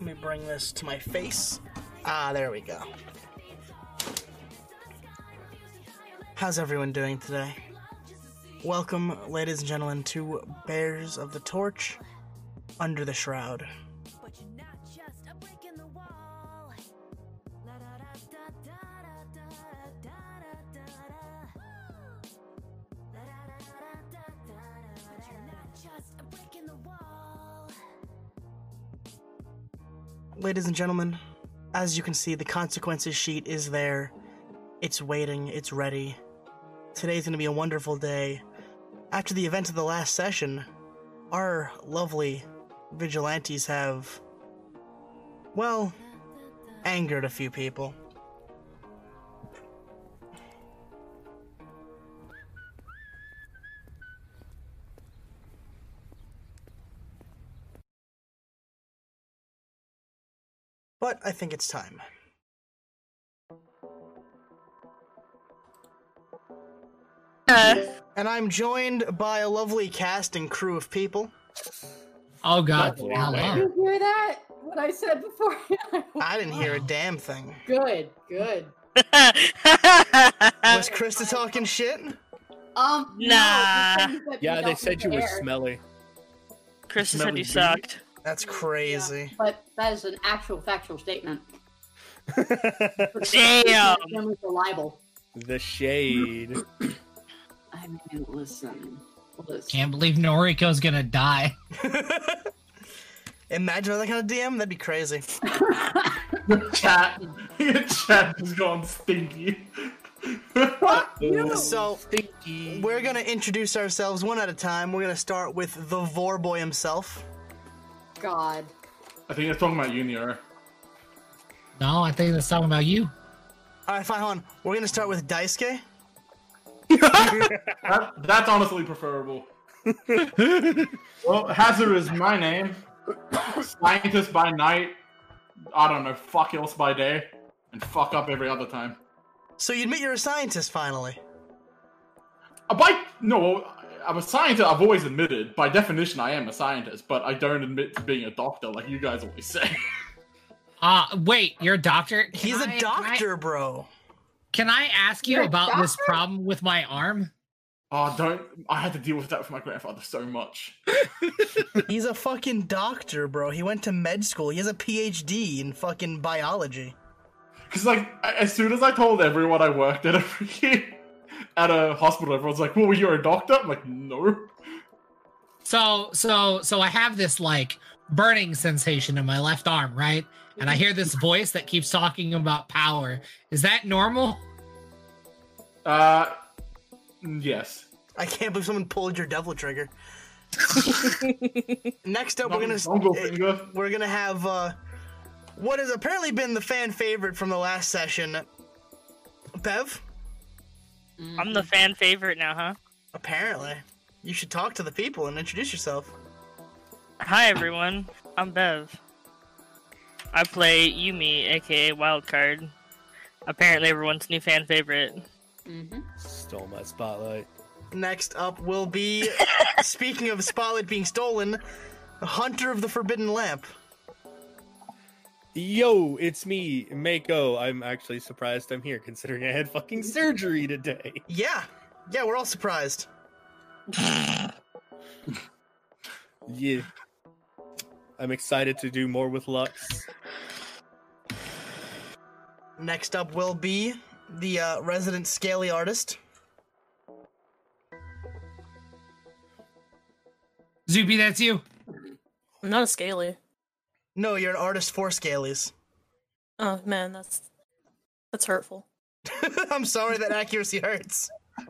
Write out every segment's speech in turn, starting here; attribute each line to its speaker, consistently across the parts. Speaker 1: Let me bring this to my face. Ah, there we go. How's everyone doing today? Welcome, ladies and gentlemen, to Bears of the Torch Under the Shroud.
Speaker 2: But you're not just a brick in the wall. La da da da da da da da da da La da da da da da da. But you're not just a brick in the wall.
Speaker 1: Ladies and gentlemen, as you can see, the consequences sheet is there. It's waiting, it's ready. Today's going to be a wonderful day. After the event of the last session, our lovely vigilantes have, well, angered a few people. But I think it's time. And I'm joined by a lovely cast and crew of people.
Speaker 3: Oh God! Hello.
Speaker 4: Did you hear that? What I said before?
Speaker 1: I didn't hear a damn thing.
Speaker 4: good, good.
Speaker 1: Was Krista talking shit?
Speaker 4: Um, no,
Speaker 5: Nah.
Speaker 4: the things that
Speaker 6: Yeah,
Speaker 4: beat
Speaker 6: they
Speaker 4: off
Speaker 6: said
Speaker 4: of
Speaker 6: you were
Speaker 4: air,
Speaker 6: smelly.
Speaker 5: Chris said
Speaker 6: Smelly
Speaker 5: you
Speaker 6: bee.
Speaker 5: sucked.
Speaker 1: That's crazy.
Speaker 4: But that is an actual factual statement.
Speaker 5: Damn.
Speaker 4: Them was a libel.
Speaker 6: the shade.
Speaker 4: I mean, listen. listen.
Speaker 3: Can't believe Noriko's gonna die.
Speaker 1: Imagine that kind of DM. That'd be crazy.
Speaker 7: The chat, the chat is going stinky.
Speaker 1: So we're gonna introduce ourselves one at a time. We're gonna start with the Vorboy himself.
Speaker 4: God.
Speaker 7: I think it's talking about Junior.
Speaker 3: No, I think that's talking about you.
Speaker 1: All right, fine. Hold on. We're gonna start with Daisuke.
Speaker 7: That, that's honestly preferable. well, Hazard is my name. Scientist by night. I don't know, fuck else by day. And fuck up every other time.
Speaker 1: So you admit you're a scientist finally.
Speaker 7: A bike? Uh, No, I'm a scientist. I've always admitted, by definition, I am a scientist, but I don't admit to being a doctor like you guys always say.
Speaker 3: Uh, wait, you're a doctor. Can
Speaker 1: He's
Speaker 3: I-
Speaker 1: a doctor, bro.
Speaker 3: Can I, can I ask you
Speaker 4: You're a
Speaker 3: about this
Speaker 4: doctor?
Speaker 3: problem with my arm?
Speaker 7: Oh, don't. I had to deal with that with my grandfather so much.
Speaker 1: He's a fucking doctor, bro. He went to med school. He has a PhD in fucking biology.
Speaker 7: Because, like, a- as soon as I told everyone I worked at a freaking. at a hospital, everyone's like, well, you're a doctor? I'm like, no.
Speaker 3: So, so, so I have this like burning sensation in my left arm, right? And I hear this voice that keeps talking about power. Is that normal?
Speaker 7: Uh. Yes.
Speaker 1: I can't believe someone pulled your devil trigger. Next up, we're gonna eh,
Speaker 7: Dongle finger.
Speaker 1: we're gonna have uh, what has apparently been the fan favorite from the last session, Bev.
Speaker 4: Mm.
Speaker 5: I'm the fan favorite now, huh?
Speaker 1: Apparently, you should talk to the people and introduce yourself.
Speaker 5: Hi everyone, I'm Bev. I play Yumi, aka Wildcard. Apparently everyone's new fan favorite.
Speaker 4: hmm
Speaker 6: Stole my spotlight.
Speaker 1: Next up will be, speaking of Spotlight being stolen, the Hunter of the Forbidden Lamp.
Speaker 6: Yo, it's me, Mako. I'm actually surprised I'm here, considering I had fucking surgery today.
Speaker 1: Yeah, yeah, we're all surprised.
Speaker 6: Yeah. I'm excited to do more with Lux.
Speaker 1: Next up will be the uh, resident scaly artist.
Speaker 3: Zuby, that's you.
Speaker 8: I'm not a scaly.
Speaker 1: No, you're an artist for scalies.
Speaker 8: Oh man, that's that's hurtful.
Speaker 1: I'm sorry that accuracy hurts.
Speaker 8: Uh,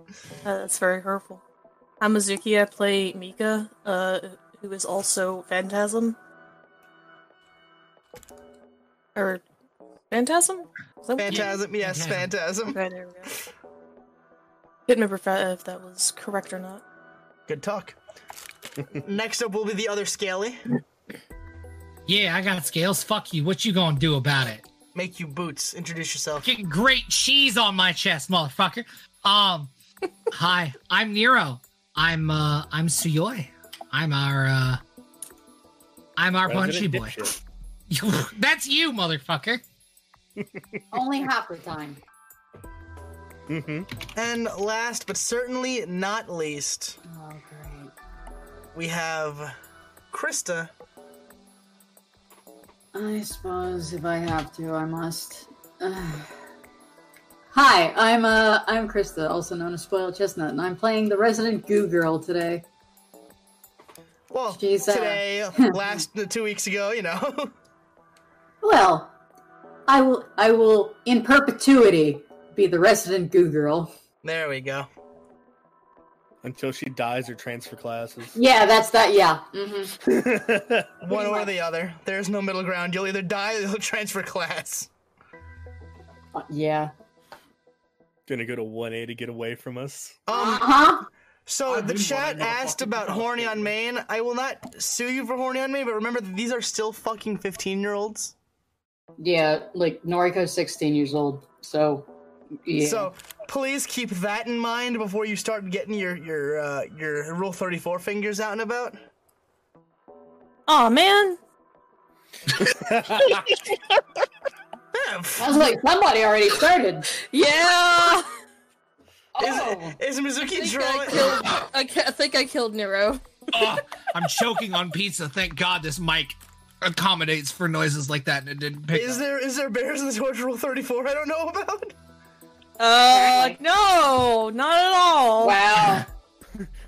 Speaker 8: that's very hurtful. I'm Mizuki. I play Mika, uh, who is also Phantasm. Or Phantasm? Is that what-
Speaker 1: Phantasm, yes,
Speaker 3: Yeah.
Speaker 1: phantasm.
Speaker 8: Okay, there we go. Couldn't remember if, I, if that was correct or not.
Speaker 1: Good talk. Next up will be the other scaly.
Speaker 3: Yeah, I got scales. Fuck you. What you gonna do about it?
Speaker 1: Make you boots. Introduce yourself.
Speaker 3: Fucking great cheese on my chest, motherfucker. Um, hi, I'm Nero. I'm uh, I'm Suyoi. I'm our uh, I'm our punchy
Speaker 6: Resident
Speaker 3: boy.
Speaker 6: dipshit.
Speaker 3: That's you, motherfucker.
Speaker 4: Only half the time.
Speaker 6: Mm-hmm.
Speaker 1: And last but certainly not least,
Speaker 4: Oh, great.
Speaker 1: we have Krista.
Speaker 4: I suppose if I have to, I must. Hi, I'm uh, I'm Krista, also known as Spoiled Chestnut, and I'm playing the resident Goo Girl today.
Speaker 1: Well,
Speaker 4: She's, uh,
Speaker 1: today, last two weeks ago, you know.
Speaker 4: Well, I will, I will in perpetuity be the resident Goo Girl.
Speaker 1: there we go.
Speaker 6: Until she dies or transfer classes.
Speaker 4: Yeah, that's that. Yeah. hmm
Speaker 1: One or the other. There's no middle ground. You'll either die or you'll transfer class.
Speaker 4: Uh, yeah.
Speaker 6: Gonna go to 1A to get away from us.
Speaker 1: Um,
Speaker 4: Uh huh.
Speaker 1: so
Speaker 7: I
Speaker 1: the
Speaker 7: do
Speaker 1: chat
Speaker 7: wanna know
Speaker 1: asked
Speaker 7: fucking
Speaker 1: about
Speaker 7: how it
Speaker 1: horny
Speaker 7: is.
Speaker 1: on Maine. I will not sue you for horny on Maine, but remember that these are still fucking 15 year olds.
Speaker 4: Yeah, like Noriko's 16 years old, so yeah.
Speaker 1: So please keep that in mind before you start getting your your uh, your Rule 34 fingers out and about.
Speaker 8: Aw, man.
Speaker 1: Yeah, f-
Speaker 4: I was like, somebody already started.
Speaker 9: Yeah!
Speaker 4: Oh,
Speaker 1: Is
Speaker 9: I
Speaker 1: Mizuki
Speaker 9: think I,
Speaker 1: drawing?
Speaker 9: killed, I, ca- I think I killed Nero.
Speaker 3: Ugh, Oh, I'm choking on pizza. Thank God this mic accommodates for noises like that and it didn't pick
Speaker 1: Is
Speaker 3: up.
Speaker 1: there is there bears in the torture rule 34 I don't know about?
Speaker 9: Uh,
Speaker 4: Apparently.
Speaker 9: no, not at all.
Speaker 4: Oh. wow.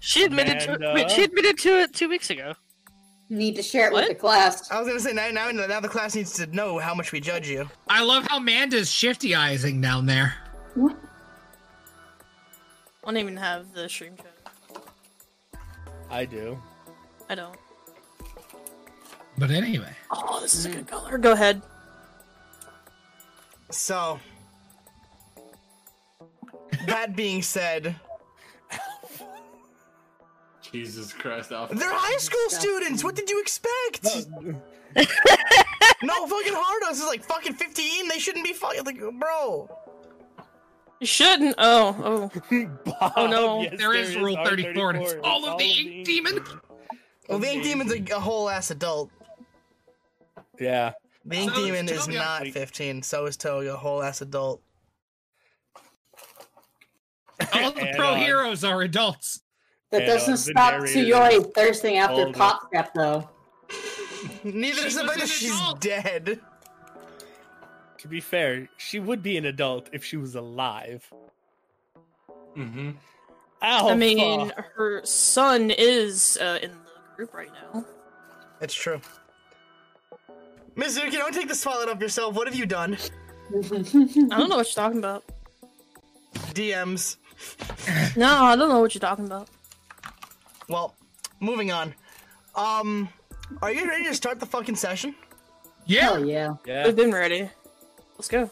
Speaker 5: She admitted to wait,
Speaker 6: Amanda.
Speaker 5: she admitted to it two weeks ago.
Speaker 4: Need to share it
Speaker 5: What?
Speaker 4: with the class.
Speaker 1: I was gonna say now now, now the class needs to know how much we judge you.
Speaker 3: I love how Manda's shifty eyesing down there.
Speaker 8: I don't even have the stream chat.
Speaker 6: I do.
Speaker 8: I don't.
Speaker 3: But anyway.
Speaker 8: Oh, this is a good color. Go ahead.
Speaker 1: So that being said,
Speaker 7: Jesus Christ, Alpha.
Speaker 1: they're high school students. What did you expect? No fucking Hardos is like fucking 15. They shouldn't be fucking like bro.
Speaker 8: You shouldn't. Oh, oh.
Speaker 6: Bob,
Speaker 8: Oh, no.
Speaker 6: yes,
Speaker 3: there is rule 34, and it's
Speaker 6: R34.
Speaker 3: all of the ink
Speaker 6: ink.
Speaker 3: demon.
Speaker 1: Well, the Ink Demon's a, a whole ass adult.
Speaker 6: Yeah.
Speaker 1: The Ink
Speaker 3: So is
Speaker 1: Demon is
Speaker 3: Toga.
Speaker 1: not 15. So is Toga, a whole ass adult.
Speaker 3: All the
Speaker 6: And,
Speaker 3: pro
Speaker 6: uh,
Speaker 3: heroes are adults.
Speaker 4: That
Speaker 6: Yeah,
Speaker 4: doesn't
Speaker 6: the
Speaker 4: stop
Speaker 6: narrator
Speaker 4: Tsuyori thirsting after
Speaker 6: told
Speaker 4: pop step though.
Speaker 1: Neither
Speaker 3: She
Speaker 1: does it,
Speaker 3: was
Speaker 1: but
Speaker 3: an
Speaker 1: she's
Speaker 3: adult.
Speaker 1: dead.
Speaker 6: To be fair, she would be an adult if she was alive.
Speaker 7: Mm-hmm.
Speaker 6: Ow,
Speaker 10: Oh,
Speaker 8: I mean,
Speaker 6: fuck.
Speaker 8: her son is uh, in the group right now.
Speaker 1: It's true. Mizuki, don't take the spotlight off yourself. What have you done?
Speaker 8: I don't know what you're talking about.
Speaker 1: DMs.
Speaker 8: No, I don't know what you're talking about.
Speaker 1: Well, moving on. Um, are you ready to start the fucking session?
Speaker 3: Yeah.
Speaker 4: Hell yeah.
Speaker 6: yeah.
Speaker 8: We've been ready. Let's go.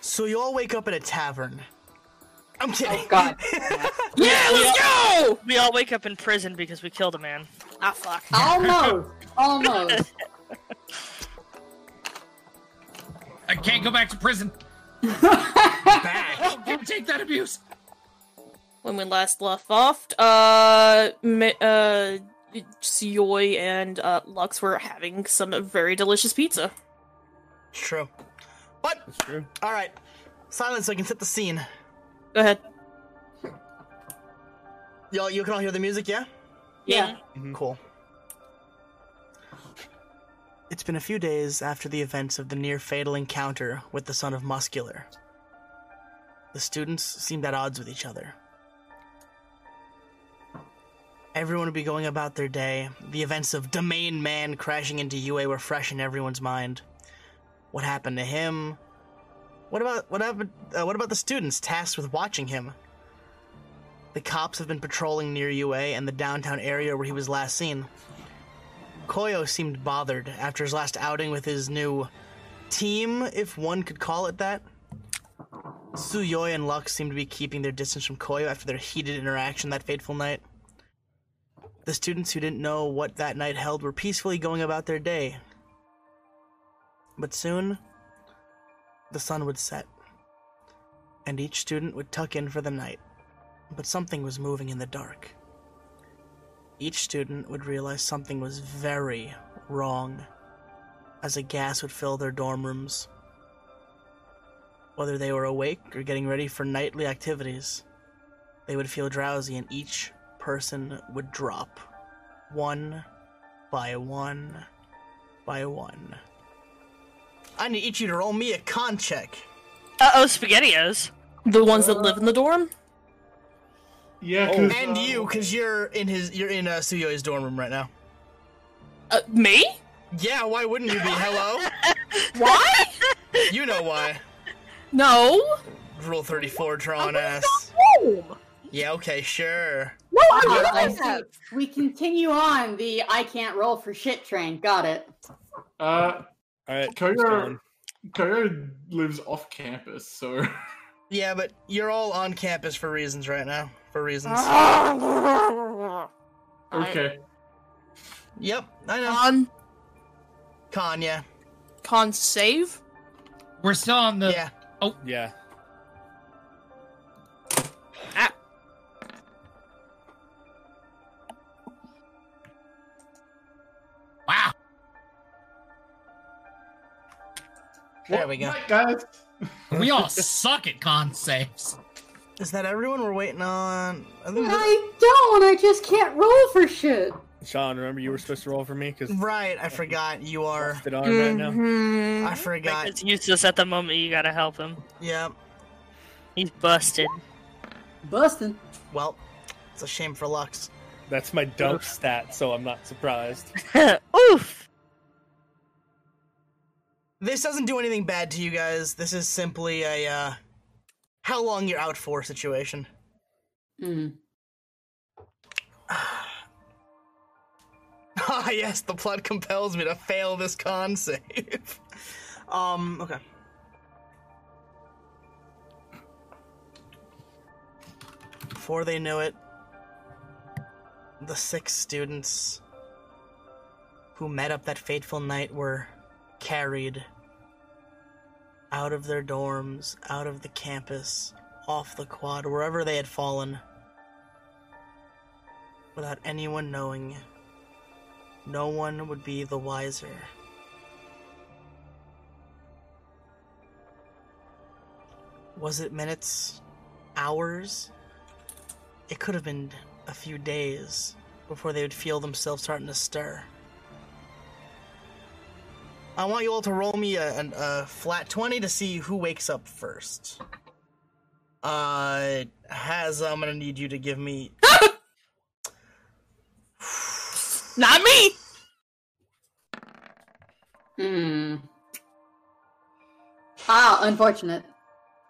Speaker 1: So you all wake up at a tavern. I'm kidding.
Speaker 4: Oh god.
Speaker 8: Yeah, let's go!
Speaker 5: We all wake up in prison because we killed a man.
Speaker 8: Ah, fuck.
Speaker 4: Almost. Almost.
Speaker 3: I can't go back to prison.
Speaker 1: Back.
Speaker 3: Oh, can't take that abuse.
Speaker 8: When we last left off, uh, Mi- uh, Sioy and uh, Lux were having some very delicious pizza.
Speaker 1: It's true. But
Speaker 6: That's true.
Speaker 1: all right, silence. so I can set the scene.
Speaker 8: Go ahead.
Speaker 1: Y'all, you can all hear the music, yeah?
Speaker 4: Yeah.
Speaker 1: Cool. It's been a few days after the events of the near fatal encounter with the son of Muscular. The students seemed at odds with each other. Everyone would be going about their day. The events of Domain Man crashing into UA were fresh in everyone's mind. What happened to him? What about what happened? Uh, what about the students tasked with watching him? The cops have been patrolling near UA and the downtown area where he was last seen. Koyo seemed bothered after his last outing with his new team, if one could call it that. Tsuyoi and Lux seemed to be keeping their distance from Koyo after their heated interaction that fateful night. The students who didn't know what that night held were peacefully going about their day. But soon, the sun would set, and each student would tuck in for the night but something was moving in the dark. Each student would realize something was very wrong as a gas would fill their dorm rooms. Whether they were awake or getting ready for nightly activities, they would feel drowsy and each person would drop one by one by one. I need each of you to roll me a con check.
Speaker 5: Uh oh, SpaghettiOs.
Speaker 8: The ones that live in the dorm?
Speaker 7: Yeah, 'cause,
Speaker 1: And
Speaker 7: uh,
Speaker 1: you, because you're in his, you're in uh, Suyoi's dorm room right now.
Speaker 8: Uh, me?
Speaker 1: Yeah, why wouldn't you be? Hello,
Speaker 8: Why?
Speaker 1: you know why?
Speaker 8: no.
Speaker 1: Rule thirty-four, drawn ass.
Speaker 8: Home.
Speaker 1: Yeah, okay, sure.
Speaker 8: No, I
Speaker 4: I
Speaker 8: realize that.
Speaker 4: see. We continue on the I can't roll for shit train. Got it.
Speaker 7: Uh,
Speaker 6: All right.
Speaker 7: Koger, Koger lives off campus, so
Speaker 1: Yeah, but you're all on campus for reasons right now. For reasons.
Speaker 7: okay.
Speaker 1: yep, I
Speaker 9: Uh-huh.
Speaker 1: know.
Speaker 8: Con,
Speaker 1: Con, yeah,
Speaker 8: con save?
Speaker 3: We're still on the.
Speaker 1: yeah.
Speaker 6: Yeah.
Speaker 3: Wow.
Speaker 1: There we go.
Speaker 7: Night, guys.
Speaker 3: We all suck at con saves.
Speaker 1: Is that everyone we're waiting on? I
Speaker 4: Hmm.
Speaker 1: think that-
Speaker 4: I don't. I just can't roll for shit.
Speaker 6: Sean, remember you were supposed to roll for me because
Speaker 1: Right, Mm-hmm. I forgot. You are.
Speaker 6: busted arm right now.
Speaker 9: Mm-hmm.
Speaker 1: I forgot.
Speaker 5: It's useless at the moment. You gotta help him.
Speaker 1: Yep.
Speaker 5: He's busted.
Speaker 4: Bustin'.
Speaker 1: Well, it's a shame for Lux.
Speaker 6: That's my dump stat, so I'm not surprised.
Speaker 5: Oof.
Speaker 1: This doesn't do anything bad to you guys. This is simply a uh, how long you're out for situation.
Speaker 4: Mm.
Speaker 1: Ah, yes, the plot compels me to fail this con save. um, okay. Before they knew it, the six students who met up that fateful night were carried out of their dorms, out of the campus, off the quad, wherever they had fallen, without anyone knowing no one would be the wiser. Was it minutes? Hours? It could have been a few days before they would feel themselves starting to stir. I want you all to roll me a, an- a flat 20 to see who wakes up first. Uh, Haz, I'm gonna need you to give me.
Speaker 8: Not me!
Speaker 4: Mm. Ah, unfortunate.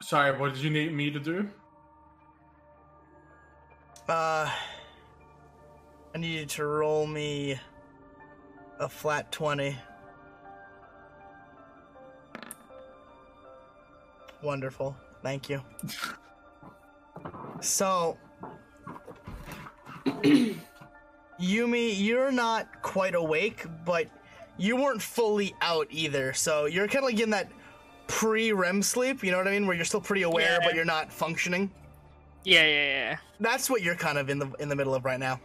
Speaker 7: Sorry, what did you need me to do?
Speaker 1: Uh, I need you to roll me a flat 20. Wonderful. Thank you. So, Yumi, you're not quite awake, but you weren't fully out either. So, you're kind of like in that pre REM sleep, you know what I mean? Where you're still pretty aware,
Speaker 5: Yeah.
Speaker 1: but you're not functioning.
Speaker 5: Yeah, yeah, yeah.
Speaker 1: That's what you're kind of in the in the middle of right now.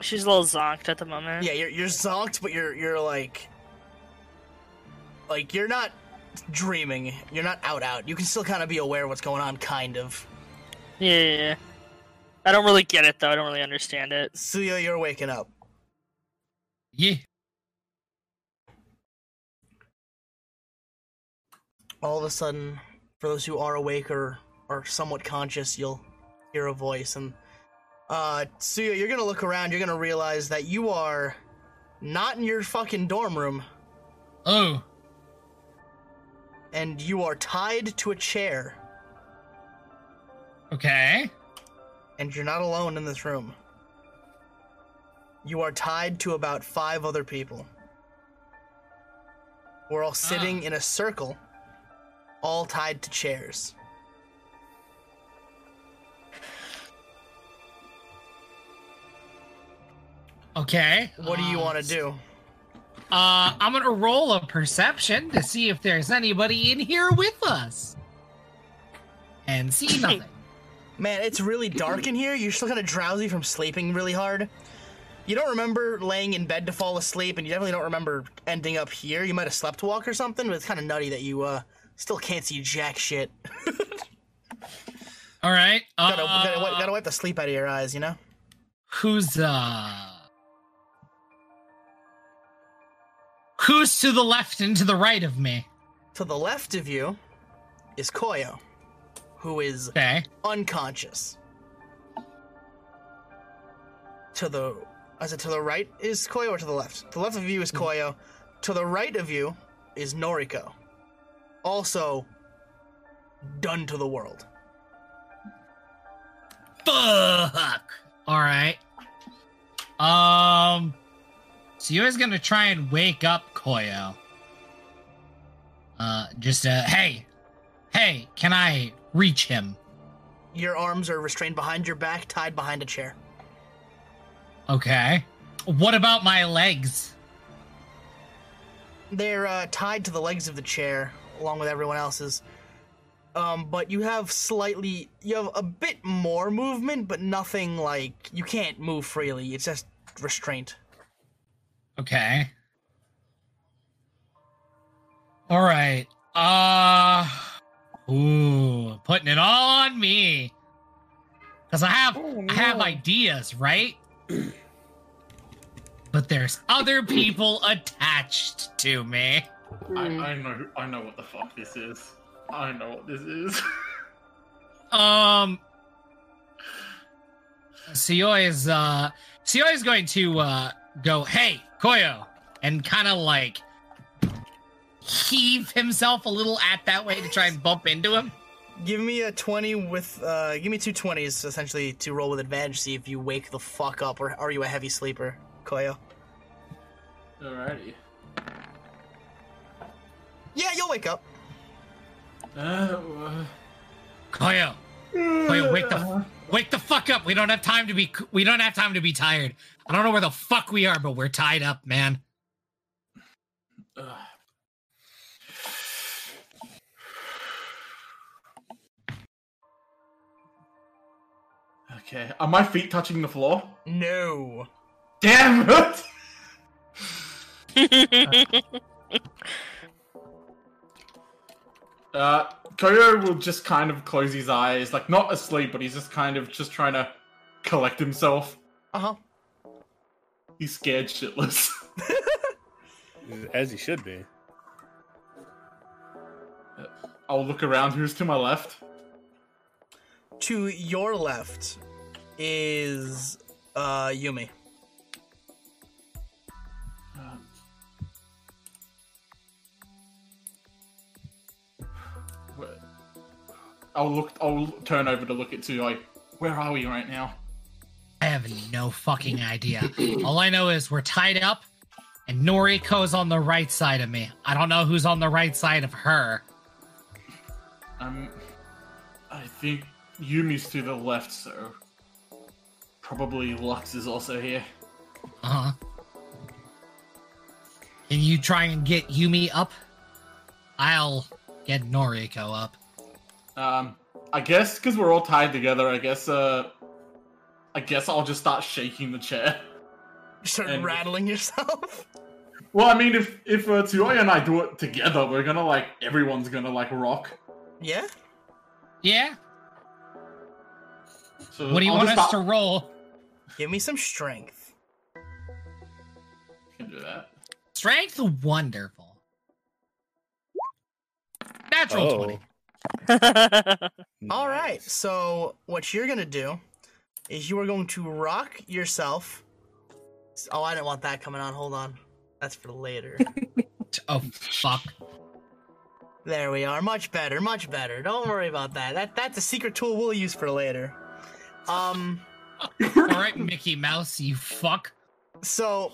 Speaker 5: She's a little zonked at the moment.
Speaker 1: Yeah, you're you're zonked, but you're you're like like you're not dreaming. You're not out out. You can still kind of be aware of what's going on, kind of.
Speaker 5: Yeah, yeah, yeah. I don't really get it though. I don't really understand it.
Speaker 1: Suya, you're waking up.
Speaker 3: Yeah.
Speaker 1: All of a sudden, for those who are awake or are somewhat conscious, you'll hear a voice and uh Suya, you're gonna look around, you're gonna realize that you are not in your fucking dorm room
Speaker 3: Oh.
Speaker 1: and you are tied to a chair
Speaker 3: Okay.
Speaker 1: and you're not alone in this room. You are tied to about five other people. We're all sitting in a circle, all tied to chairs.
Speaker 3: Okay.
Speaker 1: What do you want to do?
Speaker 3: Uh, I'm gonna roll a perception to see if there's anybody in here with us, and see nothing.
Speaker 1: Man, it's really dark in here. You're still kind of drowsy from sleeping really hard. You don't remember laying in bed to fall asleep, and you definitely don't remember ending up here. You might have slept walk or something, but it's kind of nutty that you uh, still can't see jack shit.
Speaker 3: All right.
Speaker 1: Gotta, gotta,
Speaker 3: uh,
Speaker 1: wi- gotta wipe the sleep out of your eyes, you know?
Speaker 3: Who's uh Who's to the left and to the right of me?
Speaker 1: To the left of you is Koyo, who is
Speaker 3: Okay.
Speaker 1: unconscious. To the I said to the right is Koyo or to the left? To the left of you is Koyo. To the right of you is Noriko. Also done to the world.
Speaker 3: Fuck. All right. Um so you guys gonna try and wake up Koyo. Uh just uh hey. Hey, can I reach him?
Speaker 1: Your arms are restrained behind your back, tied behind a chair.
Speaker 3: Okay. What about my legs?
Speaker 1: They're uh, tied to the legs of the chair, along with everyone else's. Um, but you have slightly, you have a bit more movement, but nothing like you can't move freely. It's just restraint.
Speaker 3: Okay. All right. Uh Ooh, putting it all on me. Cuz I have I have ideas, right? but there's other people attached to me.
Speaker 7: I,
Speaker 1: Mm.
Speaker 4: Hmm.
Speaker 7: I know I know what the fuck this is. I know what this is.
Speaker 3: Um Sioi is uh Sioi is going to uh go, hey, Koyo, and kinda like heave himself a little at that way to try and bump into him.
Speaker 1: Give me a twenty with, uh, give me two twenties essentially to roll with advantage. See if you wake the fuck up, or are you a heavy sleeper, Koyo?
Speaker 7: Alrighty.
Speaker 1: Yeah, you'll wake up.
Speaker 7: Uh, uh,
Speaker 3: Koyo, Koyo, wake the wake the fuck up. We don't have time to be we don't have time to be tired. I don't know where the fuck we are, but we're tied up, man.
Speaker 7: uh. Okay. Are my feet touching the floor?
Speaker 1: No.
Speaker 7: Damn it! Uh, Koyo will just kind of close his eyes, like not asleep, but he's just kind of just trying to collect himself.
Speaker 1: Uh huh.
Speaker 7: He's scared shitless.
Speaker 6: As he should be.
Speaker 7: I'll look around. Who's to my left?
Speaker 1: To your left is uh Yumi.
Speaker 7: Where- I'll look. I'll turn over to look at Tsuyoy. Where are we right now?
Speaker 3: I have no fucking idea. All I know is we're tied up and Noriko's on the right side of me. I don't know who's on the right side of her.
Speaker 7: Um, I think Yumi's to the left, so probably Lux is also here.
Speaker 3: Uh-huh. Can you try and get Yumi up? I'll get Noriko up.
Speaker 7: Um, I guess because we're all tied together. I guess. Uh, I guess I'll just start shaking the chair.
Speaker 1: You start
Speaker 7: And-
Speaker 1: rattling yourself.
Speaker 7: Well, I mean, if if uh, Tsuyoya and I do it together, we're gonna like everyone's gonna like rock.
Speaker 1: yeah.
Speaker 3: Yeah?
Speaker 7: So
Speaker 3: What do you
Speaker 7: I'll
Speaker 3: want
Speaker 7: just
Speaker 3: us to
Speaker 7: start-
Speaker 3: roll?
Speaker 1: Give me some strength.
Speaker 7: Can do that.
Speaker 3: Strength wonderful. Natural
Speaker 6: Oh.
Speaker 3: 20.
Speaker 1: All right.
Speaker 6: Nice.
Speaker 1: So what you're gonna do is you are going to rock yourself. Oh, I didn't want that coming on. Hold on. That's for later.
Speaker 3: Oh fuck.
Speaker 1: there we are. Much better. Much better. Don't worry about that. That that's a secret tool we'll use for later. Um.
Speaker 3: Alright, Mickey Mouse, you fuck.
Speaker 1: So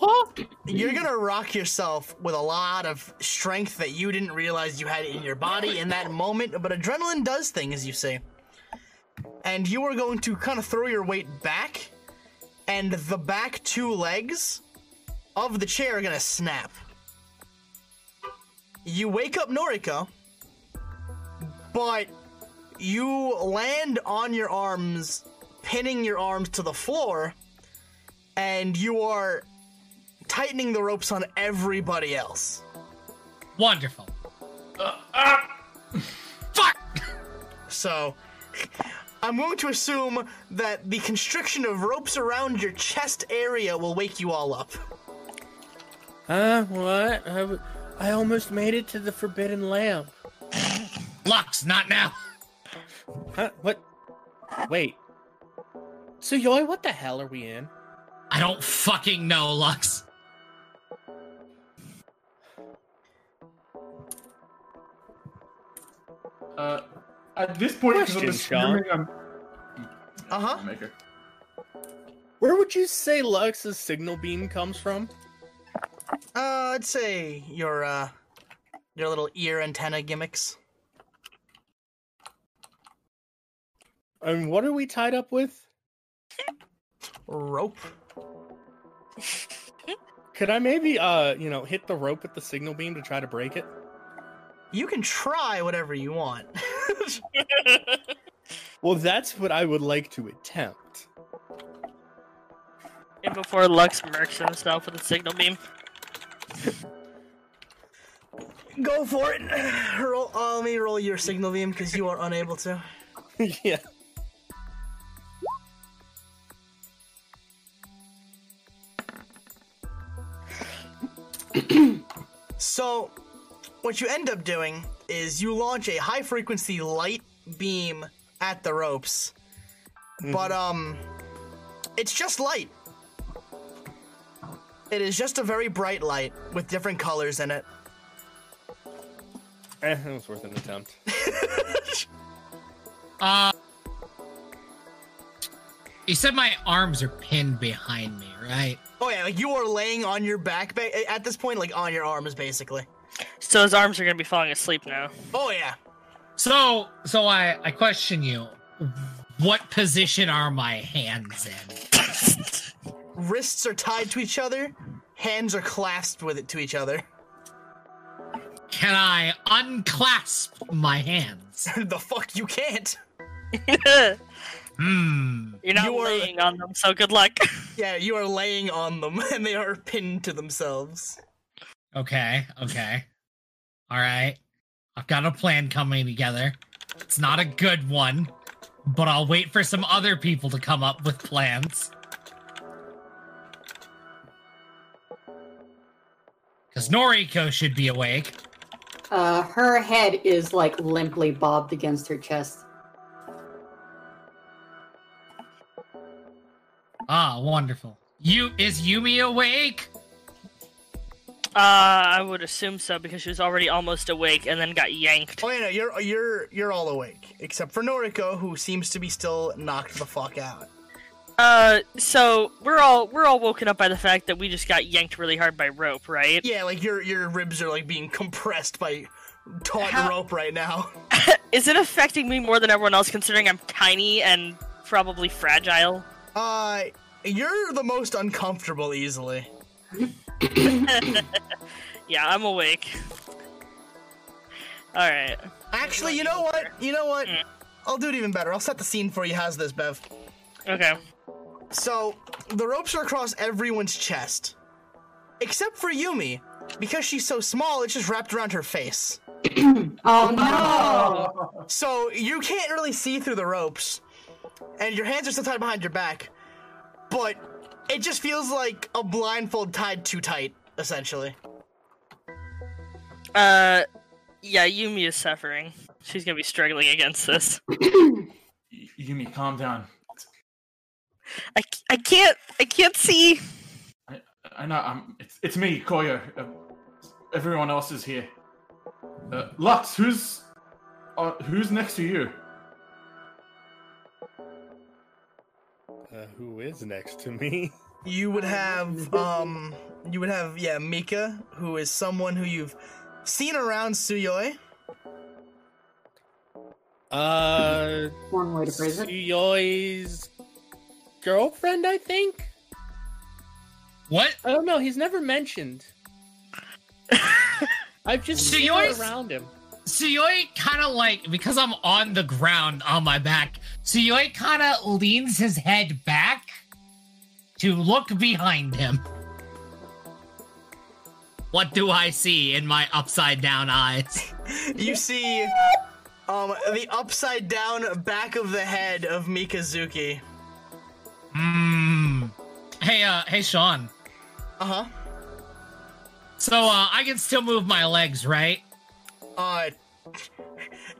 Speaker 1: you're gonna rock yourself with a lot of strength that you didn't realize you had in your body in that moment, but adrenaline does things, you see. And you are going to kind of throw your weight back, and the back two legs of the chair are gonna snap. You wake up Noriko, but you land on your arms, pinning your arms to the floor, and you are tightening the ropes on everybody else.
Speaker 3: Wonderful.
Speaker 1: So, I'm going to assume that the constriction of ropes around your chest area will wake you all up.
Speaker 6: Huh? What? I, w- I almost made it to the Forbidden Lamp.
Speaker 3: Lux, not now.
Speaker 6: Huh? What? Wait. So, Yoy, what the hell are we in?
Speaker 3: I don't fucking know, Lux.
Speaker 7: Uh, at this point, because I'm
Speaker 6: Question,
Speaker 7: assuming I'm.
Speaker 1: Uh huh.
Speaker 7: Maker.
Speaker 6: Where would you say Lux's signal beam comes from?
Speaker 1: Uh, I'd say your uh, your little ear antenna gimmicks.
Speaker 6: And what are we tied up with?
Speaker 1: Rope.
Speaker 6: Could I maybe, uh, you know, hit the rope with the signal beam to try to break it?
Speaker 1: You can try whatever you want.
Speaker 6: Well, that's what I would like to attempt.
Speaker 5: And before Lux mercs himself with a signal beam.
Speaker 1: Go for it. roll. Uh, let me roll your signal beam because you are unable to.
Speaker 6: yeah.
Speaker 1: So, what you end up doing is you launch a high frequency light beam at the ropes, but um, it's just light. It is just a very bright light with different colors in it.
Speaker 6: Eh, it was worth an attempt.
Speaker 3: Uh, you said my arms are pinned behind me, right?
Speaker 1: Oh yeah, like you are laying on your back ba- at this point, like on your arms, basically.
Speaker 5: So his arms are gonna be falling asleep now.
Speaker 1: Oh yeah,
Speaker 3: So, so I, I question you. What position are my hands in?
Speaker 1: wrists are tied to each other, hands are clasped with it to each other.
Speaker 3: Can I unclasp my hands?
Speaker 1: the fuck you can't.
Speaker 3: Hmm.
Speaker 5: You're not
Speaker 1: You are-
Speaker 5: laying on them, so good luck.
Speaker 1: Yeah, you are laying on them, and they are pinned to themselves.
Speaker 3: Okay. Okay. All right. I've got a plan coming together. It's not a good one, but I'll wait for some other people to come up with plans. Because Noriko should be awake.
Speaker 4: Uh, her head is like limply bobbed against her chest.
Speaker 3: Ah, wonderful. You is Yumi awake?
Speaker 5: Uh, I would assume so because she was already almost awake and then got yanked.
Speaker 1: Oh yeah, no, you're you're you're all awake except for Noriko, who seems to be still knocked the fuck out.
Speaker 5: Uh, so we're all we're all woken up by the fact that we just got yanked really hard by rope, right?
Speaker 1: Yeah, like your your ribs are like being compressed by taut
Speaker 5: How-
Speaker 1: rope right now.
Speaker 5: Is it affecting me more than everyone else considering I'm tiny and probably fragile?
Speaker 1: Uh, you're the most uncomfortable easily.
Speaker 5: Yeah, I'm awake. All right.
Speaker 1: Actually, you know what? You know what? I'll do it even better. I'll set the scene for you. How's this, Bev?
Speaker 5: Okay.
Speaker 1: So the ropes are across everyone's chest, except for Yumi, because she's so small. It's just wrapped around her face.
Speaker 4: Oh no!
Speaker 1: So you can't really see through the ropes, and your hands are still tied behind your back, but it just feels like a blindfold tied too tight, essentially.
Speaker 5: Uh, yeah, Yumi is suffering. She's gonna be struggling against this.
Speaker 7: Y- Yumi, calm down.
Speaker 5: I, c- I can't I can't see.
Speaker 7: I know. I'm, it's, it's me, Koyo. Uh, everyone else is here. Uh, Lux, who's uh, who's next to you?
Speaker 6: Uh, who is next to me?
Speaker 1: You would have, um, you would have, yeah, Mika, who is someone who you've seen around Suyoi.
Speaker 6: Uh,
Speaker 4: One way to phrase it.
Speaker 6: Yoi's girlfriend, I think?
Speaker 3: What?
Speaker 6: I don't know. He's never mentioned. I've just
Speaker 3: So
Speaker 6: seen her
Speaker 3: Yoi's-
Speaker 6: around him.
Speaker 3: Suyoi kind of like because I'm on the ground on my back. Suyoi kind of leans his head back to look behind him. What do I see in my upside down eyes?
Speaker 1: You see um, the upside down back of the head of Mikazuki.
Speaker 3: Mmm. Hey, uh, hey, Sean.
Speaker 1: Uh-huh.
Speaker 3: So uh, I can still move my legs, right?
Speaker 1: Uh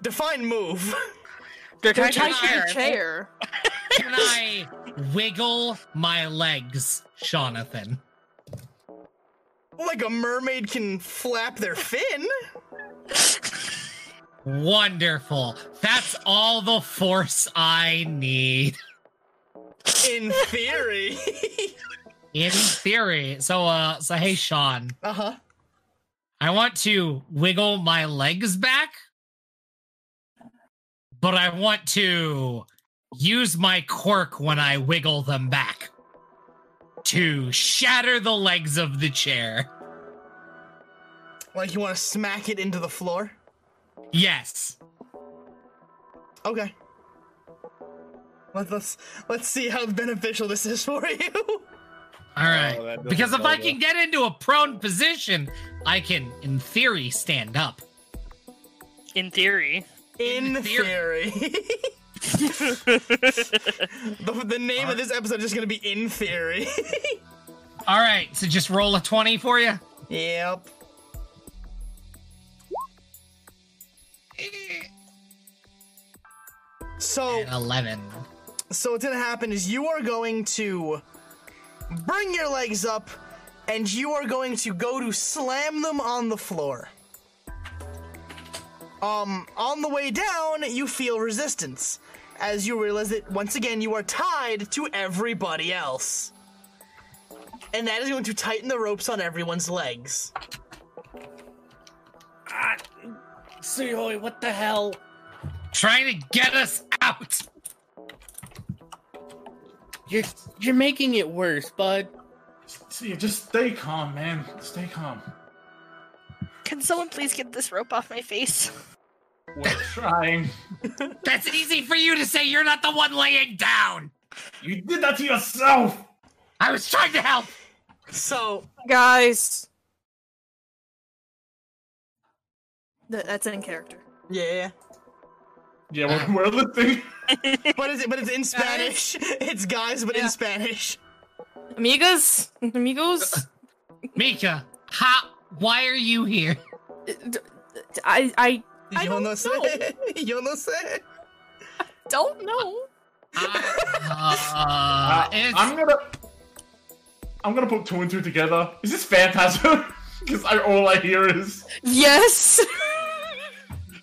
Speaker 1: define move.
Speaker 5: They're
Speaker 9: They're
Speaker 5: tied to a chair.
Speaker 9: chair.
Speaker 3: Can I wiggle my legs, Jonathan?
Speaker 1: Like a mermaid can flap their fin.
Speaker 3: Wonderful. That's all the force I need.
Speaker 1: In theory.
Speaker 3: In theory. So uh so hey Sean,
Speaker 1: uh-huh.
Speaker 3: I want to wiggle my legs back. But I want to use my quirk when I wiggle them back to shatter the legs of the chair.
Speaker 1: Like you want to smack it into the floor?
Speaker 3: Yes.
Speaker 1: Okay. Let, let's let's see how beneficial this is for you.
Speaker 3: All right.
Speaker 6: Oh, that doesn't
Speaker 3: because if I
Speaker 6: bode
Speaker 3: can
Speaker 6: well.
Speaker 3: get into a prone position, I can, in theory, stand up.
Speaker 5: In theory.
Speaker 1: In
Speaker 3: In theory.
Speaker 1: theory. the, the name of this episode is just gonna be in theory.
Speaker 3: All right. So just roll a 20 for you.
Speaker 1: yep. So
Speaker 3: An 11.
Speaker 1: so what's gonna happen is you are going to bring your legs up and you are going to go to slam them on the floor. Um, on the way down, you feel resistance as you realize that once again you are tied to everybody else. And that is going to tighten the ropes on everyone's legs.
Speaker 6: Suyoi, what the hell?
Speaker 3: Trying to get us out.
Speaker 6: You're you're making it worse, bud.
Speaker 7: See, just stay calm, man. Stay calm.
Speaker 9: Can someone please get this rope off my face?
Speaker 7: We're trying.
Speaker 3: That's easy for you to say. You're not the one laying down.
Speaker 7: You did that to yourself.
Speaker 3: I was trying to help.
Speaker 1: So,
Speaker 9: Guys. Th- that's in character.
Speaker 1: yeah.
Speaker 7: Yeah, we're, we're listening.
Speaker 1: But it's, but it's in Spanish. It's guys, but
Speaker 9: Yeah.
Speaker 1: in Spanish.
Speaker 9: Amigas? Amigos?
Speaker 3: Mika, how, why are you here?
Speaker 9: D- d- I, I I
Speaker 1: Yo
Speaker 9: don't
Speaker 1: no sé. Yo no sé.
Speaker 9: don't know.
Speaker 3: I- uh,
Speaker 7: Uh,
Speaker 3: it's-
Speaker 7: I'm gonna. I'm gonna put two and two together. Is this phantasm? Because I, all I hear is
Speaker 9: Yes!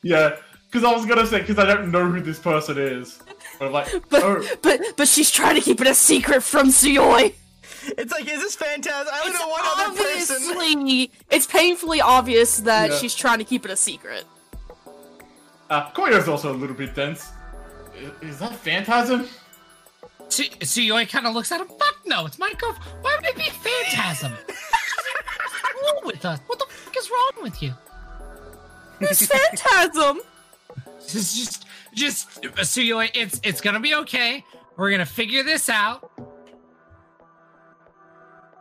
Speaker 7: yeah. Because I was gonna say because I don't know who this person is. But I'm like,
Speaker 9: But,
Speaker 7: oh,
Speaker 9: but but she's trying to keep it a secret from Suyoi.
Speaker 1: It's like, is this Phantasm? I only know one other person.
Speaker 9: Obviously, it's painfully obvious that
Speaker 7: Yeah.
Speaker 9: she's trying to keep it a secret.
Speaker 7: uh, Koya's also a little bit dense. I- Is that phantasm?
Speaker 3: Su- Suyoi kind of looks at him. Fuck no, it's Minecraft. Why would it be Phantasm? What's wrong with us? What the fuck is wrong with you?
Speaker 9: There's phantasm.
Speaker 3: Just, just, just Suyoi. It's it's gonna be okay. We're gonna figure this out.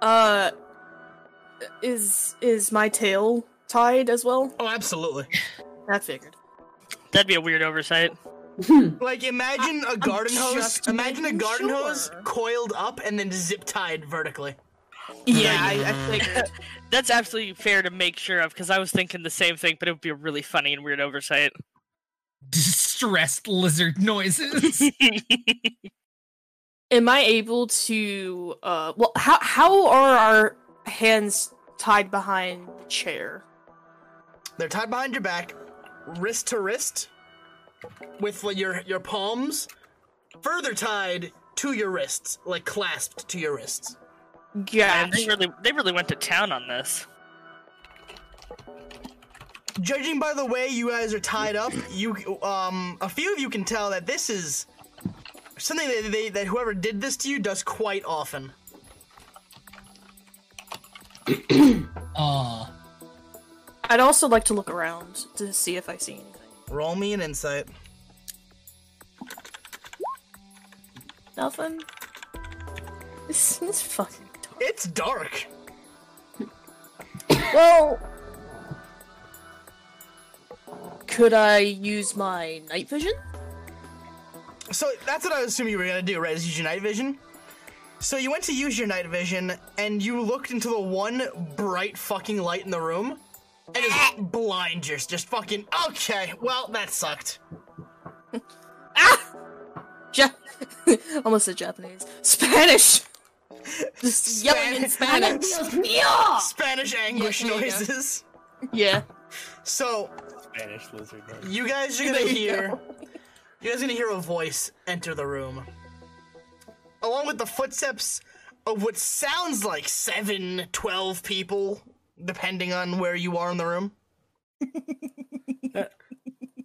Speaker 9: Uh, is is my tail tied as well?
Speaker 1: Oh, absolutely.
Speaker 9: That figured.
Speaker 5: That'd be a weird oversight.
Speaker 1: Like, imagine a garden hose.
Speaker 9: just
Speaker 1: Imagine a
Speaker 9: making
Speaker 1: garden hose
Speaker 9: sure.
Speaker 1: coiled up and then zip tied vertically.
Speaker 9: Yeah, I, I figured.
Speaker 5: That's absolutely fair to make sure of because I was thinking the same thing, but it would be a really funny and weird oversight.
Speaker 3: Distressed lizard noises.
Speaker 9: Am I able to? Uh, well, how how are our hands tied behind the chair?
Speaker 1: They're tied behind your back, wrist to wrist, with like, your your palms further tied to your wrists, like clasped to your wrists.
Speaker 5: Man,
Speaker 9: Yeah,
Speaker 5: they really, they really went to town on this.
Speaker 1: Judging by the way you guys are tied up, you um a few of you can tell that this is something that they that whoever did this to you does quite often.
Speaker 3: Aw.
Speaker 9: I'd also like to look around to see if I see anything.
Speaker 1: Roll me an insight.
Speaker 9: Nothing.
Speaker 8: This is fucking.
Speaker 1: It's dark.
Speaker 8: Well, could I use my night vision?
Speaker 1: So that's what I was assuming you were gonna do, right? Is use your night vision. So you went to use your night vision, and you looked into the one bright fucking light in the room, and it's
Speaker 8: Eh.
Speaker 1: blind. You're just fucking okay. Well, that sucked.
Speaker 9: Ja- Almost said Japanese. Spanish.
Speaker 8: Just yelling in Spanish.
Speaker 1: Spanish anguish
Speaker 8: Ah. Yeah, there you go.
Speaker 1: noises.
Speaker 8: Yeah.
Speaker 1: So
Speaker 6: Spanish lizard. man.
Speaker 1: you guys are gonna
Speaker 8: There you
Speaker 1: hear. You guys are gonna hear a voice enter the room, along with the footsteps of what sounds like seven, twelve people, depending on where you are in the room.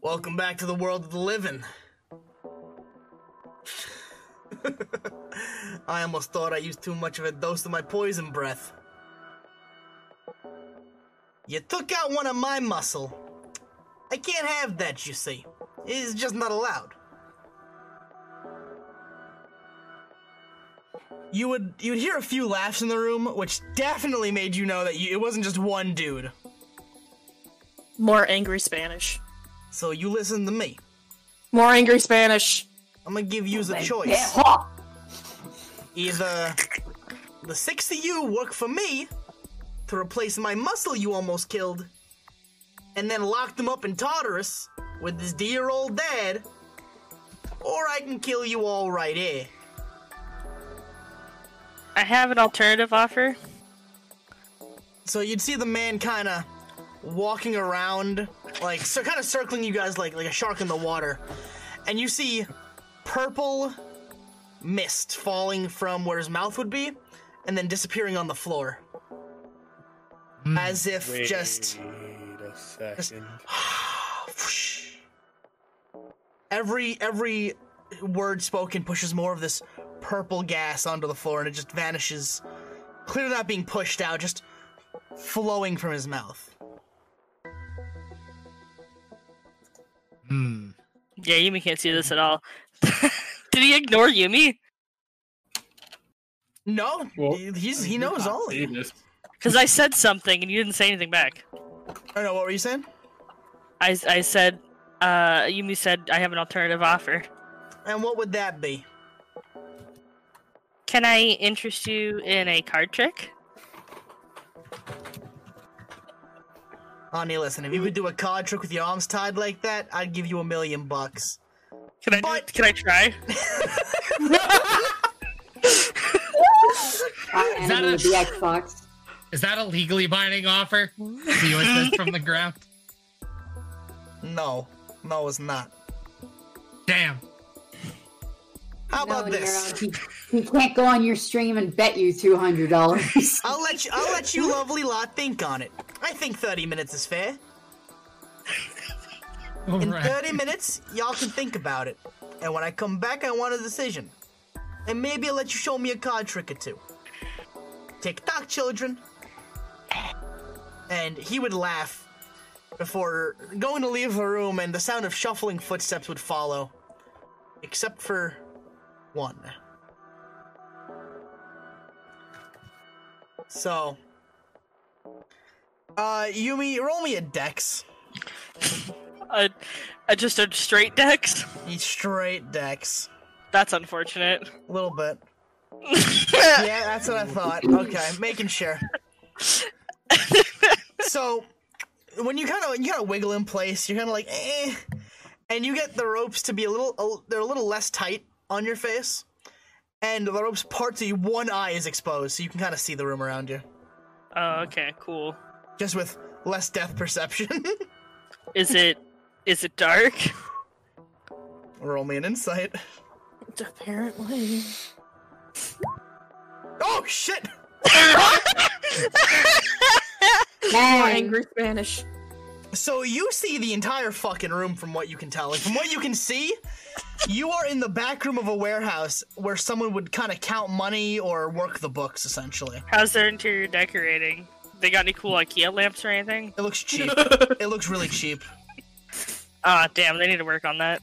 Speaker 1: Welcome back to the world of the living. I almost thought I used too much of a dose of my poison breath. You took out one of my muscle. I can't have that, you see. It's just not allowed. You would you would hear a few laughs in the room, which definitely made you know that you, it wasn't just one dude.
Speaker 9: More angry Spanish.
Speaker 1: So you listen to me.
Speaker 9: More angry Spanish.
Speaker 1: I'm gonna give you a choice. Either the six of you work for me to replace my muscle you almost killed, and then lock them up in Tartarus with this dear old dad, or I can kill you all right here.
Speaker 5: I have an alternative offer.
Speaker 1: So you'd see the man kind of walking around, like so, kind of circling you guys like like a shark in the water, and you see purple mist falling from where his mouth would be, and then disappearing on the floor, as if
Speaker 6: Wait
Speaker 1: just
Speaker 6: a second.
Speaker 1: whoosh. every every word spoken pushes more of this purple gas onto the floor, and it just vanishes, clearly not being pushed out, just flowing from his mouth.
Speaker 3: Hmm.
Speaker 5: Yeah, Yumi can't see this at all. Did he ignore Yumi?
Speaker 1: No,
Speaker 7: Well,
Speaker 1: he- he's he knows all. of
Speaker 7: See
Speaker 1: you.
Speaker 7: this.
Speaker 5: Because I said something and you didn't say anything back.
Speaker 1: I don't know what were you saying.
Speaker 5: I, I said, uh, Yumi said, I have an alternative offer.
Speaker 1: And what would that be?
Speaker 5: Can I interest you in a card trick?
Speaker 1: Honey, listen, if you could do a card trick with your arms tied like that, I'd give you a million bucks.
Speaker 5: Can I, do
Speaker 1: But-
Speaker 5: it? can I try?
Speaker 4: I
Speaker 3: that
Speaker 4: enemy
Speaker 3: a-
Speaker 4: with the Xbox.
Speaker 3: Is that a legally binding offer? See what's this from the ground?
Speaker 1: No, no, it's not.
Speaker 3: Damn.
Speaker 1: How about
Speaker 4: No, you're
Speaker 1: this?
Speaker 4: on- He, he can't go on your stream and bet you two hundred dollars.
Speaker 1: I'll let you. I'll let you, lovely lot, think on it. I think thirty minutes is fair.
Speaker 3: All
Speaker 1: In
Speaker 3: right.
Speaker 1: thirty minutes, y'all can think about it. And when I come back, I want a decision. And maybe I'll let you show me a card trick or two. Tick tock, children. And he would laugh before going to leave the room, and the sound of shuffling footsteps would follow. Except for one. So. Uh, Yumi, roll me a dex.
Speaker 5: Uh, uh, just a straight dex?
Speaker 1: You straight dex.
Speaker 5: That's unfortunate.
Speaker 1: A little bit. yeah, that's what I thought. Okay, making sure. so, when you kind of you kind of wiggle in place, you're kind of like, eh, and you get the ropes to be a little a- they're a little less tight on your face, and the ropes part to you. One eye is exposed, so you can kind of see the room around you,
Speaker 5: Oh, okay, cool.
Speaker 1: just with less depth perception.
Speaker 5: Is it is it dark?
Speaker 1: Roll me an insight.
Speaker 9: Apparently.
Speaker 1: Oh shit!
Speaker 9: More
Speaker 4: Dang.
Speaker 9: angry Spanish.
Speaker 1: So you see the entire fucking room from what you can tell. Like from what you can see, you are in the back room of a warehouse where someone would kind of count money or work the books essentially.
Speaker 5: How's their interior decorating? They got any cool IKEA lamps or anything?
Speaker 1: It looks cheap. it looks really cheap.
Speaker 5: Ah, damn, they need to work on that.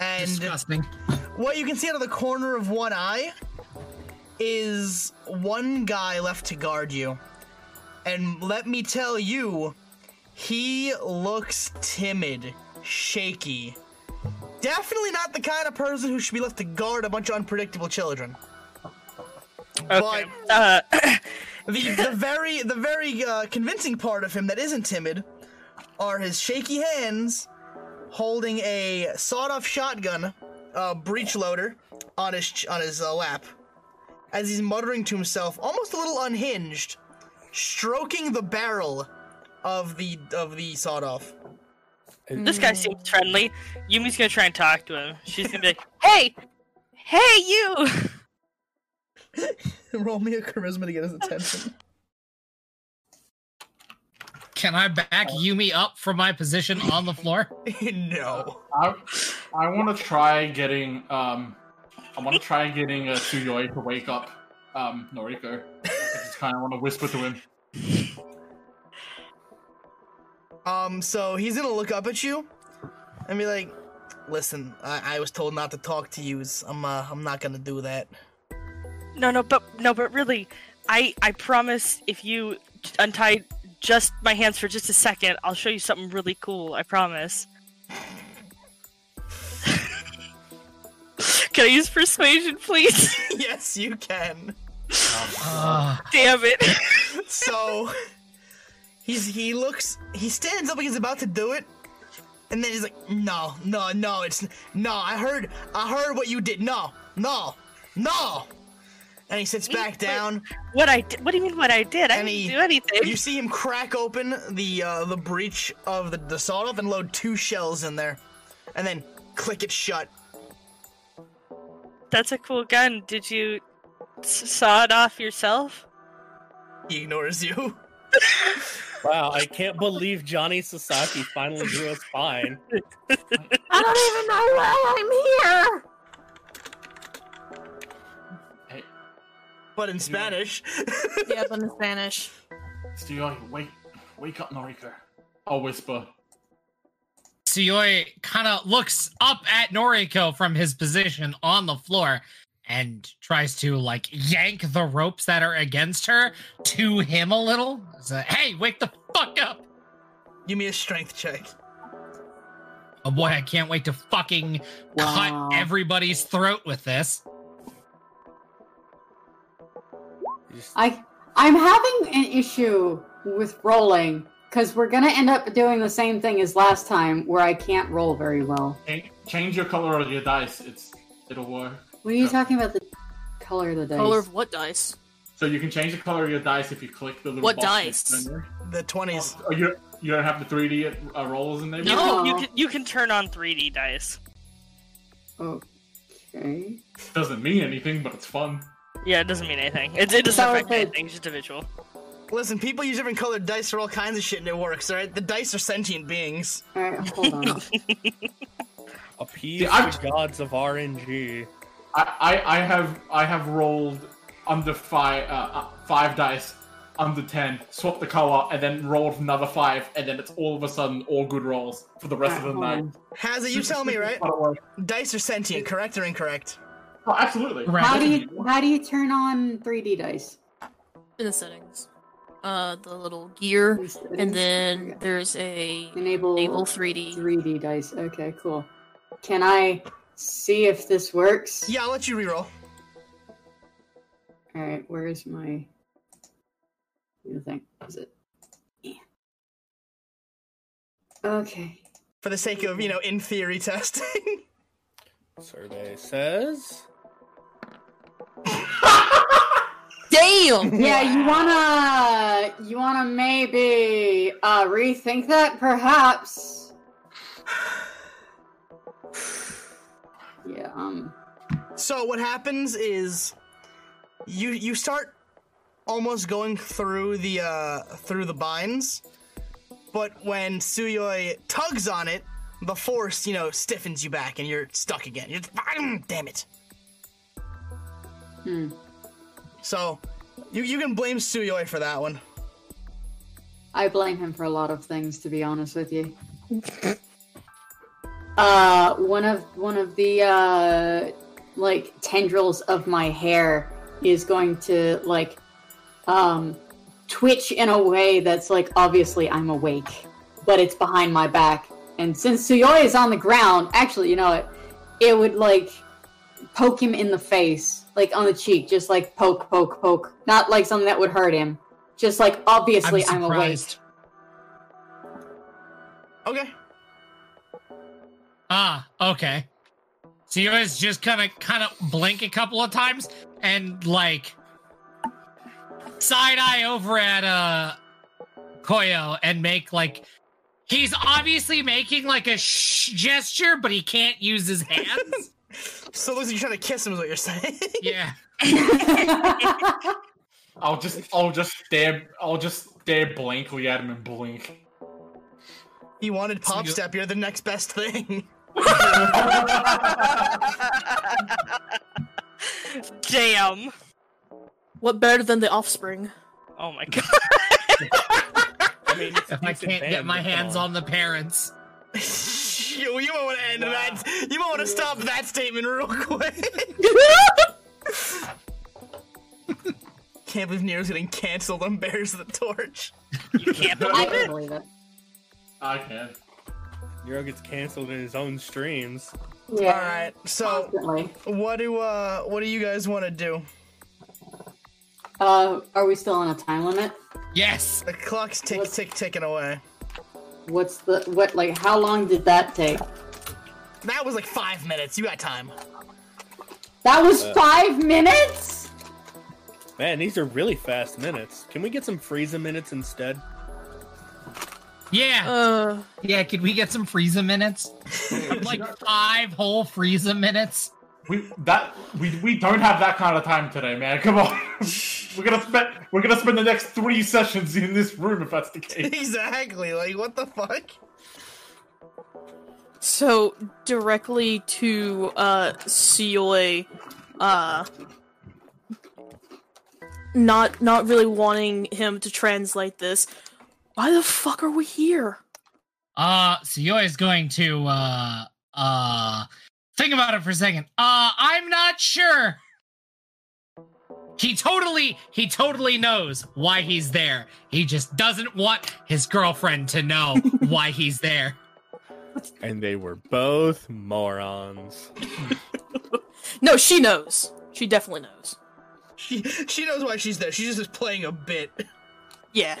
Speaker 1: And
Speaker 3: Disgusting.
Speaker 1: what you can see out of the corner of one eye is one guy left to guard you. And let me tell you, he looks timid, shaky. Definitely not the kind of person who should be left to guard a bunch of unpredictable children.
Speaker 5: Okay. Uh,
Speaker 1: The, the very the very uh, convincing part of him that isn't timid are his shaky hands holding a sawed-off shotgun uh, breech loader on his ch- on his uh, lap as he's muttering to himself almost a little unhinged stroking the barrel of the of the sawed-off
Speaker 5: this guy seems friendly. Yumi's gonna try and talk to him. She's gonna be like, "Hey, hey, you!"
Speaker 1: roll me a charisma to get his attention
Speaker 3: Can I back Yumi up from my position on the floor?
Speaker 1: no
Speaker 7: I, I want to try getting um, I want to try getting uh, Tsuyoi to wake up um Noriko. I just kind of want to whisper to him.
Speaker 1: Um, so he's gonna look up at you and be like, "Listen, I, I was told not to talk to you. I'm uh, I'm not gonna do that."
Speaker 5: No, no, but no, but really, I I promise if you j- untie just my hands for just a second, I'll show you something really cool. I promise. Can I use persuasion, please?
Speaker 1: yes, you can.
Speaker 3: Uh,
Speaker 5: Damn it!
Speaker 1: So he's he looks he stands up like he's about to do it, and then he's like, "No, no, no, it's no. I heard I heard what you did. No, no, no." And he sits back down.
Speaker 5: What I did? What do you mean? What I did? I
Speaker 1: Any-
Speaker 5: didn't do anything.
Speaker 1: You see him crack open the uh, the breech of the, the sawed-off and load two shells in there, and then click it shut.
Speaker 5: That's a cool gun. Did you s- saw it off yourself?
Speaker 1: He ignores you.
Speaker 6: Wow, I can't believe Johnny Sasaki finally drew a spine.
Speaker 4: I don't even know why I'm here.
Speaker 7: Hey,
Speaker 1: but in Spanish.
Speaker 9: Yeah, but in Spanish.
Speaker 7: Tsuyoi, wake wake up Noriko. I'll whisper.
Speaker 3: Tsuyoi kind of looks up at Noriko from his position on the floor and tries to like yank the ropes that are against her to him a little. So, hey, wake the fuck up!
Speaker 1: Give me a strength check.
Speaker 3: Oh boy, I can't wait to fucking
Speaker 4: Wow.
Speaker 3: cut everybody's throat with this.
Speaker 4: I I'm having an issue with rolling because we're gonna end up doing the same thing as last time where I can't roll very well.
Speaker 7: Change, change your color of your dice. It's it'll work.
Speaker 4: What are you talking about? The color of the dice.
Speaker 9: Color of what dice?
Speaker 7: So you can change the color of your dice if you click the little
Speaker 9: What
Speaker 7: box
Speaker 9: dice?
Speaker 7: next to them.
Speaker 1: The 20s.
Speaker 7: Oh, you you don't have the 3D uh, rolls in there.
Speaker 5: You
Speaker 4: No.
Speaker 5: can, you can you can turn on 3D dice.
Speaker 4: okay.
Speaker 7: Doesn't mean anything, but it's fun.
Speaker 5: Yeah, it doesn't mean anything. It, it doesn't
Speaker 4: So
Speaker 5: affect
Speaker 4: if it-
Speaker 5: anything. It's just a visual.
Speaker 1: Listen, people use different colored dice for all kinds of shit and it works, alright? The dice are sentient beings.
Speaker 4: All right, hold on.
Speaker 6: Appease
Speaker 7: See, I'm-
Speaker 6: the gods of RNG.
Speaker 7: I, I, I have I have rolled under five uh, uh, five dice under ten, swapped the color, and then rolled another five, and then it's all of a sudden all good rolls for the rest of the
Speaker 4: Hold
Speaker 7: night.
Speaker 4: on.
Speaker 1: Has it, you tell me, right?
Speaker 7: But it worked.
Speaker 1: Dice are sentient, correct or incorrect?
Speaker 7: Oh, absolutely.
Speaker 3: Right.
Speaker 4: How do you how do you turn on 3D dice?
Speaker 9: In the settings. Uh, the little gear, and then
Speaker 4: Okay.
Speaker 9: there's a
Speaker 4: enable
Speaker 9: naval 3D.
Speaker 4: 3D dice. Okay, cool. Can I see if this works?
Speaker 1: Yeah, I'll let you reroll.
Speaker 4: All right, where is my the thing? Is it? Yeah. Okay.
Speaker 1: For the sake of, you know, in theory testing.
Speaker 6: Survey says.
Speaker 9: Damn!
Speaker 4: Yeah, you wanna you wanna maybe uh rethink that perhaps. Yeah, um
Speaker 1: so what happens is you you start almost going through the uh through the binds, but when Suyoi tugs on it, the force, you know, stiffens you back and you're stuck again. You're damn it.
Speaker 4: hmm.
Speaker 1: So, you, you can blame Suyoi for that one.
Speaker 4: I blame him for a lot of things, to be honest with you. uh, one of one of the uh, like tendrils of my hair is going to like um, twitch in a way that's like obviously I'm awake, but it's behind my back. And since Suyoi is on the ground, actually, you know what? It would like poke him in the face, like on the cheek, just like poke, poke, poke. Not like something that would hurt him. Just like obviously I'm, awake.
Speaker 3: surprised.
Speaker 1: Okay.
Speaker 3: Ah, okay. So you guys just kind of kind of blink a couple of times and like side eye over at uh Koyo and make like he's obviously making like a sh- gesture, but he can't use his hands.
Speaker 1: So it looks like you're trying to kiss him, is what you're saying.
Speaker 3: yeah.
Speaker 7: I'll just I'll just stare I'll just stare blankly at him and blink.
Speaker 1: he wanted pop
Speaker 3: you-
Speaker 1: step. You're the next best thing.
Speaker 5: Damn.
Speaker 9: What better than the offspring?
Speaker 5: Oh my god.
Speaker 6: I mean, it's a
Speaker 3: If I
Speaker 6: decent
Speaker 3: can't get
Speaker 6: band,
Speaker 3: my
Speaker 6: but come
Speaker 3: hands on the parents.
Speaker 1: you, you might want to end that. You might want to stop that statement real quick. Can't believe Nero's getting canceled on Bears the Torch.
Speaker 5: You can't
Speaker 4: I
Speaker 5: believe
Speaker 4: can believe it.
Speaker 7: I can.
Speaker 6: Nero gets canceled in his own streams.
Speaker 4: Yeah.
Speaker 1: All right. So
Speaker 4: Constantly.
Speaker 1: what do uh what do you guys want to do?
Speaker 4: Uh, are we still on a time limit?
Speaker 3: Yes.
Speaker 1: The clock's tick tick ticking away.
Speaker 4: What's the what like? How long did that take?
Speaker 1: That was like five minutes. You got time.
Speaker 4: That was five minutes.
Speaker 6: Man, these are really fast minutes. Can we get some Frieza minutes instead?
Speaker 3: Yeah.
Speaker 9: Uh,
Speaker 3: yeah. Could we get some Frieza minutes? like five whole Frieza minutes.
Speaker 7: We that we we don't have that kind of time today, man. Come on. we're gonna spend we're gonna spend the next three sessions in this room if that's the case.
Speaker 1: exactly. Like what the fuck?
Speaker 9: so directly to uh Sioi, uh not not really wanting him to translate this. Why the fuck are we here?
Speaker 3: Uh, Siyoi is going to, uh, uh, think about it for a second. Uh, I'm not sure. He totally, he totally knows why he's there. He just doesn't want his girlfriend to know why he's there.
Speaker 6: And they were both morons.
Speaker 9: No, she knows. She definitely knows.
Speaker 1: She she knows why she's there. She's just is playing a bit.
Speaker 9: Yeah.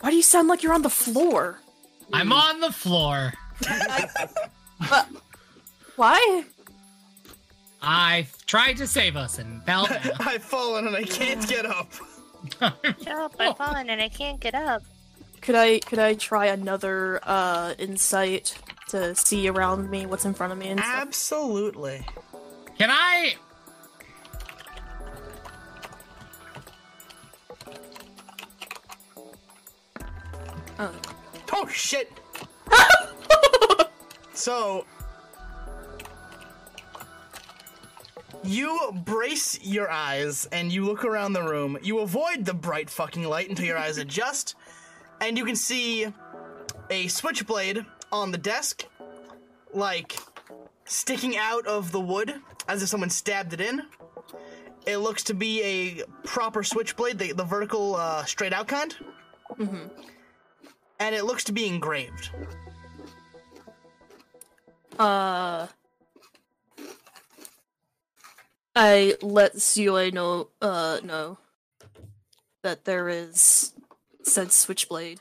Speaker 9: Why do you sound like you're on the floor?
Speaker 3: I'm on the floor.
Speaker 9: Why?
Speaker 3: I tried to save us and fell down.
Speaker 1: I've fallen and I can't get up.
Speaker 5: up. I'm falling and I can't get up.
Speaker 9: Could I could I try another uh insight to see around me what's in front of me and stuff?
Speaker 1: Absolutely.
Speaker 3: Can I?
Speaker 1: Oh shit. so you brace your eyes and you look around the room. You avoid the bright fucking light until your eyes adjust, and you can see a switchblade on the desk, like sticking out of the wood as if someone stabbed it in. It looks to be a proper switchblade, the, the vertical uh, straight out kind and it looks to be engraved.
Speaker 9: Uh I let Sioi know uh know that there is said switchblade.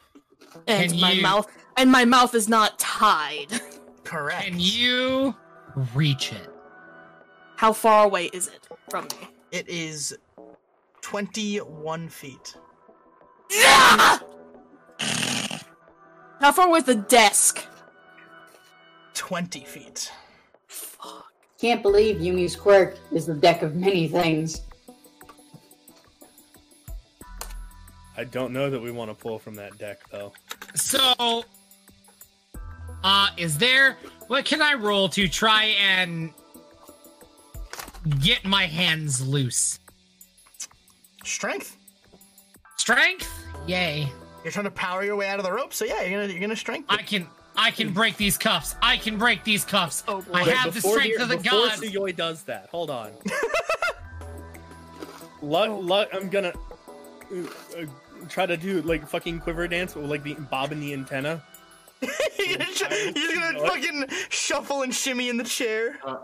Speaker 9: And
Speaker 3: Can
Speaker 9: my
Speaker 3: you-
Speaker 9: mouth and my mouth is not tied.
Speaker 1: Correct.
Speaker 3: Can you reach it?
Speaker 9: How far away is it from me?
Speaker 1: It is 21 feet.
Speaker 9: How far away is the desk?
Speaker 1: 20 feet.
Speaker 4: Can't believe Yumi's quirk is the deck of many things.
Speaker 6: I don't know that we want to pull from that deck though.
Speaker 3: So, uh, is there? What can I roll to try and get my hands loose?
Speaker 1: Strength.
Speaker 3: Strength. Yay.
Speaker 1: You're trying to power your way out of the rope, so yeah, you're gonna you're gonna strength.
Speaker 3: I can I can break these cuffs. I can break these cuffs.
Speaker 9: Oh, boy.
Speaker 3: I
Speaker 6: Wait,
Speaker 3: have the
Speaker 6: before
Speaker 3: strength
Speaker 6: he-
Speaker 3: of the
Speaker 6: before
Speaker 3: gods.
Speaker 6: Suyoi does that. Hold on. luck, luck. I'm gonna uh, uh, try to do like fucking quiver dance with like the bob and the antenna.
Speaker 1: you're gonna, sh- you're just gonna fucking shuffle and shimmy in the chair.
Speaker 3: Uh.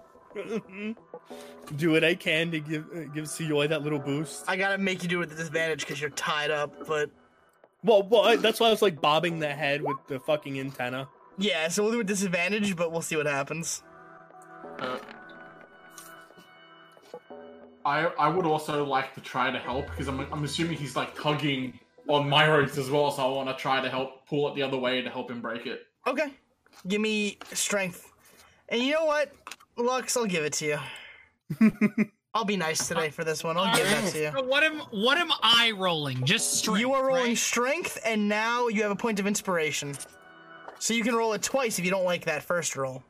Speaker 6: do what I can to give uh, give Suyoi that little boost.
Speaker 1: I gotta make you do it with disadvantage because you're tied up, but
Speaker 6: Well, well, I- that's why I was like bobbing the head with the fucking antenna.
Speaker 1: yeah, so we'll do it with disadvantage, but we'll see what happens.
Speaker 7: Uh, I I would also like to try to help because I'm I'm assuming he's like tugging on my ropes as well, so I want to try to help pull it the other way to help him break it.
Speaker 1: Okay, give me strength, and you know what, Lux, I'll give it to you. I'll be nice today for this one. I'll give that to you.
Speaker 3: So what am what am I rolling? Just strength.
Speaker 1: You are rolling
Speaker 3: right?
Speaker 1: strength, and now you have a point of inspiration. So you can roll it twice if you don't like that first roll.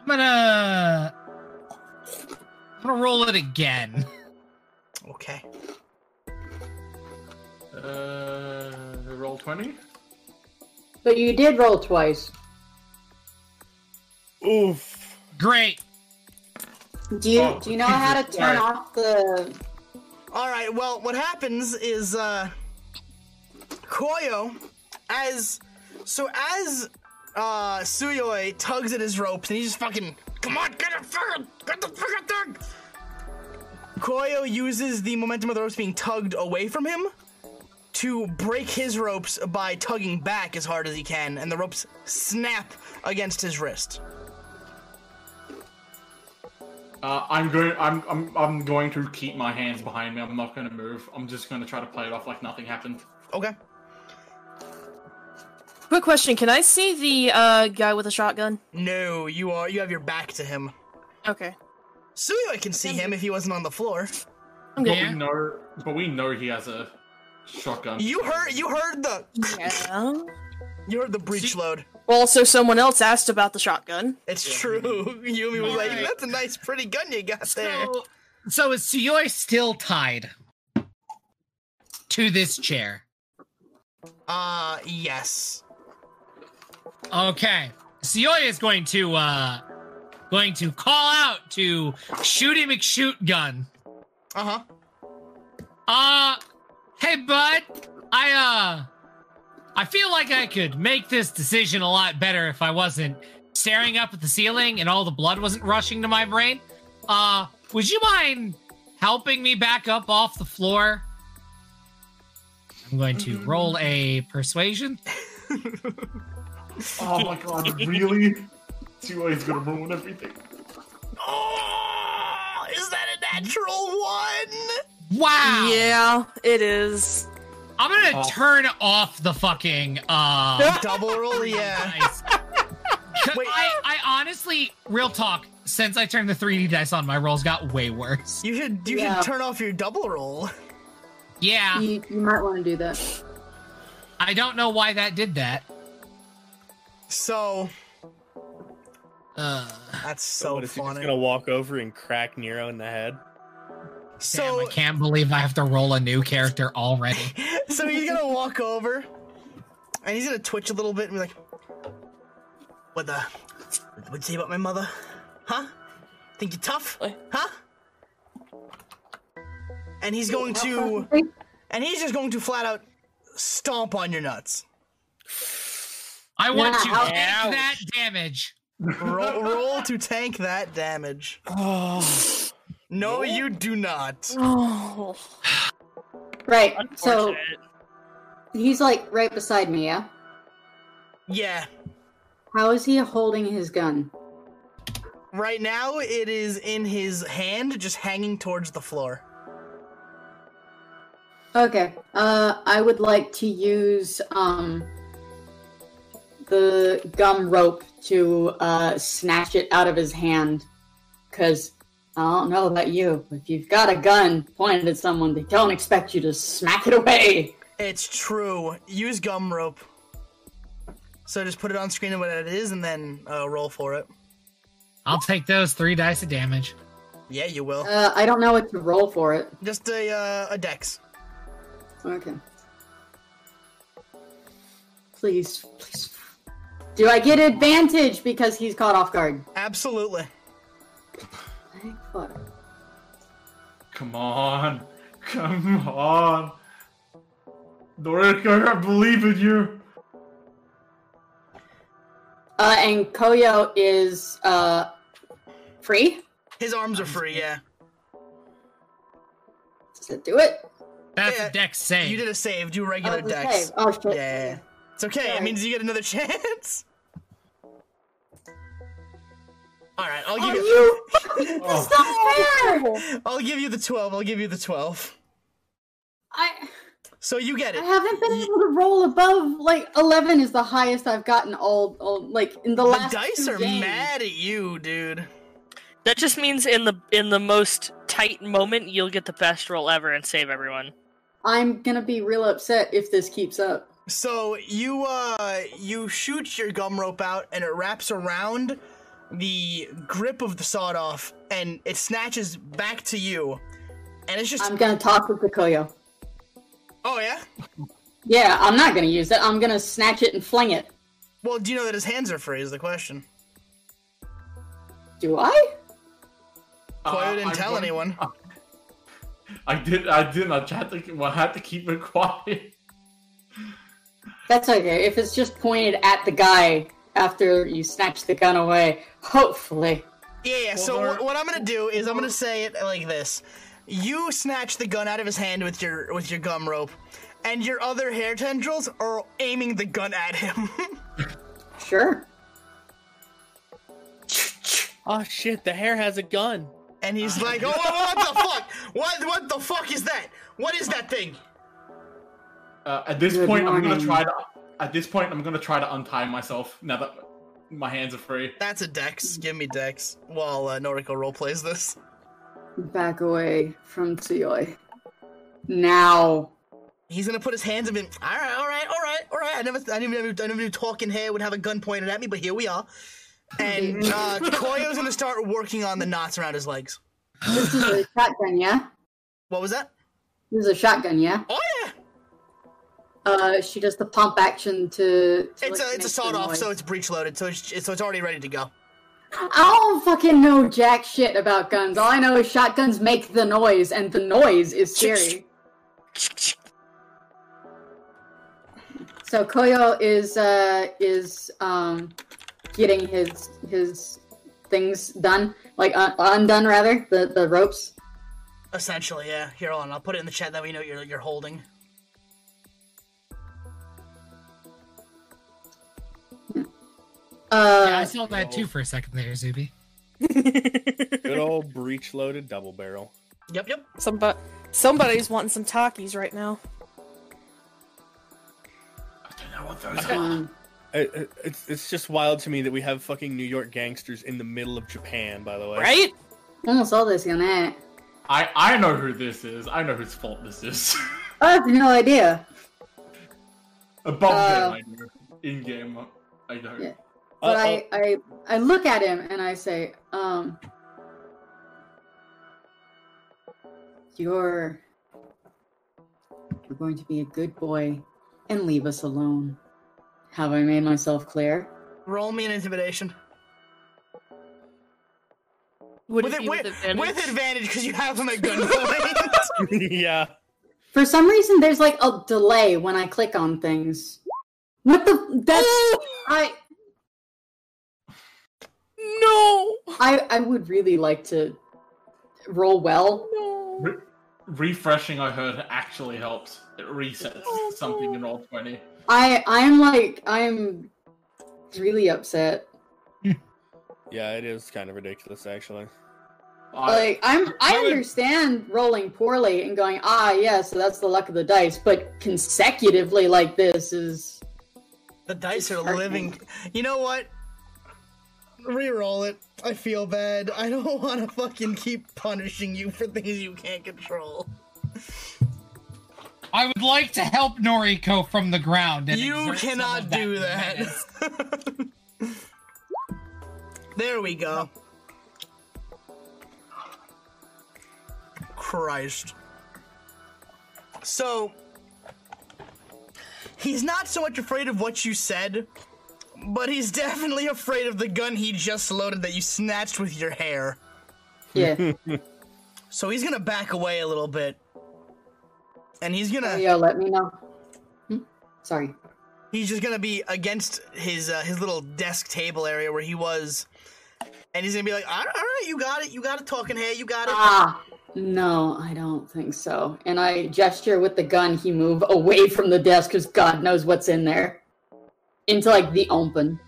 Speaker 3: I'm gonna I'm gonna roll it again.
Speaker 1: Okay.
Speaker 7: Uh, roll twenty.
Speaker 4: But you did roll twice.
Speaker 6: Oof.
Speaker 3: Great.
Speaker 4: Do you
Speaker 7: Oh,
Speaker 4: do you know how to
Speaker 3: Sorry.
Speaker 4: turn off the?
Speaker 1: All right. Well, what happens is uh Koyo as so as uh Suyoi tugs at his ropes and he just fucking come on get it fucking get the fucking thing. Koyo uses the momentum of the ropes being tugged away from him to break his ropes by tugging back as hard as he can, and the ropes snap against his wrist.
Speaker 7: Uh, I'm going. I'm, I'm. I'm going to keep my hands behind me. I'm not going to move. I'm just going to try to play it off like nothing happened.
Speaker 1: Okay.
Speaker 9: Quick question: Can I see the uh, guy with a shotgun?
Speaker 1: No, you are you have your back to him.
Speaker 9: Okay,
Speaker 1: Suyoi can see him if he wasn't on the floor.
Speaker 9: I'm
Speaker 7: But
Speaker 9: good.
Speaker 7: we know. But we know he has a shotgun.
Speaker 1: You heard you heard the
Speaker 9: Yeah.
Speaker 1: you heard the breech load.
Speaker 9: Also, someone else asked about the shotgun.
Speaker 1: It's true. Yumi was like,
Speaker 3: Alright.
Speaker 1: "That's a nice, pretty gun you got there."
Speaker 3: So so is Suyoi still tied to this chair?
Speaker 1: Uh, yes.
Speaker 3: Okay. Suyoi is going to uh going to call out to Shooty McShoot gun.
Speaker 1: Uh huh.
Speaker 3: Uh hey bud, I uh I feel like I could make this decision a lot better if I wasn't staring up at the ceiling and all the blood wasn't rushing to my brain. Uh would you mind helping me back up off the floor? I'm going to roll a persuasion.
Speaker 7: Oh my god! Really? Tua's going to ruin everything.
Speaker 1: Oh, is that a natural one?
Speaker 3: Wow.
Speaker 9: Yeah, it is.
Speaker 3: I'm gonna
Speaker 7: Oh.
Speaker 3: turn off the fucking uh
Speaker 1: Double roll, yeah.
Speaker 3: dice. 'Cause
Speaker 1: Wait.
Speaker 3: I, I honestly, real talk, since I turned the 3D dice on, my rolls got way worse.
Speaker 1: You should you
Speaker 4: Yeah.
Speaker 1: should turn off your double roll.
Speaker 3: Yeah,
Speaker 4: You, you might want to do that.
Speaker 3: I don't know why that did that.
Speaker 1: So
Speaker 3: Uh,
Speaker 1: that's so
Speaker 6: What is he just
Speaker 1: funny.
Speaker 6: gonna walk over and crack Nero in the head?
Speaker 1: so
Speaker 3: damn, I can't believe I have to roll a new character already.
Speaker 1: so he's gonna walk over and he's gonna twitch a little bit and be like what the what'd you say about my mother huh think you're tough huh and he's going to and he's just going to flat out stomp on your nuts
Speaker 3: I want to
Speaker 4: Wow.
Speaker 3: take that damage.
Speaker 1: roll, roll to tank that damage no you do not
Speaker 9: Oh,
Speaker 4: Right. So
Speaker 5: Unfortunate.
Speaker 4: he's like right beside me. Yeah.
Speaker 1: yeah
Speaker 4: How is he holding his gun?
Speaker 1: right now it is in his hand just hanging towards the floor
Speaker 4: Okay. Uh, I would like to use um the gum rope to uh snatch it out of his hand, because I don't know about you, but if you've got a gun pointed at someone, they don't expect you to smack it away.
Speaker 1: It's true. Use gum rope. So just put it on screen and what it is, and then uh, roll for it.
Speaker 3: I'll take those three dice of damage.
Speaker 1: Yeah, you will.
Speaker 4: Uh, I don't know what to roll for it.
Speaker 1: Just a uh, a dex.
Speaker 4: Okay. Please, please. Do I get advantage because he's caught off guard?
Speaker 1: Absolutely.
Speaker 4: Thank fuck.
Speaker 7: Come on. Come on. Dorico, I believe in you.
Speaker 4: Uh, and Koyo is uh, free.
Speaker 1: His arms are free. Yeah.
Speaker 4: Does it do it?
Speaker 3: That's
Speaker 1: Yeah,
Speaker 3: a dex save.
Speaker 1: You did a save. Do a
Speaker 4: Oh,
Speaker 1: regular
Speaker 4: it's a
Speaker 1: dex.
Speaker 4: save. Oh shit.
Speaker 1: Yeah, yeah, yeah. It's okay. It
Speaker 4: Sorry.
Speaker 1: means you get another chance. All right, I'll
Speaker 4: Are
Speaker 1: give you.
Speaker 4: you?
Speaker 7: Oh,
Speaker 4: That's not fair.
Speaker 1: I'll give you the twelve. I'll give you the twelve.
Speaker 4: I
Speaker 1: So you get
Speaker 4: I
Speaker 1: it.
Speaker 4: haven't been able to roll above like eleven is the highest I've gotten all, all like in the
Speaker 1: The
Speaker 4: last.
Speaker 1: dice
Speaker 4: two
Speaker 1: are
Speaker 4: games.
Speaker 1: mad at you, dude.
Speaker 5: That just means in the in the most tight moment, you'll get the best roll ever and save everyone.
Speaker 4: I'm gonna be real upset if this keeps up.
Speaker 1: So you uh you shoot your gum rope out and it wraps around the grip of the sawed off and it snatches back to you. And it's just
Speaker 4: I'm gonna toss it to Koyo.
Speaker 1: oh yeah?
Speaker 4: Yeah, I'm not gonna use it. I'm gonna snatch it and fling it.
Speaker 1: Well, do you know that his hands are free is the question.
Speaker 4: Do I?
Speaker 1: Koyo
Speaker 7: Uh,
Speaker 1: didn't
Speaker 7: I
Speaker 1: tell
Speaker 7: won-
Speaker 1: anyone.
Speaker 7: I did. I didn't. I had to. Well, I had to keep it quiet.
Speaker 4: That's okay. If it's just pointed at the guy after you snatch the gun away, hopefully.
Speaker 1: Yeah, yeah. So
Speaker 6: Well,
Speaker 1: what, what I'm gonna do is I'm gonna say it like this: You snatch the gun out of his hand with your with your gum rope, and your other hair tendrils are aiming the gun at him.
Speaker 4: Sure.
Speaker 6: Oh shit, the hair has a gun.
Speaker 1: and he's like, "Oh, what, what the fuck? What what the fuck is that? What is that thing?"
Speaker 7: Uh, at this
Speaker 4: Good
Speaker 7: point, I'm
Speaker 4: morning.
Speaker 7: gonna try to. At this point, I'm gonna try to untie myself now that my hands are free.
Speaker 1: That's a Dex. Give me Dex. While uh, Noriko roleplays this.
Speaker 4: Back away from Tsuyoi. Now.
Speaker 1: He's gonna put his hands up and all right, all right, all right, all right. I never, I never, I never knew talking hair would have a gun pointed at me, but here we are. And uh, Koyo's gonna start working on the knots around his legs.
Speaker 4: This is a shotgun, yeah?
Speaker 1: What was that?
Speaker 4: This is a shotgun, yeah?
Speaker 1: Oh yeah,
Speaker 4: Uh, she does the pump action to. to,
Speaker 1: it's
Speaker 4: like,
Speaker 1: a
Speaker 4: make
Speaker 1: it's
Speaker 4: the
Speaker 1: a sawed off,
Speaker 4: noise.
Speaker 1: so it's breech loaded, so it's so it's already ready to go.
Speaker 4: I don't fucking know jack shit about guns. All I know is shotguns make the noise, and the noise is scary. So Koyo is uh is um getting his his things done, like un- undone rather, the the ropes.
Speaker 1: Essentially, yeah. Here, hold on, I'll put it in the chat that we know you're you're holding.
Speaker 4: Uh,
Speaker 3: yeah, I saw that too for a second there, Zuby.
Speaker 6: Good old breech loaded double barrel.
Speaker 1: Yep, yep.
Speaker 8: Somebody, somebody's wanting some talkies right now.
Speaker 7: I don't know what those are.
Speaker 4: um,
Speaker 6: I- I- It's, it's just wild to me that we have fucking New York gangsters in the middle of Japan, by the way.
Speaker 8: Right?
Speaker 4: almost all this on that.
Speaker 7: I I know who this is. I know whose fault this is.
Speaker 4: I have no Ah, idea.
Speaker 7: Above
Speaker 4: Uh,
Speaker 7: them, I know. In game, I know.
Speaker 4: Yeah.
Speaker 6: Uh-oh.
Speaker 4: But I, I I look at him and I say, um You're You're going to be a good boy and leave us alone. Have I made myself clear?
Speaker 1: Roll me an intimidation
Speaker 9: Would
Speaker 1: with
Speaker 9: it
Speaker 1: it,
Speaker 9: be
Speaker 1: with,
Speaker 9: with advantage?
Speaker 1: with advantage because you have him at gunpoint.
Speaker 6: yeah.
Speaker 4: For some reason there's like a delay when I click on things. What the that's I
Speaker 9: No.
Speaker 4: I I would really like to roll well.
Speaker 7: Re- refreshing, I heard, actually helps. It resets
Speaker 4: Oh,
Speaker 7: something in roll twenty.
Speaker 4: I I'm like I'm really upset.
Speaker 6: Yeah, it is kind of ridiculous, actually.
Speaker 7: I,
Speaker 4: like I'm, I
Speaker 7: I would-
Speaker 4: understand rolling poorly and going, ah, yeah, so that's the luck of the dice. But consecutively like this is
Speaker 1: the dice are living. You know what? Reroll it. I feel bad. I don't want to fucking keep punishing you for things you can't control.
Speaker 3: I would like to help Noriko from the ground. and
Speaker 1: You
Speaker 3: exert some of
Speaker 1: cannot do
Speaker 3: menace.
Speaker 1: that. there we go. Christ. So, he's not so much afraid of what you said, but he's definitely afraid of the gun he just loaded that you snatched with your hair.
Speaker 4: Yeah.
Speaker 1: So he's gonna back away a little bit. And he's gonna.
Speaker 4: Yo, let me know. Hmm? Sorry.
Speaker 1: He's just gonna be against his uh, his little desk table area where he was, and he's gonna be like, "All right, all right, you got it, you got it, talking head, you got it."
Speaker 4: Ah, no, I don't think so. And I gesture with the gun. He move away from the desk because God knows what's in there, into like the open.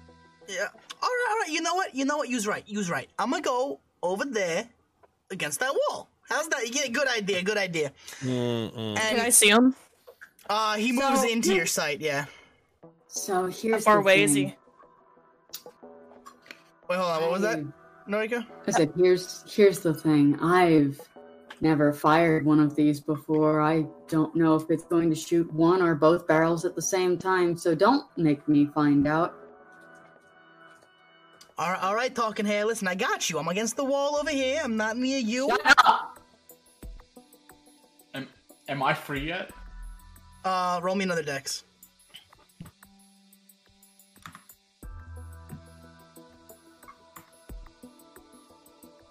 Speaker 1: Yeah. All right, all right. You know what? You know what? You's right. You's right. I'm gonna go over there against that wall. How's that? Yeah, good idea. Good idea.
Speaker 10: Mm-mm.
Speaker 1: And
Speaker 8: Can I see him?
Speaker 1: uh, he moves
Speaker 4: So-
Speaker 1: into your sight. Yeah.
Speaker 4: So
Speaker 8: How
Speaker 4: here's
Speaker 8: far
Speaker 4: the
Speaker 8: away is
Speaker 4: thing.
Speaker 8: he?
Speaker 1: Wait, hold on. Uh, What was that,
Speaker 4: Mm.
Speaker 1: Norika?
Speaker 4: I said, here's here's the thing. I've never fired one of these before. I don't know if it's going to shoot one or both barrels at the same time. So don't make me find out.
Speaker 1: All right, all right, talking head. Listen, I got you. I'm against the wall over here. I'm not near you.
Speaker 7: Am, am I free yet?
Speaker 1: Uh, roll me another dex.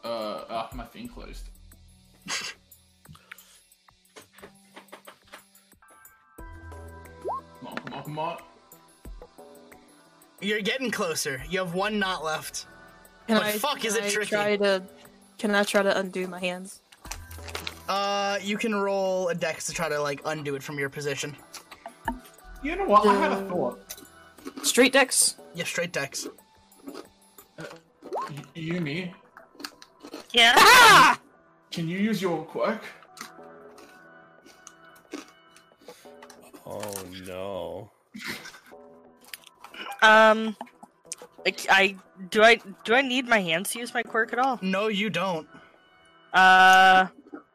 Speaker 7: Uh, uh my thing closed. come on, come on, come on.
Speaker 1: You're getting closer. You have one knot left.
Speaker 9: Can
Speaker 1: But fuck, is
Speaker 9: can
Speaker 1: it tricky?
Speaker 9: Try to, can I try to undo my hands?
Speaker 1: Uh, you can roll a dex to try to like undo it from your position.
Speaker 7: You know what? I had a thought.
Speaker 8: Street decks?
Speaker 1: Yeah, straight dex.
Speaker 7: Y- Yumi,
Speaker 5: Yeah.
Speaker 7: can you use your quirk?
Speaker 10: Oh no.
Speaker 5: Um, like I do I do I need my hands to use my quirk at all?
Speaker 1: No, you don't.
Speaker 5: Uh,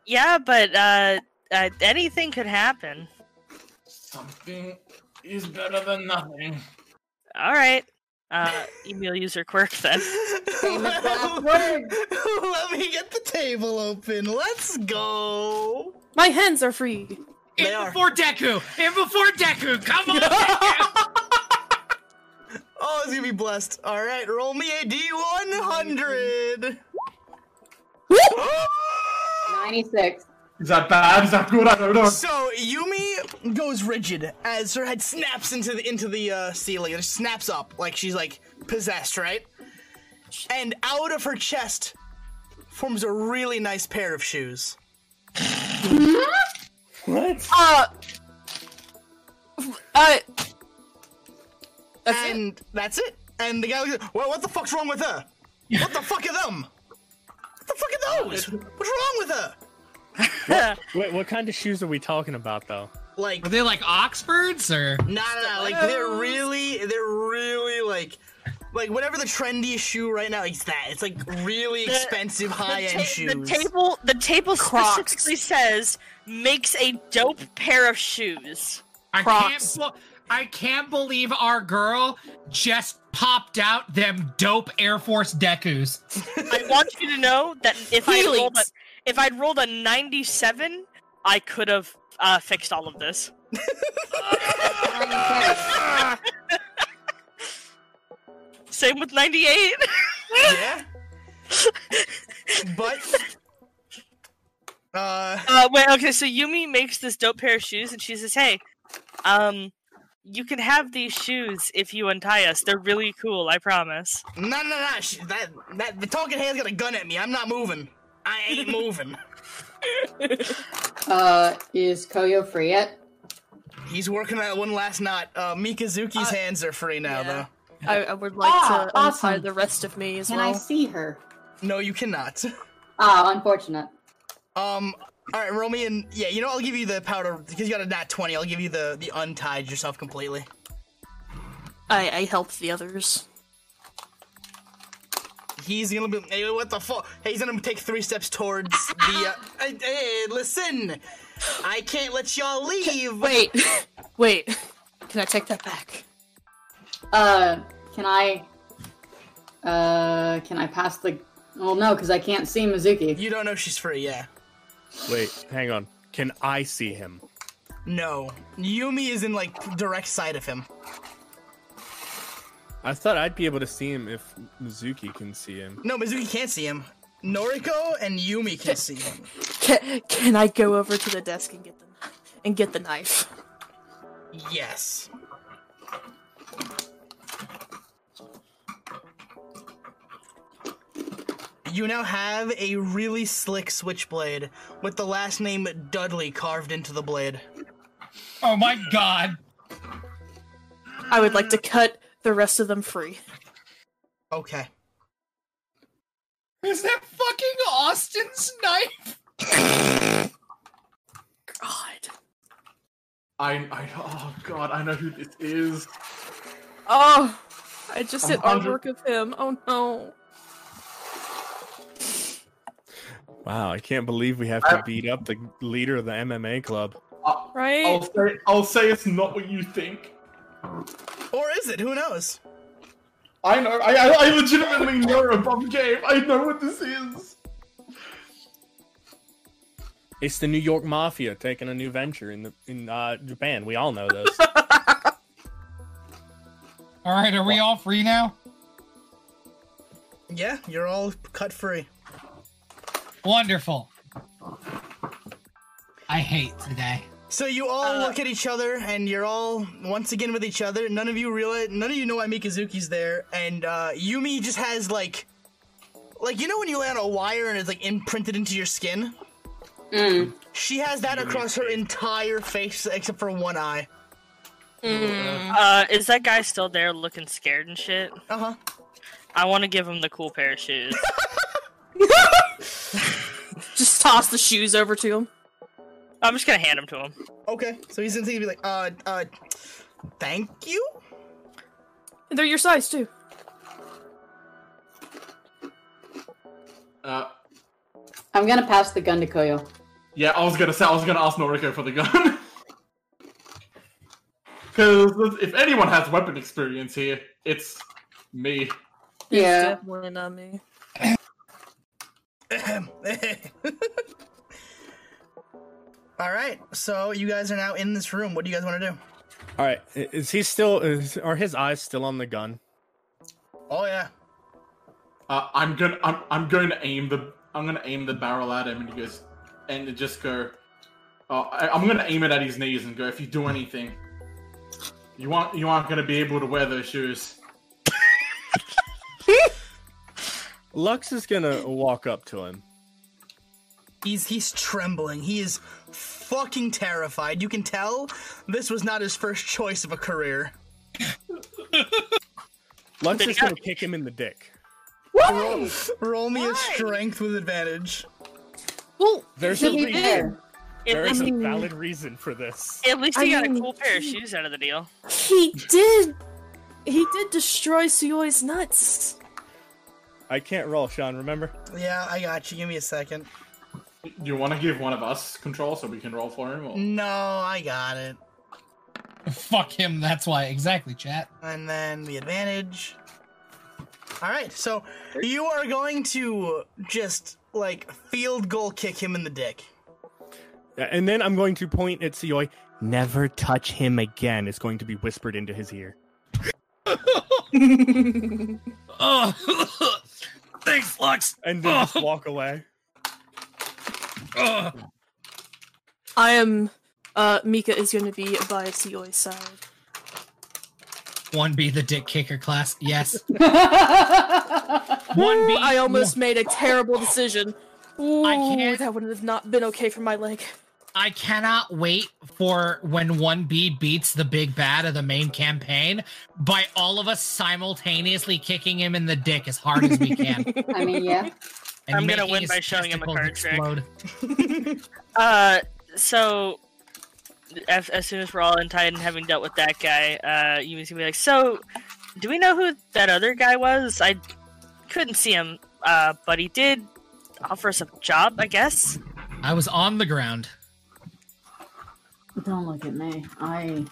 Speaker 5: yeah, but uh, uh anything could happen.
Speaker 7: Something is better than nothing.
Speaker 5: All right. Uh, email user quirk then.
Speaker 4: Famous last word.
Speaker 1: Let me get the table open. Let's go.
Speaker 9: My hands are free.
Speaker 1: They
Speaker 3: In
Speaker 1: are.
Speaker 3: before Deku! In before Deku! Come on, Deku!
Speaker 1: Oh, it's gonna be blessed. All right, roll me a d100.
Speaker 4: Ninety-six.
Speaker 7: Is that bad? Is that good? I don't know.
Speaker 1: So Yumi goes rigid as her head snaps into the into the uh, ceiling. It snaps up like she's like possessed, right? And out of her chest forms a really nice pair of shoes.
Speaker 6: What?
Speaker 9: Uh.
Speaker 8: Uh,
Speaker 9: I. That's it.
Speaker 1: and that's it. And the guy looks at, well, what the fuck's wrong with her? What the fuck are them? What the fuck are those? What's wrong with her?
Speaker 6: Wait, what kind of shoes are we talking about though?
Speaker 1: Like,
Speaker 3: Are they like Oxfords or?
Speaker 1: nah, nah, nah, like they're really, they're really like, like whatever the trendiest shoe right now, it's that. It's like really expensive high
Speaker 5: the,
Speaker 1: end shoes.
Speaker 5: the table the table
Speaker 9: Crocs.
Speaker 5: specifically says makes a dope pair of shoes.
Speaker 3: I
Speaker 9: Crocs.
Speaker 3: can't. bel- I can't believe our girl just popped out them dope Air Force Dekus.
Speaker 5: I want you to know that if I rolled a,
Speaker 9: Helix.
Speaker 5: if I'd rolled a 97, I could have uh, fixed all of this. Same with 98.
Speaker 1: yeah. but uh,
Speaker 5: Uh, wait, okay, so Yumi makes this dope pair of shoes and she says, "Hey, um you can have these shoes if you untie us. They're really cool, I promise."
Speaker 1: no, no, no, sh- that that the talking hand's got a gun at me. I'm not moving. I ain't moving.
Speaker 4: Uh, is Koyo free yet?
Speaker 1: He's working that one last knot. Uh, Mikazuki's
Speaker 9: Uh,
Speaker 1: hands are free now,
Speaker 9: yeah. I, I would like
Speaker 4: Ah,
Speaker 9: to
Speaker 4: awesome.
Speaker 9: untie the rest of me as
Speaker 4: Can I
Speaker 9: well.
Speaker 4: see her?
Speaker 1: though. No, you cannot.
Speaker 4: Ah, unfortunate.
Speaker 1: Um, all right, roll me in. Yeah, you know I'll give you the powder because you got a nat twenty. I'll give you the the untied yourself completely.
Speaker 9: I, I help the others.
Speaker 1: He's gonna be. Hey, what the fuck? Hey, he's gonna take three steps towards the. Uh, hey, hey, listen, I can't let y'all leave.
Speaker 9: Wait, wait. Can I take that back?
Speaker 4: Uh, can I? Uh, can I pass the? Well, no, because I can't see Mizuki.
Speaker 1: You don't know she's free. Yeah.
Speaker 6: Wait, hang on. Can I see him?
Speaker 1: No, Yumi is in like direct sight of him.
Speaker 6: I thought I'd be able to see him if Mizuki can see him.
Speaker 1: No, Mizuki can't see him. Noriko and Yumi can see him.
Speaker 9: Can, can I go over to the desk and get the and get the knife?
Speaker 1: Yes. You now have a really slick switchblade with the last name Dudley carved into the blade.
Speaker 3: Oh my god.
Speaker 9: I would like to cut the rest of them free.
Speaker 1: Okay.
Speaker 3: Is that fucking Austin's knife?
Speaker 7: I, I, oh god, I know who this is.
Speaker 9: Oh, I just
Speaker 7: I'm
Speaker 9: did
Speaker 7: hundred-
Speaker 9: artwork of him. Oh no.
Speaker 6: Wow, I can't believe we have to beat up the leader of the MMA club.
Speaker 9: Right?
Speaker 3: Oh.
Speaker 7: I'll say, I'll say it's not what you think.
Speaker 1: Or is it? Who knows?
Speaker 7: I know. I, I, I legitimately know above game. I know what this is.
Speaker 6: It's the New York Mafia taking a new venture in the in uh, Japan. We all know this.
Speaker 3: All right, are we all free now?
Speaker 1: Yeah, you're all cut free.
Speaker 3: Wonderful. I hate today.
Speaker 1: So you all look at each other, and you're all once again with each other. None of you realize, none of you know why Mikazuki's there, and uh, Yumi just has like, like you know when you lay on a wire and it's like imprinted into your skin.
Speaker 4: Mm,
Speaker 1: She has that across her entire face except for one eye.
Speaker 5: Uh, is that guy still there looking scared and shit?
Speaker 1: Uh huh.
Speaker 5: I want to give him the cool pair of shoes.
Speaker 9: Just toss the shoes over to him.
Speaker 5: I'm just gonna hand them to him.
Speaker 1: Okay, so he's gonna be like, uh, uh, thank you.
Speaker 9: They're your size too.
Speaker 7: Uh,
Speaker 4: I'm gonna pass the gun to Koyo.
Speaker 7: yeah, I was gonna say I was gonna ask Noriko for the gun. Because if anyone has weapon experience here, it's me.
Speaker 9: Yeah. Definitely not me.
Speaker 1: all right, so you guys are now in this room. What do you guys want to do?
Speaker 6: all right, i- is he still? Is, are his eyes still on the gun?
Speaker 1: Oh yeah.
Speaker 7: Uh, I'm gonna I'm, I'm going to aim the I'm gonna aim the barrel at him, and he goes and just go. Uh, I, I'm gonna aim it at his knees and go. If you do anything, you want you aren't gonna be able to wear those shoes.
Speaker 6: Lux is gonna walk up to him.
Speaker 1: He's he's trembling. He is fucking terrified. You can tell this was not his first choice of a career.
Speaker 6: Lux is gonna kick him in the dick.
Speaker 1: Roll, roll me a strength with advantage.
Speaker 9: Well,
Speaker 6: There's a
Speaker 4: to be
Speaker 6: reason.
Speaker 4: fair,
Speaker 6: There is a
Speaker 9: least-
Speaker 6: valid reason for this.
Speaker 5: At least
Speaker 9: I
Speaker 5: he got a
Speaker 9: mean,
Speaker 5: cool pair of shoes out of the deal.
Speaker 9: He did he did destroy Suyoi's nuts.
Speaker 6: I can't roll, Sean. Remember?
Speaker 1: Yeah, I got you. Give me a second.
Speaker 7: Do you want to give one of us control so we can roll for him? Or...
Speaker 1: No, I got it.
Speaker 3: Fuck him. That's why. Exactly, chat.
Speaker 1: And then the advantage. All right, so you are going to just like field goal kick him in the dick.
Speaker 6: And then I'm going to point at Sioi. Never touch him again. Is going to be whispered into his ear.
Speaker 3: Oh, thanks, Lux.
Speaker 6: And then just walk away.
Speaker 3: Oh.
Speaker 9: I am uh Mika is gonna be by Suyoi's side.
Speaker 3: One be the dick kicker class. Yes. One be.
Speaker 9: I almost made a terrible decision. Ooh,
Speaker 3: can't-
Speaker 9: that would have not been okay for my leg.
Speaker 3: I cannot wait for when 1B beats the big bad of the main campaign by all of us simultaneously kicking him in the dick as hard as we can.
Speaker 4: I mean, yeah.
Speaker 3: and
Speaker 5: I'm gonna
Speaker 3: making
Speaker 5: win
Speaker 3: his
Speaker 5: by showing him a
Speaker 3: testicles
Speaker 5: card trick.
Speaker 3: explode.
Speaker 5: Uh, so as, as soon as we're all untied and having dealt with that guy, uh, Yumi's gonna be like, "So, do we know who that other guy was? I couldn't see him, uh, but he did offer us a job, I guess."
Speaker 3: I was on the ground.
Speaker 4: Don't look at me. I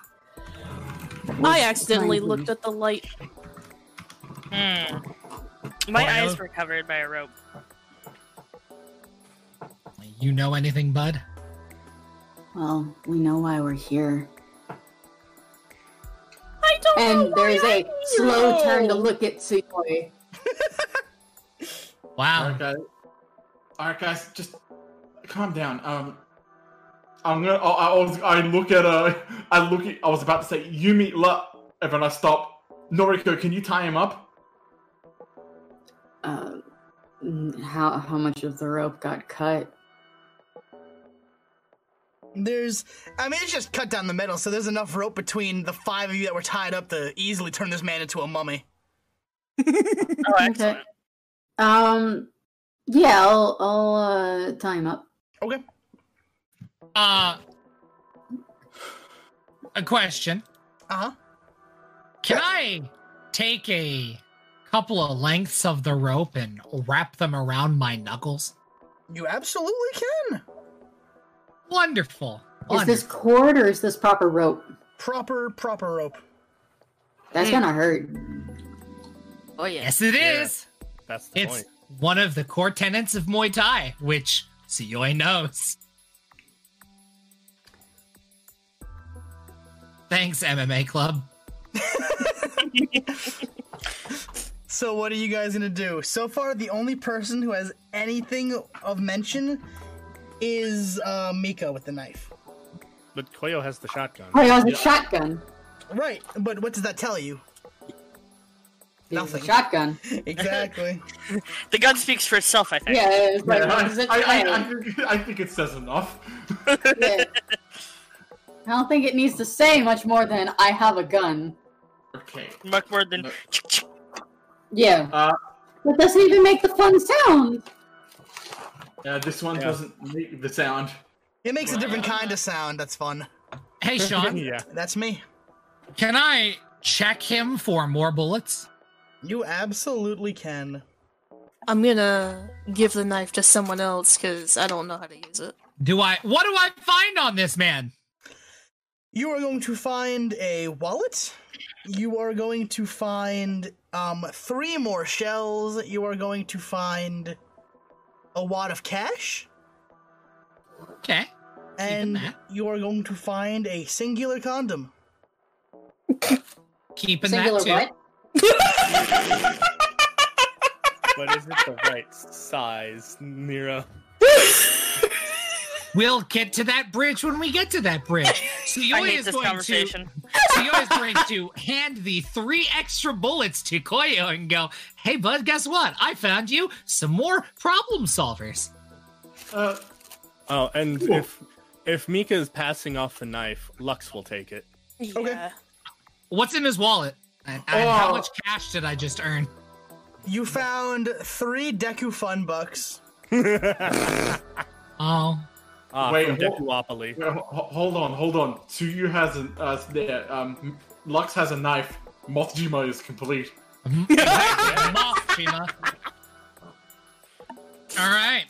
Speaker 9: I accidentally
Speaker 4: Frankly.
Speaker 9: looked at the light.
Speaker 5: Hmm. My
Speaker 3: Well, I
Speaker 5: eyes
Speaker 3: know-
Speaker 5: were covered by a rope.
Speaker 3: You know anything, bud?
Speaker 4: Well, we know why we're here.
Speaker 8: I don't
Speaker 4: And
Speaker 8: know.
Speaker 4: there's
Speaker 8: why
Speaker 4: a
Speaker 8: I
Speaker 4: slow
Speaker 8: know.
Speaker 4: turn to look at Suyoi.
Speaker 3: Wow.
Speaker 7: Alright, guys. Alright, guys. Just calm down. Um, I'm gonna. I, I was. I look at. Uh, I look at. I was about to say Yumi La, and then I stop. Noriko, can you tie him up?
Speaker 4: Uh, mm, how how much of the rope got cut?
Speaker 1: There's, I mean, it's just cut down the middle, so there's enough rope between the five of you that were tied up to easily turn this man into a mummy.
Speaker 5: Oh, excellent.
Speaker 4: Um, yeah, I'll I'll uh, tie him up.
Speaker 1: Okay.
Speaker 3: Uh, a question.
Speaker 1: Uh huh.
Speaker 3: Can I take a couple of lengths of the rope and wrap them around my knuckles?
Speaker 1: You absolutely can.
Speaker 3: Wonderful.
Speaker 4: Is this
Speaker 3: Wonderful.
Speaker 4: cord or is this proper rope?
Speaker 1: Proper, proper rope.
Speaker 4: That's gonna hurt.
Speaker 9: Oh yeah.
Speaker 3: Yes, it
Speaker 6: Yeah.
Speaker 3: is.
Speaker 6: That's the
Speaker 3: It's
Speaker 6: point.
Speaker 3: one of the core tenets of Muay Thai, which Suyoi knows. Thanks, MMA Club.
Speaker 1: So what are you guys gonna do? So far, the only person who has anything of mention is uh, Miko with the knife.
Speaker 6: But Koyo has the shotgun.
Speaker 4: Oh, it was a shotgun.
Speaker 1: Right, but what does that tell you?
Speaker 4: It was a
Speaker 1: Nothing.
Speaker 4: shotgun.
Speaker 1: Exactly.
Speaker 5: The gun speaks for itself, I think.
Speaker 4: Yeah, it was like,
Speaker 7: Yeah,
Speaker 4: it was a
Speaker 7: I, I, I,
Speaker 4: shotgun.
Speaker 7: think, I think it says enough.
Speaker 4: Yeah. I don't think it needs to say much more than I have a gun.
Speaker 7: okay. uh,
Speaker 5: Much more than.
Speaker 3: Uh,
Speaker 7: No.
Speaker 4: Yeah.
Speaker 7: Uh,
Speaker 4: That doesn't even make the fun sound.
Speaker 7: Yeah, this one
Speaker 6: Yeah.
Speaker 7: doesn't make the sound.
Speaker 1: It makes a different kind of sound. That's fun.
Speaker 3: Hey, Sean,
Speaker 6: yeah.
Speaker 1: That's me.
Speaker 3: can I check him for more bullets?
Speaker 1: You absolutely can.
Speaker 9: I'm gonna give the knife to someone else because I don't know how to use it.
Speaker 3: Do I? What do I find on this man?
Speaker 1: You are going to find a wallet. You are going to find um, three more shells. You are going to find a wad of cash.
Speaker 3: Okay.
Speaker 1: And
Speaker 3: that.
Speaker 1: you are going to find a singular condom.
Speaker 3: Keeping
Speaker 4: Singular
Speaker 3: that too.
Speaker 4: what?
Speaker 6: But is it the right size, Nero?
Speaker 3: We'll get to that bridge when we get to that bridge.
Speaker 5: I
Speaker 3: Suyoi
Speaker 5: hate
Speaker 3: is
Speaker 5: this
Speaker 3: going to
Speaker 5: conversation.
Speaker 3: So he always brings to hand the three extra bullets to Koyo and go, hey, bud, guess what? I found you some more problem solvers.
Speaker 7: Uh,
Speaker 6: Oh, and
Speaker 7: Cool.
Speaker 6: if if Mika is passing off the knife, Lux will take it.
Speaker 9: Yeah.
Speaker 3: What's in his wallet? And, and how
Speaker 7: Oh.
Speaker 3: much cash did I just earn?
Speaker 1: You found three Deku Fun Bucks.
Speaker 3: Oh,
Speaker 6: Ah,
Speaker 7: Wait,
Speaker 6: from
Speaker 7: wha-
Speaker 6: Dekuopoly.
Speaker 7: Well, ho- hold on, hold on. Tsuyu has an uh, there. Um, Lux has a knife. Mothjima is complete.
Speaker 3: moth, Shima. All right.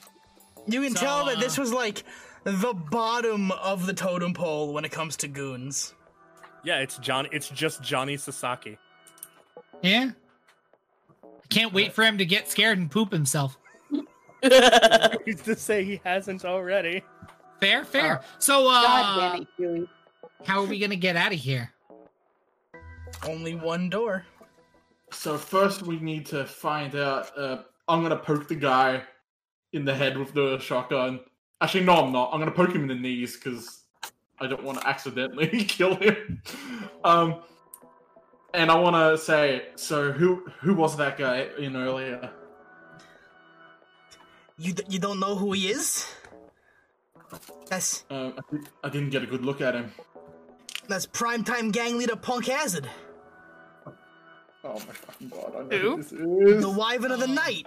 Speaker 1: You can
Speaker 3: So,
Speaker 1: tell that
Speaker 3: uh,
Speaker 1: this was like the bottom of the totem pole when it comes to goons.
Speaker 6: Yeah, it's John. It's just Johnny Sasaki.
Speaker 3: Yeah. I can't wait for him to get scared and poop himself.
Speaker 6: He's to say he hasn't already.
Speaker 3: Fair, fair. so,
Speaker 4: Oh. God
Speaker 3: uh,
Speaker 4: damn it, Huey.
Speaker 3: how are we going to get out of here?
Speaker 1: Only one door.
Speaker 7: So first we need to find out. Uh, I'm gonna poke the guy in the head with the shotgun. Actually, no, I'm not. I'm gonna poke him in the knees because I don't want to accidentally kill him. Um, and I want to say, so who who was that guy in earlier?
Speaker 1: You d- you don't know who he is? That's
Speaker 7: Um, I, did, I didn't get a good look at him.
Speaker 1: that's primetime gang leader Punk Hazard,
Speaker 7: Oh my fucking god! I know
Speaker 8: Who?
Speaker 7: who this is.
Speaker 1: the Wyvern
Speaker 3: Oh.
Speaker 1: of the Night.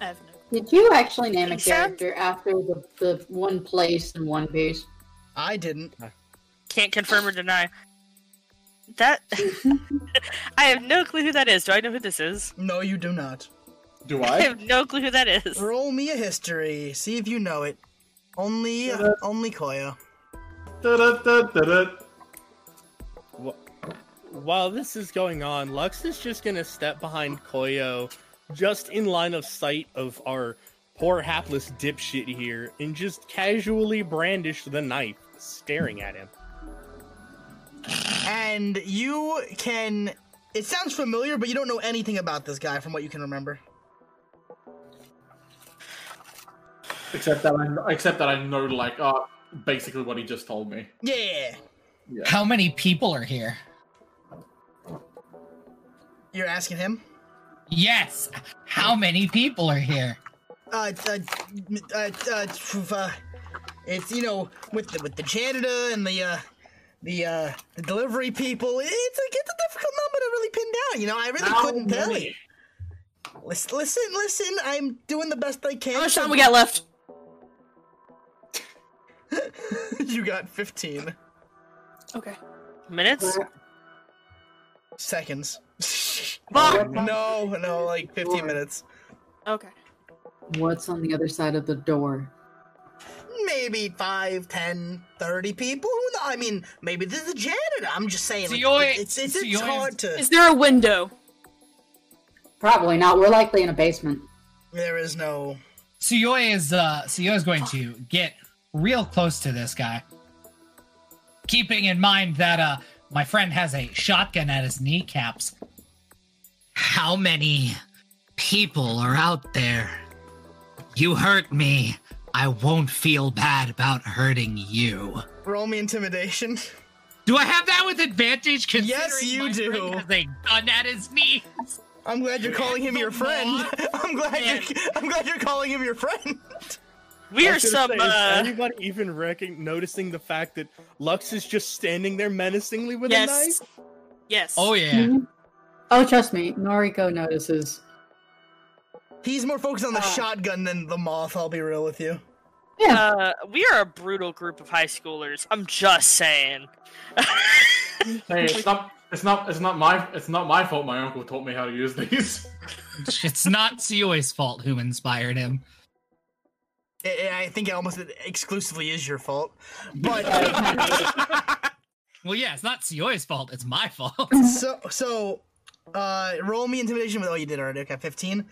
Speaker 9: I have no.
Speaker 4: Did you actually name a
Speaker 8: Except-
Speaker 4: character after the, the one place in One Piece?
Speaker 1: I didn't.
Speaker 5: Can't confirm or deny. That. I have no clue who that is. Do I know who this is?
Speaker 1: No, you do not.
Speaker 7: Do
Speaker 5: I
Speaker 7: I?
Speaker 5: have no clue who that is.
Speaker 1: Roll me a history. See if you know it. Only
Speaker 3: Uh,
Speaker 1: only Koya.
Speaker 7: Da-da-da-da-da.
Speaker 6: Wh- While this is going on, Lux is just gonna step behind Koyo, just in line of sight of our poor hapless dipshit here and just casually brandish the knife, staring at him.
Speaker 1: And you can. It sounds familiar, but you don't know anything about this guy from what you can remember.
Speaker 7: Except that I kn- except that I know like uh basically what he just told me.
Speaker 1: Yeah.
Speaker 7: Yeah.
Speaker 3: How many people are here?
Speaker 1: You're asking him?
Speaker 3: Yes. How many people are here?
Speaker 1: Uh, uh, m- uh, uh, pff, uh it's, you know, with the, with the janitor and the, uh, the, uh, the delivery people, it's a, it's a difficult number to really pin down, you know, I really couldn't tell you. Listen, listen, listen, I'm doing the best I can. How much
Speaker 9: time Oh, we got left?
Speaker 1: you got 15
Speaker 9: Okay.
Speaker 5: Minutes?
Speaker 1: seconds.
Speaker 5: Fuck!
Speaker 1: No, no, like 15 minutes.
Speaker 9: Okay.
Speaker 4: What's on the other side of the door?
Speaker 1: Maybe 5, 10, 30 people. Who kno- I mean, maybe there's a janitor. I'm just saying. Like,
Speaker 3: Sioy-
Speaker 1: it's it's, it's
Speaker 3: Sioy-
Speaker 1: hard to.
Speaker 9: Is there a window?
Speaker 4: Probably not. We're likely in a basement.
Speaker 1: There is no.
Speaker 3: Suyoy is uh Suyoy is going to get real close to this guy. Keeping in mind that uh my friend has a shotgun at his kneecaps. How many people are out there? You hurt me. I won't feel bad about hurting you.
Speaker 1: Roll me intimidation.
Speaker 3: Do I have that with advantage? Considering
Speaker 1: Yes, you
Speaker 3: my friend
Speaker 1: do.
Speaker 3: Has a gun at his knee.
Speaker 1: I'm glad you're calling him your friend. I'm glad you're, I'm glad you're calling him your friend.
Speaker 5: We
Speaker 6: I
Speaker 5: are
Speaker 6: was
Speaker 5: some.
Speaker 6: gonna say, is
Speaker 5: uh,
Speaker 6: anybody even recon- noticing the fact that Lux is just standing there menacingly with a knife?
Speaker 8: Yes. Yes.
Speaker 3: Oh yeah.
Speaker 4: Oh, trust me, Noriko notices.
Speaker 1: He's more focused on the
Speaker 9: Ah.
Speaker 1: shotgun than the moth, I'll be real with you.
Speaker 5: Uh, we are a brutal group of high schoolers. I'm just saying.
Speaker 7: Hey, it's not it's not it's not my it's not my fault my uncle taught me how to use these.
Speaker 3: It's not Suyoi's fault who inspired him.
Speaker 1: I, I think it almost exclusively is your fault. But
Speaker 3: Well, yeah, it's not Suyoi's fault. It's my fault.
Speaker 1: so so, uh, roll me intimidation with. Oh, you did already. Okay, fifteen.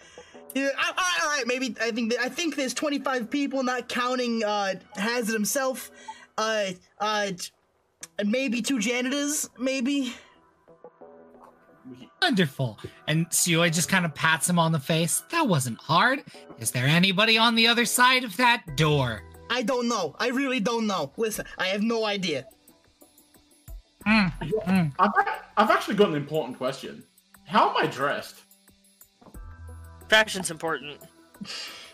Speaker 1: Yeah, all right, all right, maybe I think that, I think there's 25 people, not counting uh, Hazard himself. Uh, uh, and maybe two janitors, maybe.
Speaker 3: Wonderful. And Suyoy just kind of pats him on the face. That wasn't hard. Is there anybody on the other side of that door?
Speaker 1: I don't know. I really don't know. Listen, I have no idea.
Speaker 3: Hmm.
Speaker 7: I've, ac- I've actually got an important question. How am I dressed?
Speaker 5: Fashion's important.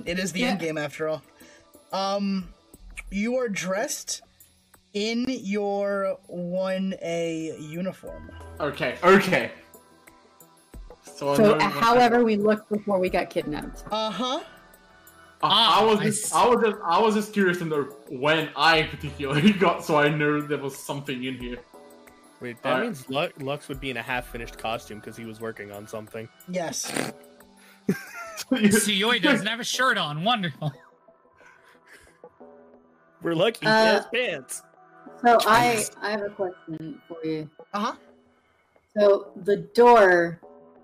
Speaker 1: It is the end game after all. Um, you are dressed in your 1A uniform.
Speaker 7: Okay, okay.
Speaker 3: Oh,
Speaker 7: So, I
Speaker 4: So,
Speaker 7: know
Speaker 4: uh,
Speaker 7: what-
Speaker 4: however, we looked before we got kidnapped.
Speaker 1: Uh huh.
Speaker 7: I, I
Speaker 3: Ah,
Speaker 7: was
Speaker 3: I
Speaker 7: just,
Speaker 3: see.
Speaker 7: I was just I was just curious to know when I particularly got so I knew there was something in here.
Speaker 6: Wait, that
Speaker 7: Uh,
Speaker 6: means Lu- Lux would be in a half-finished costume because he was working on something.
Speaker 1: Yes.
Speaker 3: Suyoy doesn't have a shirt on. Wonderful.
Speaker 6: We're lucky he
Speaker 4: Uh,
Speaker 6: has pants.
Speaker 4: So I, I have a question for you.
Speaker 1: Uh huh.
Speaker 4: So the door,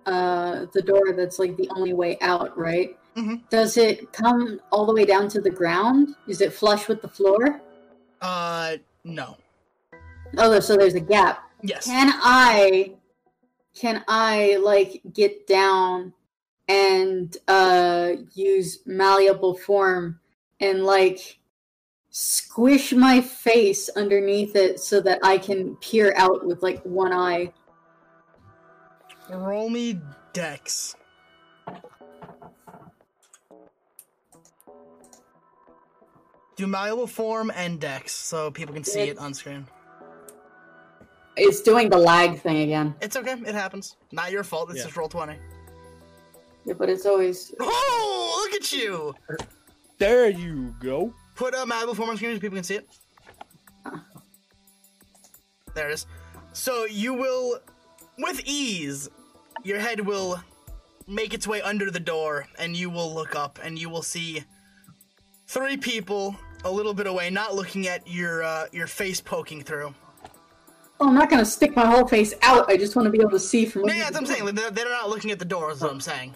Speaker 4: uh, the door that's like the only way out, right?
Speaker 1: Mhm.
Speaker 4: Does it come all the way down to the ground? Is it flush with the floor?
Speaker 1: Uh, no.
Speaker 4: Oh, so there's a gap.
Speaker 1: Yes.
Speaker 4: Can I can I like get down and uh use malleable form and like squish my face underneath it so that I can peer out with like one eye.
Speaker 1: Roll me dex. Do malleable form and dex so people can see it on screen.
Speaker 4: It's doing the lag thing again.
Speaker 1: It's okay, it happens. Not your fault, it's
Speaker 6: Yeah.
Speaker 1: just roll 20.
Speaker 4: Yeah, but it's always
Speaker 1: Oh, look at you!
Speaker 6: There you go.
Speaker 1: Put a malleable form on screen so people can see it. There it is. So you will, with ease, your head will make its way under the door, and you will look up, and you will see three people a little bit away, not looking at your uh, your face poking through.
Speaker 4: Well, "Oh, I'm not gonna stick my whole face out. I just want to be able to see from.
Speaker 1: Yeah, that's what I'm saying. Like, They're, they're not looking at the door, is what I'm saying.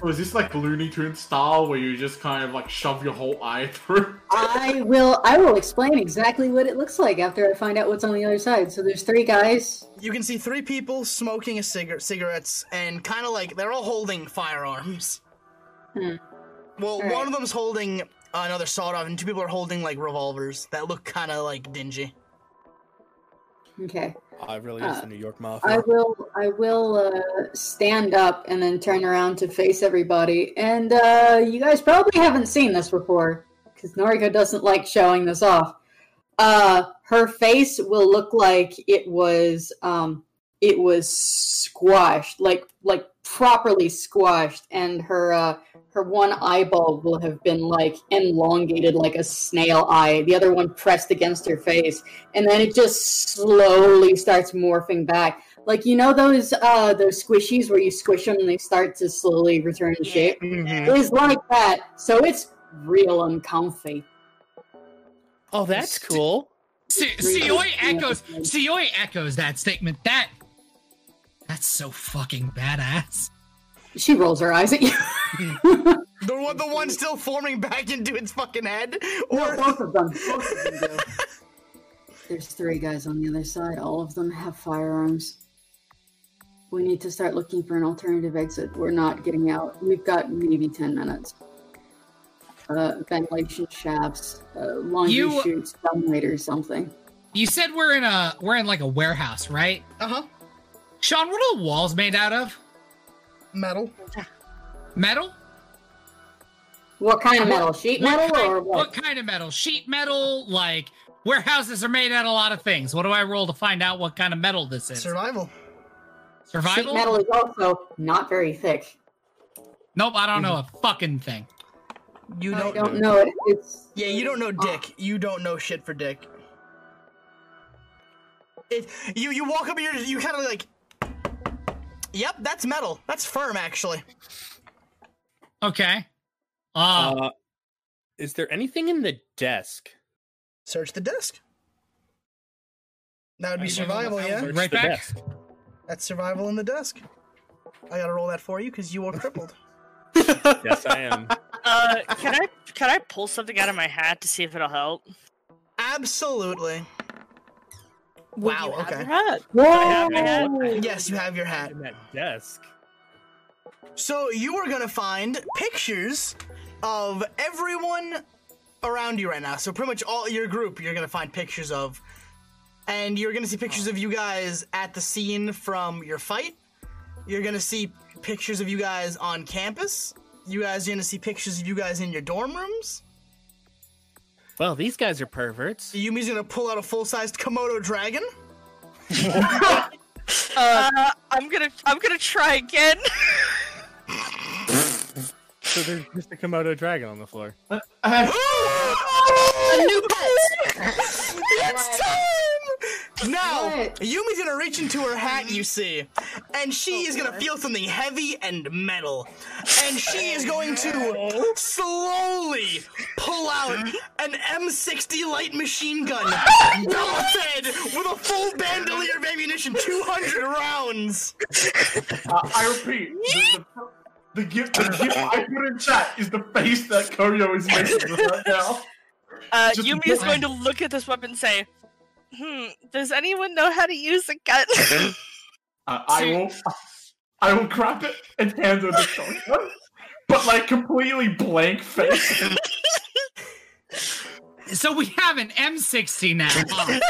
Speaker 7: So is this like Looney Tunes style where you just kind of like shove your whole eye through?
Speaker 4: I will. I will explain exactly what it looks like after I find out what's on the other side. So there's three guys.
Speaker 1: You can see three people smoking a cigarette, cigarettes, and kind of like they're all holding firearms.
Speaker 4: Hmm.
Speaker 1: Well,
Speaker 4: All right.
Speaker 1: one of them's holding another sawed off, and two people are holding like revolvers that look kind of like dingy.
Speaker 4: Okay.
Speaker 10: I really is
Speaker 4: Uh,
Speaker 10: the New York mafia.
Speaker 4: I will. I will uh, stand up and then turn around to face everybody. And uh, you guys probably haven't seen this before because Noriko doesn't like showing this off. Uh, her face will look like it was. Um, it was squashed, like like properly squashed, and her uh, her one eyeball will have been like elongated like a snail eye. The other one pressed against her face, and then it just slowly starts morphing back. Like you know those uh, those squishies where you squish them and they start to slowly return to shape. It is like that, so it's real uncomfy.
Speaker 8: Oh, that's cool.
Speaker 3: Si- Sioi echoes. Sioi echoes that statement. That. That's so fucking badass.
Speaker 4: She rolls her eyes at you.
Speaker 1: The one, the one still forming back into its fucking head, or
Speaker 4: both of them. Both of them do. There's three guys on the other side. All of them have firearms. We need to start looking for an alternative exit. We're not getting out. We've got maybe 10 minutes. Uh, ventilation shafts, uh, laundry
Speaker 3: You-
Speaker 4: chutes, sunlight or something.
Speaker 3: You said we're in a we're in like a warehouse, right?
Speaker 1: uh huh,
Speaker 3: Sean, what are the walls made out of?
Speaker 1: metal.
Speaker 3: Metal?
Speaker 4: What kind of metal? Sheet metal
Speaker 3: kind,
Speaker 4: or what?
Speaker 3: what kind of metal? Sheet metal? Like warehouses are made out of a lot of things. What do I roll to find out what kind of metal this is?
Speaker 1: Survival.
Speaker 3: Survival?
Speaker 4: Sheet metal is also not very thick.
Speaker 3: Nope, I don't know a fucking thing.
Speaker 1: You
Speaker 4: I
Speaker 1: don't.
Speaker 4: don't Ah. know. It, it's
Speaker 1: Yeah, you don't know dick. You don't know shit for dick. It, you you walk up and you're, you kind of like. Yep, that's metal. That's firm, actually.
Speaker 3: Okay. Uh,
Speaker 6: Uh, is there anything in the desk?
Speaker 1: Search the desk. That would be
Speaker 6: I-
Speaker 1: survival,
Speaker 6: I- I
Speaker 1: yeah.
Speaker 6: searched
Speaker 3: Right
Speaker 6: the
Speaker 3: back?
Speaker 6: desk.
Speaker 1: That's survival in the desk. I gotta roll that for you because you are crippled.
Speaker 10: yes, I am.
Speaker 5: Uh, can I can I pull something out of my hat to see if it'll help?
Speaker 1: Absolutely.
Speaker 8: Would
Speaker 1: Wow,
Speaker 8: you have
Speaker 1: okay.
Speaker 8: your hat?
Speaker 5: Oh,
Speaker 1: Yes, you have your hat.
Speaker 6: In that desk.
Speaker 1: So you are gonna find pictures of everyone around you right now. So pretty much all your group, you're gonna find pictures of, and you're gonna see pictures of you guys at the scene from your fight. You're gonna see pictures of you guys on campus. You guys are gonna see pictures of you guys in your dorm rooms.
Speaker 6: Well, these guys are perverts.
Speaker 1: Yumi's gonna pull out a full-sized Komodo dragon.
Speaker 5: Uh, I'm gonna I'm gonna try again.
Speaker 6: So there's just a Komodo dragon on the floor.
Speaker 9: A new pet.
Speaker 1: It's time! Now,
Speaker 4: What?
Speaker 1: Yumi's gonna reach into her hat, you see, and she is gonna feel something heavy and metal. And she is going to slowly pull out an M60 light machine gun, double fed with a full bandolier of ammunition, 200 rounds.
Speaker 7: Uh, I repeat, the, the, the gift the gift I put in chat is the face that Koryo is making right now.
Speaker 5: Uh,
Speaker 7: Just
Speaker 5: Yumi is going to look at this weapon and say, "Hmm, does anyone know how to use a gun?"
Speaker 7: Uh, I will I will grab it and hand her the shotgun, but like completely blank face.
Speaker 3: so we have an M60 now. huh?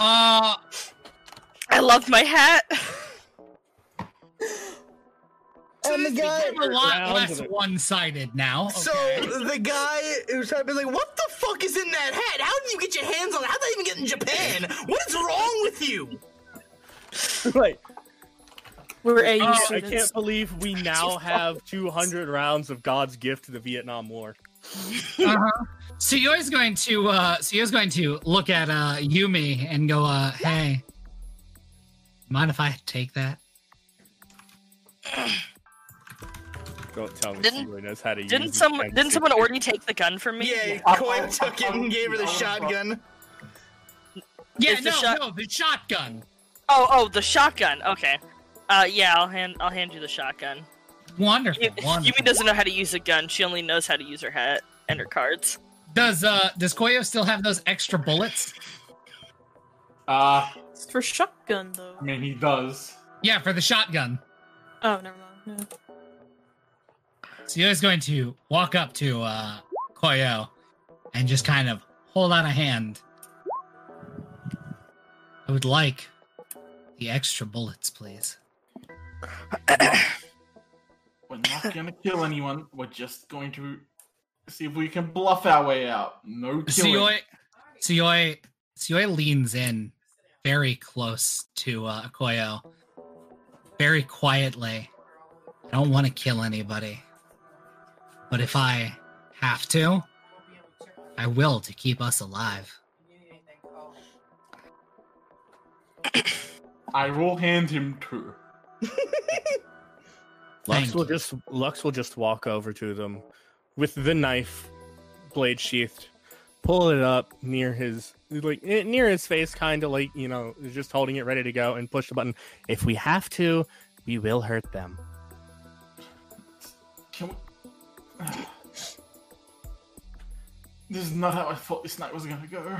Speaker 3: uh,
Speaker 5: I love my hat.
Speaker 1: So this guy-
Speaker 3: a lot
Speaker 6: Rounds
Speaker 3: less
Speaker 6: of it.
Speaker 3: one-sided now.
Speaker 1: So
Speaker 3: okay.
Speaker 1: the guy who's trying to be like, what the fuck is in that hat? How did you get your hands on it? How'd that even get in Japan? What is wrong with you?
Speaker 6: right.
Speaker 9: We're AU
Speaker 5: Oh,
Speaker 10: Oh,
Speaker 6: I
Speaker 9: students.
Speaker 6: can't believe we now have 200 rounds of God's gift to the Vietnam War.
Speaker 3: uh-huh. Suyoi's going to uh Suyoi's going to look at uh Yumi and go, uh, hey. Mind if I take that?
Speaker 6: Don't tell me
Speaker 5: Didn't-
Speaker 6: Sealy knows how to
Speaker 5: Didn't
Speaker 6: use
Speaker 5: someone didn't someone already take the gun from me?
Speaker 1: Yeah,
Speaker 7: Yeah.
Speaker 1: Coin took it and gave her the shotgun.
Speaker 3: Yeah,
Speaker 5: Is the
Speaker 3: no,
Speaker 5: shot-
Speaker 3: no, the shotgun.
Speaker 5: Oh, oh, the shotgun. Okay. Uh, yeah, I'll hand I'll hand you the shotgun.
Speaker 3: Wonderful.
Speaker 5: You- Yumi doesn't know how to use a gun. She only knows how to use her hat and her cards.
Speaker 3: Does uh does Koyo still have those extra bullets?
Speaker 7: Uh
Speaker 8: It's for shotgun though.
Speaker 7: I mean he does.
Speaker 3: Yeah, for the shotgun.
Speaker 8: Oh, never mind.
Speaker 3: So Yoda's going to walk up to uh Koyo and just kind of hold out a hand. I would like the extra bullets, please.
Speaker 7: We're not gonna kill anyone. We're just going to see if we can bluff our way out. No killing.
Speaker 3: Suyoi, Suyoi, Suyoi leans in very close to uh, Koyo, very quietly. I don't want to kill anybody, but if I have to, I will to keep us alive.
Speaker 7: I will hand him two.
Speaker 10: Lux
Speaker 3: Thank
Speaker 10: will just Lux will just walk over to them with the knife blade sheathed, pull it up near his like eh, near his face, kind of like you know, just holding it ready to go, and push the button. If we have to, we will hurt them.
Speaker 7: Can we... this is not how I thought this night was gonna go.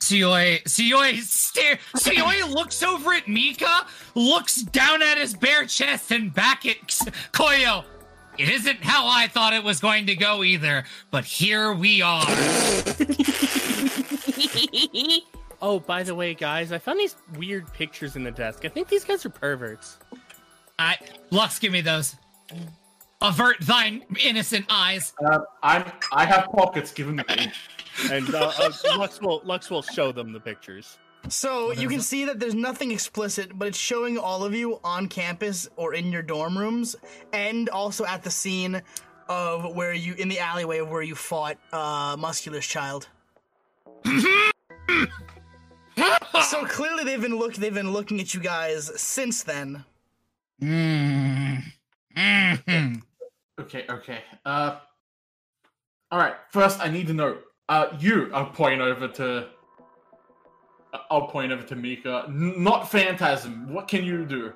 Speaker 3: Suyoi, Suyoi stare. Suyoi looks over at Mika, looks down at his bare chest, and back at X- Koyo. It isn't how I thought it was going to go either, but here we are.
Speaker 10: Oh, by the way, guys, I found these weird pictures in the desk. I think these guys are perverts.
Speaker 3: I Lux, give me those. Avert thine innocent eyes.
Speaker 7: Uh, I'm I have pockets given to me.
Speaker 10: And uh, uh, Lux will Lux will show them the pictures.
Speaker 1: So you can see that there's nothing explicit, but it's showing all of you on campus or in your dorm rooms, and also at the scene of where you in the alleyway of where you fought uh, Muscular's child. so clearly they've been look they've been looking at you guys since then.
Speaker 3: Mm. Mhm.
Speaker 7: Okay, okay. Uh, all right. First, I need to know. Uh, you. I'll point over to. I'll point over to Mika. N- not phantasm. What can you do?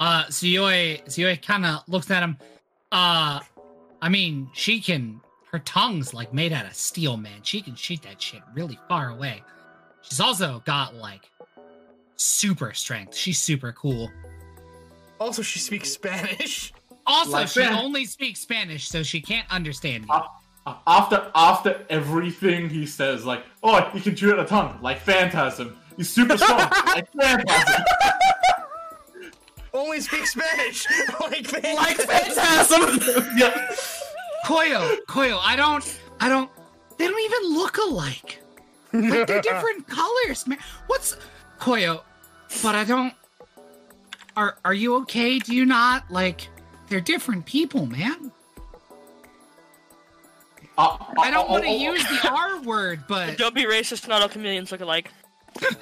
Speaker 3: Uh, Suyoi, Suyoi kind of looks at him. Uh, I mean, she can. Her tongue's like made out of steel, man. She can shoot that shit really far away. She's also got like super strength. She's super cool.
Speaker 1: Also, she speaks Spanish.
Speaker 3: Also,
Speaker 7: Like
Speaker 3: she
Speaker 7: that.
Speaker 3: only speaks Spanish, so she can't understand you.
Speaker 7: Uh, uh, After after everything he says, like, oh, you can chew out a tongue like phantasm. He's super strong like phantasm.
Speaker 1: Only speaks Spanish. like they-
Speaker 8: Phantasm.
Speaker 7: yeah.
Speaker 3: Koyo, Koyo, I don't, I don't. They don't even look alike. Like they're different colors, man. What's Koyo? But I don't. Are Are you okay? Do you not like? They're different people, man.
Speaker 7: Uh,
Speaker 3: I don't
Speaker 7: uh,
Speaker 3: want to
Speaker 7: uh, uh,
Speaker 3: use the R word, but
Speaker 5: Don't be racist. Not all chameleons look alike.
Speaker 7: I,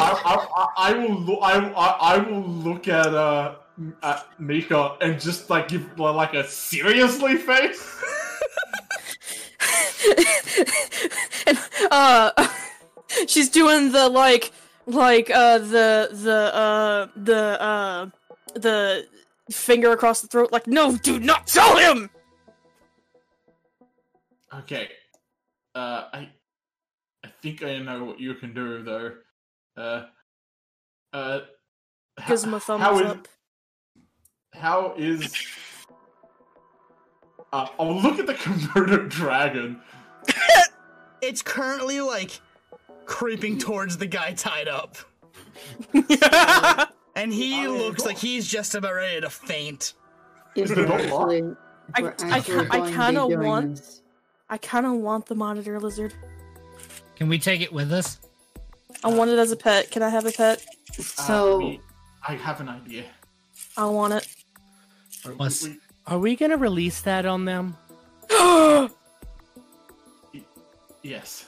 Speaker 7: I, I I will look. I, I, I will look at uh at Mika and just like give like a seriously face.
Speaker 9: and, uh, she's doing the like, like uh, the the uh, the uh, the finger across the throat. Like, no, do not tell him.
Speaker 7: Okay. Uh, I, I think I know what you can do though. Uh, uh, h-
Speaker 9: Gives him a thumbs
Speaker 7: how is-
Speaker 9: up.
Speaker 7: How is? Uh, oh, look at the Komodo dragon.
Speaker 1: It's currently like creeping towards the guy tied up, and he looks like he's just about ready to faint.
Speaker 4: Is
Speaker 7: it
Speaker 4: we're
Speaker 7: not locked?
Speaker 4: actually,
Speaker 9: I-
Speaker 4: we're
Speaker 9: I-
Speaker 4: actually
Speaker 9: I
Speaker 4: going to be
Speaker 9: kinda
Speaker 4: doing
Speaker 9: want-
Speaker 4: this.
Speaker 9: I kind of want the monitor lizard.
Speaker 3: can we take it with us?
Speaker 9: I want it as a pet. Can I have a pet?
Speaker 7: Uh,
Speaker 4: So
Speaker 7: we- I have an idea.
Speaker 9: I want it.
Speaker 7: Uh, we-
Speaker 3: What's-
Speaker 7: we-
Speaker 10: Are we gonna release that on them?
Speaker 7: yes.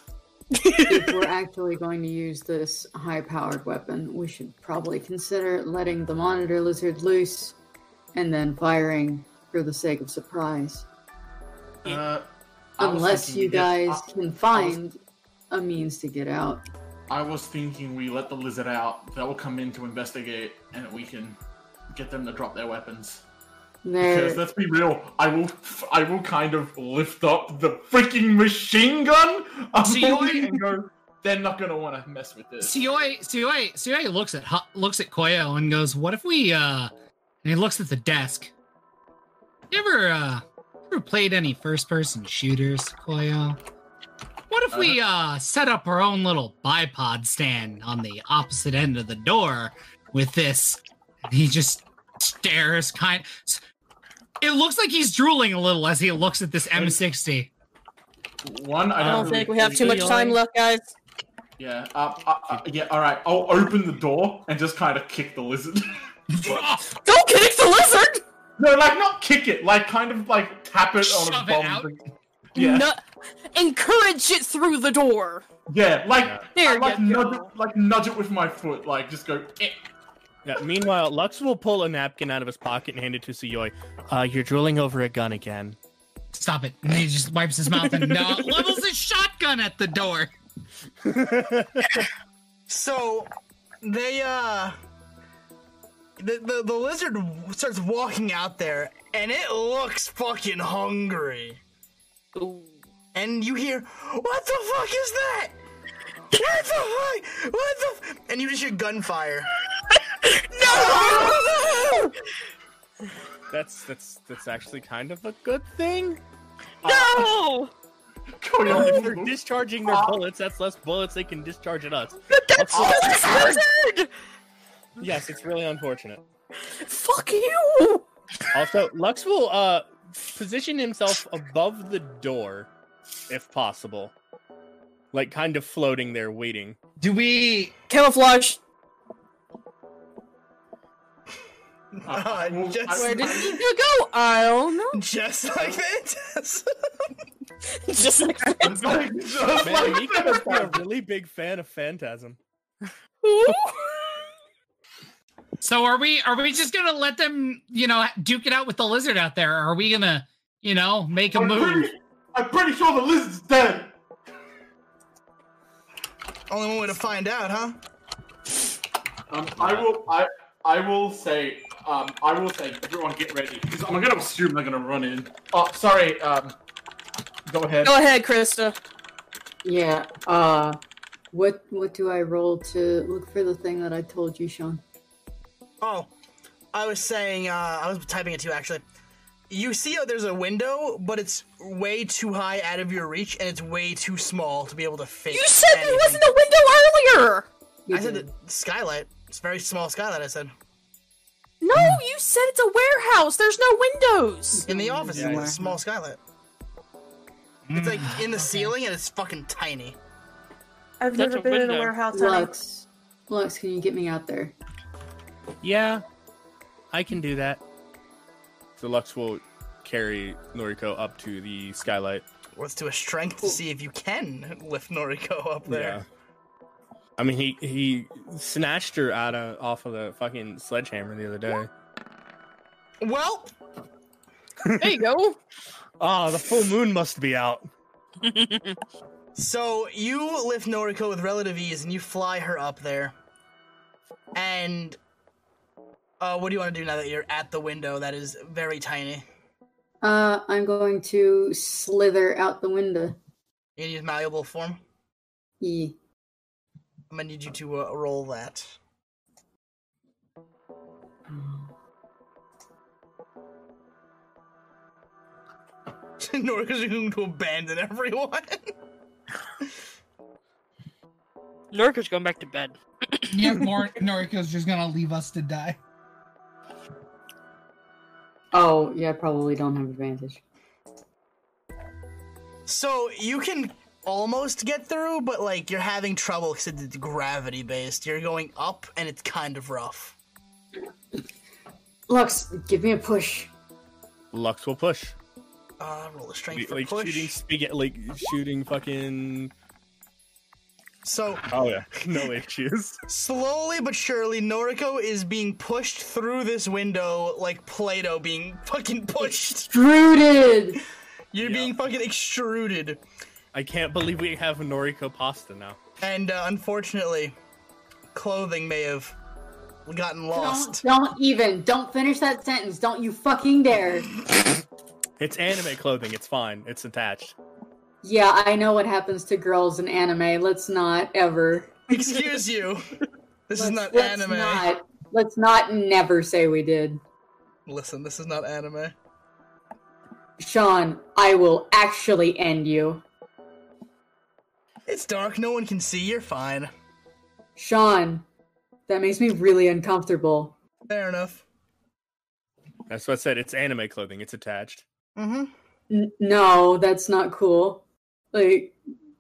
Speaker 4: if we're actually going to use this high-powered weapon, we should probably consider letting the monitor lizard loose and then firing for the sake of surprise.
Speaker 7: Uh, I was
Speaker 4: Unless
Speaker 7: thinking
Speaker 4: you
Speaker 7: yes,
Speaker 4: guys can find a means to get out.
Speaker 7: I was thinking we let the lizard out. They'll come in to investigate, and we can get them to drop their weapons.
Speaker 8: Mm.
Speaker 7: Because
Speaker 4: There,
Speaker 7: let's be real, I will, I will kind of lift up the freaking machine gun I'm
Speaker 3: See,
Speaker 7: holding and go. They're not gonna want to mess with this.
Speaker 3: Sioi Sioi Sioi looks at Ho- looks at Koyo and goes, "What if we?" uh And he looks at the desk. You ever uh ever played any first person shooters, Koyo? What if we uh set up our own little bipod stand on the opposite end of the door with this? And he just stares, kind. It looks like he's drooling a little as he looks at this M60.
Speaker 7: One, I
Speaker 8: I
Speaker 7: don't,
Speaker 5: Um,
Speaker 8: don't
Speaker 7: really
Speaker 8: think we have too much time left, guys.
Speaker 7: Yeah, uh, uh, uh, yeah. All right, I'll open the door and just kind of kick the lizard.
Speaker 8: Don't kick the lizard!
Speaker 7: no, like not kick it, like kind of like tap it on
Speaker 3: Shove
Speaker 7: a
Speaker 3: it
Speaker 7: bomb.
Speaker 3: out?
Speaker 7: thing. Yeah,
Speaker 8: No, encourage it through the door.
Speaker 7: yeah, like
Speaker 8: There
Speaker 7: like
Speaker 8: you
Speaker 7: nudge,
Speaker 8: go.
Speaker 7: it, like nudge it with my foot, like just go. Eh.
Speaker 10: Yeah, meanwhile, Lux will pull a napkin out of his pocket and hand it to Suyoi. Uh, you're drooling over a gun again.
Speaker 3: Stop it! And he just wipes his mouth and uh, levels his shotgun at the door.
Speaker 1: So they uh the, the the lizard starts walking out there and it looks fucking hungry. And you hear, "What the fuck is that?" What the fuck? What the? F-? And you just hear gunfire. no!
Speaker 10: That's that's that's actually kind of a good thing.
Speaker 5: Uh,
Speaker 8: No!
Speaker 7: Cody, I'm
Speaker 10: If
Speaker 7: gonna
Speaker 10: they're
Speaker 7: go-
Speaker 10: discharging their bullets, that's less bullets they can discharge at us.
Speaker 8: That's the lizard!
Speaker 10: Yes, it's really unfortunate.
Speaker 8: Fuck you!
Speaker 10: Also, Lux will uh position himself above the door, if possible, like kind of floating there, waiting.
Speaker 3: Do we
Speaker 8: Camouflage.
Speaker 7: I- I will-
Speaker 1: Uh, just-
Speaker 7: I-
Speaker 8: Where did you go? I don't know.
Speaker 1: Just like that.
Speaker 8: Just like
Speaker 7: I'm like, just
Speaker 10: Man,
Speaker 7: like
Speaker 10: Mika must be a really big fan of Phantasm.
Speaker 8: Ooh.
Speaker 3: So are we are we just gonna let them, you know, duke it out with the lizard out there? Or are we gonna, you know, make a
Speaker 7: I'm
Speaker 3: move?
Speaker 7: pretty, I'm pretty sure the lizard's dead.
Speaker 1: Only one way to find out, huh?
Speaker 7: Um, I will. I I will say. Um, I will say. Everyone, get ready. 'cause I'm gonna assume they're gonna run in. Oh, sorry. Um, go ahead.
Speaker 8: Go ahead, Krista.
Speaker 4: yeah. Uh, what what do I roll to look for the thing that I told you, Sean?
Speaker 1: Oh, I was saying, uh, I was typing it too, actually. You see how there's a window, but it's way too high out of your reach, and it's way too small to be able to fit.
Speaker 8: You said there
Speaker 1: anything.
Speaker 8: wasn't a window earlier!
Speaker 4: You
Speaker 1: I said
Speaker 4: did.
Speaker 1: the skylight. It's a very small skylight. I said
Speaker 8: No, you said it's a warehouse. There's no windows.
Speaker 1: in the office,
Speaker 10: Yeah,
Speaker 1: it's
Speaker 10: yeah.
Speaker 1: a small skylight. It's like in the ceiling, and it's fucking tiny.
Speaker 9: I've
Speaker 5: That's
Speaker 9: never
Speaker 5: a
Speaker 9: been in a
Speaker 5: window.
Speaker 9: warehouse. honey.
Speaker 4: Lux, Lux, can you get me out there?
Speaker 10: Yeah, I can do that. So Lux will carry Noriko up to the skylight.
Speaker 1: Let's do a strength to see if you can lift Noriko up
Speaker 10: Yeah.
Speaker 1: there.
Speaker 10: I mean, he he snatched her out of off of the fucking sledgehammer the other day.
Speaker 1: Well,
Speaker 8: There you go.
Speaker 10: Oh, the full moon must be out.
Speaker 1: So you lift Noriko with relative ease and you fly her up there. And uh, what do you want to do now that you're at the window that is very tiny?
Speaker 4: Uh, I'm going to slither out the window.
Speaker 1: You gonna use malleable form.
Speaker 4: E.
Speaker 1: I'm gonna need you to uh, roll that. Noriko's going to abandon everyone.
Speaker 5: Norika's going back to bed.
Speaker 3: yeah, Nor- Noriko's just gonna leave us to die.
Speaker 4: Oh, yeah, I probably don't have advantage.
Speaker 1: So you can almost get through, but like you're having trouble because it's gravity based. You're going up, and it's kind of rough.
Speaker 4: Lux, give me a push.
Speaker 10: Lux will push,
Speaker 1: Uh, roll a strength for
Speaker 10: like
Speaker 1: push.
Speaker 10: shooting spaghetti, like shooting fucking.
Speaker 1: So
Speaker 10: Oh yeah, no issues.
Speaker 1: slowly but surely, Noriko is being pushed through this window like Play-Doh being fucking pushed.
Speaker 4: Extruded!
Speaker 1: You're being fucking extruded.
Speaker 10: I can't believe we have Noriko pasta now.
Speaker 1: And uh, unfortunately, clothing may have gotten
Speaker 4: Don't,
Speaker 1: lost.
Speaker 4: don't even. Don't finish that sentence. Don't you fucking dare.
Speaker 10: It's anime clothing. It's fine. It's attached.
Speaker 4: Yeah, I know what happens to girls in anime. Let's not ever.
Speaker 1: Excuse you. This is not
Speaker 4: let's
Speaker 1: anime.
Speaker 4: Not, let's not never say we did.
Speaker 1: Listen, this is not anime.
Speaker 4: Sean, I will actually end you.
Speaker 1: It's dark. No one can see. You're fine.
Speaker 4: Sean, that makes me really uncomfortable.
Speaker 1: Fair enough.
Speaker 10: That's what I said. It's anime clothing. It's attached.
Speaker 1: Mm-hmm.
Speaker 4: N- no, that's not cool. Like,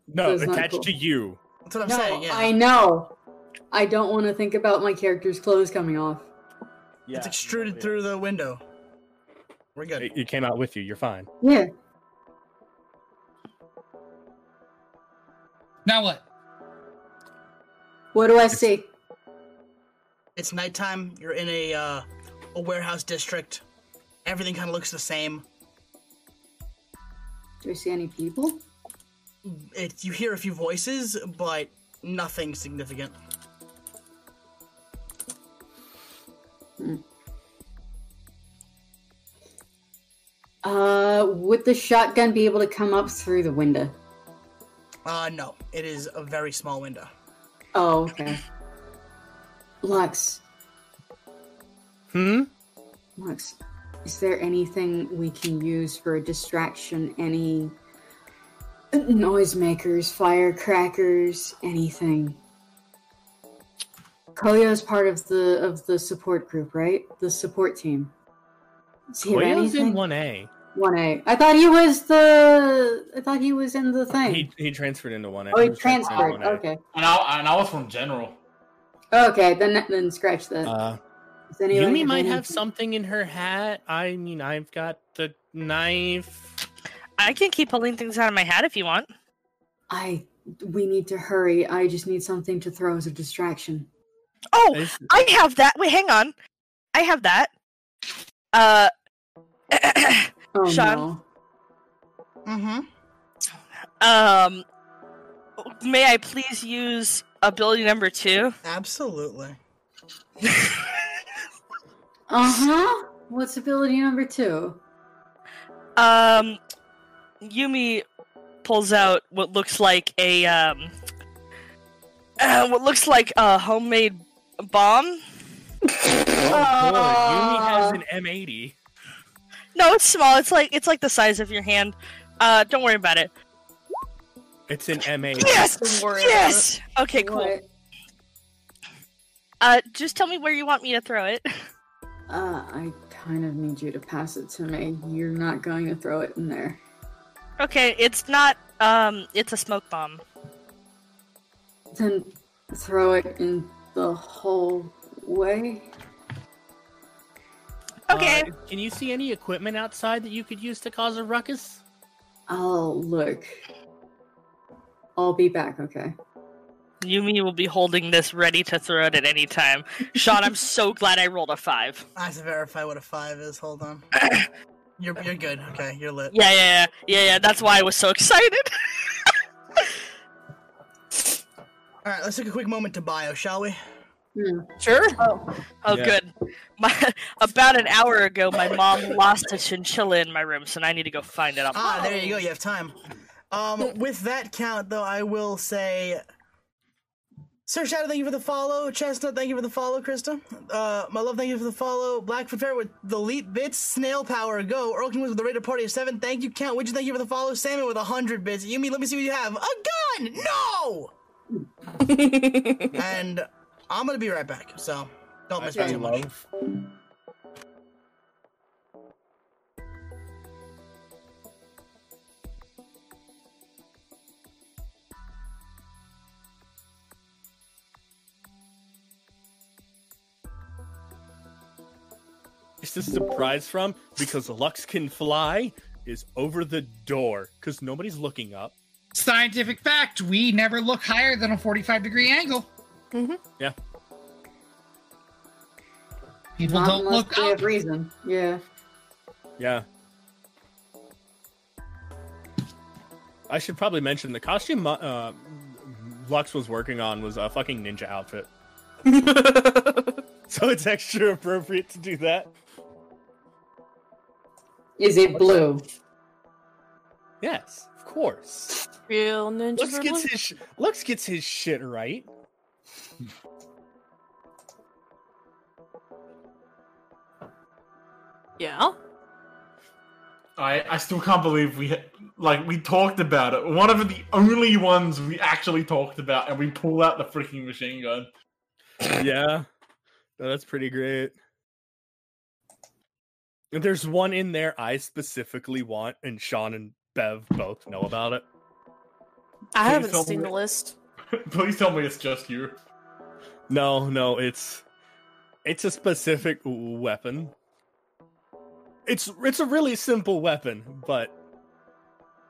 Speaker 10: No,
Speaker 4: That's not
Speaker 10: attached
Speaker 4: cool.
Speaker 10: to you.
Speaker 1: That's what I'm
Speaker 4: no,
Speaker 1: saying. Yeah.
Speaker 4: I know. I don't want to think about my character's clothes coming off.
Speaker 10: Yeah.
Speaker 1: It's extruded through the window. We're good.
Speaker 10: It, it came out with you. You're fine.
Speaker 4: Yeah.
Speaker 3: Now what?
Speaker 4: What do I see?
Speaker 1: It's nighttime. You're in a uh, a warehouse district. Everything kind of looks the same.
Speaker 4: Do I see any people?
Speaker 1: It, you hear a few voices, but nothing significant.
Speaker 4: Uh, would the shotgun be able to come up through the window?
Speaker 1: Uh, no. It is a very small window.
Speaker 4: Oh, okay. Lux,
Speaker 10: Hmm.
Speaker 4: Lux, is there anything we can use for a distraction? Any noisemakers, firecrackers, anything? Koyo is part of the of the support group, right? The support team. Is he of
Speaker 10: Koyo's in
Speaker 4: anything?
Speaker 10: one A.
Speaker 4: One A. I thought he was the. I thought he was in the thing.
Speaker 10: He he transferred into one A.
Speaker 4: oh, he
Speaker 10: was transferred into
Speaker 4: transferred.
Speaker 10: 1A.
Speaker 4: Okay.
Speaker 7: And I and I was from general.
Speaker 4: Okay. Then then scratch that.
Speaker 10: Uh,
Speaker 4: Does anyone
Speaker 10: Yumi might have
Speaker 4: anything?
Speaker 10: something in her hat. I mean, I've got the knife.
Speaker 5: I can keep pulling things out of my hat if you want.
Speaker 4: I we need to hurry. I just need something to throw as a distraction.
Speaker 5: Oh,
Speaker 10: Is-
Speaker 5: I have that. Wait, hang on. I have that. Uh,
Speaker 4: Oh
Speaker 5: Sean?
Speaker 4: no.
Speaker 1: Mm-hmm.
Speaker 5: um, may I please use ability number two?
Speaker 1: Absolutely.
Speaker 4: Uh-huh. What's ability number two?
Speaker 5: Um, Yumi pulls out what looks like a um, uh, what looks like a homemade bomb.
Speaker 10: Oh, Yumi has an M80.
Speaker 5: No, it's small. It's like it's like the size of your hand. Uh, don't worry about it.
Speaker 10: It's an M80.
Speaker 5: Yes,
Speaker 8: Don't worry about
Speaker 5: yes. Okay, cool.
Speaker 4: What?
Speaker 5: Uh, just tell me where you want me to throw it.
Speaker 4: Uh, I kind of need you to pass it to me. You're not going to throw it in there.
Speaker 5: Okay, it's not. Um, it's a smoke bomb.
Speaker 4: Then throw it in the whole way.
Speaker 5: Okay.
Speaker 10: Uh, can you see any equipment outside that you could use to cause a ruckus?
Speaker 4: I'll look. I'll be back, okay.
Speaker 5: Yumi will be holding this ready to throw it at any time. Sean, I'm so glad I rolled a five.
Speaker 1: I have to verify what a five is. Hold on. You're you're good. Okay, you're lit.
Speaker 5: Yeah, yeah, yeah, yeah, yeah. That's why I was so excited.
Speaker 1: All right, let's take a quick moment to bio, shall we?
Speaker 8: Sure.
Speaker 5: Oh,
Speaker 10: Yeah.
Speaker 5: good. My, about an hour ago, my mom lost a chinchilla in my room, so I need to go find it.
Speaker 1: Ah,
Speaker 5: I'm-
Speaker 1: there you go. You have time. Um, with that count, though, I will say, Sir Shadow, thank you for the follow. Chestnut, thank you for the follow. Krista, uh, my love, thank you for the follow. Blackfoot Ferret with the leap bits. Snail Power, go. Erlkin with the rated party of seven. Thank you, Count. Widget, thank you for the follow. Salmon with a hundred bits. Yumi, let me see what you have. A gun. No. and I'm gonna be right back. So don't miss me too much.
Speaker 10: Is this surprise from? Because Lux can fly is over the door because nobody's looking up.
Speaker 3: Scientific fact: we never look higher than a forty-five degree angle.
Speaker 4: Mm-hmm.
Speaker 10: Yeah.
Speaker 3: People
Speaker 4: Not
Speaker 3: don't
Speaker 4: unless
Speaker 3: look
Speaker 4: we
Speaker 3: up.
Speaker 4: have reason. Yeah.
Speaker 10: Yeah. I should probably mention the costume uh, Lux was working on was a fucking ninja outfit. so it's extra appropriate to do that.
Speaker 4: Is it blue?
Speaker 10: Yes, of course.
Speaker 8: Real ninja.
Speaker 10: Lux gets his sh- Lux gets his shit right.
Speaker 8: yeah.
Speaker 7: I I still can't believe we ha- like we talked about it. One of the only ones we actually talked about, and we pull out the freaking machine gun.
Speaker 10: yeah. No, that's pretty great. And There's one in there I specifically want, and Sean and Bev both know about it.
Speaker 8: I
Speaker 7: Please
Speaker 8: haven't
Speaker 7: tell
Speaker 8: seen
Speaker 7: me-
Speaker 8: the list.
Speaker 7: Please tell me it's just you.
Speaker 10: No, no, it's it's a specific weapon. It's it's a really simple weapon, but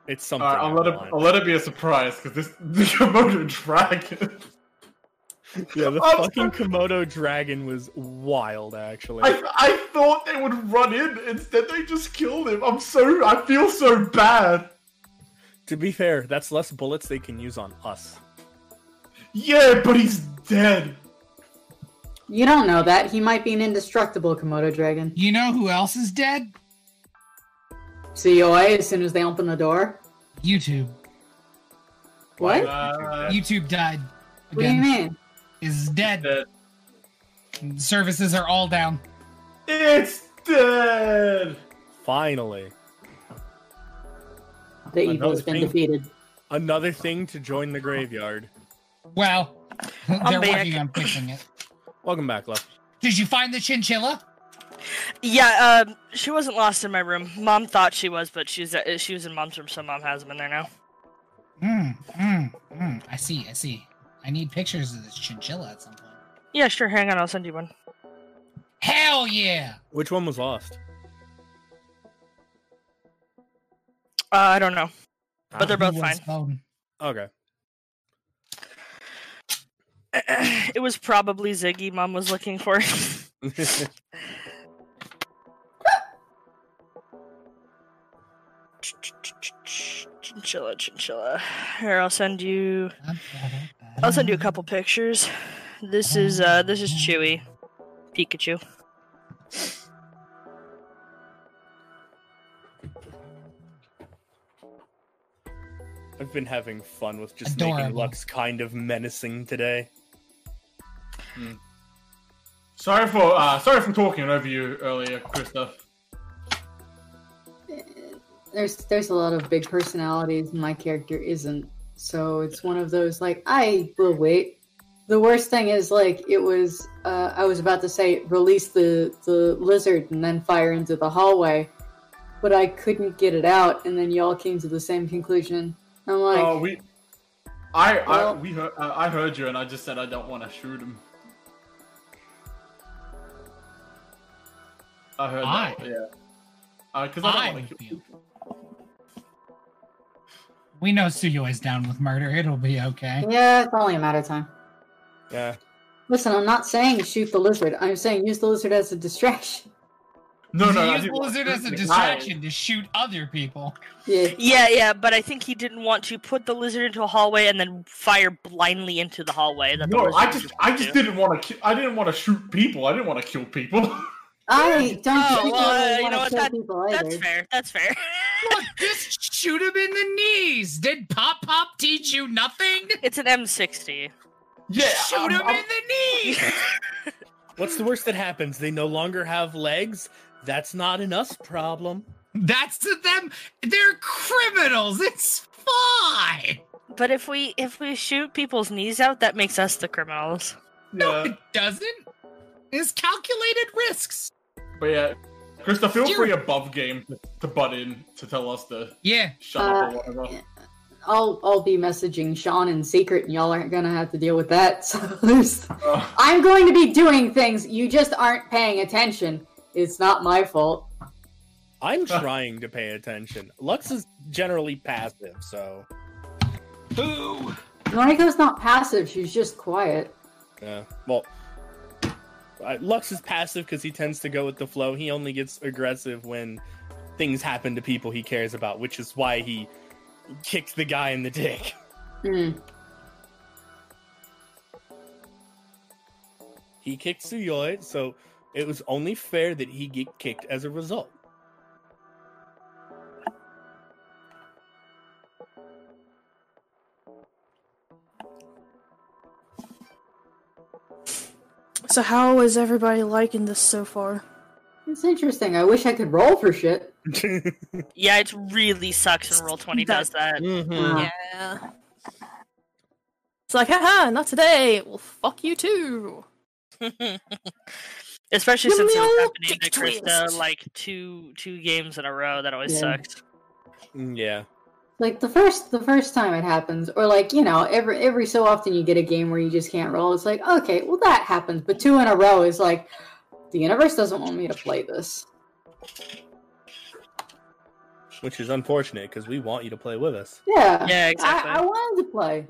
Speaker 10: it's something.
Speaker 7: Alright, I'll let it I'll let it be a surprise because this the Komodo dragon.
Speaker 10: yeah, the
Speaker 7: I'm
Speaker 10: fucking Komodo dragon was wild, actually.
Speaker 7: I I thought they would run in. Instead, they just killed him. I'm so I feel so bad.
Speaker 10: To be fair, that's less bullets they can use on us.
Speaker 7: Yeah, but he's dead.
Speaker 4: You don't know that. He might be an indestructible Komodo dragon.
Speaker 3: You know who else is dead?
Speaker 4: COA as soon as they open the door.
Speaker 3: YouTube.
Speaker 4: What?
Speaker 7: Uh,
Speaker 3: YouTube died.
Speaker 4: what do you
Speaker 3: Again.
Speaker 4: mean?
Speaker 3: Is dead.
Speaker 7: dead.
Speaker 3: Services are all down.
Speaker 7: It's dead.
Speaker 10: Finally,
Speaker 4: The evil's
Speaker 10: Another
Speaker 4: been
Speaker 10: thing.
Speaker 4: defeated.
Speaker 10: another thing to join the graveyard.
Speaker 3: Well, they're
Speaker 5: back.
Speaker 3: working on fixing it.
Speaker 10: Welcome back, love.
Speaker 3: Did you find the chinchilla?
Speaker 5: Yeah, um, she wasn't lost in my room. Mom thought she was, but she's uh, she was in mom's room, so mom has him in there now.
Speaker 3: Mm, mm, mm. I see, I see. I need pictures of this chinchilla at some point.
Speaker 5: Yeah, sure. Hang on, I'll send you one.
Speaker 3: Hell yeah!
Speaker 10: Which one was lost?
Speaker 5: Uh, I don't know,
Speaker 10: Ah.
Speaker 5: but they're both fine.
Speaker 3: fine.
Speaker 10: Okay.
Speaker 5: it was probably Ziggy. Mom was looking for. chinchilla, chinchilla. Here, I'll send you. I'll send you a couple pictures. This is uh, this is Chewy, Pikachu.
Speaker 10: I've been having fun with just making
Speaker 3: Adorable.
Speaker 10: Lux kind of menacing today.
Speaker 7: Sorry for uh, sorry for talking over you earlier, Krista.
Speaker 4: There's there's a lot of big personalities. My character isn't, so it's one of those like I will wait. The worst thing is like it was. Uh, I was about to say release the the lizard and then fire into the hallway, but I couldn't get it out, and then y'all came to the same conclusion. I'm like,
Speaker 7: Oh, we. I, I
Speaker 4: Well-
Speaker 7: we heard, uh, I heard you and I just said I don't want to shoot him. I heard
Speaker 3: I-
Speaker 7: that. Yeah. Because I
Speaker 3: I
Speaker 7: don't want to
Speaker 3: would
Speaker 7: kill.
Speaker 3: be okay. We know Suyoi's down with murder. It'll be okay.
Speaker 4: yeah, it's only a matter of time.
Speaker 10: Yeah.
Speaker 4: Listen, I'm not saying shoot the lizard. I'm saying use the lizard as a distraction.
Speaker 7: No, no. I
Speaker 3: use
Speaker 7: do
Speaker 3: the
Speaker 7: want
Speaker 3: lizard
Speaker 7: to
Speaker 3: as a
Speaker 7: shoot him.
Speaker 3: distraction to shoot other people.
Speaker 4: Yeah,
Speaker 5: Yeah, yeah, but I think he didn't want to put the lizard into a hallway and then fire blindly into the hallway.
Speaker 7: I-
Speaker 5: That the
Speaker 7: No,
Speaker 5: lizard
Speaker 7: I
Speaker 5: was
Speaker 7: just I just
Speaker 5: into.
Speaker 7: didn't want to. Ki- I didn't want to shoot people. I didn't want to kill people.
Speaker 4: I don't
Speaker 5: Oh,
Speaker 4: particularly
Speaker 5: well, uh, you
Speaker 4: want
Speaker 5: know what,
Speaker 4: to kill
Speaker 5: that-
Speaker 4: people either.
Speaker 5: That's fair. That's fair.
Speaker 3: Look, just shoot him in the knees. Did Pop Pop teach you nothing?
Speaker 5: It's an M60.
Speaker 7: yeah.
Speaker 3: shoot
Speaker 7: I'm-
Speaker 3: him
Speaker 7: I'm-
Speaker 3: in the knees.
Speaker 10: What's the worst that happens? They no longer have legs. That's not an us problem.
Speaker 3: That's to them. They're criminals. It's fine.
Speaker 5: But if we if we shoot people's knees out, that makes us the criminals.
Speaker 3: No,
Speaker 7: yeah.
Speaker 3: it doesn't. It's calculated risks.
Speaker 7: But yeah, Krista, feel
Speaker 3: Dude.
Speaker 7: free above game to, to butt in to tell us to
Speaker 3: Yeah.
Speaker 7: shut
Speaker 3: Uh,
Speaker 7: up or whatever.
Speaker 4: I'll I'll be messaging Sean in secret, and y'all aren't gonna have to deal with that. So there's-
Speaker 7: Uh,
Speaker 4: I'm going to be doing things you just aren't paying attention. It's not my fault.
Speaker 10: I'm trying to pay attention. Lux is generally passive, so
Speaker 3: Boo.
Speaker 4: Noriko's not passive; she's just quiet.
Speaker 10: yeah. Well, I- Lux is passive because he tends to go with the flow. He only gets aggressive when things happen to people he cares about, which is why he kicks the guy in the dick.
Speaker 4: Hmm.
Speaker 10: He kicked Suyoi, so it was only fair that he get kicked as a result.
Speaker 11: So how is everybody liking this so far?
Speaker 4: It's interesting. I wish I could roll for shit.
Speaker 5: Yeah, it really sucks when roll twenty does that.
Speaker 9: Hmm.
Speaker 11: Yeah.
Speaker 9: It's like, haha, not today. Well, fuck you too.
Speaker 5: Especially
Speaker 9: Give
Speaker 5: since
Speaker 9: me
Speaker 5: it was
Speaker 9: all
Speaker 5: happening to
Speaker 9: dick
Speaker 5: Krista
Speaker 9: twist.
Speaker 5: like two two games in a row. That always
Speaker 4: Yeah.
Speaker 5: sucks.
Speaker 10: Mm, Yeah.
Speaker 4: Like the first the first time it happens, or like you know, every every so often you get a game where you just can't roll. It's like okay, well that happens, but two in a row is like the universe doesn't want me to play this.
Speaker 10: Which is unfortunate because we want you to play with us.
Speaker 4: Yeah,
Speaker 5: Yeah,
Speaker 4: I, I
Speaker 5: exactly.
Speaker 4: wanted to play.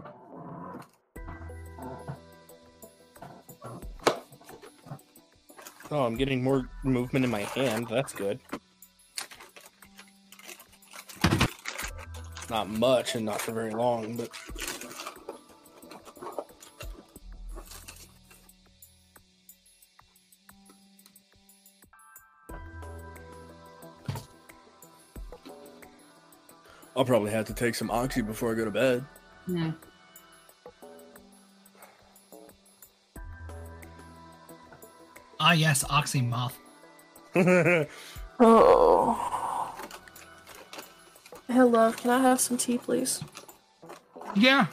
Speaker 10: Oh, I'm getting more movement in my hand. That's good. Not much and not for very long, but I'll probably have to take some oxy before I go to bed.
Speaker 4: Yeah.
Speaker 12: Ah, yes, Oxy Moth.
Speaker 11: Oh. Hello, can I have some tea, please?
Speaker 12: Yeah.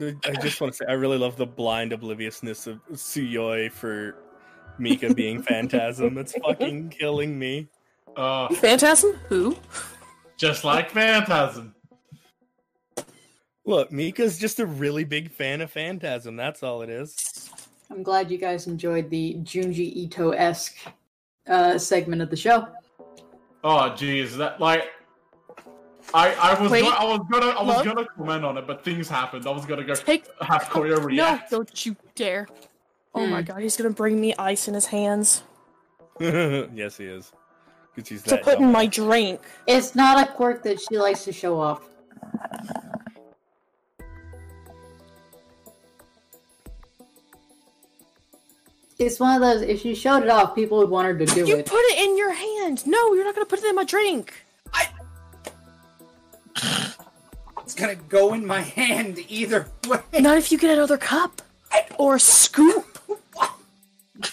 Speaker 10: I just want to say I really love the blind obliviousness of Suyoi for Mika being Phantasm. It's fucking killing me.
Speaker 7: Uh,
Speaker 11: Phantasm? Who?
Speaker 7: just like Phantasm.
Speaker 10: Look, Mika's just a really big fan of Phantasm. That's all it is.
Speaker 4: I'm glad you guys enjoyed the Junji Ito esque uh, segment of the show.
Speaker 7: Oh jeez, that like I I was
Speaker 9: Wait,
Speaker 7: go- I was gonna I was
Speaker 9: love?
Speaker 7: gonna comment on it, but things happened. I was gonna go
Speaker 9: Take-
Speaker 7: have Korea
Speaker 9: No,
Speaker 7: react.
Speaker 9: don't you dare.
Speaker 11: Oh my
Speaker 9: Hmm.
Speaker 11: god, he's gonna bring me ice in his hands
Speaker 10: yes, he is. Because he's
Speaker 9: To
Speaker 10: that
Speaker 9: put in
Speaker 10: dumb.
Speaker 9: my drink.
Speaker 4: It's not a quirk that she likes to show off. It's one of those, if she showed it off, people would want her to do
Speaker 9: You
Speaker 4: it.
Speaker 9: put it in your hand. No, you're not gonna put it in my drink.
Speaker 3: It's gonna go in my hand either way.
Speaker 9: Not if you get another cup or a scoop.
Speaker 3: What would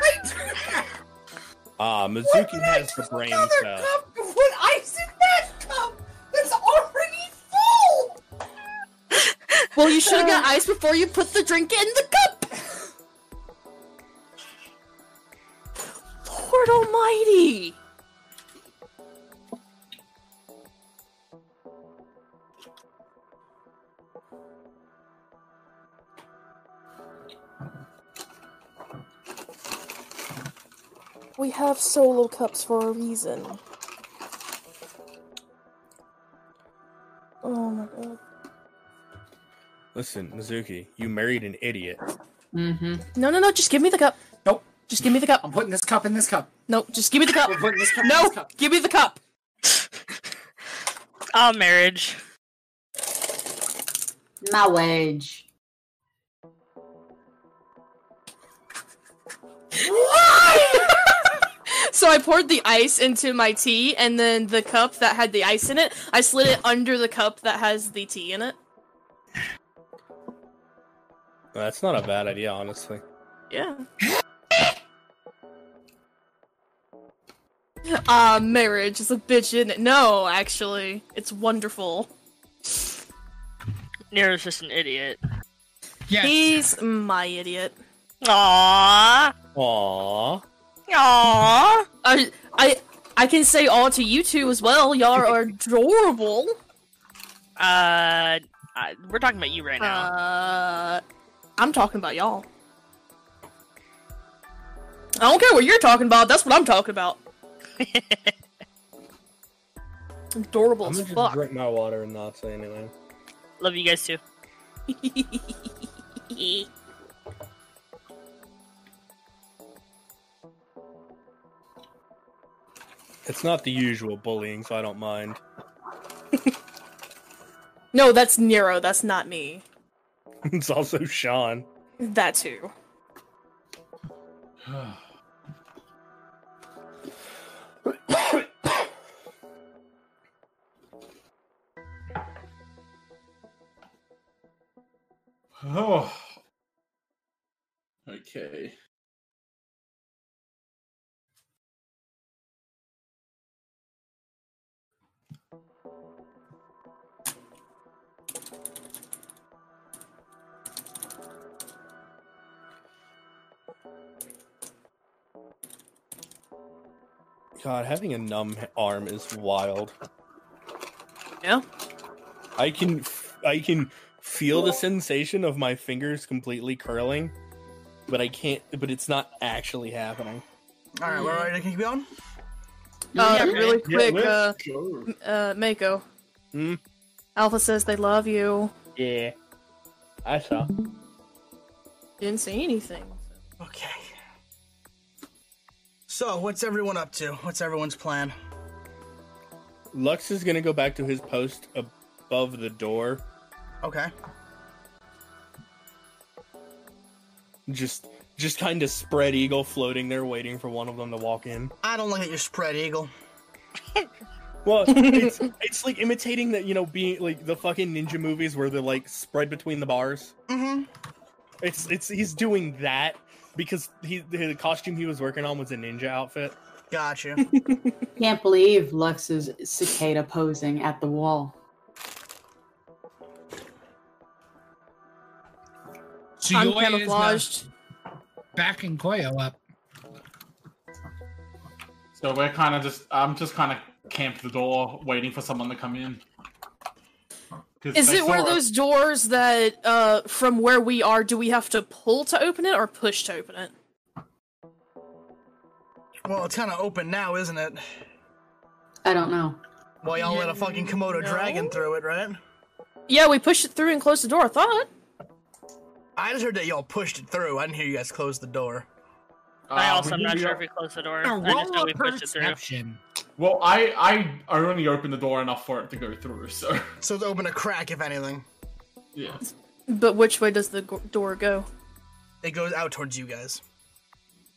Speaker 3: I do?
Speaker 10: Ah,
Speaker 3: Why
Speaker 10: Mizuki
Speaker 3: would I
Speaker 10: has
Speaker 3: do
Speaker 10: the brain
Speaker 3: another
Speaker 10: cell.
Speaker 3: cup to put ice in that cup that's already full?
Speaker 9: Well, you should have got ice before you put the drink in the cup. Lord Almighty!
Speaker 11: We have solo cups for a reason. Oh my god.
Speaker 10: Listen, Mizuki, you married an idiot.
Speaker 4: Mm-hmm.
Speaker 9: No, no, no! Just give me the cup.
Speaker 3: Nope.
Speaker 9: Just give me the cup.
Speaker 3: I'm putting this cup in this cup.
Speaker 9: No, just give me the cup.
Speaker 3: I'm putting this cup in
Speaker 9: No,
Speaker 3: this cup.
Speaker 9: give me the cup.
Speaker 5: Ah, marriage.
Speaker 4: My wage.
Speaker 9: So I poured the ice into my tea, and then the cup that had the ice in it, I slid it under the cup that has the tea in it.
Speaker 10: That's not a bad idea, honestly.
Speaker 9: Yeah. Ah, marriage is a bitch, isn't it? No, actually, it's wonderful.
Speaker 5: Nero's just an idiot.
Speaker 12: Yes.
Speaker 9: He's my idiot.
Speaker 5: Aww.
Speaker 10: Aww.
Speaker 5: Aww.
Speaker 9: I, I, I can say all to you two as well. Y'all are adorable.
Speaker 5: Uh, I, we're talking about you right now.
Speaker 9: Uh, I'm talking about y'all. I don't care what you're talking about. That's what I'm talking about. Adorable
Speaker 10: I'm
Speaker 9: as
Speaker 10: gonna just
Speaker 9: fuck.
Speaker 10: drink my water and not say anything.
Speaker 5: Love you guys too.
Speaker 10: It's not the usual bullying, so I don't mind.
Speaker 9: No, that's Nero. That's not me.
Speaker 10: it's also Sean.
Speaker 9: That too.
Speaker 7: Oh. Okay.
Speaker 10: God, having a numb arm is wild.
Speaker 5: Uh,
Speaker 9: Yeah.
Speaker 10: I can f- I can feel the sensation of my fingers completely curling, but I can't but it's not actually happening.
Speaker 1: All right, we're ready to keep going.
Speaker 9: Uh,
Speaker 10: Yeah,
Speaker 9: really
Speaker 10: yeah,
Speaker 9: quick,
Speaker 10: let's
Speaker 9: uh,
Speaker 10: go.
Speaker 9: m- uh, Mako.
Speaker 10: Hmm?
Speaker 9: Alpha says they love you.
Speaker 10: Yeah. I saw.
Speaker 9: Didn't say anything.
Speaker 1: Okay. So, what's everyone up to? What's everyone's plan?
Speaker 10: Lux is gonna go back to his post above the door.
Speaker 1: Okay.
Speaker 10: Just just kinda spread eagle floating there waiting for one of them to walk in.
Speaker 1: I don't like that you're spread eagle.
Speaker 10: Well, it's it's like imitating that you know being like the fucking ninja movies where they're like spread between the bars.
Speaker 1: Mm-hmm.
Speaker 10: It's it's he's doing that because he the costume he was working on was a ninja outfit.
Speaker 1: Gotcha.
Speaker 4: Can't believe Lux is cicada posing at the wall.
Speaker 3: So
Speaker 4: I'm
Speaker 3: Yoy is now
Speaker 4: camouflaged.
Speaker 3: Backing Koyo up.
Speaker 7: So we're kind of just, I'm just kind of camped the door, waiting for someone to come in. 'Cause
Speaker 9: Is
Speaker 7: they
Speaker 9: it one of
Speaker 7: saw
Speaker 9: those doors that, uh, from where we are, do we have to pull to open it or push to open it?
Speaker 1: Well, it's kind of open now, isn't it?
Speaker 4: I don't know.
Speaker 1: Well, y'all let a fucking Komodo dragon through it, right?
Speaker 9: Yeah, we pushed it through and closed the door. I thought.
Speaker 1: I just heard that y'all pushed it through. I didn't hear you guys close the door.
Speaker 5: I
Speaker 7: Um,
Speaker 5: also am not sure if we closed the door. I just know we pushed it through.
Speaker 7: Well, I, I, I only opened the door enough for it to go through, so.
Speaker 1: So it's open a crack, if anything.
Speaker 7: Yeah.
Speaker 9: But which way does the g- door go?
Speaker 1: It goes out towards you guys.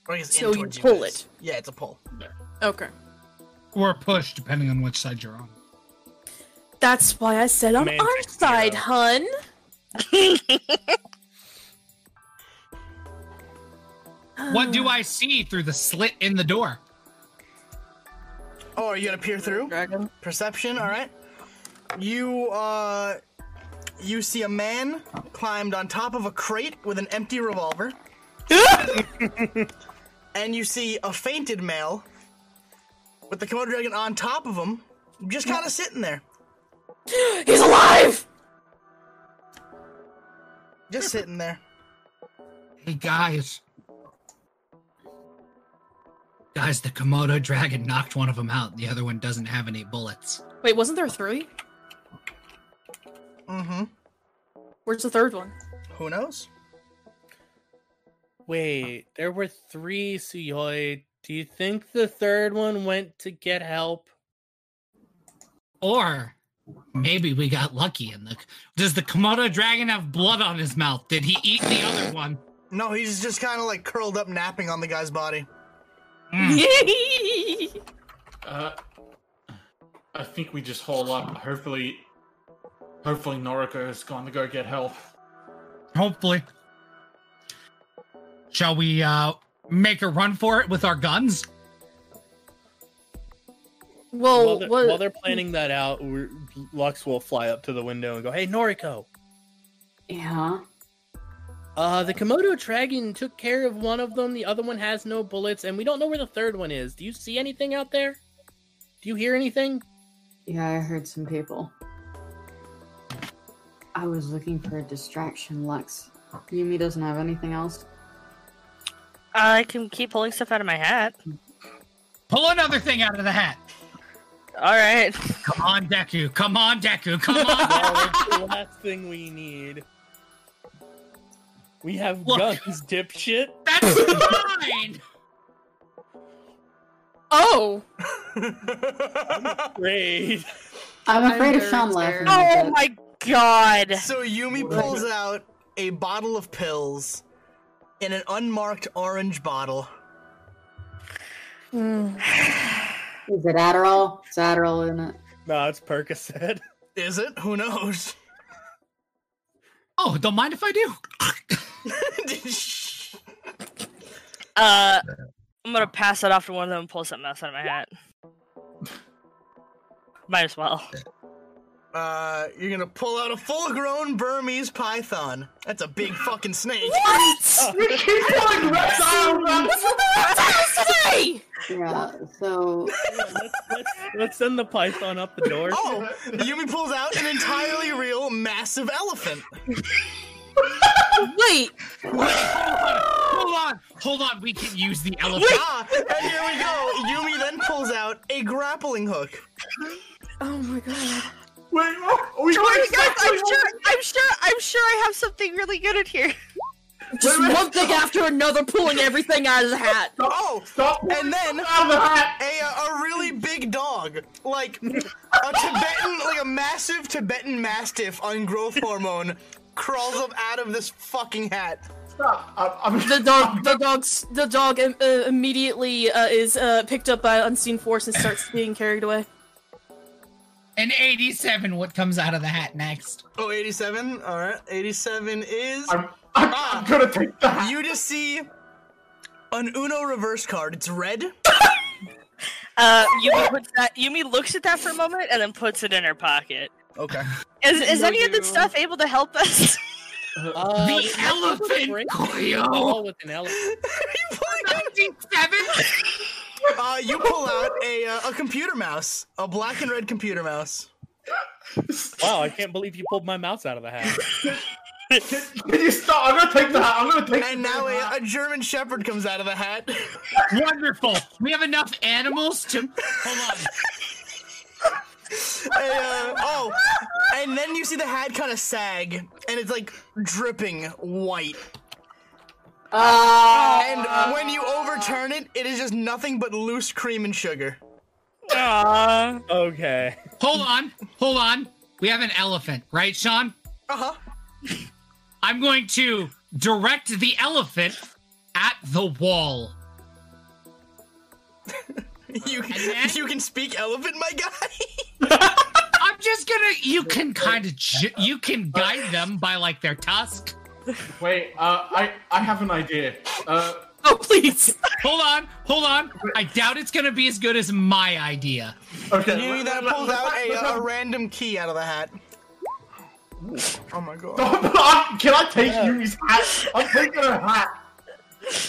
Speaker 1: Or I guess
Speaker 9: So
Speaker 1: in
Speaker 9: you
Speaker 1: towards
Speaker 9: pull
Speaker 1: guys.
Speaker 9: it.
Speaker 1: Yeah, it's a pull.
Speaker 9: Okay.
Speaker 3: Or push, depending on which side you're on.
Speaker 9: That's why I said on
Speaker 3: Man,
Speaker 9: our side, hun.
Speaker 3: What do I see through the slit in the door?
Speaker 1: Oh, are you gonna peer through?
Speaker 9: Dragon.
Speaker 1: Perception, alright. You uh you see a man climbed on top of a crate with an empty revolver. and you see a fainted male with the Komodo Dragon on top of him, just kinda sitting there.
Speaker 9: He's alive!
Speaker 1: Just sitting there.
Speaker 3: Hey guys. Guys, the Komodo dragon knocked one of them out, and the other one doesn't have any bullets.
Speaker 9: Wait, wasn't there three?
Speaker 1: Mm-hmm.
Speaker 9: Where's the third one?
Speaker 1: Who knows?
Speaker 10: Wait, there were three Suyoi. Do you think the third one went to get help?
Speaker 3: Or maybe we got lucky and the does the Komodo dragon have blood on his mouth? Did he eat the other one?
Speaker 1: No, he's just kinda like curled up napping on the guy's body.
Speaker 9: Hmm.
Speaker 7: Uh, I think we just haul up. Hopefully, hopefully Noriko has gone to go get help.
Speaker 3: Hopefully. Shall we uh make a run for it with our guns?
Speaker 9: Oh, Well,
Speaker 10: while, they're, while they're planning that out, we're, Lux will fly up to the window and go, "Hey, Noriko,
Speaker 4: Yeah.
Speaker 10: uh, the Komodo dragon took care of one of them. The other one has no bullets, and we don't know where the third one is. Do you see anything out there? Do you hear anything?
Speaker 4: Yeah, I heard some people. I was looking for a distraction, Lux. Yumi doesn't have anything else.
Speaker 5: I can keep pulling stuff out of my hat.
Speaker 3: Pull another thing out of the hat.
Speaker 5: All right.
Speaker 3: Come on, Deku. Come on, Deku. Come on.
Speaker 10: That's the last thing we need."
Speaker 6: We have
Speaker 13: Look.
Speaker 6: guns, dipshit.
Speaker 3: That's fine.
Speaker 9: Oh.
Speaker 6: Great.
Speaker 4: I'm afraid of
Speaker 1: very
Speaker 4: Sean laughing.
Speaker 1: scared.
Speaker 4: at
Speaker 1: Oh
Speaker 4: that.
Speaker 5: God.
Speaker 1: So Yumi pulls out a bottle of pills in an unmarked orange bottle.
Speaker 4: Is it Adderall? It's Adderall, isn't it?
Speaker 6: No, it's Percocet.
Speaker 1: Is it? Who knows?
Speaker 3: Oh, don't mind if I do.
Speaker 5: Uh, I'm gonna pass that off to one of them and pull something else out of my hat. Might as well.
Speaker 1: Uh, you're gonna pull out a full-grown Burmese python. That's a big fucking snake.
Speaker 13: What? You keep going right down, man.
Speaker 9: Audacity!
Speaker 4: Yeah, so
Speaker 6: Let's send the python up the door.
Speaker 1: Oh, Yumi pulls out an entirely real massive elephant.
Speaker 9: Wait.
Speaker 3: Hold on, hold on. We can use the elephant.
Speaker 1: Ah, and here we go. Yumi then pulls out a grappling hook.
Speaker 9: Oh my god.
Speaker 7: Wait, we
Speaker 5: Don't worry, guys, I'm sure, I'm sure, I'm sure I have something really good in here.
Speaker 9: Just one thing after another, pulling everything out of the hat.
Speaker 1: Oh,
Speaker 7: Stop.
Speaker 1: and then a,
Speaker 7: Out of the hat.
Speaker 1: a really big dog, like a Tibetan, like a massive Tibetan Mastiff on growth hormone, crawls up out of this fucking hat.
Speaker 7: Stop. I'm, I'm,
Speaker 8: The dog, the dog's, the dog im- uh, immediately uh, is uh, picked up by unseen force and starts being carried away.
Speaker 3: An 87. What comes out of the hat next?
Speaker 1: Oh, 87? Alright, 87 is.
Speaker 7: I'm, I'm, I'm gonna take the hat.
Speaker 1: You just see an Uno reverse card. It's red.
Speaker 5: Uh, Yumi, puts that, Yumi looks at that for a moment and then puts it in her pocket.
Speaker 1: Okay.
Speaker 5: Is, is
Speaker 8: No,
Speaker 5: any of this
Speaker 8: you-
Speaker 5: stuff able to help us?
Speaker 6: Uh,
Speaker 3: The
Speaker 6: let's
Speaker 3: elephant,
Speaker 6: break
Speaker 3: Cleo.
Speaker 6: the
Speaker 10: Oh.
Speaker 6: wall with an elephant.
Speaker 1: you, pull,
Speaker 3: 97.
Speaker 1: uh, you pull out a, uh, a computer mouse, a black and red computer mouse.
Speaker 6: Wow, I can't believe you pulled my mouse out of the hat.
Speaker 7: Can you stop? I'm gonna take the hat. I'm gonna take.
Speaker 1: And now a, a German Shepherd comes out of the hat.
Speaker 3: Wonderful. We have enough animals to. Hold on.
Speaker 1: a, uh, oh, and then you see the hat kind of sag, and it's like dripping white.
Speaker 4: Uh,
Speaker 1: And when you overturn it, it is just nothing but loose cream and sugar.
Speaker 5: Aww.
Speaker 6: Okay.
Speaker 3: Hold on. Hold on. We have an elephant, right, Sean?
Speaker 1: Uh huh.
Speaker 3: I'm going to direct the elephant at the wall.
Speaker 1: You
Speaker 3: then-
Speaker 1: you can speak elephant, my guy.
Speaker 3: I'm just gonna. You can kind of. Ju- you can guide them by like their tusk.
Speaker 7: Wait. Uh, I I have an idea. Uh,
Speaker 9: Oh please.
Speaker 3: Hold on. Hold on. I doubt it's gonna be as good as my idea.
Speaker 7: okay.
Speaker 1: You
Speaker 7: let-
Speaker 1: then
Speaker 7: let-
Speaker 1: pulls
Speaker 7: let-
Speaker 1: out
Speaker 7: let-
Speaker 1: a, uh,
Speaker 7: let-
Speaker 1: a random key out of the hat. Oh my god.
Speaker 7: Stop. Can I take Yumi's hat? I'm taking her hat.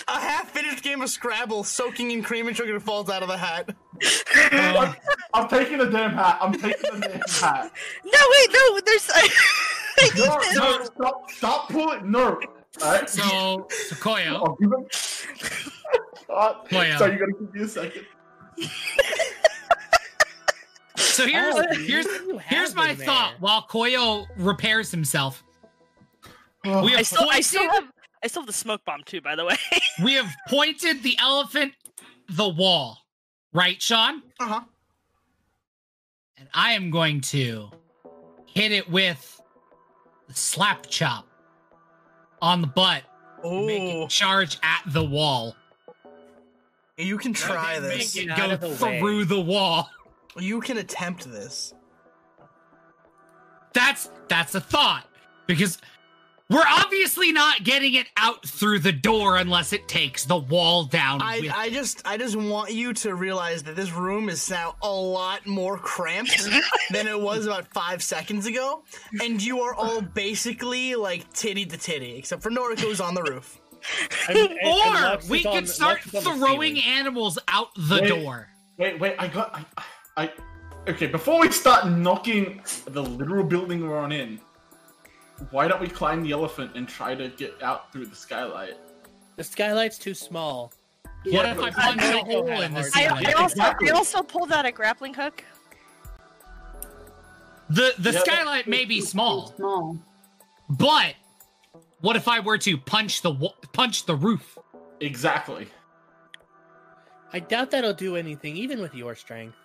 Speaker 1: A half finished game of Scrabble soaking in cream and sugar falls out of the hat. Oh.
Speaker 7: I'm, I'm taking the damn hat. I'm taking the damn hat.
Speaker 5: No, wait, no, there's.
Speaker 7: No, no, stop, stop pulling. No. Alright.
Speaker 3: So, Sequoia.
Speaker 7: I'll give it. God.
Speaker 3: Oh, yeah.
Speaker 7: Sorry, you gotta give me a second.
Speaker 3: So here's
Speaker 6: Oh,
Speaker 3: here's
Speaker 6: you- you have
Speaker 3: here's my
Speaker 6: been
Speaker 3: thought.
Speaker 6: there.
Speaker 3: While Koyo repairs himself,
Speaker 1: Oh,
Speaker 3: we
Speaker 5: I
Speaker 3: have
Speaker 5: still, I still
Speaker 3: pointed-
Speaker 5: have, I still have the smoke bomb too, by the way.
Speaker 3: we have pointed the elephant the wall right sean
Speaker 1: Uh huh.
Speaker 3: and i am going to hit it with the slap chop on the butt make
Speaker 1: Oh,
Speaker 3: it charge at the wall
Speaker 1: you can try
Speaker 3: Make
Speaker 1: this.
Speaker 3: it
Speaker 6: Get out
Speaker 3: go
Speaker 6: of the way.
Speaker 3: through the wall
Speaker 1: You can attempt this.
Speaker 3: that's that's a thought because we're obviously not getting it out through the door unless it takes the wall down
Speaker 1: I,
Speaker 3: with-
Speaker 1: I just I just want you to realize that this room is now a lot more cramped than it was about five seconds ago, and you are all basically like titty to titty, except for Noriko's on the roof.
Speaker 6: And- and- and
Speaker 3: or
Speaker 6: Lux is
Speaker 3: we
Speaker 6: on-
Speaker 3: could start
Speaker 6: Lux is on the
Speaker 3: throwing
Speaker 6: ceiling.
Speaker 3: animals out the
Speaker 7: Wait.
Speaker 3: door
Speaker 7: Wait, wait, I got. I, I. Okay, before we start knocking the literal building we're on in, why don't we climb the elephant and try to get out through the skylight?
Speaker 6: The skylight's too small.
Speaker 3: What if I punch a hole in the
Speaker 5: I,
Speaker 3: ceiling?
Speaker 5: I also,
Speaker 7: Exactly.
Speaker 5: I also pulled out a grappling hook.
Speaker 3: The the
Speaker 7: Yeah.
Speaker 3: skylight may be small,
Speaker 4: small.
Speaker 3: but What if I were to punch the wa- punch the roof?
Speaker 7: Exactly.
Speaker 6: I doubt that'll do anything, even with your strength.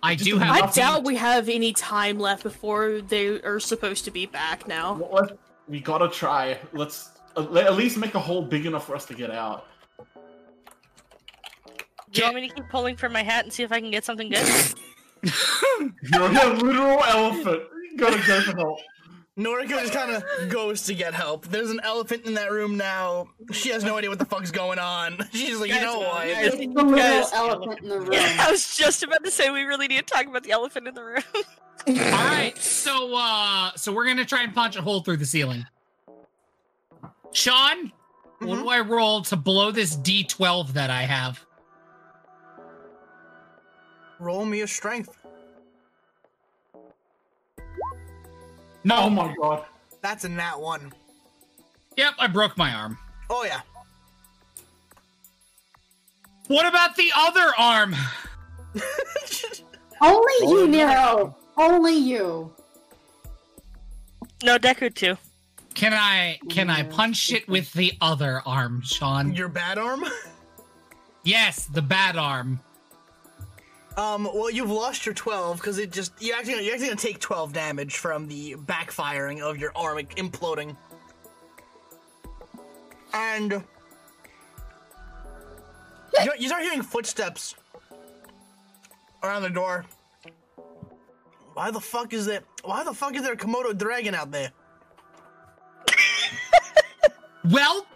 Speaker 3: I
Speaker 6: Just
Speaker 3: do
Speaker 6: a
Speaker 3: have.
Speaker 6: knock-
Speaker 8: I doubt we have any time left before they are supposed to be back
Speaker 9: Oh.
Speaker 8: now.
Speaker 7: We gotta try. Let's uh, le- at least make a hole big enough for us to get out.
Speaker 5: Do you want me to keep pulling for my hat and see if I can get something good?
Speaker 7: You're a literal elephant. You gotta go for help.
Speaker 1: Noriko just kind of goes to get help. There's an elephant in that room now. She has no idea what the fuck's going on. She's like, you know what?
Speaker 5: Guys.
Speaker 4: elephant in the room.
Speaker 5: Yeah, I was just about to say we really need to talk about the elephant in the room.
Speaker 3: All right, so uh, so we're gonna try and punch a hole through the ceiling. Sean, what do I roll to blow this D12 that I have?
Speaker 1: Roll me a strength.
Speaker 3: No.
Speaker 7: Oh my god.
Speaker 1: That's a nat one.
Speaker 3: Yep, I broke my arm.
Speaker 1: Oh yeah.
Speaker 3: What about the other arm?
Speaker 4: Only you, Nero. Only you.
Speaker 5: No, Deku too.
Speaker 3: Can I can I punch it with the other arm, Sean?
Speaker 1: Your bad arm?
Speaker 3: Yes, the bad arm.
Speaker 1: Um, well, you've lost your 12 because it just you're actually you're actually gonna take 12 damage from the backfiring of your arm imploding. And you, you start hearing footsteps around the door. Why the fuck is that? Why the fuck is there a Komodo dragon out there?
Speaker 3: Well,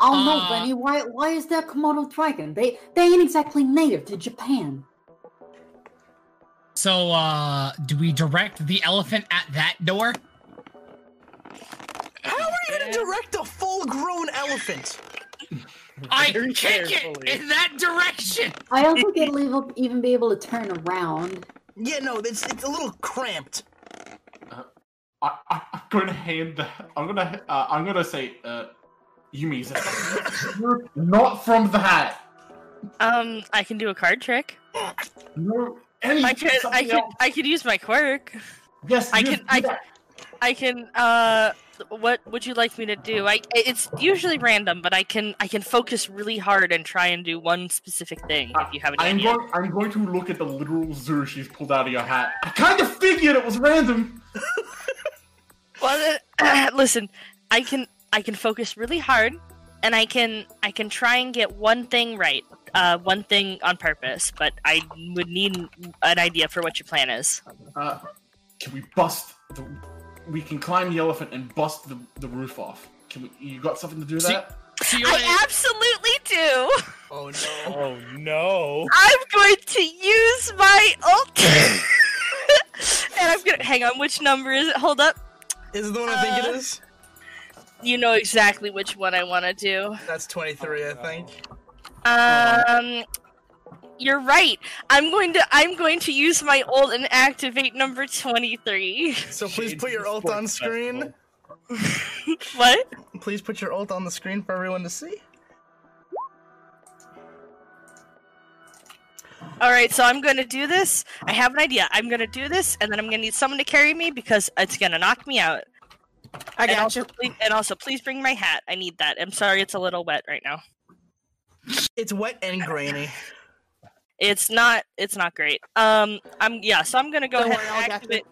Speaker 4: Oh
Speaker 3: Uh,
Speaker 4: no, Benny. Why? Why is there a Komodo dragon? They they ain't exactly native to Japan.
Speaker 3: So uh do we direct the elephant at that door?
Speaker 1: How are you gonna direct a full-grown elephant?
Speaker 3: I kick it in that direction.
Speaker 4: I don't think it'll even- even be able to turn around.
Speaker 1: Yeah, no, it's it's a little cramped.
Speaker 7: I, I, I'm gonna hand the. I'm gonna. Uh, I'm gonna say, uh, Yumi, is that- you're not from the hat.
Speaker 5: Um, I can do a card trick.
Speaker 7: No,
Speaker 5: I could, I
Speaker 7: something
Speaker 5: could,
Speaker 7: else.
Speaker 5: I could use my quirk.
Speaker 7: Yes,
Speaker 5: I
Speaker 7: use-
Speaker 5: can,
Speaker 7: do
Speaker 5: I,
Speaker 7: that.
Speaker 5: I can. Uh, what would you like me to do? I, it's usually random, but I can, I can focus really hard and try and do one specific thing. If you have an
Speaker 7: I'm
Speaker 5: idea.
Speaker 7: going. I'm going to look at the literal zoo she's pulled out of your hat. I kind of figured it was random.
Speaker 5: Well, then, listen, I can I can focus really hard, and I can I can try and get one thing right, uh, one thing on purpose. But I would need an idea for what your plan is.
Speaker 7: Uh, can we bust the? We can climb the elephant and bust the, the roof off. Can we? You got something to do that?
Speaker 5: I absolutely do.
Speaker 1: Oh no!
Speaker 6: Oh no!
Speaker 5: I'm going to use my ult, and I'm gonna hang on. Which number is it? Hold up.
Speaker 1: Is it the one I think it
Speaker 5: Uh,
Speaker 1: is?
Speaker 5: You know exactly which one I want to do.
Speaker 1: That's 23, I think.
Speaker 9: Uh-huh.
Speaker 5: Um, you're right. I'm going to I'm going to use my ult and activate number twenty three.
Speaker 1: So please put your ult on screen.
Speaker 5: What?
Speaker 1: Please put your ult on the screen for everyone to see.
Speaker 5: All right, so I'm going to do this. I have an idea. I'm going to do this, and then I'm going to need someone to carry me because it's going to knock me out.
Speaker 9: I
Speaker 5: and
Speaker 9: got
Speaker 5: also, please, and also, please bring my hat. I need that. I'm sorry, it's a little wet right now.
Speaker 1: It's wet and grainy.
Speaker 5: It's not. It's not great. Um, I'm yeah. So I'm going to go
Speaker 9: Don't
Speaker 5: ahead
Speaker 9: worry, I'll
Speaker 5: and
Speaker 9: get
Speaker 5: activate.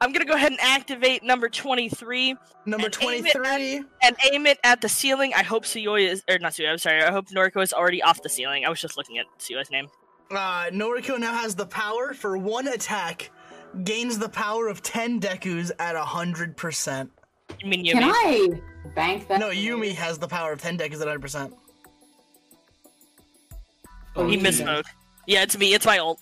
Speaker 5: I'm going to go ahead and activate number twenty three.
Speaker 1: Number
Speaker 5: And aim
Speaker 1: 23.
Speaker 5: it and aim it at the ceiling. I hope Suyoy is, or not Suyoy, I'm sorry. I hope Noriko is already off the ceiling. I was just looking at Suyoi's name.
Speaker 1: Uh, Noriko now has the power for one attack, gains the power of 10 Dekus at 100%.
Speaker 5: I mean,
Speaker 4: Can
Speaker 5: Yumi.
Speaker 4: I bank that?
Speaker 1: No, Yumi has the power of 10 Dekus at 100%.
Speaker 7: Oh,
Speaker 5: He missed mode. Yeah, it's me. It's my ult.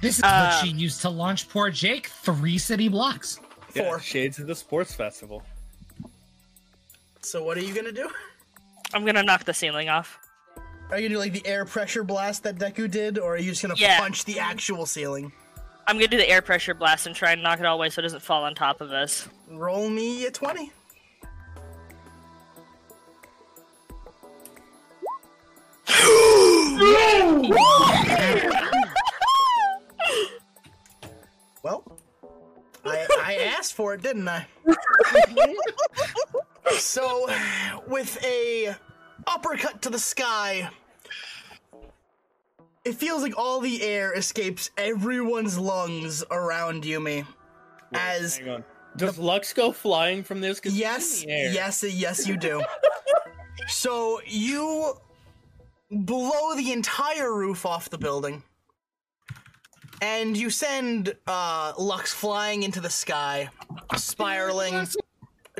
Speaker 3: This is
Speaker 5: Uh,
Speaker 3: what she used to launch poor Jake three city blocks.
Speaker 1: Four.
Speaker 10: Shades of the Sports Festival.
Speaker 1: So what are you gonna do?
Speaker 5: I'm gonna knock the ceiling off.
Speaker 1: Are you gonna do like the air pressure blast that Deku did, or are you just gonna
Speaker 5: Yeah.
Speaker 1: punch the actual ceiling?
Speaker 5: I'm gonna do the air pressure blast and try and knock it all away so it doesn't fall on top of us.
Speaker 1: Roll me a 20. well, I, I asked for it, didn't I? so, with a uppercut to the sky, it feels like all the air escapes everyone's lungs around Yumi. As
Speaker 6: Hang on. Does Lux go flying from this? 'Cause it's in
Speaker 1: Yes,
Speaker 6: the air.
Speaker 1: yes, yes, you do. so you blow the entire roof off the building, and you send uh, Lux flying into the sky, spiraling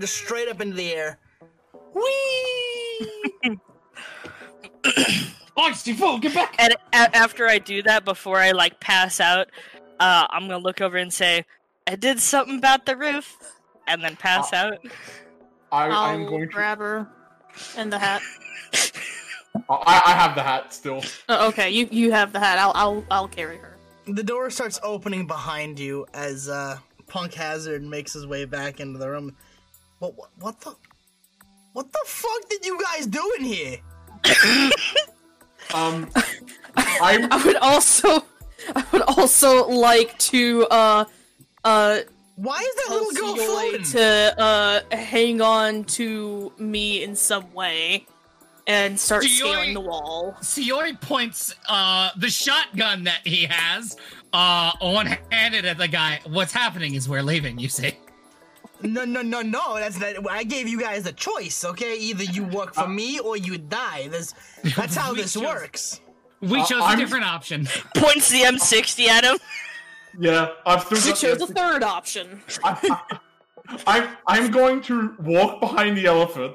Speaker 1: just straight up into the air. Whee!
Speaker 5: Foxy, fool, get back! And a- after I do that, before I like pass out, uh, I'm gonna look over and say, "I did something about the roof," and then pass out.
Speaker 7: I, I'm going to.
Speaker 8: grab her and the hat.
Speaker 7: I, I have the hat still.
Speaker 8: Oh, okay, you you have the hat. I'll I'll I'll carry her.
Speaker 1: The door starts opening behind you as uh, Punk Hazard makes his way back into the room. What, what, what the? What the fuck did you guys do in here?
Speaker 7: um,
Speaker 8: I, would also I would also like to uh uh
Speaker 1: why is that
Speaker 8: little girl floating to uh hang on to me in some way and start scaling the wall.
Speaker 3: Sioi points uh, the shotgun that he has uh, one handed at the guy. What's happening is we're leaving, you see.
Speaker 1: No, no, no, no. That's that. I gave you guys a choice. Okay, either you work for me or you die. This, that's how
Speaker 3: We
Speaker 1: this
Speaker 3: chose-
Speaker 1: works.
Speaker 3: We
Speaker 7: Uh,
Speaker 3: chose
Speaker 7: I'm-
Speaker 3: a different option.
Speaker 5: Points the M60 at him.
Speaker 7: Yeah, I've still
Speaker 8: You
Speaker 7: got
Speaker 8: chose the
Speaker 7: the-
Speaker 8: third option.
Speaker 7: I'm I'm going to walk behind the elephant,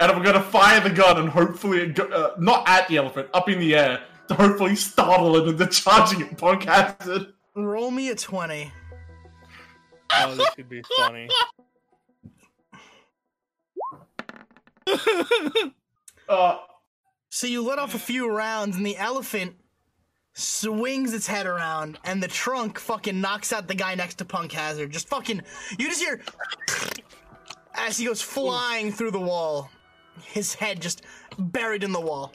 Speaker 7: and I'm going to fire the gun and hopefully it go, uh, not at the elephant, up in the air to hopefully startle it into charging it. Punk hazard.
Speaker 1: Roll me a twenty.
Speaker 10: Oh, this could be funny.
Speaker 7: Uh,
Speaker 1: so you let off a few rounds, and the elephant swings its head around, and the trunk fucking knocks out the guy next to Punk Hazard. Just fucking, you just hear as he goes flying through the wall, his head just buried in the wall.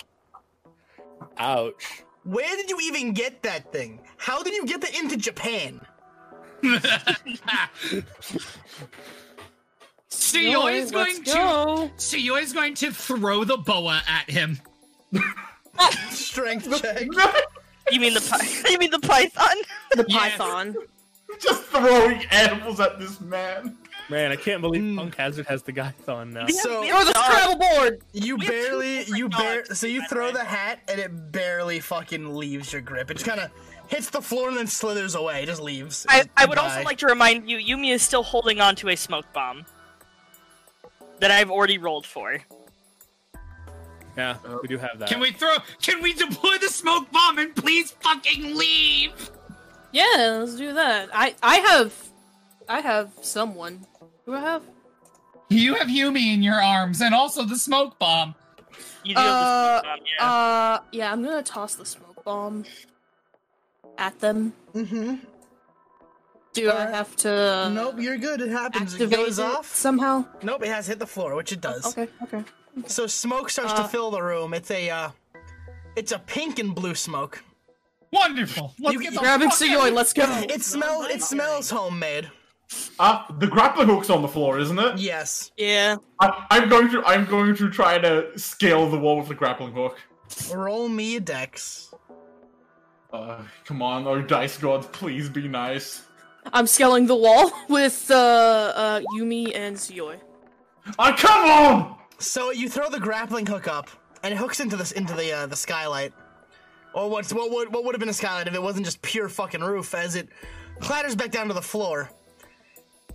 Speaker 10: Ouch.
Speaker 1: Where did you even get that thing? How did you get that into Japan?
Speaker 3: Sioi is
Speaker 1: Sioi, let's
Speaker 3: going to Sioi is going to throw the boa at him.
Speaker 1: Strength check.
Speaker 5: You mean the pi- you mean the python?
Speaker 8: The
Speaker 3: Yes.
Speaker 8: python.
Speaker 7: Just throwing animals at this man.
Speaker 10: Man, I can't believe Punk Hazard has the Gython now.
Speaker 1: So
Speaker 8: Or the Scrabble board.
Speaker 1: You barely, you barely. So you throw the hat, and it barely fucking leaves your grip. It just kind of hits the floor and then slithers away. It just leaves.
Speaker 5: I,
Speaker 1: It-
Speaker 5: I would
Speaker 1: bye.
Speaker 5: also like to remind you, Yumi is still holding on to a smoke bomb that I've already rolled for.
Speaker 10: Yeah, we do
Speaker 7: Uh.
Speaker 10: have that.
Speaker 3: Can we throw? Can we deploy the smoke bomb and please fucking leave?
Speaker 8: Yeah, let's do that. I I have I have someone. Who I have?
Speaker 3: You have Yumi in your arms and also the smoke bomb.
Speaker 5: You
Speaker 8: do have the smoke bomb,
Speaker 1: um,
Speaker 8: yeah. Uh, yeah, I'm gonna toss the smoke bomb at them.
Speaker 1: Mm-hmm.
Speaker 8: Do I have
Speaker 5: uh,
Speaker 8: to?
Speaker 1: Nope, you're good. It happens. It
Speaker 8: activate
Speaker 1: goes
Speaker 8: it
Speaker 1: off
Speaker 8: somehow.
Speaker 1: Nope, it has hit the floor, which it
Speaker 5: Oh,
Speaker 1: does.
Speaker 8: Okay, okay.
Speaker 1: So smoke starts
Speaker 5: Uh,
Speaker 1: to fill the room. It's a, uh, it's a pink and blue smoke.
Speaker 3: Wonderful. Let's
Speaker 1: You-
Speaker 3: get
Speaker 1: you-
Speaker 3: the
Speaker 1: grab
Speaker 8: it,
Speaker 3: fuck
Speaker 8: Sioi,
Speaker 3: out of
Speaker 8: let's
Speaker 3: here.
Speaker 5: Oh,
Speaker 8: go.
Speaker 1: It smells. It smells homemade.
Speaker 7: Uh, the grappling hook's on the floor, isn't it?
Speaker 1: Yes.
Speaker 8: Yeah.
Speaker 7: I, I'm going to I'm going to try to scale the wall with the grappling hook.
Speaker 1: Roll me a dex.
Speaker 7: Uh, come on, oh dice gods, please be nice.
Speaker 8: I'm scaling the wall with uh, uh Yumi and Zioi.
Speaker 7: Oh, come on!
Speaker 1: So you throw the grappling hook up, and it hooks into this into the uh, the skylight, or what's what would what would have been a skylight if it wasn't just pure fucking roof. As it clatters back down to the floor,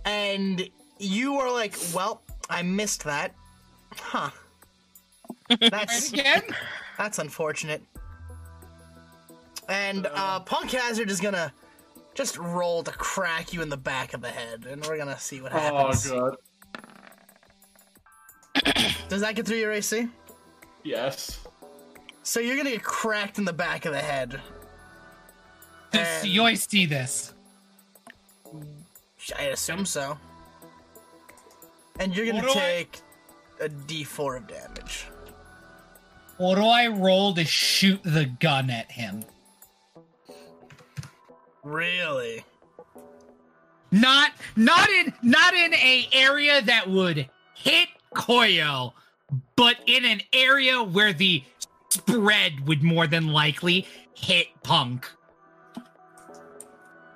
Speaker 1: and you are like, "Well, I missed that, huh? That's
Speaker 3: again.
Speaker 1: that's unfortunate." And uh, Punk Hazard is gonna just roll to crack you in the back of the head, and we're gonna see what
Speaker 7: Oh
Speaker 1: happens.
Speaker 7: god.
Speaker 1: Does that get through your AC?
Speaker 7: Yes.
Speaker 1: So you're gonna get cracked in the back of the head.
Speaker 3: Does Sioi see this?
Speaker 1: I assume so. And you're gonna
Speaker 3: What do I-
Speaker 1: take a D4 of damage.
Speaker 3: What do I roll to shoot the gun at him?
Speaker 1: Really?
Speaker 3: Not not in not in a area that would hit Koyo, but in an area where the spread would more than likely hit Punk.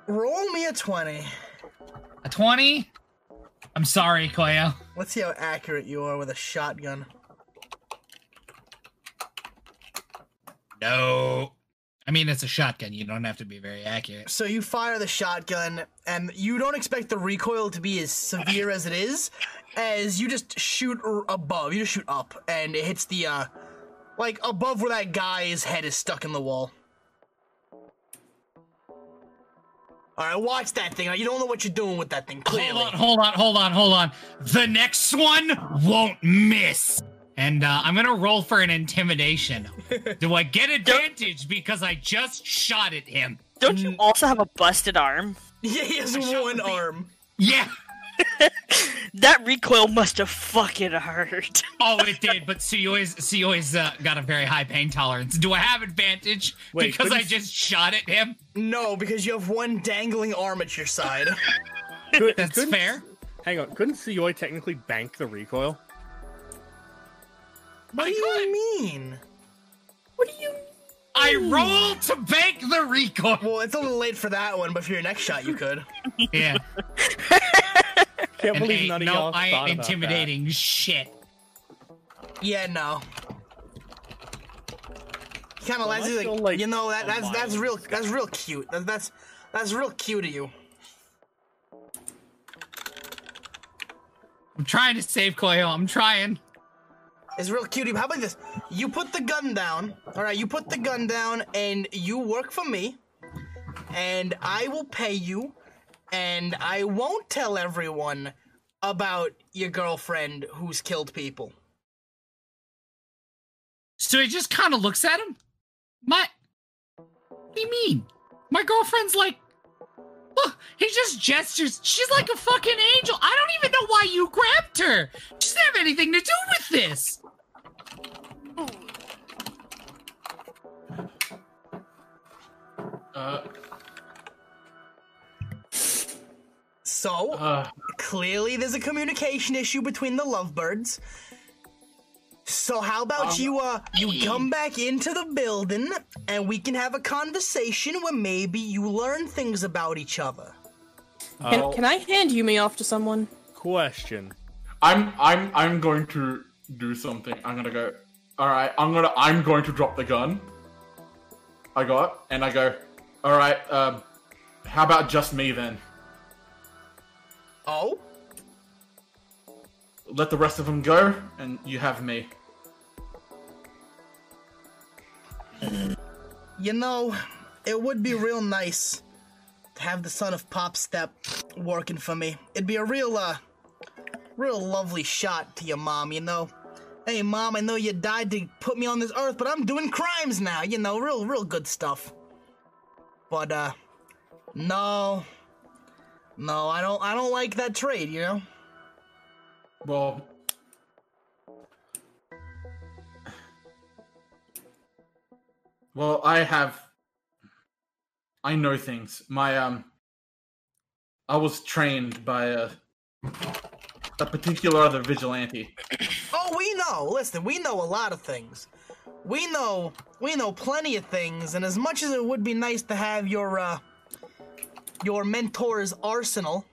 Speaker 1: Roll me a 20.
Speaker 3: A 20? I'm sorry, Koyo.
Speaker 1: Let's see how accurate you are with a shotgun.
Speaker 3: No. I mean, it's a shotgun. You don't have to be very accurate.
Speaker 1: So you fire the shotgun, and you don't expect the recoil to be as severe as it is, as you just shoot r- above. You just shoot up, and it hits the, uh, like above where that guy's head is stuck in the wall. All right, watch that thing. You don't know what you're doing with that thing. Clearly,
Speaker 3: Hold on, hold on, hold on, hold on. The next one won't miss. And uh, I'm gonna roll for an intimidation. Do I get advantage because I just shot at him?
Speaker 5: Don't
Speaker 1: mm.
Speaker 5: you also have a busted arm?
Speaker 1: Yeah, he has one arm.
Speaker 3: Yeah.
Speaker 5: that recoil must have fucking hurt.
Speaker 3: Oh, it did. But Suyoi's Suyoi's uh, got a very high pain tolerance. Do I have advantage
Speaker 1: Wait,
Speaker 3: because
Speaker 1: couldn't
Speaker 3: I just shot at him?
Speaker 1: No, because you have one dangling arm at your side.
Speaker 3: That's fair.
Speaker 10: Hang on, couldn't Suyoi technically bank the recoil?
Speaker 1: What do you mean?
Speaker 3: I rolled to bank the recoil.
Speaker 1: Well, it's a little late for that one, but for your next shot, you could.
Speaker 3: Yeah.
Speaker 10: Can't
Speaker 3: And
Speaker 10: believe
Speaker 3: ain't
Speaker 10: none of
Speaker 3: no,
Speaker 10: y'all
Speaker 3: I
Speaker 10: thought
Speaker 3: ain't
Speaker 10: about
Speaker 3: intimidating shit.
Speaker 1: Yeah, no. He kind of lies. He's
Speaker 10: I feel
Speaker 1: like,
Speaker 10: like
Speaker 1: you know that
Speaker 10: a
Speaker 1: that's that's
Speaker 10: mild
Speaker 1: real that's real cute. That, that's that's real cute of you.
Speaker 3: I'm trying to save Koyo. I'm trying.
Speaker 1: It's real cute. of you. How about this? You put the gun down. All right, you put the gun down, and you work for me, and I will pay you, and I won't tell everyone about your girlfriend who's killed people.
Speaker 3: So he just kind of looks at him. My, what do you mean? My girlfriend's like, look, he just gestures. She's like a fucking angel. I don't even know why you grabbed her. She doesn't have anything to do with this.
Speaker 7: Uh,
Speaker 1: So, clearly there's a communication issue between the lovebirds. So how about
Speaker 7: Um,
Speaker 1: you uh you come back into the building and we can have a conversation where maybe you learn things about each other.
Speaker 8: Can, can I hand Yumi off to someone?
Speaker 10: Oh, Question.
Speaker 7: I'm I'm I'm going to do something. I'm gonna go. All right. I'm gonna I'm going to drop the gun. I got and I go. All right. Um, how about just me then?
Speaker 1: Oh,
Speaker 7: Let the rest of them go, and you have me.
Speaker 1: you know, it would be real nice to have the son of Pop Step working for me. It'd be a real uh real lovely shot to your mom, you know. Hey mom, I know you died to put me on this earth, but I'm doing crimes now, you know, real real good stuff. But uh no. No, I don't I don't like that trade, you know?
Speaker 7: Well, well, I have. I know things. My um, I was trained by a a particular other vigilante.
Speaker 1: Oh, we know. Listen, we know a lot of things. We know we know plenty of things, and as much as it would be nice to have your uh your mentor's arsenal,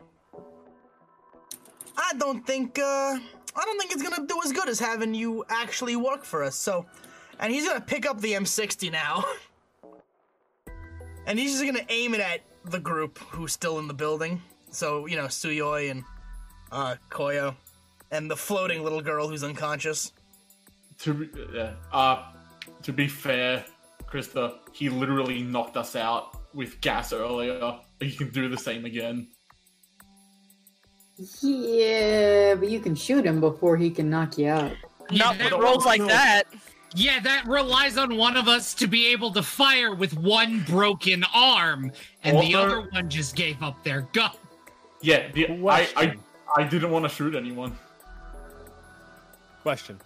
Speaker 1: I don't think uh I don't think it's gonna do as good as having you actually work for us. So, and he's gonna pick up the M60 now, and he's just gonna aim it at the group who's still in the building. So you know, Suyoi and uh Koyo, and the floating little girl who's unconscious.
Speaker 7: To be- yeah, uh, to be fair, Krista, he literally knocked us out with gas earlier. He can do the same again.
Speaker 4: Yeah, but you can shoot him before he can knock you out.
Speaker 5: Not with rolls like that.
Speaker 3: Yeah, that relies on one of us to be able to fire with one broken arm, and the
Speaker 7: Also-
Speaker 3: other one just gave up their gun.
Speaker 7: Yeah, the, I, I, I didn't want to shoot anyone.
Speaker 10: Question.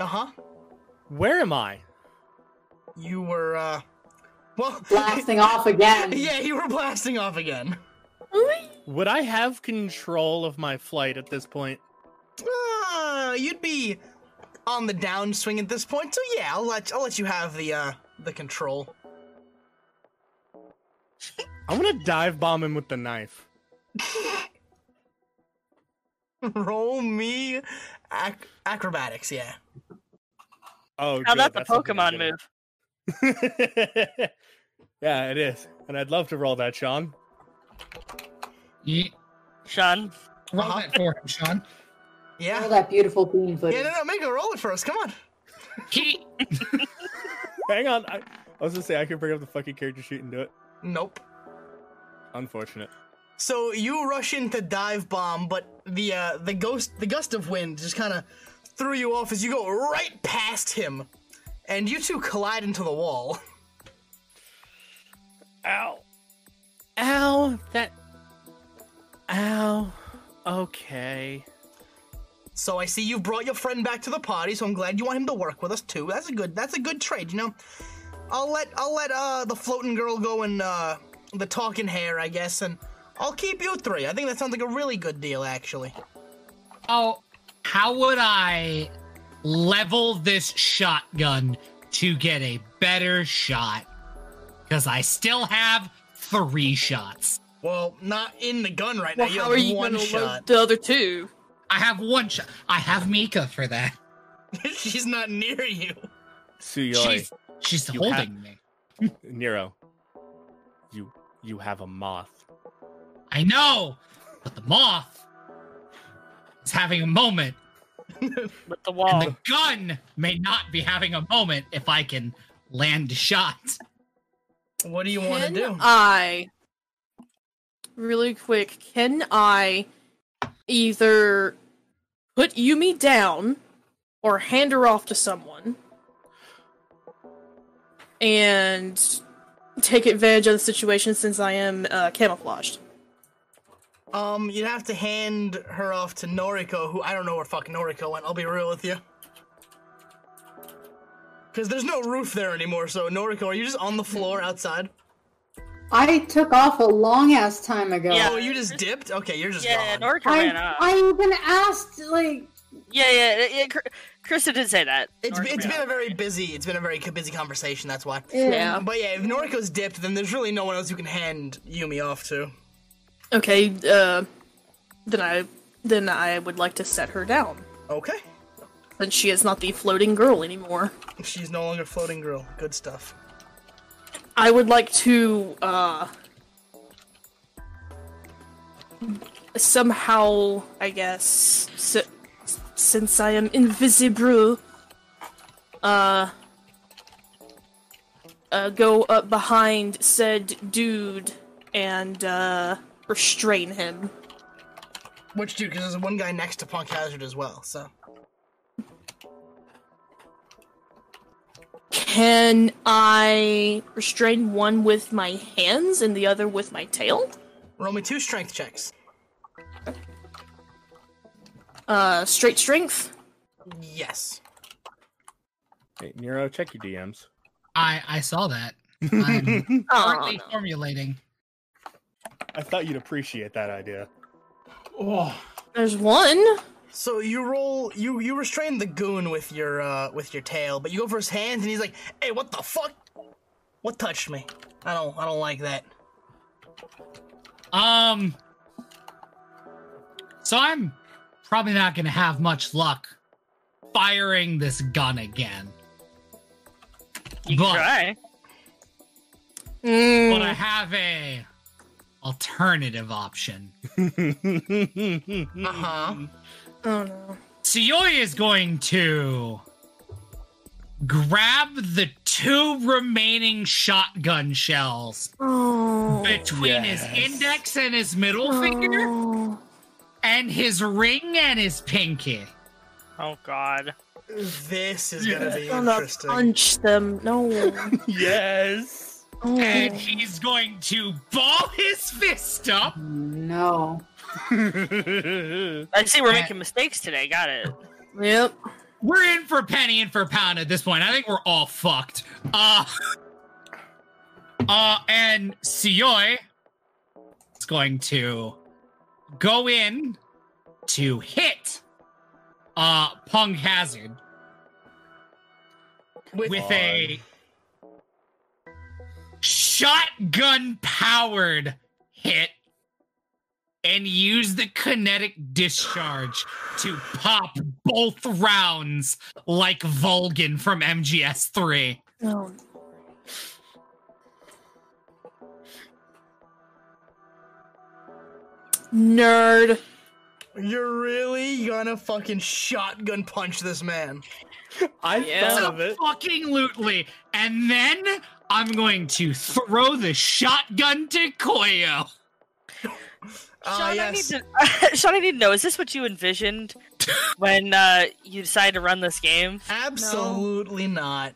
Speaker 1: Uh huh.
Speaker 10: Where am I?
Speaker 1: You were uh Well,
Speaker 4: blasting off again.
Speaker 1: Yeah, you were blasting off again.
Speaker 10: Would I have control of my flight at this point?
Speaker 1: Uh, you'd be on the downswing at this point, so yeah, I'll let I'll let you have the uh the control.
Speaker 10: I'm gonna dive bomb him with the knife.
Speaker 1: Roll me ac- acrobatics, yeah.
Speaker 10: Oh,
Speaker 5: Now
Speaker 10: good,
Speaker 5: that's a
Speaker 10: something
Speaker 5: Pokemon
Speaker 10: I didn't-
Speaker 5: move.
Speaker 10: Yeah, it is, and I'd love to roll that, Sean.
Speaker 5: Sean,
Speaker 3: roll that for him, Sean.
Speaker 1: Yeah.
Speaker 4: All that beautiful bean footage.
Speaker 1: Yeah, no, no, make a roll it for us. Come on.
Speaker 3: He.
Speaker 10: Hang on, I, I was gonna say I could bring up the fucking character sheet and do it.
Speaker 1: Nope.
Speaker 10: Unfortunate.
Speaker 1: So you rush into dive bomb, but the uh, the ghost the gust of wind just kind of threw you off as you go right past him, and you two collide into the wall.
Speaker 10: Ow. Ow, that. Ow. Okay.
Speaker 1: So I see you've brought your friend back to the party, so I'm glad you want him to work with us too. That's a good that's a good trade, you know. I'll let I'll let uh the floating girl go and uh the talking hair, I guess, and I'll keep you three. I think that sounds like a really good deal, actually.
Speaker 3: Oh, how would I level this shotgun to get a better shot? Because I still have three shots.
Speaker 1: Well, not in the gun right
Speaker 9: Well,
Speaker 1: now. You
Speaker 9: how
Speaker 1: have
Speaker 9: are you
Speaker 1: one
Speaker 9: gonna
Speaker 1: shot.
Speaker 9: load the other two?
Speaker 3: I have one shot. I have Mika for that.
Speaker 1: She's not near you.
Speaker 10: Suyoi,
Speaker 3: She's she's
Speaker 10: You
Speaker 3: holding
Speaker 10: have-
Speaker 3: me.
Speaker 10: Nero. You you have a moth.
Speaker 3: I know, but the moth is having a moment,
Speaker 5: with the
Speaker 3: and
Speaker 5: wall.
Speaker 3: the gun may not be having a moment if I can land a shot.
Speaker 1: What do you want to
Speaker 9: Can
Speaker 1: do?
Speaker 9: I really quick? Can I either put Yumi down or hand her off to someone and take advantage of the situation since I am uh, camouflaged?
Speaker 1: Um, you'd have to hand her off to Noriko, who I don't know where fuck Noriko went. I'll be real with you. Because there's no roof there anymore, so Noriko, are you just on the floor outside?
Speaker 4: I took off a long ass time ago.
Speaker 5: Yeah.
Speaker 1: Oh, you just dipped? Okay, you're just
Speaker 5: yeah,
Speaker 1: gone.
Speaker 5: Norka
Speaker 4: I,
Speaker 5: ran off.
Speaker 4: I even asked, like,
Speaker 5: yeah, yeah, yeah. Cr- Krista did say that.
Speaker 1: It's,
Speaker 5: Norka
Speaker 1: it's
Speaker 5: ran
Speaker 1: been a
Speaker 5: off.
Speaker 1: very busy, it's been a very busy conversation, that's why. Um,
Speaker 9: Yeah.
Speaker 1: But yeah, if Noriko's dipped, then there's really no one else you can hand Yumi off to.
Speaker 9: Okay. Uh, then I then I would like to set her down
Speaker 1: Okay.
Speaker 9: since she is not the floating girl anymore.
Speaker 1: She's no longer floating girl. Good stuff.
Speaker 9: I would like to uh somehow, I guess, si- since I am invisible, uh, uh go up behind said dude and uh restrain him.
Speaker 1: Which, dude, because there's one guy next to Punk Hazard as well, so.
Speaker 9: Can I restrain one with my hands and the other with my tail?
Speaker 1: Roll me two strength checks.
Speaker 9: Uh, straight strength.
Speaker 1: Yes.
Speaker 10: Hey, Nero, check your DMs.
Speaker 3: I I saw that. I'm
Speaker 9: Oh,
Speaker 3: currently formulating.
Speaker 10: I thought you'd appreciate that idea.
Speaker 14: Oh,
Speaker 9: There's one.
Speaker 1: So you roll, you you restrain the goon with your uh with your tail, but you go for his hands, and he's like, "Hey, what the fuck? What touched me? I don't I don't like that."
Speaker 3: Um. So I'm probably not going to have much luck firing this gun again.
Speaker 5: You
Speaker 3: but,
Speaker 5: can try.
Speaker 9: Hmm.
Speaker 3: but I have a alternative option.
Speaker 1: Uh huh.
Speaker 9: Oh no.
Speaker 3: Tsuyoya is going to grab the two remaining shotgun shells
Speaker 9: Oh,
Speaker 3: between his index and his middle finger and his ring and his pinky.
Speaker 5: Oh God.
Speaker 1: This is gonna be
Speaker 9: I'm not
Speaker 1: interesting.
Speaker 9: punch them. No.
Speaker 10: yes.
Speaker 9: Oh.
Speaker 3: And he's going to ball his fist up.
Speaker 4: no.
Speaker 10: That's
Speaker 5: I see we're
Speaker 3: Yeah.
Speaker 5: making mistakes today. Got it.
Speaker 9: Yep.
Speaker 3: We're in for penny and for pound at this point. I think we're all fucked. Uh Uh, and Siyoi is going to go in to hit uh Pung Hazard with, a shotgun powered hit and use the kinetic discharge to pop both rounds like Vulgan from MGS3.
Speaker 8: Oh. Nerd.
Speaker 1: You're really gonna fucking shotgun punch this man.
Speaker 6: I
Speaker 3: Absolutely. And then I'm going to throw the shotgun to Koyo.
Speaker 9: Oh,
Speaker 1: Ah,
Speaker 5: Sean, I need to, Sean, I need to know, is this what you envisioned when uh, you decided to run this game?
Speaker 1: Absolutely not.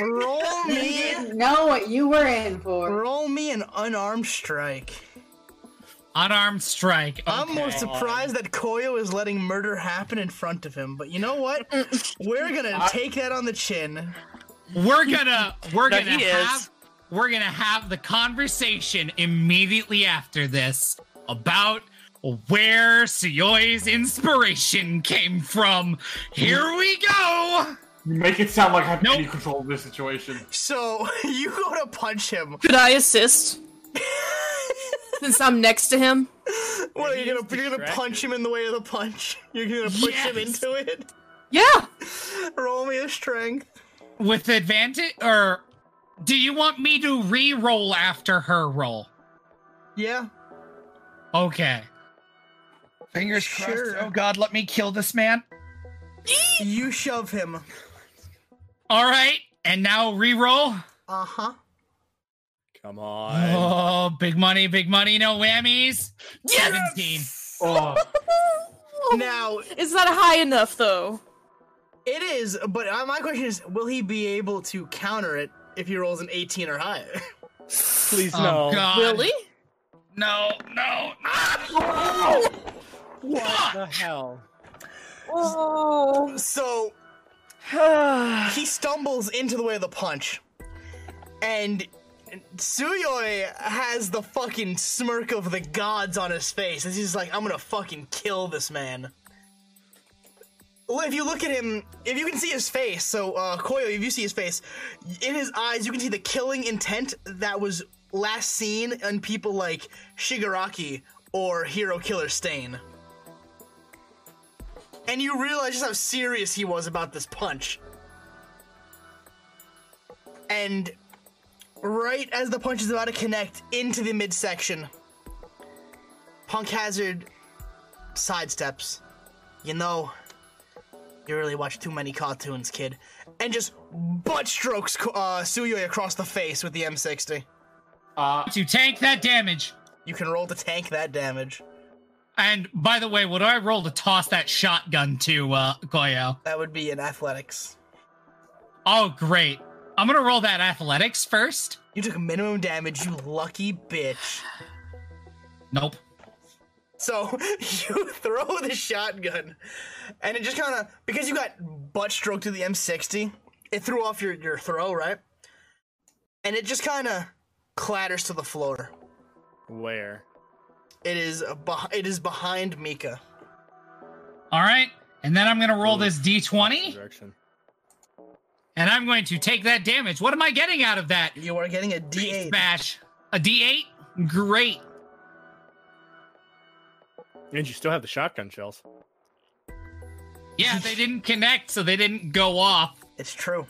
Speaker 1: Roll me.
Speaker 4: know what you were in for.
Speaker 1: Roll me an unarmed strike.
Speaker 3: Unarmed strike.
Speaker 1: I'm more
Speaker 3: okay.
Speaker 1: surprised that Koyo is letting murder happen in front of him, but you know what? We're gonna take that on the chin.
Speaker 3: We're gonna we're
Speaker 1: No,
Speaker 3: gonna
Speaker 1: he is.
Speaker 3: have we're gonna have the conversation immediately after this about where Sioi's inspiration came from. Here
Speaker 1: Mm.
Speaker 3: we go.
Speaker 7: You make it sound like I have any control of this situation.
Speaker 1: So you go to punch him.
Speaker 9: Could I assist? Since I'm next to him.
Speaker 1: What are you gonna? You're gonna punch him in the way of the punch. You're gonna push him
Speaker 3: Yes.
Speaker 1: into it.
Speaker 9: Yeah.
Speaker 1: Roll me a strength.
Speaker 3: With advantage or do you want me to re-roll after her roll?
Speaker 1: Yeah.
Speaker 3: Okay. Fingers crossed. Oh god, let me kill this man.
Speaker 1: You shove him.
Speaker 3: All right, and now re-roll.
Speaker 1: Uh huh.
Speaker 10: Come on.
Speaker 3: Oh, big money, big money, no whammies. Seventeen.
Speaker 10: Oh,
Speaker 1: Now
Speaker 9: Is that high enough though?
Speaker 1: it is, but uh, my question is, will he be able to counter it if he rolls an 18 or higher?
Speaker 10: Please
Speaker 1: Oh,
Speaker 10: no.
Speaker 1: God.
Speaker 9: Really?
Speaker 3: No, no,
Speaker 10: What the hell?
Speaker 1: Oh. So he stumbles into the way of the punch, and Tsuyoi has the fucking smirk of the gods on his face as he's like, "I'm gonna fucking kill this man." Well, if you look at him, if you can see his face, so uh, Koyo, if you see his face, in his eyes you can see the killing intent that was last seen in people like Shigaraki or Hero Killer Stain and you realize just how serious he was about this punch. And right as the punch is about to connect into the midsection, Punk Hazard sidesteps. You know, you really watch too many cartoons, kid. And just butt strokes uh, Suyoi across the face with the M60.
Speaker 7: Uh,
Speaker 3: to tank that damage.
Speaker 1: You can roll to tank that damage.
Speaker 3: And by the way, would I roll to toss that shotgun to uh, Goyo?
Speaker 1: That would be in athletics.
Speaker 3: Oh, great. I'm gonna roll that athletics first.
Speaker 1: You took minimum damage, you lucky bitch.
Speaker 3: Nope.
Speaker 1: So you throw the shotgun, and it just kind of because you got butt stroke to the M60, it threw off your your throw right, and it just kind of clatters to the floor.
Speaker 10: Where?
Speaker 1: It is a beh- it is behind Mika.
Speaker 3: All right. And then I'm gonna roll this d20,
Speaker 10: Direction.
Speaker 3: and I'm going to take that damage. What am I getting out of that?
Speaker 1: You are getting a D8.
Speaker 3: Smash. A D8. Great.
Speaker 10: And you still have the shotgun shells.
Speaker 3: Yeah, they didn't connect, so they didn't go off.
Speaker 1: It's true.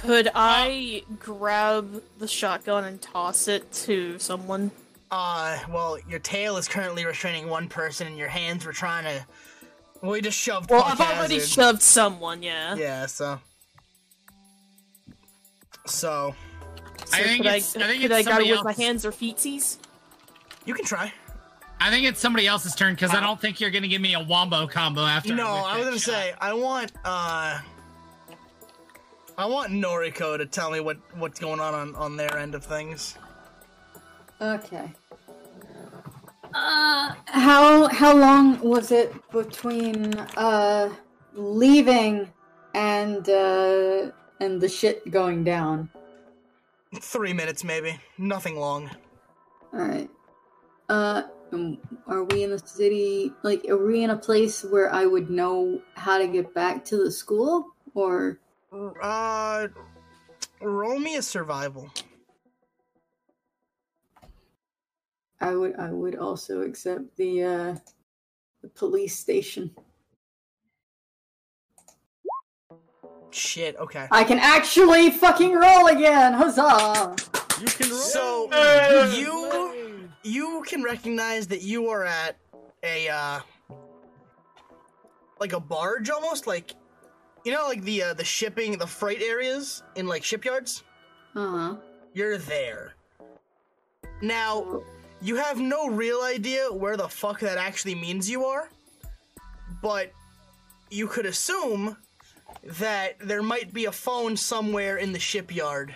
Speaker 9: Could I grab the shotgun and toss it to someone?
Speaker 1: Uh, well, your tail is currently restraining one person, and your hands were trying to. Well, you just shoved.
Speaker 9: Well,
Speaker 1: Punk
Speaker 9: I've already
Speaker 1: Hazard.
Speaker 9: shoved someone, yeah.
Speaker 1: Yeah, so. So.
Speaker 9: So
Speaker 3: I think
Speaker 9: could
Speaker 3: it's-
Speaker 9: I,
Speaker 3: I think
Speaker 9: could
Speaker 3: it's
Speaker 9: I grab it
Speaker 3: somebody
Speaker 9: with my
Speaker 3: else.
Speaker 9: hands or feetsies?
Speaker 1: You can try.
Speaker 3: I think it's somebody else's turn because I don't think you're gonna give me a wombo combo after.
Speaker 1: No,
Speaker 3: with
Speaker 1: I was
Speaker 3: that
Speaker 1: gonna
Speaker 3: shot.
Speaker 1: say I want uh I want Noriko to tell me what what's going on, on on their end of things.
Speaker 4: Okay. Uh, how how long was it between uh leaving and uh and the shit going down?
Speaker 1: Three minutes, maybe. Nothing long.
Speaker 4: All right. Uh, um, are we in the city? Like, are we in a place where I would know how to get back to the school? Or
Speaker 1: Uh, roll me a survival.
Speaker 4: I would, I would also accept the uh, the police station.
Speaker 1: Shit. Okay.
Speaker 4: I can actually fucking roll again. Huzzah!
Speaker 10: You can roll.
Speaker 1: So you you can recognize that you are at a uh like a barge almost like you know like the uh, the shipping the freight areas in like shipyards
Speaker 4: Uh huh.
Speaker 1: you're there now you have no real idea where the fuck that actually means you are but you could assume that there might be a phone somewhere in the shipyard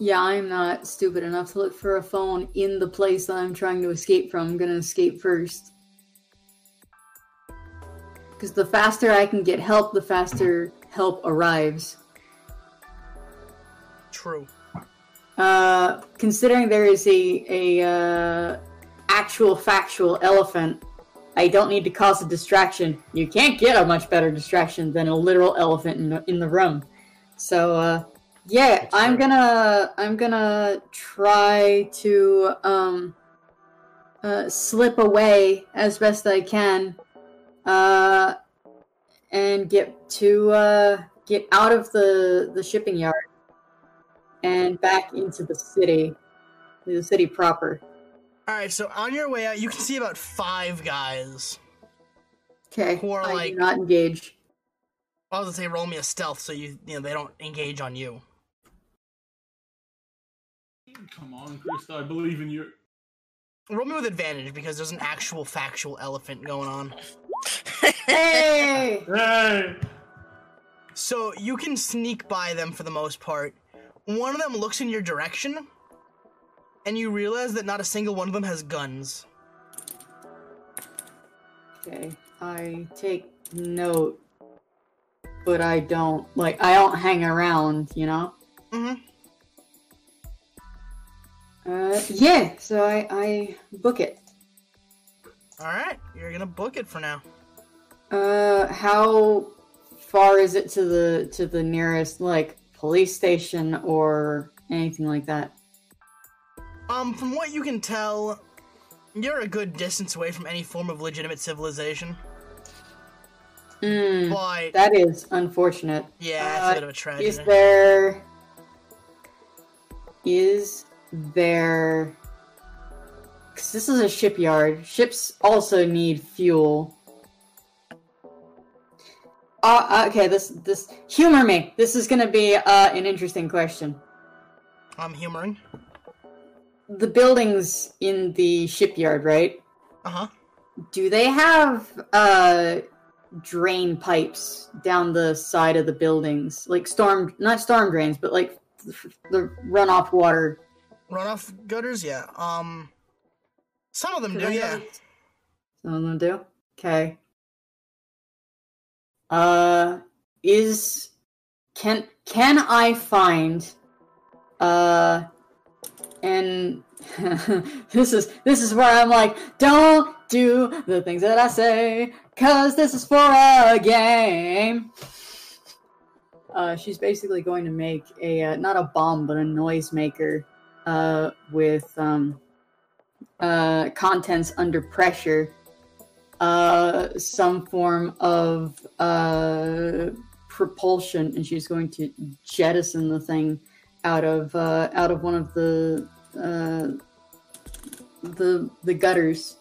Speaker 4: Yeah, I'm not stupid enough to look for a phone in the place that I'm trying to escape from. I'm gonna escape first. Because the faster I can get help, the faster help arrives.
Speaker 1: true
Speaker 4: Uh, considering there is a a uh, actual factual elephant, I don't need to cause a distraction. You can't get a much better distraction than a literal elephant in the, in the room. So uh, yeah, I'm gonna I'm gonna try to um, uh, slip away as best I can, uh, and get to uh, get out of the the shipping yard and back into the city, the city proper.
Speaker 1: All right, so on your way out, you can see about five guys.
Speaker 4: Okay,
Speaker 1: Who are
Speaker 4: I do
Speaker 1: like-
Speaker 4: not engage.
Speaker 1: I was gonna say roll me a stealth, so you you know they don't engage on you.
Speaker 7: Come on, Krista, I believe in you.
Speaker 1: Roll me with advantage because there's an actual factual elephant going on.
Speaker 4: Hey!
Speaker 7: Hey!
Speaker 1: So you can sneak by them for the most part. One of them looks in your direction, and you realize that not a single one of them has guns.
Speaker 4: Okay, I take note, but I don't like. I don't hang around, you know.
Speaker 1: Mhm.
Speaker 4: Uh, yeah. So I I book it.
Speaker 1: All right, you're gonna book it for now.
Speaker 4: Uh, how far is it to the to the nearest like police station or anything like that?
Speaker 1: Um, from what you can tell, you're a good distance away from any form of legitimate civilization.
Speaker 4: Mm,
Speaker 1: But
Speaker 4: that is unfortunate. Uh,
Speaker 1: yeah, it's a bit of a tragedy.
Speaker 4: Is there is there cuz this is a shipyard. Ships also need fuel. Uh, okay, this this humor me. This is going to be uh, an interesting question.
Speaker 1: I'm humoring.
Speaker 4: The buildings in the shipyard, right?
Speaker 1: Uh huh.
Speaker 4: Do they have uh drain pipes down the side of the buildings? Like storm not storm drains, but like the runoff water.
Speaker 1: Runoff gutters, yeah. Um, some of them do,
Speaker 4: Cause I
Speaker 1: yeah.
Speaker 4: Some of them do. Okay. Uh is can can I find uh and this is this is where I'm like, don't do the things that I say, cause this is for a game. Uh, she's basically going to make a uh, not a bomb, but a noisemaker uh, with um, uh, contents under pressure, uh, some form of uh, propulsion, and she's going to jettison the thing out of uh, out of one of the uh, the the gutters.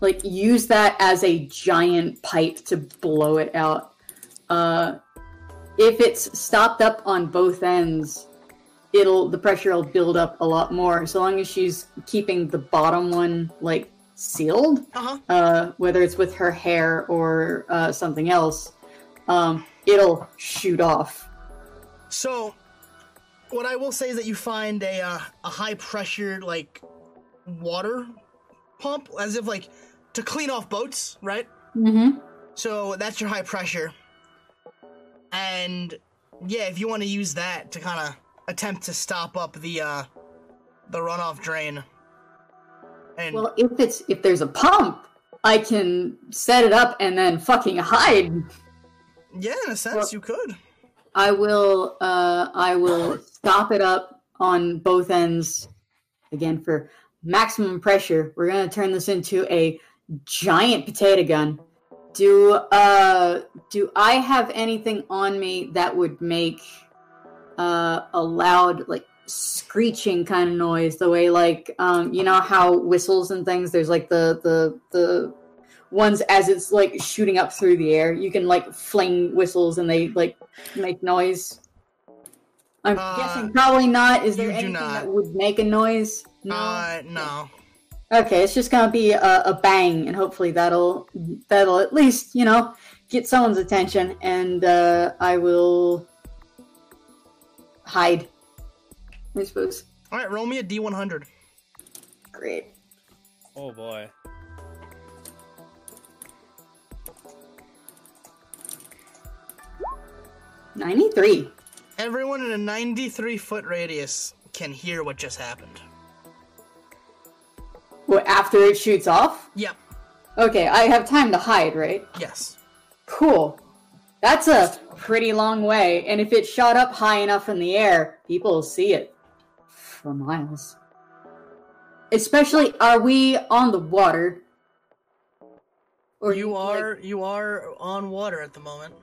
Speaker 4: Like use that as a giant pipe to blow it out. Uh, if it's stopped up on both ends, it'll the pressure will build up a lot more so long as she's keeping the bottom one like sealed uh,
Speaker 1: uh-huh.
Speaker 4: whether it's with her hair or uh, something else um, it'll shoot off
Speaker 1: So, what I will say is that you find a uh, a high pressure like water pump, as if like to clean off boats, right?
Speaker 4: mm-hmm.
Speaker 1: So that's your high pressure, and yeah, if you want to use that to kind of attempt to stop up the uh, the runoff drain. And
Speaker 4: Well, if it's if there's a pump, I can set it up and then fucking hide.
Speaker 1: yeah, in a sense, you could.
Speaker 4: I will uh I will stop it up on both ends again for maximum pressure. We're gonna turn this into a giant potato gun. Do uh do I have anything on me that would make uh a loud like screeching kind of noise the way like um you know how whistles and things there's like the the the ones as it's like shooting up through the air. You can like fling whistles and they like make noise. I'm guessing probably not. Is there
Speaker 1: Uh, you do
Speaker 4: anything
Speaker 1: not.
Speaker 4: that would make a noise? No.
Speaker 1: Uh, no.
Speaker 4: Okay, it's just gonna be a, a bang, and hopefully that'll that'll at least you know get someone's attention, and uh, I will hide. I suppose.
Speaker 1: All right, roll me a d100.
Speaker 4: Great.
Speaker 10: Oh boy.
Speaker 4: Ninety-three.
Speaker 1: Everyone in a 93 foot radius can hear what just happened.
Speaker 4: What after it shoots off?
Speaker 1: Yep.
Speaker 4: Okay, I have time to hide, right?
Speaker 1: Yes.
Speaker 4: Cool. That's a pretty long way, and if it shot up high enough in the air, people will see it for miles. Especially, are we on the water? Or
Speaker 1: you are you are on water at the moment.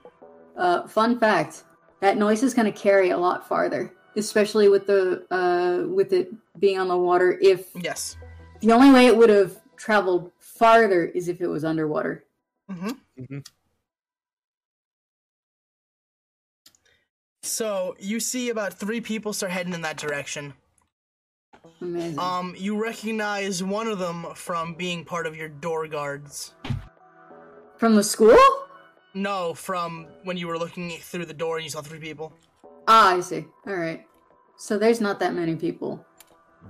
Speaker 4: Uh, fun fact: that noise is going to carry a lot farther, especially with the uh, with it being on the water. If
Speaker 1: yes,
Speaker 4: the only way it would have traveled farther is if it was underwater.
Speaker 1: Mm-hmm. So you see about three people start heading in that direction.
Speaker 4: Amazing.
Speaker 1: Um, you recognize one of them from being part of your door guards.
Speaker 4: From the school?
Speaker 1: No, from when you were looking through the door and you saw three people.
Speaker 4: Ah, I see. All right. So there's not that many people.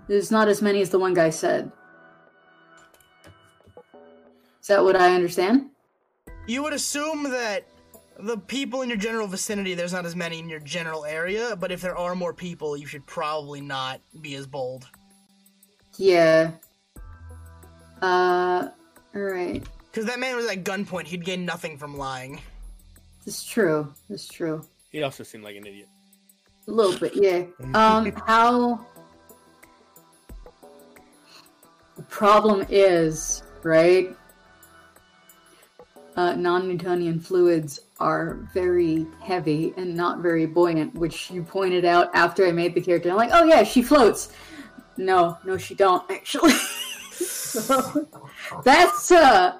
Speaker 4: There's not as many as the one guy said. Is that what I understand?
Speaker 1: You would assume that the people in your general vicinity, there's not as many in your general area, but if there are more people, you should probably not be as bold.
Speaker 4: Yeah. Uh, all right.
Speaker 1: Because that man was at gunpoint, he'd gain nothing from lying.
Speaker 4: That's true. That's true.
Speaker 10: He also seemed like an idiot.
Speaker 4: A little bit, yeah. Um, how? The problem is, right? Uh, non-Newtonian fluids are very heavy and not very buoyant, which you pointed out after I made the character. I'm like, oh yeah, she floats. No, no, she don't actually. So, that's uh,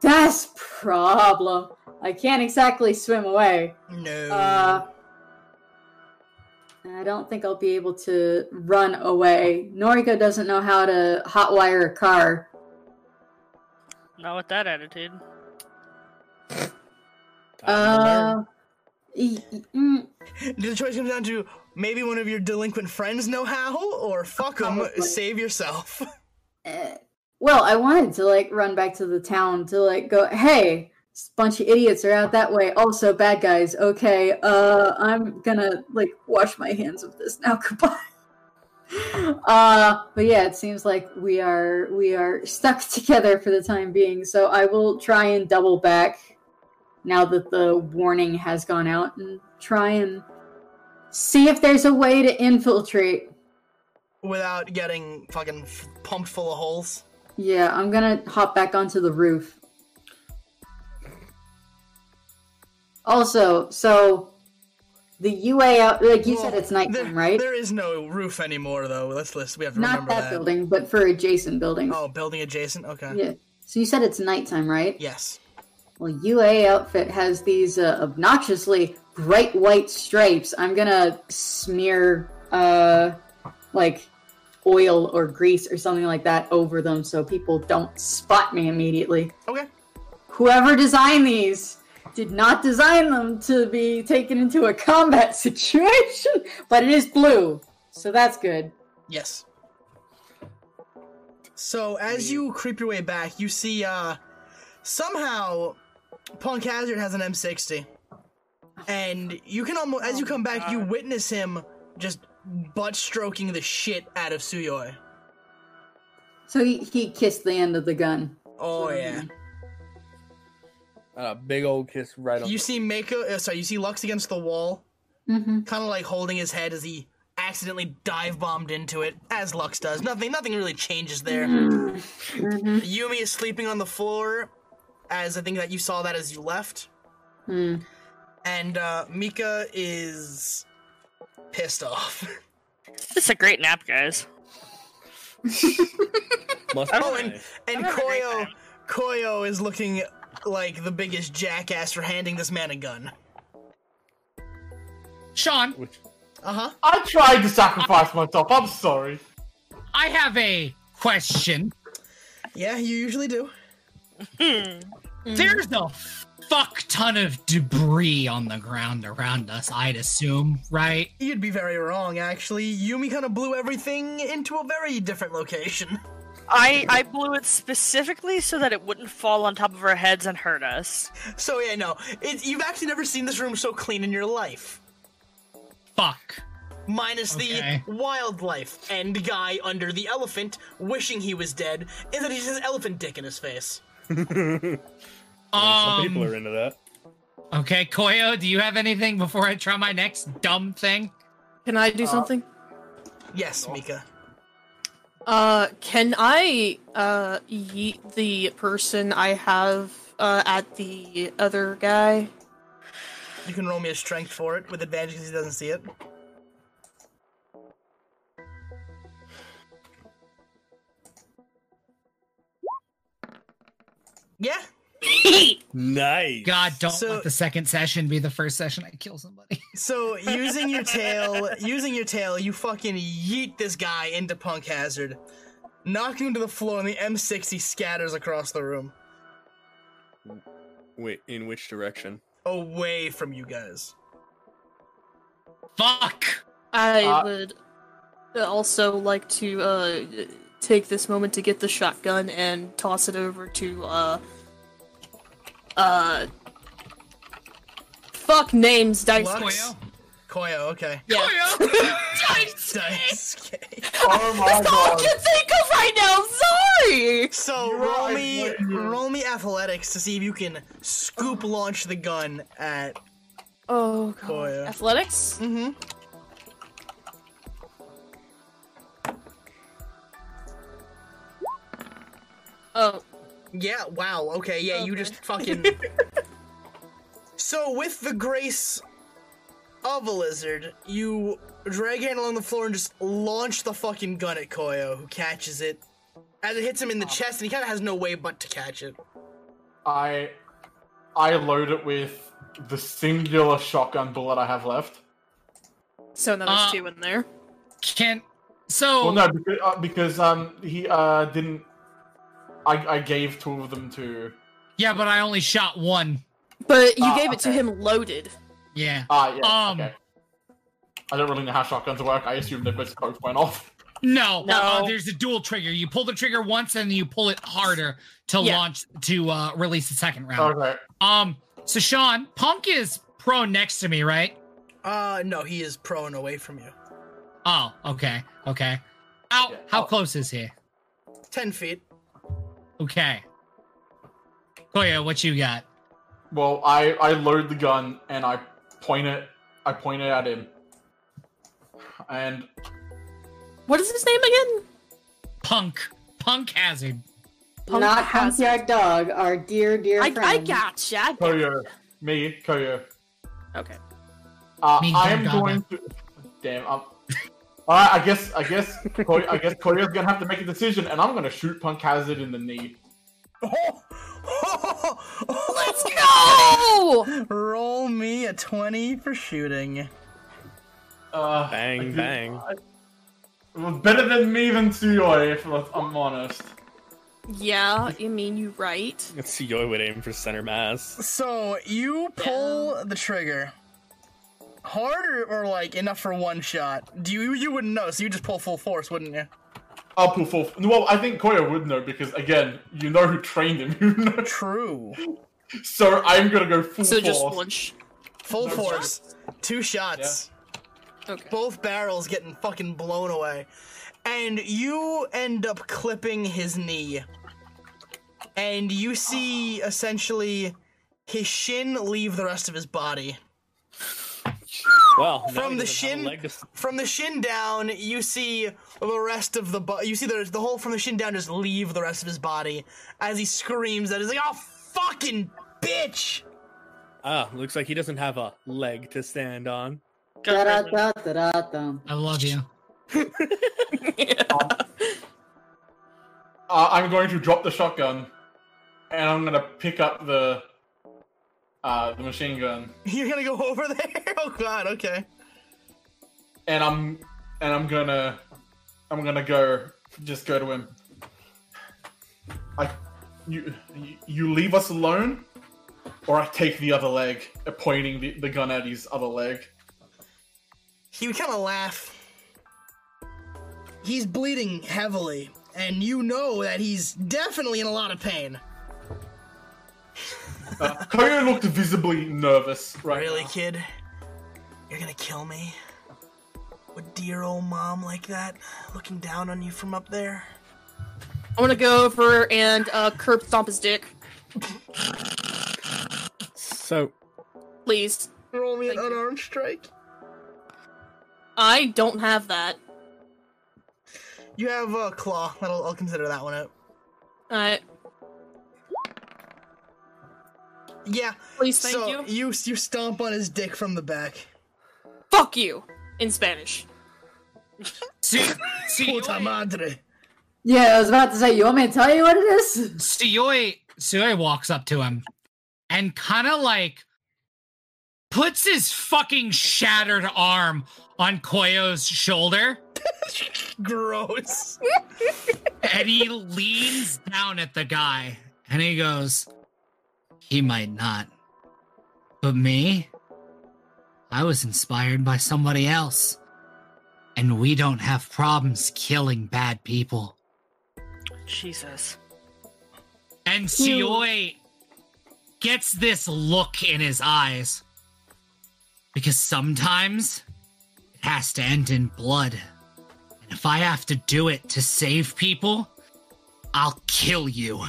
Speaker 4: that's problem. I can't exactly swim away.
Speaker 1: No.
Speaker 4: Uh, I don't think I'll be able to run away. Noriko doesn't know how to hotwire a car.
Speaker 5: Not with that attitude.
Speaker 4: Uh, mm,
Speaker 1: The choice comes down to maybe one of your delinquent friends know how, or fuck them, save yourself.
Speaker 4: well, I wanted to like run back to the town to like go, hey, this bunch of idiots are out that way. Also, bad guys. Okay, uh, I'm gonna like wash my hands of this now. Goodbye. Uh, but yeah, it seems like we are we are stuck together for the time being. So I will try and double back now that the warning has gone out and try and see if there's a way to infiltrate.
Speaker 1: Without getting fucking f- pumped full of holes.
Speaker 4: Yeah, I'm gonna hop back onto the roof. Also, so the UA out like you said it's nighttime,
Speaker 1: There-
Speaker 4: right?
Speaker 1: There is no roof anymore, though. Let's list. We have to
Speaker 4: Not
Speaker 1: remember
Speaker 4: that,
Speaker 1: that.
Speaker 4: building, but for adjacent buildings.
Speaker 1: Oh, building adjacent. Okay.
Speaker 4: Yeah. So you said it's nighttime, right?
Speaker 1: Yes.
Speaker 4: Well, UA outfit has these uh, obnoxiously bright white stripes. I'm gonna smear uh like oil or grease or something like that over them so people don't spot me immediately.
Speaker 1: Okay.
Speaker 4: Whoever designed these did not design them to be taken into a combat situation, but it is blue, so that's good.
Speaker 1: Yes. So as you creep your way back, you see uh somehow Punk Hazard has an M60. And you can almost as you come back, you witness him just butt stroking the shit out of Suyoi.
Speaker 4: So he, he kissed the end of the gun.
Speaker 1: Oh yeah.
Speaker 10: a big old kiss right on.
Speaker 1: You see Mako. Uh, sorry, you see Lux against the wall,
Speaker 4: Mm-hmm.
Speaker 1: kind of like holding his head as he accidentally dive bombed into it, as Lux does. Nothing, nothing really changes there. Yumi is sleeping on the floor, as I think that you saw that as you left,
Speaker 4: Hmm.
Speaker 1: and uh, Mika is pissed off.
Speaker 5: This is a great nap, guys.
Speaker 1: oh, and, and Koyo, Koyo is looking like the biggest jackass for handing this man a gun.
Speaker 3: Sean.
Speaker 1: Uh huh.
Speaker 7: I tried to sacrifice myself. I'm sorry.
Speaker 3: I have a question.
Speaker 1: Yeah, you usually do. Mm.
Speaker 3: There's a fuck ton of debris on the ground around us, I'd assume, right?
Speaker 1: You'd be very wrong, actually. Yumi kind of blew everything into a very different location.
Speaker 5: I I blew it specifically so that it wouldn't fall on top of our heads and hurt us.
Speaker 1: So yeah, no, it, you've actually never seen this room so clean in your life.
Speaker 3: Fuck.
Speaker 1: Minus
Speaker 3: Okay.
Speaker 1: the wildlife and guy under the elephant wishing he was dead, and then he has elephant dick in his face.
Speaker 10: Some people
Speaker 3: Um,
Speaker 10: are into that.
Speaker 3: Okay, Koyo, do you have anything before I try my next dumb thing?
Speaker 9: Can I do something?
Speaker 1: Yes, Mika.
Speaker 9: Uh, can I uh yeet the person I have uh at the other guy?
Speaker 1: You can roll me a strength for it with advantage because he doesn't see it. Yeah.
Speaker 10: Nice.
Speaker 3: God, don't
Speaker 1: So-
Speaker 3: let the second session be the first session I kill somebody.
Speaker 1: So using your tail, using your tail, you fucking yeet this guy into Punk Hazard, knock him to the floor, and the M60 scatters across the room,
Speaker 10: Wait, in which direction?
Speaker 1: away from you guys.
Speaker 3: Fuck.
Speaker 9: I
Speaker 10: Uh,
Speaker 9: would also like to uh take this moment to get the shotgun and toss it over to uh uh fuck names dice.
Speaker 1: Lux? Koyo, okay.
Speaker 3: Oh,
Speaker 9: Yeah.
Speaker 1: Dice cake.
Speaker 7: Oh my
Speaker 9: That's all I
Speaker 7: god.
Speaker 9: can think of right now. Sorry.
Speaker 1: So roll me, roll me athletics to see if you can scoop launch the gun at
Speaker 9: Oh god.
Speaker 1: Koyo.
Speaker 9: Athletics.
Speaker 1: Mm-hmm.
Speaker 9: Oh.
Speaker 1: Yeah. Wow. Okay. Yeah. You just fucking. so with the grace of a lizard, you drag it along the floor and just launch the fucking gun at Koyo, who catches it as it hits him in the chest, and he kind of has no way but to catch it.
Speaker 7: I I load it with the singular shotgun bullet I have left.
Speaker 9: So now there's
Speaker 3: Uh,
Speaker 9: two in there.
Speaker 3: Can so
Speaker 10: Oh.
Speaker 7: Well, no, because, uh, because um he uh didn't. I I gave two of them to.
Speaker 3: yeah, but I only shot one.
Speaker 9: But you
Speaker 7: Ah,
Speaker 9: gave it to
Speaker 7: okay.
Speaker 9: him loaded.
Speaker 3: Yeah.
Speaker 7: Ah yeah.
Speaker 3: Um.
Speaker 7: Okay. I don't really know how shotguns work. I assume the bitch both went off.
Speaker 3: No,
Speaker 5: No.
Speaker 3: uh, there's a dual trigger. You pull the trigger once and you pull it harder to
Speaker 9: Yeah.
Speaker 3: launch to uh, release the second round.
Speaker 7: Okay.
Speaker 3: Um, so Sean, Punk is pro next to me, right?
Speaker 1: Uh, no, he is pro and away from you.
Speaker 3: Oh, okay, okay. How
Speaker 7: Yeah.
Speaker 3: how
Speaker 7: Oh.
Speaker 3: close is he?
Speaker 1: Ten feet.
Speaker 3: Okay. Koya, what you got?
Speaker 7: Well, I I load the gun and I point it. I point it at him. And
Speaker 9: What is his name again?
Speaker 3: Punk. Punk hazard.
Speaker 9: Punk
Speaker 4: Not
Speaker 9: has
Speaker 4: Humpy our dog, our dear, dear
Speaker 9: I,
Speaker 4: friend.
Speaker 9: I gotcha. I got-
Speaker 7: Koyo, me Koyo.
Speaker 9: Okay.
Speaker 7: Uh,
Speaker 3: Me,
Speaker 7: I am
Speaker 3: Gaga.
Speaker 7: going to. Damn. I'm... All right. I guess. I guess. Koy, I guess Koya's gonna have to make a decision, and I'm gonna shoot Punk Hazard in the knee.
Speaker 9: Let's go!
Speaker 1: Roll me a twenty for shooting.
Speaker 7: Uh,
Speaker 10: Bang,
Speaker 7: I did-
Speaker 10: bang.
Speaker 7: I- Well, better than me than Tsuyoy, if I'm honest.
Speaker 9: Yeah, I mean you right.
Speaker 10: Let's see, Yo would aim for center mass.
Speaker 1: So you pull the trigger. Hard or, or like enough for one shot? Do you you wouldn't know, so you just pull full force, wouldn't you?
Speaker 7: I'll pull full. Well, I think Koya would know because again, you know who trained him. You know.
Speaker 1: True.
Speaker 7: So I'm gonna go full
Speaker 9: So just
Speaker 7: force.
Speaker 9: lunch.
Speaker 1: Full force. Two shots. Both barrels getting fucking blown away. And you end up clipping his knee. And you see essentially his shin leave the rest of his body.
Speaker 10: Well,
Speaker 1: from the shin from the shin down, you see the rest of the bo- you see the the whole from the shin down just leave the rest of his body as he screams that he's like, "Oh fucking bitch!"
Speaker 10: Ah, looks like he doesn't have a leg to stand on.
Speaker 4: Da-da-da-da-da-dum.
Speaker 3: I love you.
Speaker 7: Uh, I'm going to drop the shotgun, and I'm gonna pick up the uh, the machine gun,
Speaker 1: You're gonna go over there? Oh god, okay.
Speaker 7: and I'm and I'm gonna I'm gonna go just go to him. I you you- you leave us alone, or I take the other leg, uh, pointing the, the gun at his other leg.
Speaker 1: He would kind of laugh. He's bleeding heavily, and you know that he's definitely in a lot of pain.
Speaker 7: Uh, Koyo looked visibly nervous. Right
Speaker 1: Really,
Speaker 7: now.
Speaker 1: kid? You're gonna kill me? With dear old mom like that, looking down on you from up there?
Speaker 9: I want to go over and uh, curb stomp his dick,
Speaker 10: So
Speaker 9: please.
Speaker 1: Roll me an unarmed strike.
Speaker 9: I don't have that.
Speaker 1: You have a uh, claw. That'll, I'll consider that one out.
Speaker 9: Uh,
Speaker 1: Yeah.
Speaker 9: Please, thank
Speaker 1: so
Speaker 9: you.
Speaker 1: You you stomp on his dick from the back.
Speaker 9: fuck you in Spanish.
Speaker 1: Puta madre.
Speaker 4: Yeah, I was about to say, you want me to tell you what it is?
Speaker 3: Suyoi Suyoi walks up to him and kind of like puts his fucking shattered arm on Koyo's shoulder
Speaker 1: Gross.
Speaker 3: and he leans down at the guy and he goes, He might not. But me? I was inspired by somebody else. And we don't have problems killing bad people.
Speaker 5: Jesus.
Speaker 3: And Sioi gets this look in his eyes. Because sometimes it has to end in blood. And if I have to do it to save people, I'll kill you.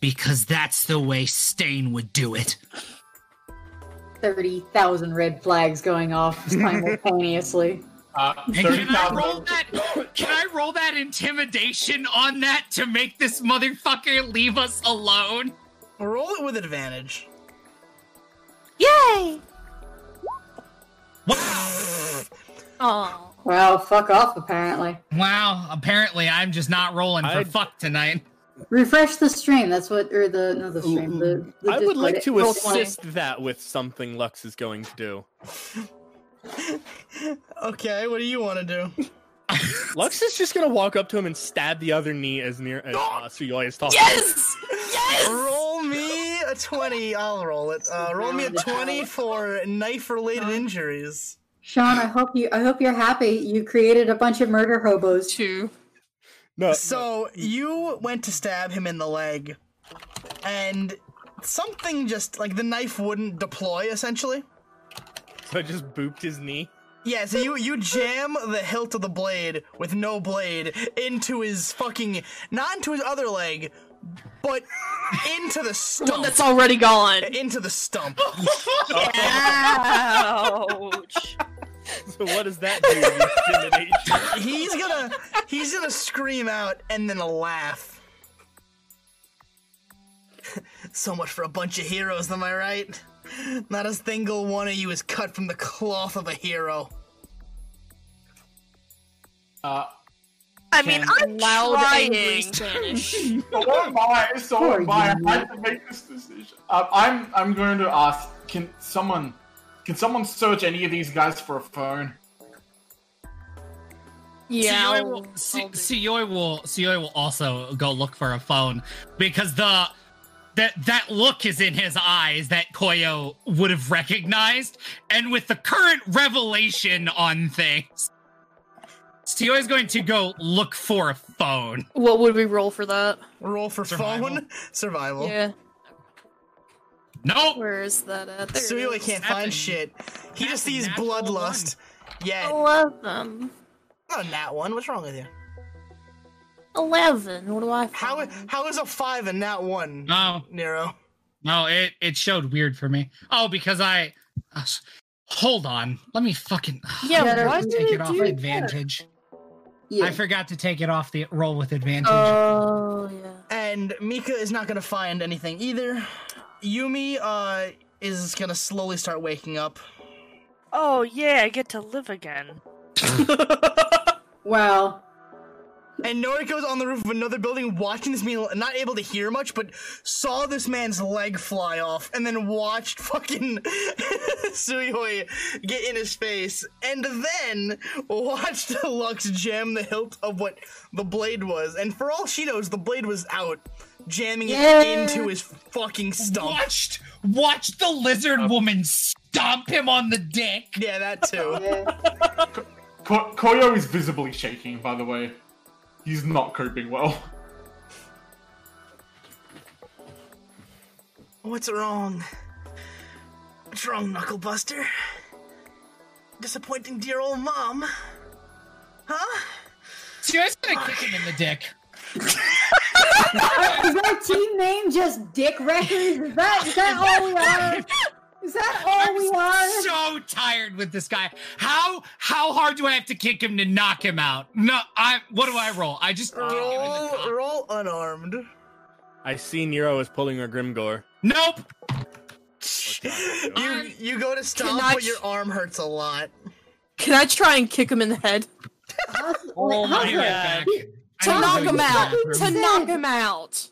Speaker 3: Because that's the way Stain would do it.
Speaker 4: 30,000 red flags going off simultaneously.
Speaker 7: Uh,
Speaker 3: And can I
Speaker 7: 30,000
Speaker 3: roll that? Can I roll that intimidation on that to make this motherfucker leave us alone?
Speaker 1: Roll it with advantage.
Speaker 9: Yay!
Speaker 8: Oh,
Speaker 4: well, fuck off, apparently.
Speaker 3: Wow, apparently I'm just not rolling for
Speaker 10: I'd-
Speaker 3: fuck tonight.
Speaker 4: Refresh the stream. That's what, or the, not the stream. The, the
Speaker 10: I would
Speaker 4: Discord.
Speaker 10: like to
Speaker 4: Roll 20.
Speaker 10: assist that with something Lux is going to do.
Speaker 1: Okay, what do you want to do?
Speaker 10: Lux is just gonna walk up to him and stab the other knee as near as uh, Suyoi is talking.
Speaker 9: Yes!
Speaker 1: roll me a 20. I'll roll it. Uh, roll me a 20 for knife related injuries.
Speaker 4: Sean, I hope you, I hope you're happy. You created a bunch of murder hobos.
Speaker 9: Two.
Speaker 10: Uh, No,
Speaker 1: So you went to stab him in the leg, and something just like the knife wouldn't deploy essentially.
Speaker 10: so I just booped his knee.
Speaker 1: Yeah, so you you jam the hilt of the blade with no blade into his fucking not into his other leg, but into the
Speaker 9: One
Speaker 1: stump.
Speaker 9: that's already gone.
Speaker 1: into the stump.
Speaker 5: Ouch.
Speaker 10: So what does that do? to intimidation?
Speaker 1: He's gonna he's gonna scream out and then laugh. so much for a bunch of heroes, am I right? Not a single one of you is cut from the cloth of a hero.
Speaker 7: Uh,
Speaker 5: I mean, I'm
Speaker 9: Loud angry
Speaker 5: trying.
Speaker 9: Spanish.
Speaker 7: so am I. So
Speaker 4: Poor
Speaker 7: am I.
Speaker 4: you.
Speaker 7: I had to make this decision. Uh, I'm. I'm going to ask. Can someone? Can someone search any of these guys for a phone?
Speaker 9: yeah.
Speaker 3: Suyoi
Speaker 9: I'll-
Speaker 3: will, Su-
Speaker 9: I'll do-
Speaker 3: Suyoi will Suyoi will also go look for a phone because the that that look is in his eyes that Koyo would have recognized, and with the current revelation on things, Suyoi is going to go look for a phone.
Speaker 9: What would we roll for that?
Speaker 1: Roll for
Speaker 3: Survival.
Speaker 1: phone survival.
Speaker 9: Yeah.
Speaker 3: Nope.
Speaker 9: Where is that at? There it
Speaker 1: Suyoi
Speaker 9: is.
Speaker 1: can't
Speaker 3: That's
Speaker 1: find
Speaker 3: a-
Speaker 1: shit. He
Speaker 3: that's
Speaker 1: just
Speaker 3: a
Speaker 1: sees
Speaker 3: natural
Speaker 1: bloodlust. yet.
Speaker 9: Oh.
Speaker 8: Eleven.
Speaker 1: Not a nat one. What's wrong with you?
Speaker 8: Eleven. What do I?
Speaker 1: How how is a five and nat one?
Speaker 3: No,
Speaker 1: Nero.
Speaker 3: No, it it showed weird for me. Oh, because I. uh, s- hold on. Let me fucking.
Speaker 8: Yeah,
Speaker 3: I forgot
Speaker 8: why
Speaker 3: to
Speaker 8: did
Speaker 3: take
Speaker 8: it
Speaker 3: it off
Speaker 8: do that?
Speaker 3: advantage.
Speaker 1: Yeah.
Speaker 3: I forgot to take it off the roll with advantage.
Speaker 9: Uh,
Speaker 8: Oh yeah.
Speaker 1: And Mika is not gonna find anything either. Yumi uh is gonna slowly start waking up.
Speaker 5: Oh yeah, I get to live again.
Speaker 1: Wow. And Noriko's on the roof of another building watching this meal, not able to hear much, but saw this man's leg fly off and then watched fucking Suihoi get in his face and then watched Lux jam the hilt of what the blade was. And for all she knows, the blade was out, jamming
Speaker 3: Yeah.
Speaker 1: it into his fucking stump.
Speaker 3: Watched, watched the lizard woman stomp him on the dick.
Speaker 1: Yeah, that too.
Speaker 7: Ko- Koyo is visibly shaking, by the way. He's not coping well.
Speaker 1: What's wrong? What's wrong, Knucklebuster? Disappointing dear old mom? Huh?
Speaker 3: She was gonna kick him in the dick.
Speaker 4: is our team name just Dick Records? Is that is that all we are? Is that all we are?
Speaker 3: So tired with this guy. How how hard do I have to kick him to knock him out? No, I. What do I roll? I just
Speaker 1: Roll, roll unarmed.
Speaker 10: I see Nero is pulling a Grimgore.
Speaker 3: Nope.
Speaker 1: You you go to
Speaker 9: Can
Speaker 1: stomp,
Speaker 9: I-
Speaker 1: but your arm hurts a lot.
Speaker 9: Can I try and kick him in the head?
Speaker 4: Oh
Speaker 9: my
Speaker 3: god.
Speaker 9: To knock him out. To
Speaker 4: bathroom.
Speaker 9: knock him out.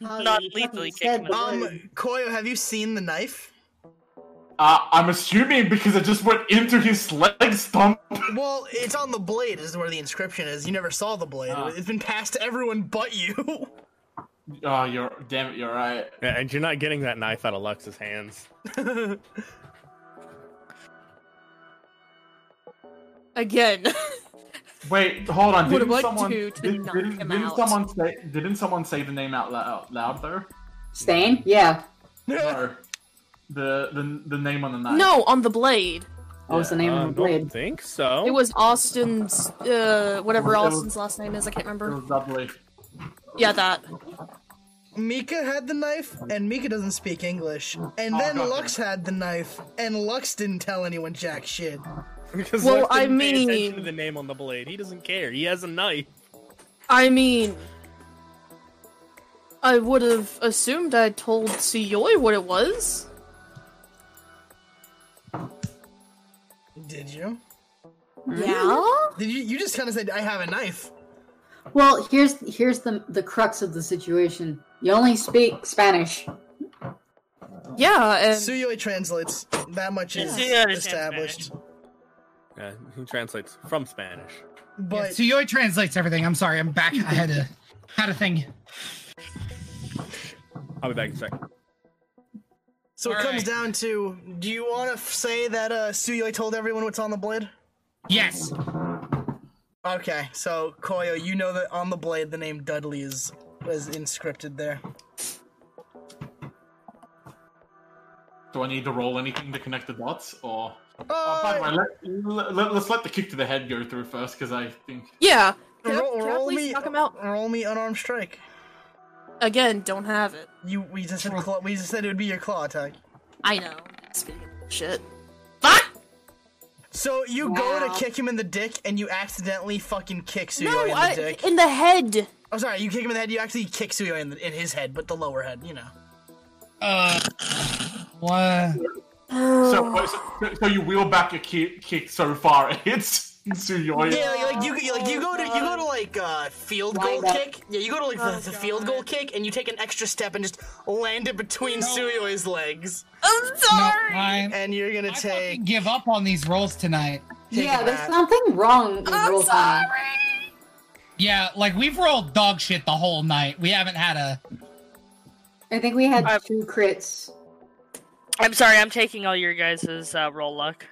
Speaker 5: Not lethally kick him.
Speaker 1: Um, Koyo, have you seen the knife?
Speaker 7: Uh, I'm assuming because it just went into his leg stump.
Speaker 1: Well, it's on the blade. Is where the inscription is. You never saw the blade.
Speaker 7: Ah.
Speaker 1: It's been passed to everyone but you.
Speaker 7: Oh, you're damn it, you're right.
Speaker 10: Yeah, and you're not getting that knife out of Lux's hands.
Speaker 9: Again.
Speaker 7: Wait, hold on.
Speaker 9: Would
Speaker 7: Didn't
Speaker 9: like
Speaker 7: someone
Speaker 9: to- to
Speaker 7: did,
Speaker 9: knock
Speaker 7: didn't,
Speaker 9: him
Speaker 7: didn't
Speaker 9: out.
Speaker 7: someone say didn't someone say the name out loud, out loud though?
Speaker 4: Stain? Yeah.
Speaker 7: No. The, the the name on the knife.
Speaker 9: No, on the blade.
Speaker 4: What was Oh, the name
Speaker 10: Uh,
Speaker 4: of the
Speaker 10: don't
Speaker 4: blade?
Speaker 10: think so.
Speaker 9: It was Austin's, uh, whatever
Speaker 7: It was-
Speaker 9: Austin's last name is. I can't
Speaker 7: It
Speaker 9: remember.
Speaker 7: was lovely.
Speaker 9: Yeah, that.
Speaker 1: Mika had the knife, and Mika doesn't speak English. And then
Speaker 7: God.
Speaker 1: Lux had the knife, and Lux didn't tell anyone jack shit.
Speaker 10: Because
Speaker 9: Well,
Speaker 10: Lux didn't
Speaker 9: I
Speaker 10: pay attention to
Speaker 9: mean-
Speaker 10: the name on the blade. He doesn't care. He has a knife.
Speaker 9: I mean, I would have assumed I told Suyoi what it was.
Speaker 1: Did you?
Speaker 4: Yeah.
Speaker 1: Did you? You just kind of said, "I have a knife."
Speaker 4: Well, here's here's the the crux of the situation. You only speak Spanish.
Speaker 9: Yeah, and
Speaker 1: Suyoi translates. That much is
Speaker 5: Suyoi understands
Speaker 1: established.
Speaker 10: Yeah, who Uh, translates from Spanish?
Speaker 1: But
Speaker 3: So Yoi translates everything. I'm sorry. I'm back. I had a had a thing.
Speaker 10: I'll be back in a second.
Speaker 1: So it
Speaker 3: All
Speaker 1: comes
Speaker 3: right.
Speaker 1: down to: Do you want to f- say that uh, Suyoi told everyone what's on the blade?
Speaker 3: Yes.
Speaker 1: Okay, so Koyo, you know that on the blade the name Dudley is is inscripted there.
Speaker 7: Do I need to roll anything to connect the dots, or? Oh, by
Speaker 1: Uh,
Speaker 7: the way, let, let, us let the kick to the head go through first, because I think
Speaker 9: yeah. Can I,
Speaker 1: roll,
Speaker 9: can I
Speaker 1: roll
Speaker 9: please
Speaker 1: me,
Speaker 9: knock him out
Speaker 1: roll me unarmed strike.
Speaker 9: again? Don't have it.
Speaker 1: You, we just said claw, we just said it would be your claw attack.
Speaker 9: I know. Speaking of shit.
Speaker 1: So you go
Speaker 4: Wow.
Speaker 1: to kick him in the dick and you accidentally fucking kick Suyoi
Speaker 9: no,
Speaker 1: in the
Speaker 9: I,
Speaker 1: dick.
Speaker 9: in the head.
Speaker 1: I'm sorry, you kick him in the head. You actually kick Suyoi in, the, in his head, but the lower head, you know.
Speaker 3: Uh. What?
Speaker 1: Uh.
Speaker 7: so, so. So you wheel back your kick, kick so far it hits Suyoi.
Speaker 1: Yeah, like, like you, you- like you go to you go to like uh, field goal
Speaker 4: Wind up.
Speaker 1: kick. Yeah, you go to like
Speaker 3: Oh,
Speaker 1: the, the field goal kick, and you take an extra step and just land it between Suyoi's legs.
Speaker 9: I'm
Speaker 3: No,
Speaker 9: sorry.
Speaker 3: I'm,
Speaker 1: And you're gonna
Speaker 3: I
Speaker 1: take.
Speaker 3: fucking give up on these rolls tonight.
Speaker 1: Take
Speaker 4: yeah,
Speaker 1: it
Speaker 4: there's
Speaker 1: back.
Speaker 4: something wrong with
Speaker 9: I'm
Speaker 4: roll
Speaker 9: sorry.
Speaker 4: time.
Speaker 3: Yeah, like we've rolled dog shit the whole night. We haven't had a.
Speaker 4: I think we had
Speaker 5: I-
Speaker 4: two crits.
Speaker 5: I'm sorry, I'm taking all your guys' uh, roll luck.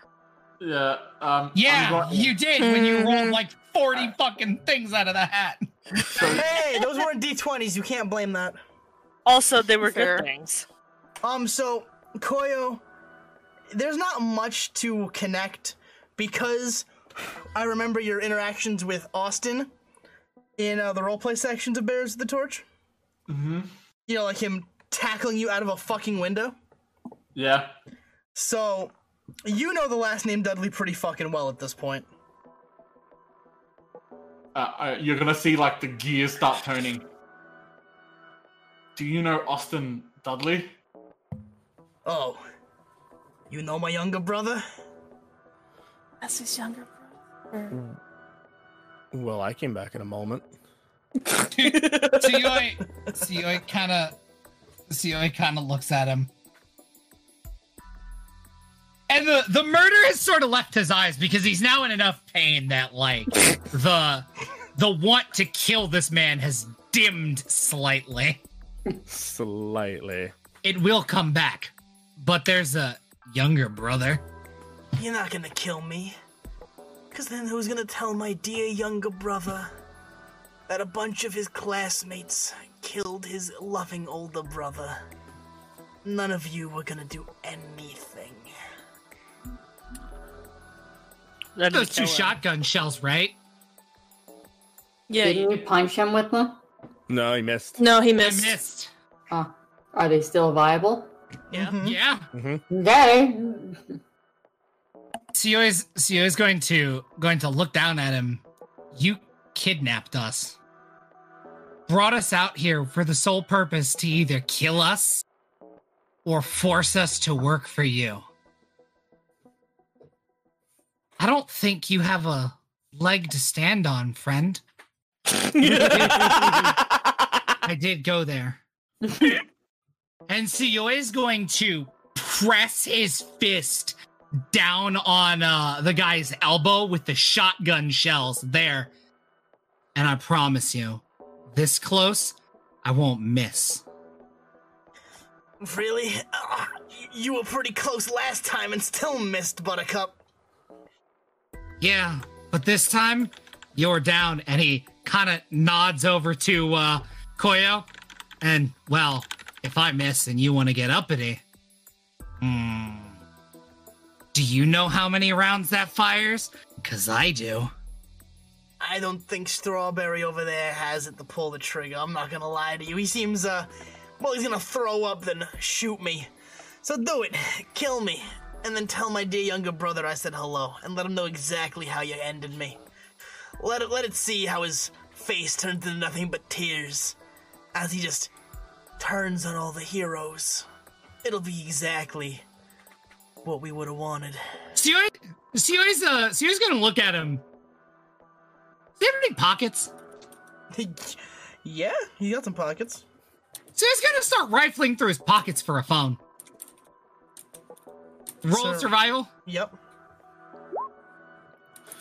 Speaker 7: Yeah. Um,
Speaker 3: Yeah,
Speaker 7: I'm go-
Speaker 3: you did when you rolled like forty fucking things out of the hat.
Speaker 1: Hey, those weren't d20s. You can't blame that.
Speaker 5: Also, they were
Speaker 9: Fair.
Speaker 5: good things.
Speaker 1: Um, so Koyo, there's not much to connect because I remember your interactions with Austin in uh, the roleplay sections of Bears of the Torch.
Speaker 7: Mm-hmm.
Speaker 1: You know, like him tackling you out of a fucking window.
Speaker 7: Yeah.
Speaker 1: So, you know the last name Dudley pretty fucking well at this point.
Speaker 7: Uh, uh, you're gonna see like the gears start turning. Do you know Austin Dudley?
Speaker 1: Oh, you know my younger brother?
Speaker 9: That's his younger brother.
Speaker 10: Well, I came back in a moment.
Speaker 3: Suyoi, Suyoi kind of, Suyoi kind of looks at him, and the the murder has sort of left his eyes because he's now in enough pain that like the the want to kill this man has dimmed slightly.
Speaker 10: Slightly.
Speaker 3: It will come back, but there's a younger brother.
Speaker 1: You're not gonna kill me. Cause then who's gonna tell my dear younger brother that a bunch of his classmates killed his loving older brother? None of you were gonna do anything.
Speaker 3: Those two shotgun shells, right?
Speaker 4: Yeah, Didn't you punch him with them?
Speaker 10: No, he missed.
Speaker 9: No, he missed.
Speaker 3: missed.
Speaker 4: Uh, are they still viable?
Speaker 3: Yeah.
Speaker 1: Mm-hmm.
Speaker 3: Yeah.
Speaker 4: Okay.
Speaker 3: Sio is Sio is going to going to look down at him. You kidnapped us. Brought us out here for the sole purpose to either kill us or force us to work for you. I don't think you have a leg to stand on, friend. I did go there. and Sio is going to press his fist down on uh, the guy's elbow with the shotgun shells there. And I promise you, this close, I won't miss.
Speaker 1: Really? Ah, y- you were pretty close last time and still missed, Buttercup.
Speaker 3: Yeah, but this time, you're down. And he kind of nods over to uh, Koyo. And, well, if I miss and you want to get uppity, hmm. Do you know how many rounds that fires? Because I do.
Speaker 1: I don't think Strawberry over there has it to pull the trigger. I'm not gonna lie to you. He seems, uh, well, he's gonna throw up then shoot me. So do it. Kill me. And then tell my dear younger brother I said hello and let him know exactly how you ended me. Let it, let it see how his face turns into nothing but tears as he just turns on all the heroes. It'll be exactly what we would have wanted.
Speaker 3: Sio Sio's uh Sio's gonna look at him. Does he have any pockets?
Speaker 1: yeah, he got some pockets.
Speaker 3: Sio's gonna start rifling through his pockets for a phone. Roll
Speaker 1: So-
Speaker 3: survival.
Speaker 1: Yep.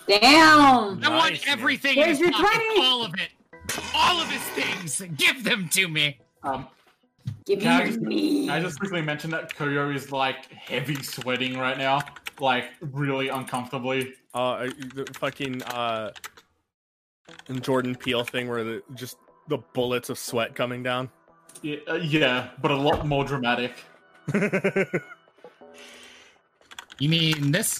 Speaker 4: Damn.
Speaker 3: I want everything in
Speaker 4: There's
Speaker 3: his
Speaker 4: your
Speaker 3: pocket,
Speaker 4: 20.
Speaker 3: all of it, all of his things. Give them to me.
Speaker 7: Um,
Speaker 4: Give
Speaker 7: Can
Speaker 4: me
Speaker 7: I, just, can I just quickly mention that Koryo is like heavy sweating right now, like really uncomfortably.
Speaker 10: Uh, the fucking uh, Jordan Peele thing where the, just the bullets of sweat coming down.
Speaker 7: Yeah, uh, yeah, but a lot more dramatic.
Speaker 3: You mean this?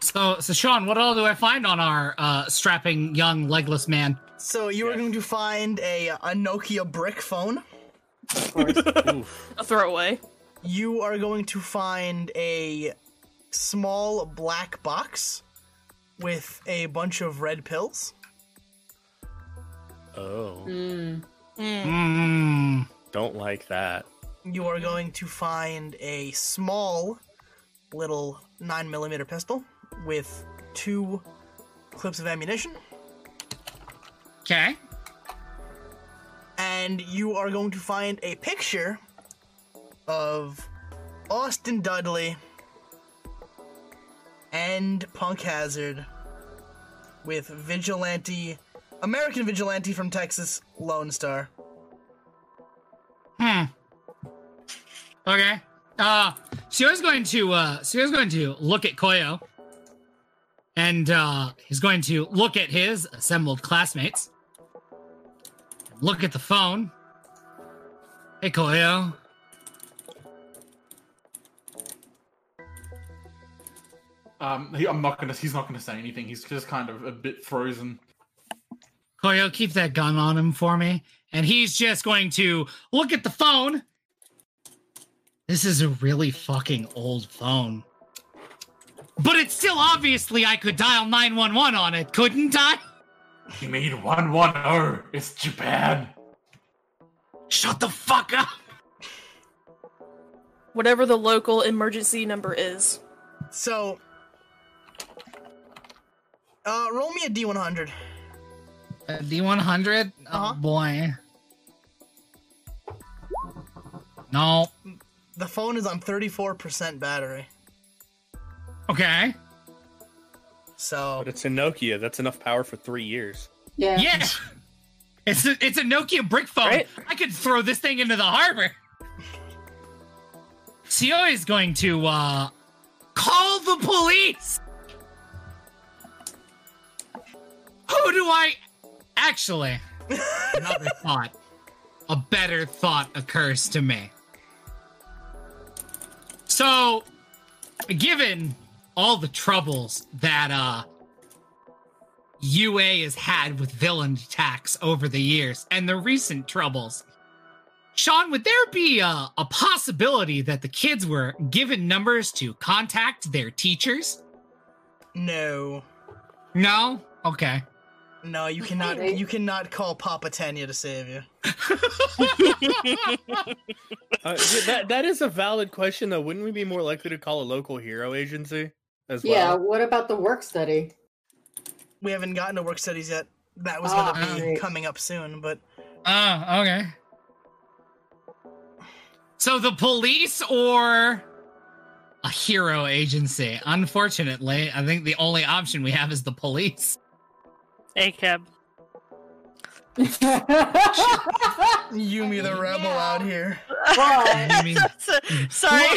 Speaker 3: So, so Sean, what all do I find on our uh, strapping young legless man?
Speaker 1: So you were going to find a, a Nokia brick phone.
Speaker 9: A throwaway.
Speaker 1: You are going to find a small black box with a bunch of red pills.
Speaker 10: Oh,
Speaker 3: Mm.
Speaker 10: don't like that.
Speaker 1: You are going to find a small little 9mm pistol with two clips of ammunition.
Speaker 3: Okay.
Speaker 1: and you are going to find a picture of Austin Dudley and Punk Hazard with vigilante, American vigilante from Texas, Lone Star.
Speaker 3: Hmm. Okay. Uh Shio's going to uh Shio's going to look at Koyo. And uh he's going to look at his assembled classmates. Look at the phone. Hey Koyo.
Speaker 7: Um, he, I'm not gonna. He's not gonna say anything. He's just kind of a bit frozen.
Speaker 3: Koyo, keep that gun on him for me. And he's just going to look at the phone. This is a really fucking old phone. But it's still obviously I could dial 911 on it, couldn't I?
Speaker 7: You mean 110? It's Japan.
Speaker 3: Shut the fuck up.
Speaker 8: Whatever the local emergency number is.
Speaker 1: So, uh, roll me a D100.
Speaker 3: A D100? Oh boy. No.
Speaker 1: The phone is on 34% battery.
Speaker 3: Okay.
Speaker 1: So.
Speaker 10: But it's a Nokia. That's enough power for three years.
Speaker 3: Yeah. It's a, it's a Nokia brick phone.
Speaker 10: Right?
Speaker 3: I could throw this thing into the harbor. Sio is going to uh, call the police. Who do I actually? Another thought. A better thought occurs to me. So, given all the troubles that uh, UA has had with villain attacks over the years and the recent troubles. Sean, would there be a, a possibility that the kids were given numbers to contact their teachers?
Speaker 1: No.
Speaker 3: No? Okay.
Speaker 1: No, you cannot. You cannot call Papa Tanya to save you.
Speaker 10: Uh, yeah, that that is a valid question though. Wouldn't we be more likely to call a local hero agency as
Speaker 4: Yeah,
Speaker 10: well?
Speaker 4: what about the work study?
Speaker 1: We haven't gotten to work studies yet. That was
Speaker 4: Ah,
Speaker 1: going to be
Speaker 4: great.
Speaker 1: coming up soon, but
Speaker 3: Oh, okay. So the police or a hero agency? Unfortunately, I think the only option we have is the police.
Speaker 5: Hey, Cab.
Speaker 1: Yumi the rebel out here.
Speaker 3: I mean,
Speaker 5: Sorry.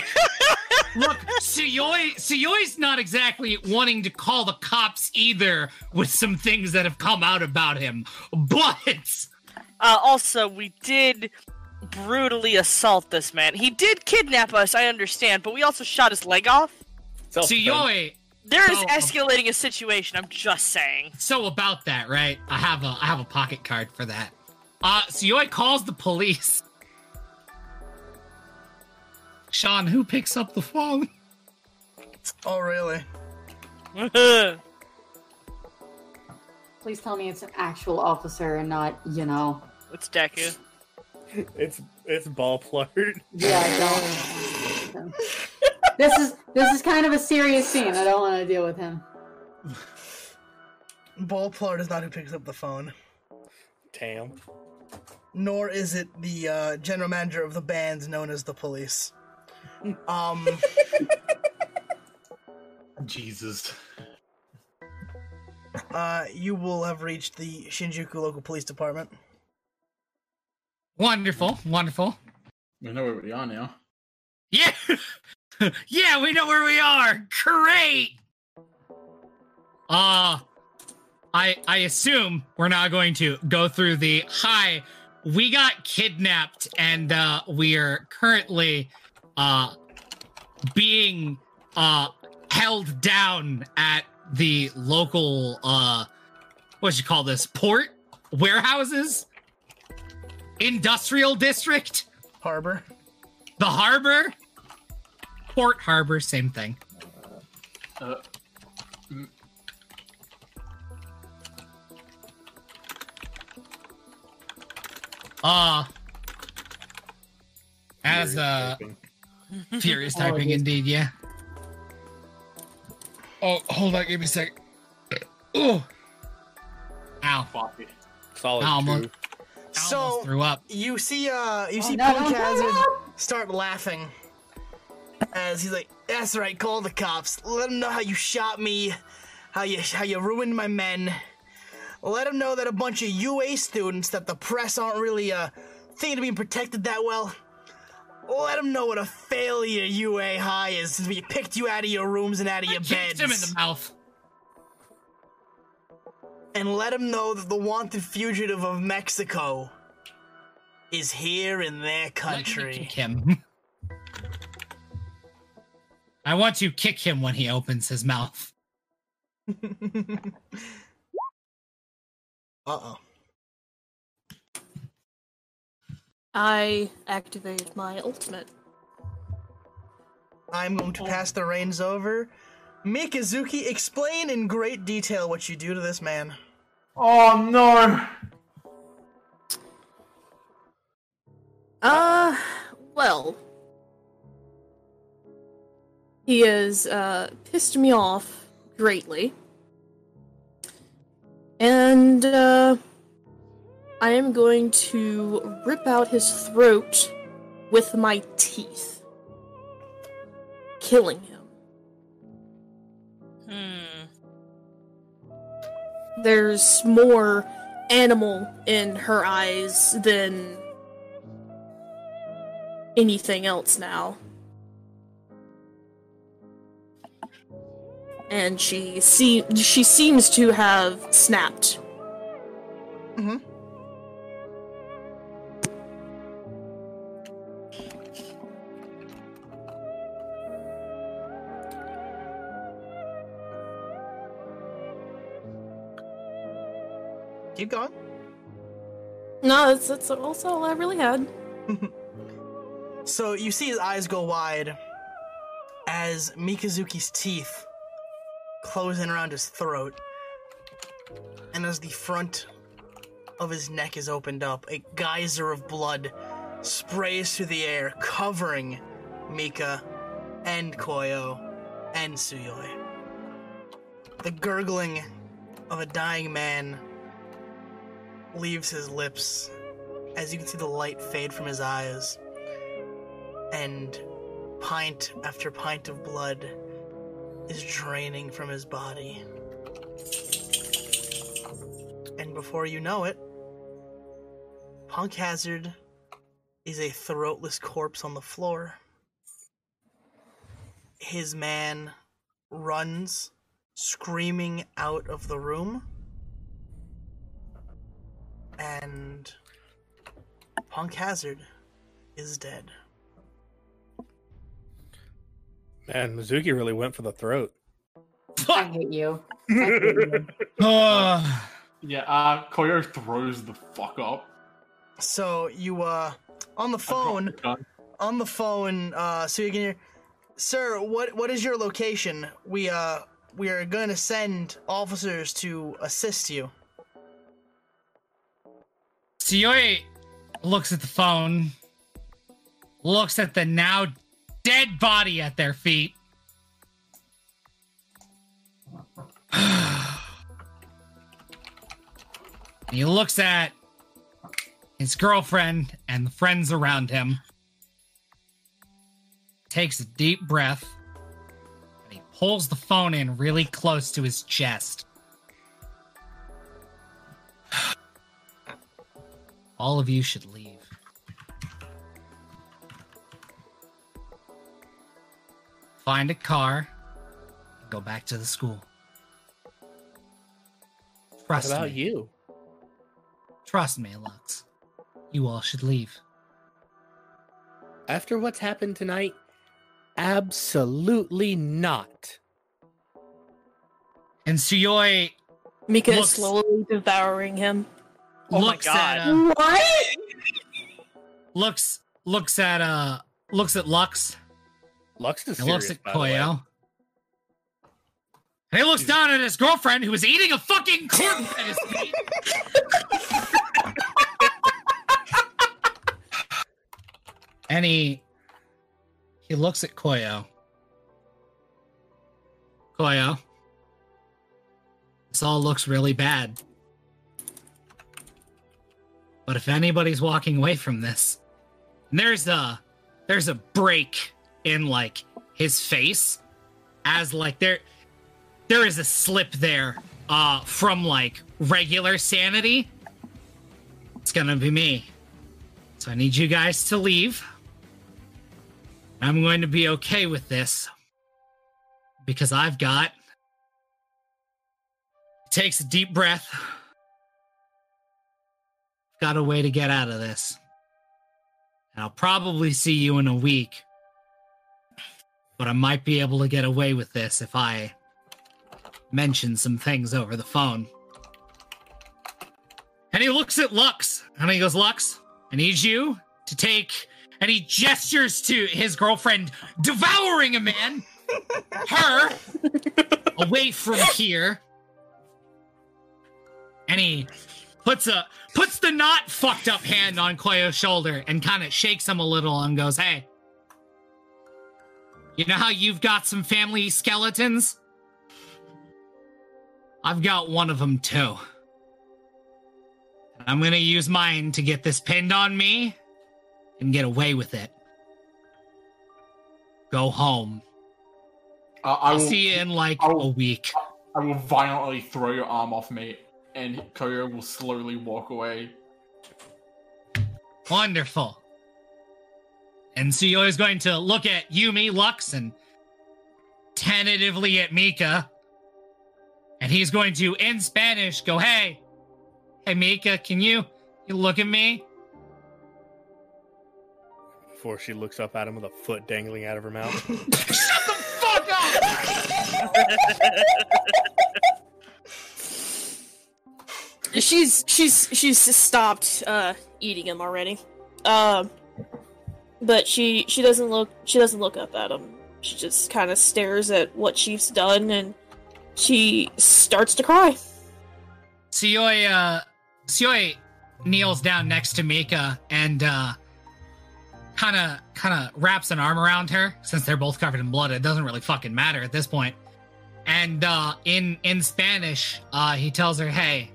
Speaker 3: Look, Suyoi, Suyoi's not exactly wanting to call the cops either with some things that have come out about him. But
Speaker 5: Uh, also, we did brutally assault this man. He did kidnap us, I understand, but we also shot his leg off.
Speaker 3: Suyoi,
Speaker 5: There is
Speaker 1: Oh.
Speaker 3: So-
Speaker 5: escalating a situation, I'm just saying.
Speaker 3: so about that, right? I have a I have a pocket card for that. Uh Suyoi calls the police. Sean, who picks up the phone?
Speaker 1: Oh, really?
Speaker 4: Please tell me it's an actual officer and not, you know.
Speaker 5: It's Deku.
Speaker 10: It's it's ball plart.
Speaker 4: Yeah, I don't. this is this is kind of a serious scene. I don't want to deal with him.
Speaker 1: Ballplard is not who picks up the phone,
Speaker 10: Damn.
Speaker 1: nor is it the uh, general manager of the bands known as the police. Um,
Speaker 7: Jesus.
Speaker 1: uh, you will have reached the Shinjuku local police department.
Speaker 3: Wonderful, wonderful.
Speaker 7: We know where we are now.
Speaker 3: Yeah. yeah, we know where we are. Great. Uh I I assume we're now going to go through the hi, we got kidnapped and uh we are currently uh being uh held down at the local uh what you call this port warehouses industrial district
Speaker 1: Harbor.
Speaker 3: the harbor port harbor same thing
Speaker 7: Uh, mm.
Speaker 3: uh as uh furious typing indeed yeah oh hold on give me a sec oh ow
Speaker 7: Fuck it.
Speaker 10: Solid.
Speaker 3: I almost,
Speaker 10: two.
Speaker 3: I almost threw up
Speaker 1: You see, uh, you
Speaker 4: Oh,
Speaker 1: see,
Speaker 4: no,
Speaker 1: Punk
Speaker 4: no,
Speaker 1: Hazard
Speaker 4: no.
Speaker 1: start laughing as he's like, "That's right, call the cops. Let them know how you shot me, how you how you ruined my men. Let them know that a bunch of UA students that the press aren't really uh thinking to being protected that well. Let them know what a failure UA High is since we picked you out of your rooms and out of your
Speaker 3: kicked
Speaker 1: beds."
Speaker 3: him in the mouth
Speaker 1: and let him know that the wanted fugitive of Mexico is here in their
Speaker 3: Let me
Speaker 1: country.
Speaker 3: kick him I want to kick him when he opens his mouth.
Speaker 1: Uh oh.
Speaker 9: I activate my ultimate.
Speaker 1: I'm going to pass the reins over. Mikazuki, explain in great detail what you do to this man.
Speaker 7: Oh no!
Speaker 9: Uh, well. He has uh, pissed me off greatly. And uh, I am going to rip out his throat with my teeth, killing him.
Speaker 5: Hmm.
Speaker 9: There's more animal in her eyes than anything else now. And she see she seems to have snapped.
Speaker 1: Mm-hmm. Keep going.
Speaker 9: No, that's that's also all I really had.
Speaker 1: So you see his eyes go wide as Mikazuki's teeth close in around his throat, and as the front of his neck is opened up, a geyser of blood sprays through the air, covering Mika and Koyo and Suyoi. The gurgling of a dying man leaves his lips as you can see the light fade from his eyes and pint after pint of blood is draining from his body. And before you know it, Punk Hazard is a throatless corpse on the floor. His man runs screaming out of the room. And Punk Hazard is dead.
Speaker 10: Man, Mizuki really went for the throat.
Speaker 4: I hate you.
Speaker 3: Ah. Oh.
Speaker 7: yeah, uh, Koyo throws the fuck up.
Speaker 1: So you uh on the phone on the phone uh so you can hear Sir, what what is your location? We uh we are gonna send officers to assist you.
Speaker 3: Tsuyoe looks at the phone, looks at the now dead body at their feet. he looks at his girlfriend and the friends around him, takes a deep breath, and he pulls the phone in really close to his chest. All of you should leave. Find a car, and go back to the school. Trust
Speaker 10: what about
Speaker 3: me.
Speaker 10: you?
Speaker 3: Trust me, Lux. You all should leave.
Speaker 10: After what's happened tonight, absolutely not.
Speaker 3: And Suyoi
Speaker 9: Mika
Speaker 3: Looks-
Speaker 9: is slowly devouring him.
Speaker 5: Oh my
Speaker 3: looks
Speaker 5: God.
Speaker 3: at uh,
Speaker 9: What?
Speaker 3: looks looks at uh looks at Lux
Speaker 10: Lux is
Speaker 3: and
Speaker 10: serious,
Speaker 3: looks at
Speaker 10: by the way.
Speaker 3: Koyo. And he looks down at his girlfriend who is eating a fucking corpse at his feet. and he he looks at Koyo. Koyo. This all looks really bad. But if anybody's walking away from this, and there's a there's a break in like his face as like there there is a slip there uh from like regular sanity. It's gonna be me. So I need you guys to leave. I'm going to be okay with this because I've got takes a deep breath. Got a way to get out of this. And I'll probably see you in a week. but I might be able to get away with this if I mention some things over the phone. And he looks at Lux and he goes, Lux, I need you to take. And he gestures to his girlfriend, devouring a man, her, away from here. And he puts a puts the not fucked up hand on Koyo's shoulder and kind of shakes him a little and goes, "Hey, you know how you've got some family skeletons? I've got one of them too. And I'm going to use mine to get this pinned on me and get away with it. Go home.
Speaker 7: Uh, I
Speaker 3: I'll
Speaker 7: will,
Speaker 3: see you in like a week.
Speaker 7: I will violently throw your arm off me, and Koyo will slowly walk away.
Speaker 3: Wonderful. And Suyo is going to look at Yumi, Lux, and tentatively at Mika. And he's going to, in Spanish, go, hey, hey, Mika, can you, you look at me?
Speaker 10: Before she looks up at him with a foot dangling out of her mouth.
Speaker 3: Fuck off!
Speaker 8: she's she's she's stopped uh eating him already um but she she doesn't look she doesn't look up at him she just kind of stares at what she's done and she starts to cry
Speaker 3: Suyoi, uh, Suyoi kneels down next to Mika and, uh, kind of, kind of wraps an arm around her since they're both covered in blood. It doesn't really fucking matter at this point. And, uh, in, in Spanish, uh, he tells her, hey,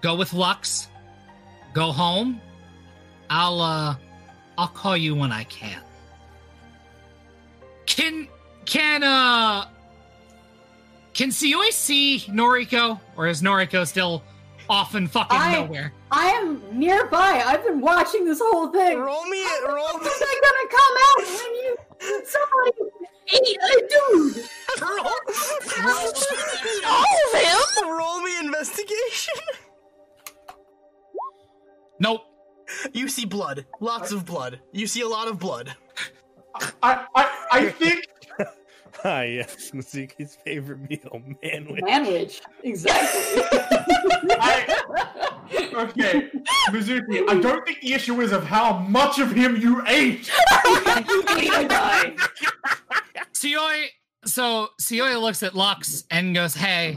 Speaker 3: go with Lux, go home. I'll, uh, I'll call you when I can. Can, can, uh, can Suyoi see Noriko, or is Noriko still off in fucking
Speaker 4: I-
Speaker 3: nowhere?
Speaker 4: I am nearby. I've been watching this whole thing.
Speaker 1: Roll me it. Roll me.
Speaker 4: Is gonna come out when you somebody ate a dude?
Speaker 1: All of him. Roll me investigation.
Speaker 3: Nope.
Speaker 1: You see blood. Lots of blood. You see a lot of blood.
Speaker 7: I, I, I think.
Speaker 10: ah, yes, Mizuki's favorite meal, manwich.
Speaker 4: Manwich. Exactly.
Speaker 7: Okay, Mizuki, I don't think the issue is of how much of him you ate.
Speaker 3: Suyoi, so Suyoi looks at Lux and goes, "Hey,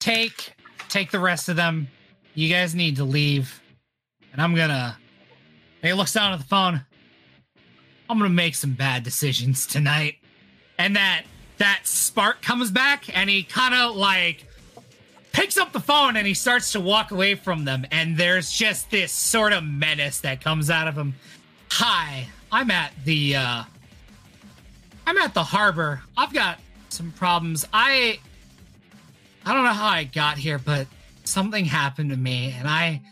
Speaker 3: take take the rest of them. You guys need to leave, and I'm gonna." And he looks down at the phone. I'm gonna make some bad decisions tonight, and that that spark comes back, and he kind of like picks up the phone and he starts to walk away from them, and there's just this sort of menace that comes out of him. Hi, I'm at the uh, I'm at the harbor. I've got some problems. I I don't know how I got here, but something happened to me and I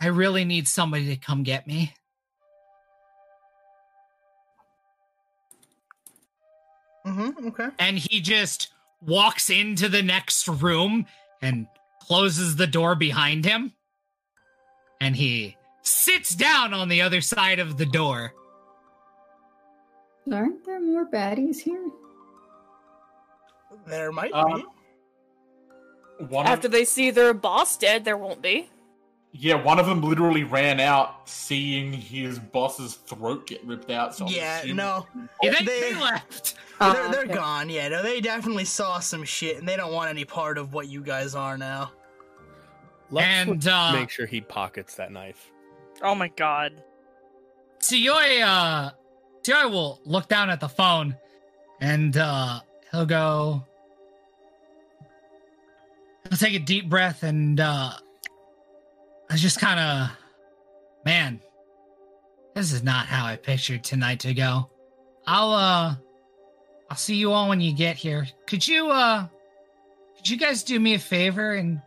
Speaker 3: I really need somebody to come get me.
Speaker 1: Mm-hmm. Okay.
Speaker 3: And he just walks into the next room and closes the door behind him. And he sits down on the other side of the door.
Speaker 4: Aren't there more baddies here?
Speaker 1: There might be.
Speaker 7: One
Speaker 8: after
Speaker 7: of,
Speaker 8: they see their boss dead there won't be
Speaker 7: yeah, one of them literally ran out seeing his boss's throat get ripped out. So I'm
Speaker 1: Yeah.
Speaker 7: assuming-
Speaker 1: No.
Speaker 3: Yeah, they,
Speaker 1: They-
Speaker 3: they left.
Speaker 1: they're they're gone. Yeah. No, they definitely saw some shit, and they don't want any part of what you guys are now.
Speaker 10: Lux
Speaker 3: And
Speaker 10: would
Speaker 3: uh
Speaker 10: make sure he pockets that knife.
Speaker 5: Oh my god.
Speaker 3: Tsuyoy, uh, Tsuyoy will look down at the phone and, uh, he'll go. He'll take a deep breath and, uh, I just kind of, man, this is not how I pictured tonight to go. I'll, uh, I'll see you all when you get here. Could you, uh, could you guys do me a favor and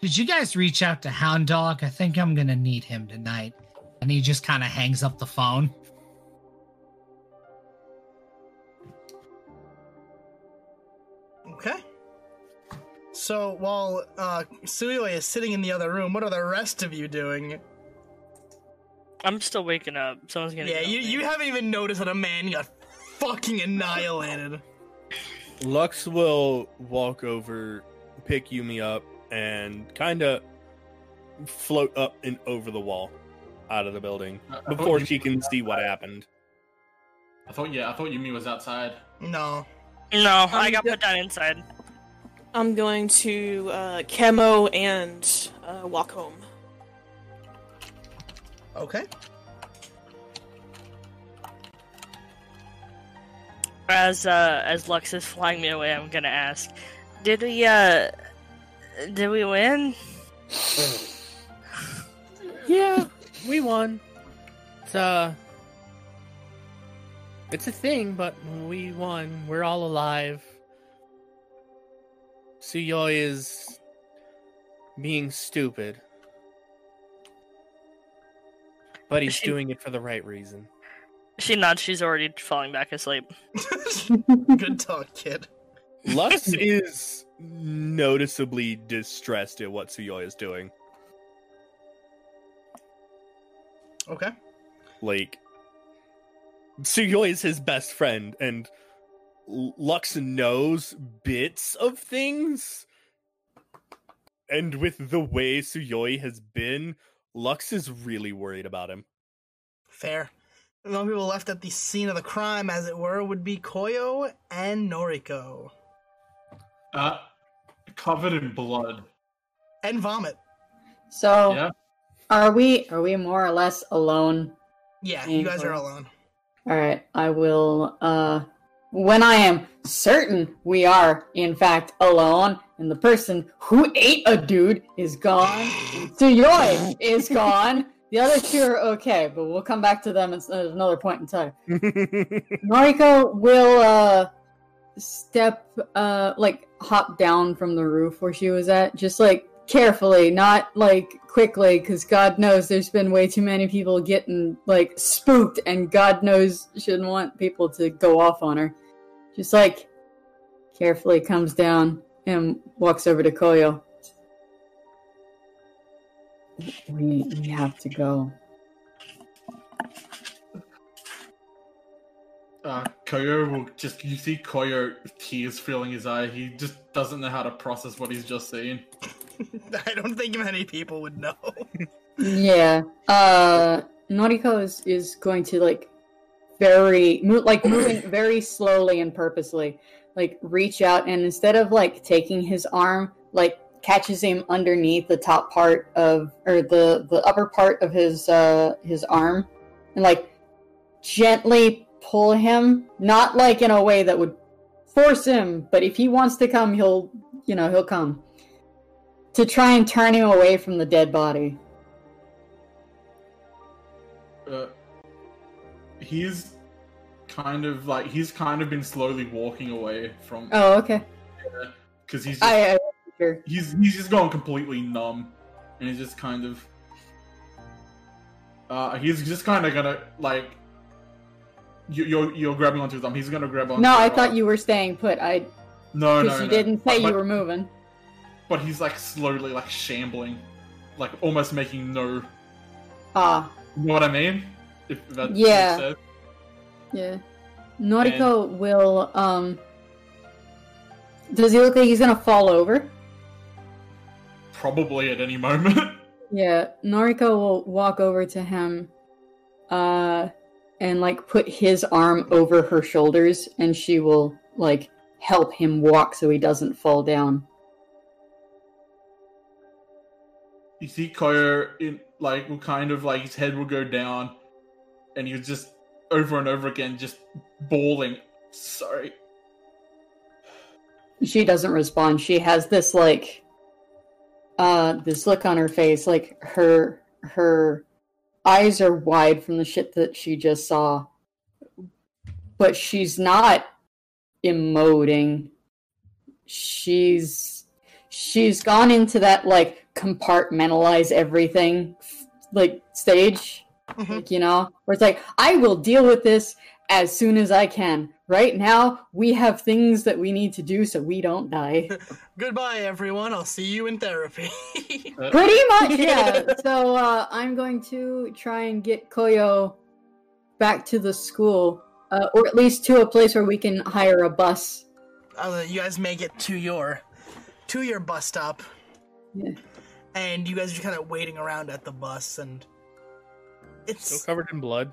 Speaker 3: could you guys reach out to Hound Dog? I think I'm gonna need him tonight and he just kind of hangs up the phone.
Speaker 1: Okay. So while uh, Suyoi is sitting in the other room, what are the rest of you doing?
Speaker 5: I'm still waking up. Someone's gonna.
Speaker 1: Yeah, you, you haven't even noticed that a man got fucking annihilated.
Speaker 10: Lux will walk over, pick Yumi up, and kind of float up and over the wall out of the building
Speaker 7: I- I
Speaker 3: Oh,
Speaker 7: thought
Speaker 10: before
Speaker 7: Yumi
Speaker 10: she can
Speaker 7: was
Speaker 10: see what happened.
Speaker 7: I thought yeah, I thought Yumi was outside.
Speaker 1: No. Um,
Speaker 5: No, I got put down inside.
Speaker 8: I'm going to uh, chemo and uh, walk home.
Speaker 1: Okay.
Speaker 5: As uh, as Lux is flying me away, I'm gonna ask, did we uh, did we win?
Speaker 10: Yeah, we won. It's uh It's a thing, but we won. We're all alive. Suyoi is being stupid. But he's
Speaker 5: She-
Speaker 10: doing it for the right reason.
Speaker 5: She nods. She's already falling back asleep.
Speaker 1: Good talk, kid.
Speaker 10: Lux is noticeably distressed at what Suyoi is doing.
Speaker 1: Okay.
Speaker 10: Like, Suyoi is his best friend, and L- Lux knows bits of things. And with the way Suyoi has been, Lux is really worried about him.
Speaker 1: Fair. The only people left at the scene of the crime, as it were, would be Koyo and Noriko.
Speaker 7: Uh, covered in blood.
Speaker 1: And vomit.
Speaker 4: So
Speaker 7: Yeah.
Speaker 4: are we are we more or less alone?
Speaker 1: Yeah, you guys are
Speaker 4: Mhm.
Speaker 1: alone.
Speaker 4: All right, I will. Uh, when I am certain we are, in fact, alone, and the person who ate a dude is gone, Suyoi is gone. The other two are okay, but we'll come back to them at s- at another point in time. Noriko will uh, step, uh, like, hop down from the roof where she was at, just like carefully, not like quickly, because God knows there's been way too many people getting like spooked, and God knows she didn't want people to go off on her. Just like carefully comes down and walks over to Koyo. We, we have to go.
Speaker 7: Uh, Koyo will just you see Koyo tears filling his eye. He just doesn't know how to process what he's just seen.
Speaker 1: I don't think many people would know.
Speaker 4: Yeah. Uh Noriko is, is going to like very mo- like moving very slowly and purposely like reach out and instead of like taking his arm like catches him underneath the top part of or the the upper part of his uh his arm and like gently pull him not like in a way that would force him but if he wants to come he'll you know he'll come to try and turn him away from the dead body
Speaker 7: Uh, he's kind of like he's kind of been slowly walking away from
Speaker 4: Oh, okay.
Speaker 7: because he's just,
Speaker 4: I, I sure.
Speaker 7: he's he's just gone completely numb, and he's just kind of. Uh, he's just kind of gonna like. You, you're you're grabbing onto his arm. He's gonna grab onto.
Speaker 4: No, I
Speaker 7: your
Speaker 4: thought
Speaker 7: arm.
Speaker 4: you were staying put. I
Speaker 7: No,
Speaker 4: because
Speaker 7: no,
Speaker 4: you
Speaker 7: no.
Speaker 4: didn't say
Speaker 7: But-
Speaker 4: you
Speaker 7: but-
Speaker 4: were moving.
Speaker 7: But he's like slowly like shambling, like almost making no.
Speaker 4: Ah,
Speaker 7: You know what I mean? If that
Speaker 4: Yeah.
Speaker 7: makes sense.
Speaker 4: yeah. Noriko will. Um. Does he look like he's gonna fall over?
Speaker 7: Probably at any moment.
Speaker 4: Yeah, Noriko will walk over to him, uh, and like put his arm over her shoulders, and she will like help him walk so he doesn't fall down.
Speaker 7: you see Koyo in like will kind of like his head will go down, and he's just over and over again just bawling. Sorry.
Speaker 4: she doesn't respond she has this like uh this look on her face like her her eyes are wide from the shit that she just saw but she's not emoting she's she's gone into that like compartmentalize everything like stage like you know where it's like i will deal with this as soon as I can. Right now, we have things that we need to do so we don't die.
Speaker 1: Goodbye, everyone. I'll see you in therapy.
Speaker 4: Pretty much, yeah. so uh, I'm going to try and get Koyo back to the school, uh, or at least to a place where we can hire a bus.
Speaker 1: Uh, you guys make it to your to your bus stop,
Speaker 4: Yeah.
Speaker 1: and you guys are kind of waiting around at the bus, and it's
Speaker 10: Still covered in blood.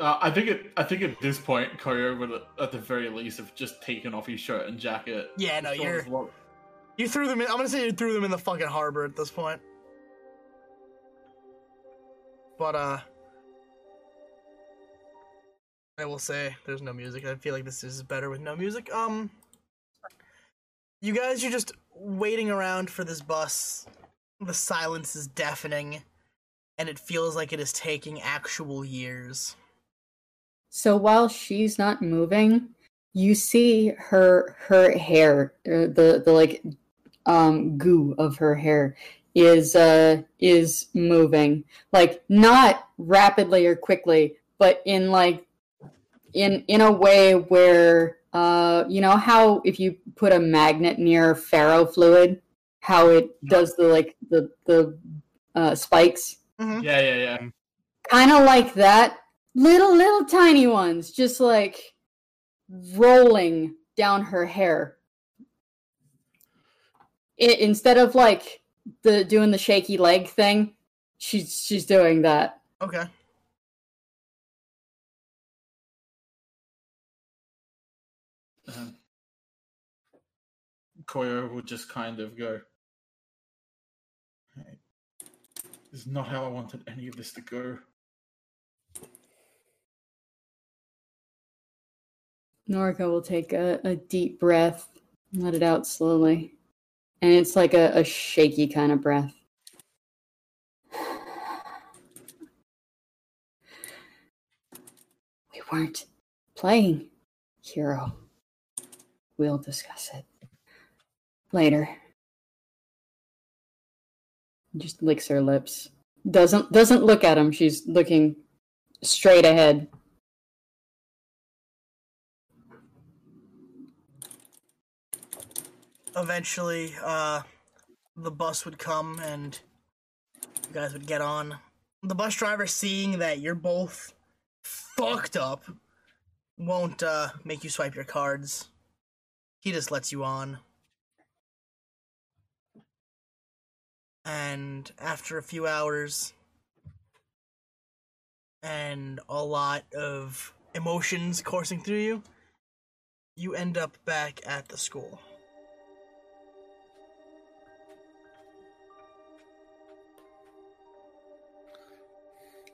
Speaker 7: Uh, I think it. I think at this point, Koryo would, at the very least, have just taken off his shirt and jacket.
Speaker 1: yeah, no,
Speaker 7: His
Speaker 1: you're
Speaker 7: shoulders low.
Speaker 1: you threw them. in I'm gonna say you threw them in the fucking harbor at this point. But uh, I will say there's no music. I feel like this is better with no music. Um, you guys are just waiting around for this bus. The silence is deafening, and it feels like it is taking actual years.
Speaker 4: So while she's not moving, you see her her hair, uh, the the like um goo of her hair is uh is moving. Like not rapidly or quickly, but in like in in a way where uh you know how if you put a magnet near ferro fluid, how it does the like the the uh spikes
Speaker 7: Yeah, yeah, yeah.
Speaker 4: kind of like that little little tiny ones just like rolling down her hair I- instead of like the doing the shaky leg thing she's she's doing that
Speaker 1: Okay.
Speaker 7: Um, Koyo will just kind of go. "Hey, This is not how I wanted any of this to go.
Speaker 4: norka will take a, a deep breath let it out slowly and it's like a, a shaky kind of breath we weren't playing hero We'll discuss it later. Just licks her lips. Doesn't doesn't look at him. She's looking straight ahead.
Speaker 1: eventually uh the bus would come and you guys would get on the bus driver seeing that you're both fucked up won't uh make you swipe your cards he just lets you on and after a few hours and a lot of emotions coursing through you you end up back at the school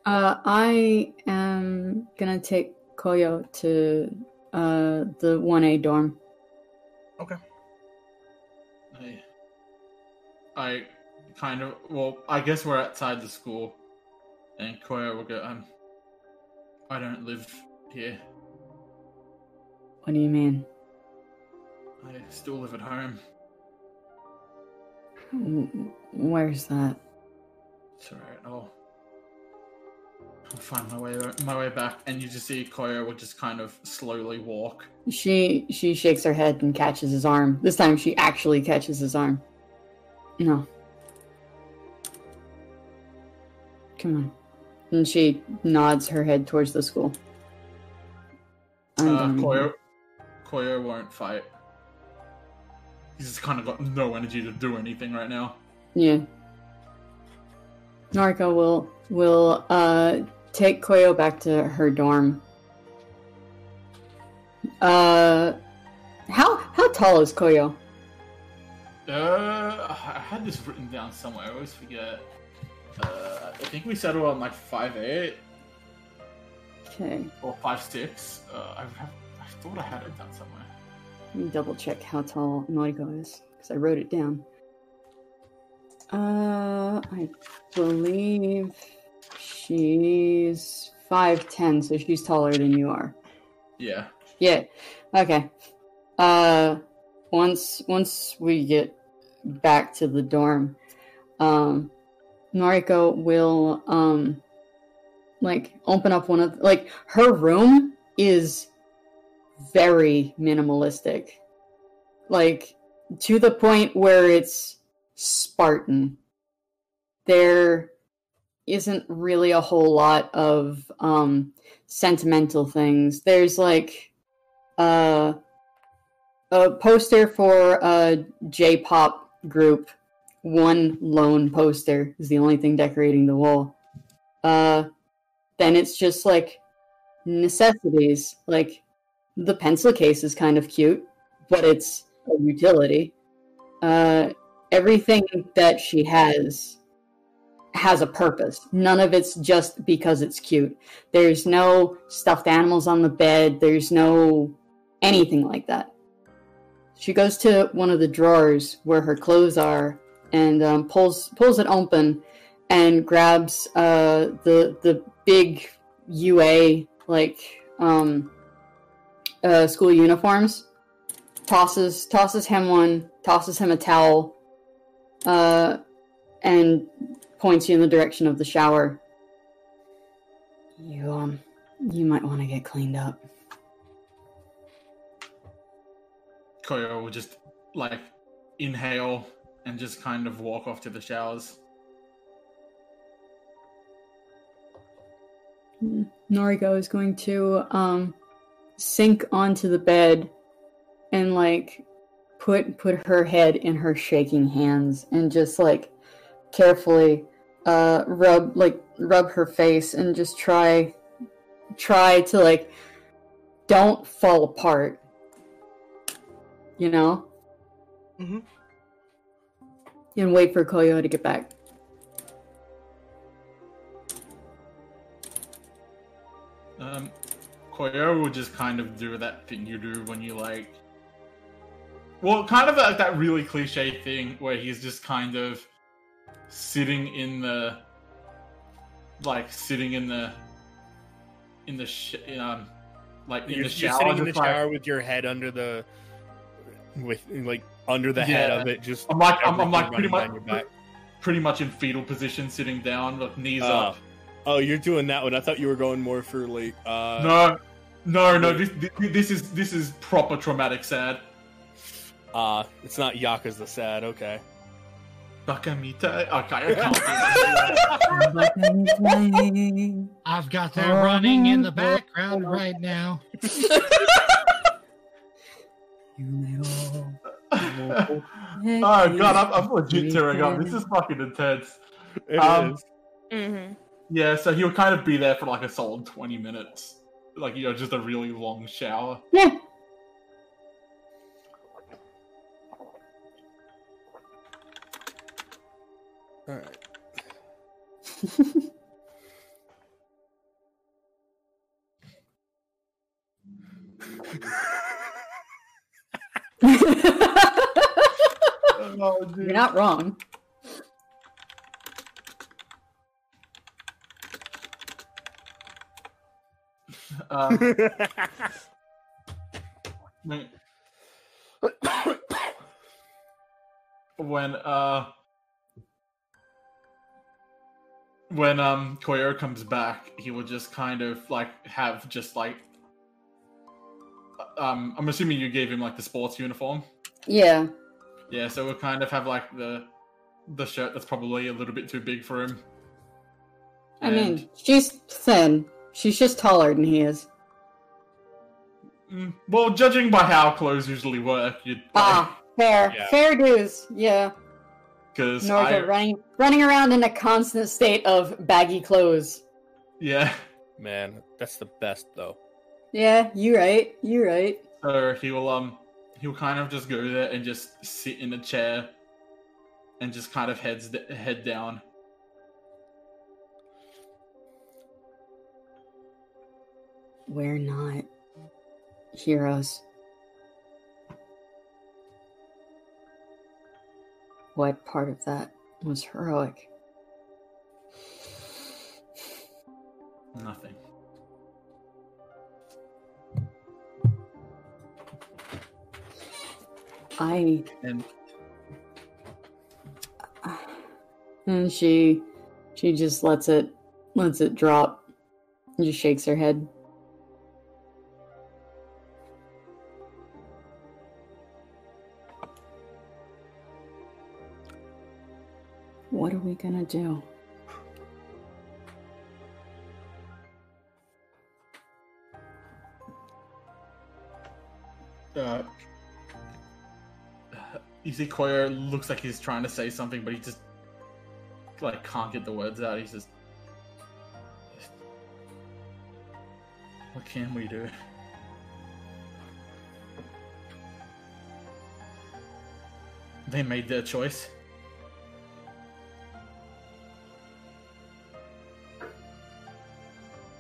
Speaker 4: Uh, I am gonna take Koyo to uh, the one A dorm.
Speaker 1: okay
Speaker 7: I, I kind of well, I guess we're outside the school, and Koya will go. Um, I don't live here.
Speaker 4: What do you mean?
Speaker 7: I still live at home.
Speaker 4: W- Where's that?
Speaker 7: It's alright. I'll, I'll find my way my way back. And you just see Koya will just kind of slowly walk.
Speaker 4: She she shakes her head and catches his arm. This time she actually catches his arm. No. Come on. And she nods her head towards the school. Um, I'm
Speaker 7: Uh,
Speaker 4: done.
Speaker 7: Koyo, Koyo won't fight. He's just kind of got no energy to do anything right now.
Speaker 4: Yeah. Narka will will uh take Koyo back to her dorm. Uh how how tall is Koyo?
Speaker 7: Uh, I had this written down somewhere. I always forget. Uh, I think we settled on like five eight
Speaker 4: Okay.
Speaker 7: or five six. Uh, I, have, I thought I had it down somewhere.
Speaker 4: Let me double check how tall Noriko is because I wrote it down. Uh, I believe she's five ten, so she's taller than you are.
Speaker 7: Yeah.
Speaker 4: Yeah. Okay. Uh, once once we get back to the dorm, um, Noriko will um, like open up one of like her room is very minimalistic. Like to the point where it's Spartan. There isn't really a whole lot of um sentimental things. There's like uh a poster for a J-pop group. One lone poster is the only thing decorating the wall. Uh, then it's just like necessities. Like the pencil case is kind of cute, but it's a utility. Uh, everything that she has has a purpose. None of it's just because it's cute. There's no stuffed animals on the bed. There's no anything like that. She goes to one of the drawers where her clothes are and um, pulls pulls it open and grabs uh, the the big UA like um, uh, school uniforms. Tosses tosses him one. Tosses him a towel. Uh, and points you in the direction of the shower. You um you might want to get cleaned up.
Speaker 7: Koyo will just like inhale and just kind of walk off to the showers.
Speaker 4: Noriko is going to um, sink onto the bed and like put put her head in her shaking hands and just like carefully uh, rub like rub her face and just try try to like don't fall apart. You know,
Speaker 1: Mhm.
Speaker 4: and wait for Koyo to get back.
Speaker 7: Um, Koyo will just kind of do that thing you do when you like. Well, kind of like that really cliche thing where he's just kind of sitting in the, like sitting in the, in the sh- um, like in
Speaker 10: you're, you're
Speaker 7: the shower.
Speaker 10: sitting in the
Speaker 7: just like-
Speaker 10: shower with your head under the with like under the head
Speaker 7: Yeah.
Speaker 10: of it just
Speaker 7: I'm like I'm, I'm
Speaker 10: everything running
Speaker 7: like pretty much
Speaker 10: down your back.
Speaker 7: pretty much in fetal position, sitting down, like knees
Speaker 10: Oh.
Speaker 7: up.
Speaker 10: oh you're doing that one i thought you were going more for like uh
Speaker 7: No, no, no. This this is this is proper traumatic sad.
Speaker 10: uh it's not yakas the sad okay
Speaker 7: Bakamita. Okay, I can't. do that.
Speaker 3: I've got that running in the background right now.
Speaker 7: oh god, I'm, I'm legit tearing up. This is fucking intense.
Speaker 10: It is.
Speaker 8: Mm-hmm.
Speaker 7: Yeah, so he'll kind of be there for like a solid 20 minutes. Like, you know, just a really long shower.
Speaker 4: Yeah.
Speaker 10: all right
Speaker 4: You're not wrong.
Speaker 7: Um, when- when, uh, when, um, Koyoro comes back, he will just kind of like have just like, um, I'm assuming you gave him like the sports uniform.
Speaker 4: Yeah.
Speaker 7: Yeah, so we'll kind of have like the the shirt that's probably a little bit too big for him.
Speaker 4: I mean, she's thin. She's just taller than he is.
Speaker 7: Mm, Well, judging by how clothes usually work, you'd
Speaker 4: Ah, fair,
Speaker 7: Yeah.
Speaker 4: fair dues. Yeah,
Speaker 7: because
Speaker 4: Norga running running around in a constant state of baggy clothes.
Speaker 7: yeah,
Speaker 10: man that's the best though
Speaker 4: Yeah, you right, you right.
Speaker 7: so he will um he'll kind of just go there and just sit in a chair and just kind of heads d- head down.
Speaker 4: We're not heroes. What part of that was heroic?
Speaker 7: Nothing.
Speaker 4: I
Speaker 7: And
Speaker 4: and she she just lets it lets it drop and just shakes her head. What are we gonna do?
Speaker 7: Uh, you see, Koyer looks like he's trying to say something, but he just like can't get the words out. He's just, what can we do? They made their choice.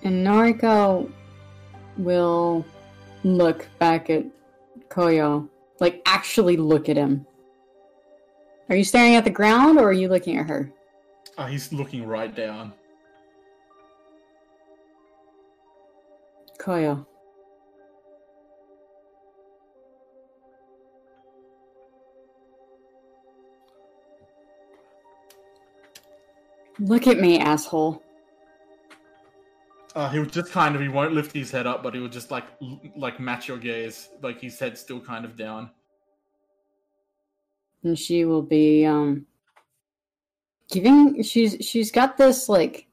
Speaker 4: And Noriko will look back at Koyo. Like, actually look at him. Are you staring at the ground or are you looking at her?
Speaker 7: Uh, he's looking right down.
Speaker 4: Koyo. Look at me, asshole.
Speaker 7: Uh, he'll just kind of he won't lift his head up, but he will just like l- like match your gaze, like his head's still kind of down.
Speaker 4: and she will be um giving she's she's got this like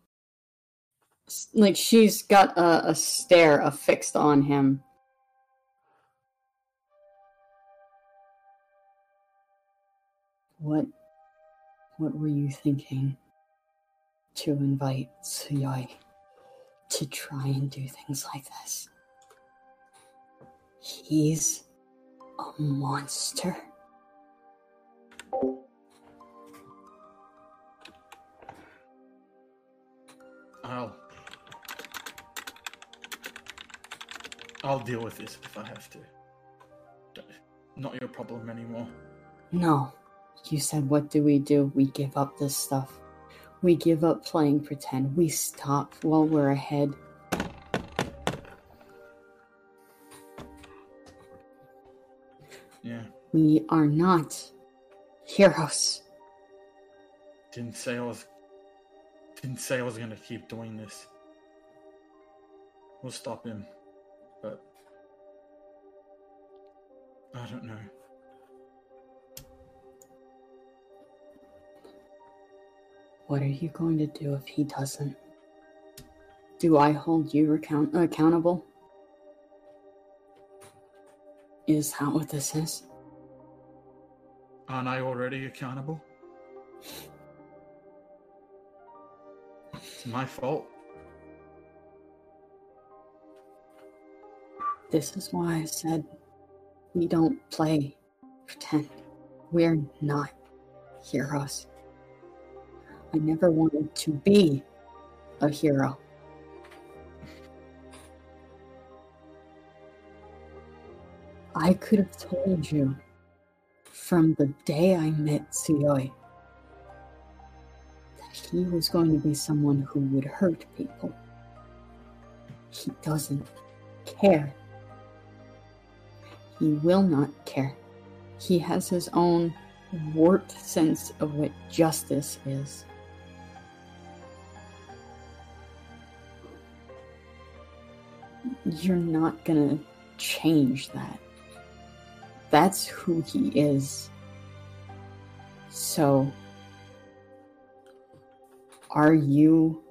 Speaker 4: s- like she's got a, a stare affixed on him what what were you thinking to invite suyai to try and do things like this he's a monster
Speaker 7: I'll I'll deal with this if I have to. Don't- Not your problem anymore.
Speaker 4: No. You said, what do we do? We give up this stuff. We give up playing pretend. We stop while we're ahead.
Speaker 7: Yeah.
Speaker 4: We are not heroes.
Speaker 7: Didn't say I was. Didn't say I was gonna keep doing this. We'll stop him, but I don't know.
Speaker 4: What are you going to do if he doesn't? Do I hold you account- accountable? Is that what this is?
Speaker 7: Aren't I already accountable? It's my fault.
Speaker 4: This is why I said we don't play pretend. We're not heroes. I never wanted to be a hero. I could have told you from the day I met Tsuyoi that he was going to be someone who would hurt people. He doesn't care. He will not care. He has his own warped sense of what justice is. You're not gonna change that. That's who he is. So, are you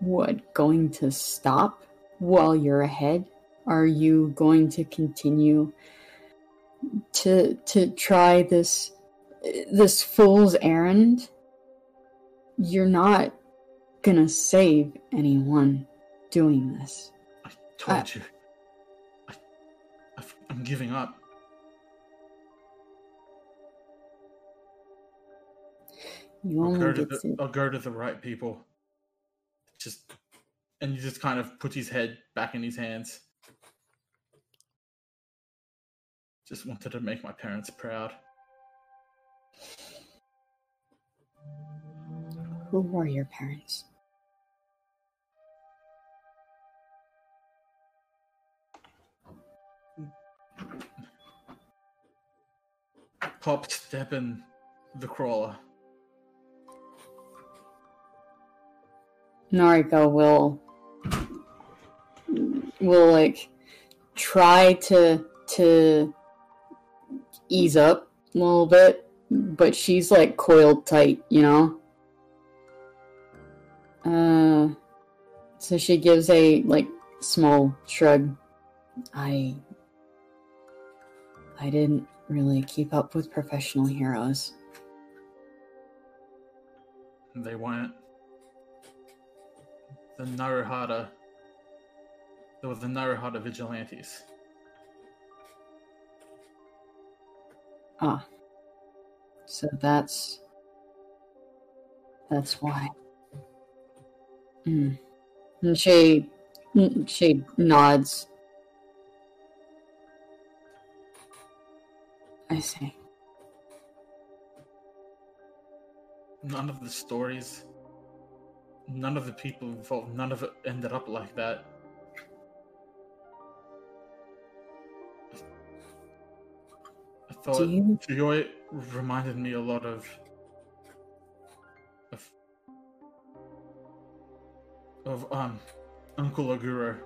Speaker 4: what going to stop while you're ahead? Are you going to continue to to try this this fool's errand? You're not gonna save anyone doing this.
Speaker 7: Told you. I, I, I'm giving up.
Speaker 4: You
Speaker 7: I'll go,
Speaker 4: only
Speaker 7: to
Speaker 4: get
Speaker 7: the,
Speaker 4: to
Speaker 7: I'll go to the right people. Just and he just kind of puts his head back in his hands. Just wanted to make my parents proud.
Speaker 4: who were your parents?
Speaker 7: Pop step in the crawler.
Speaker 4: Nariko will will like try to to ease up a little bit but she's like coiled tight, you know. Uh, so she gives a like small shrug. I, I didn't really keep up with professional heroes.
Speaker 7: They weren't. The Naruhara. There was the Naruhara vigilantes.
Speaker 4: Ah, so that's that's why. Hmm. And she she nods. I see.
Speaker 7: None of the stories, none of the people involved, none of it ended up like that. I thought
Speaker 4: you-
Speaker 7: Joy reminded me a lot of, of, of um, Uncle Ogura,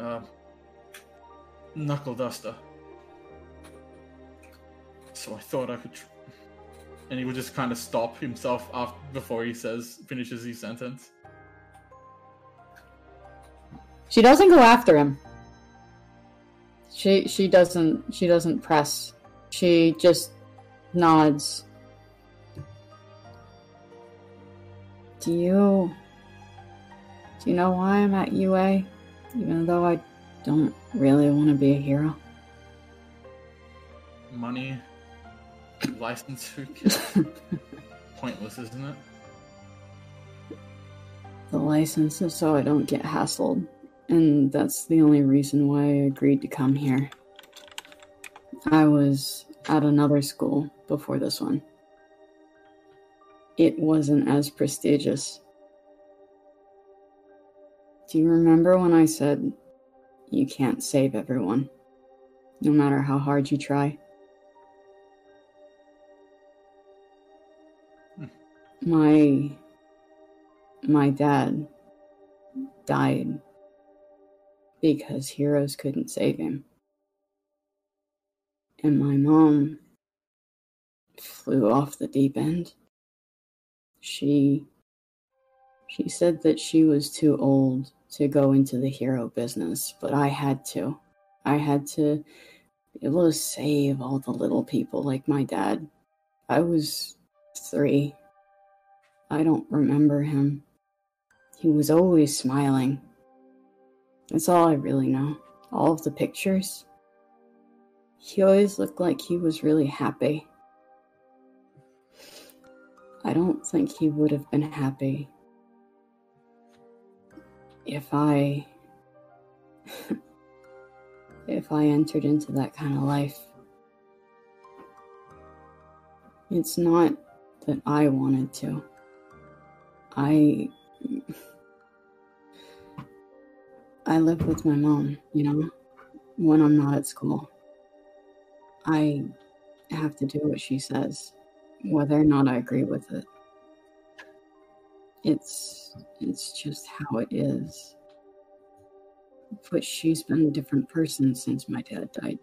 Speaker 7: uh, Knuckle Duster. So I thought I could. Tr- and he would just kind of stop himself after, before he says finishes his sentence.
Speaker 4: She doesn't go after him. She she doesn't she doesn't press. She just nods. Do you do you know why I'm at UA? Even though I don't really want to be a hero.
Speaker 7: Money, license, who cares? Pointless, isn't it?
Speaker 4: The license is so I don't get hassled. And that's the only reason why I agreed to come here. I was at another school before this one. It wasn't as prestigious. Do you remember when I said you can't save everyone, no matter how hard you try? My my dad died because heroes couldn't save him. And my mom flew off the deep end. She she said that she was too old to go into the hero business, but I had to. I had to be able to save all the little people like my dad. I was 3 I don't remember him. He was always smiling. That's all I really know. All of the pictures. He always looked like he was really happy. I don't think he would have been happy if I. if I entered into that kind of life. It's not that I wanted to. I I live with my mom, you know, when I'm not at school. I have to do what she says, whether or not I agree with it. It's it's just how it is. But she's been a different person since my dad died.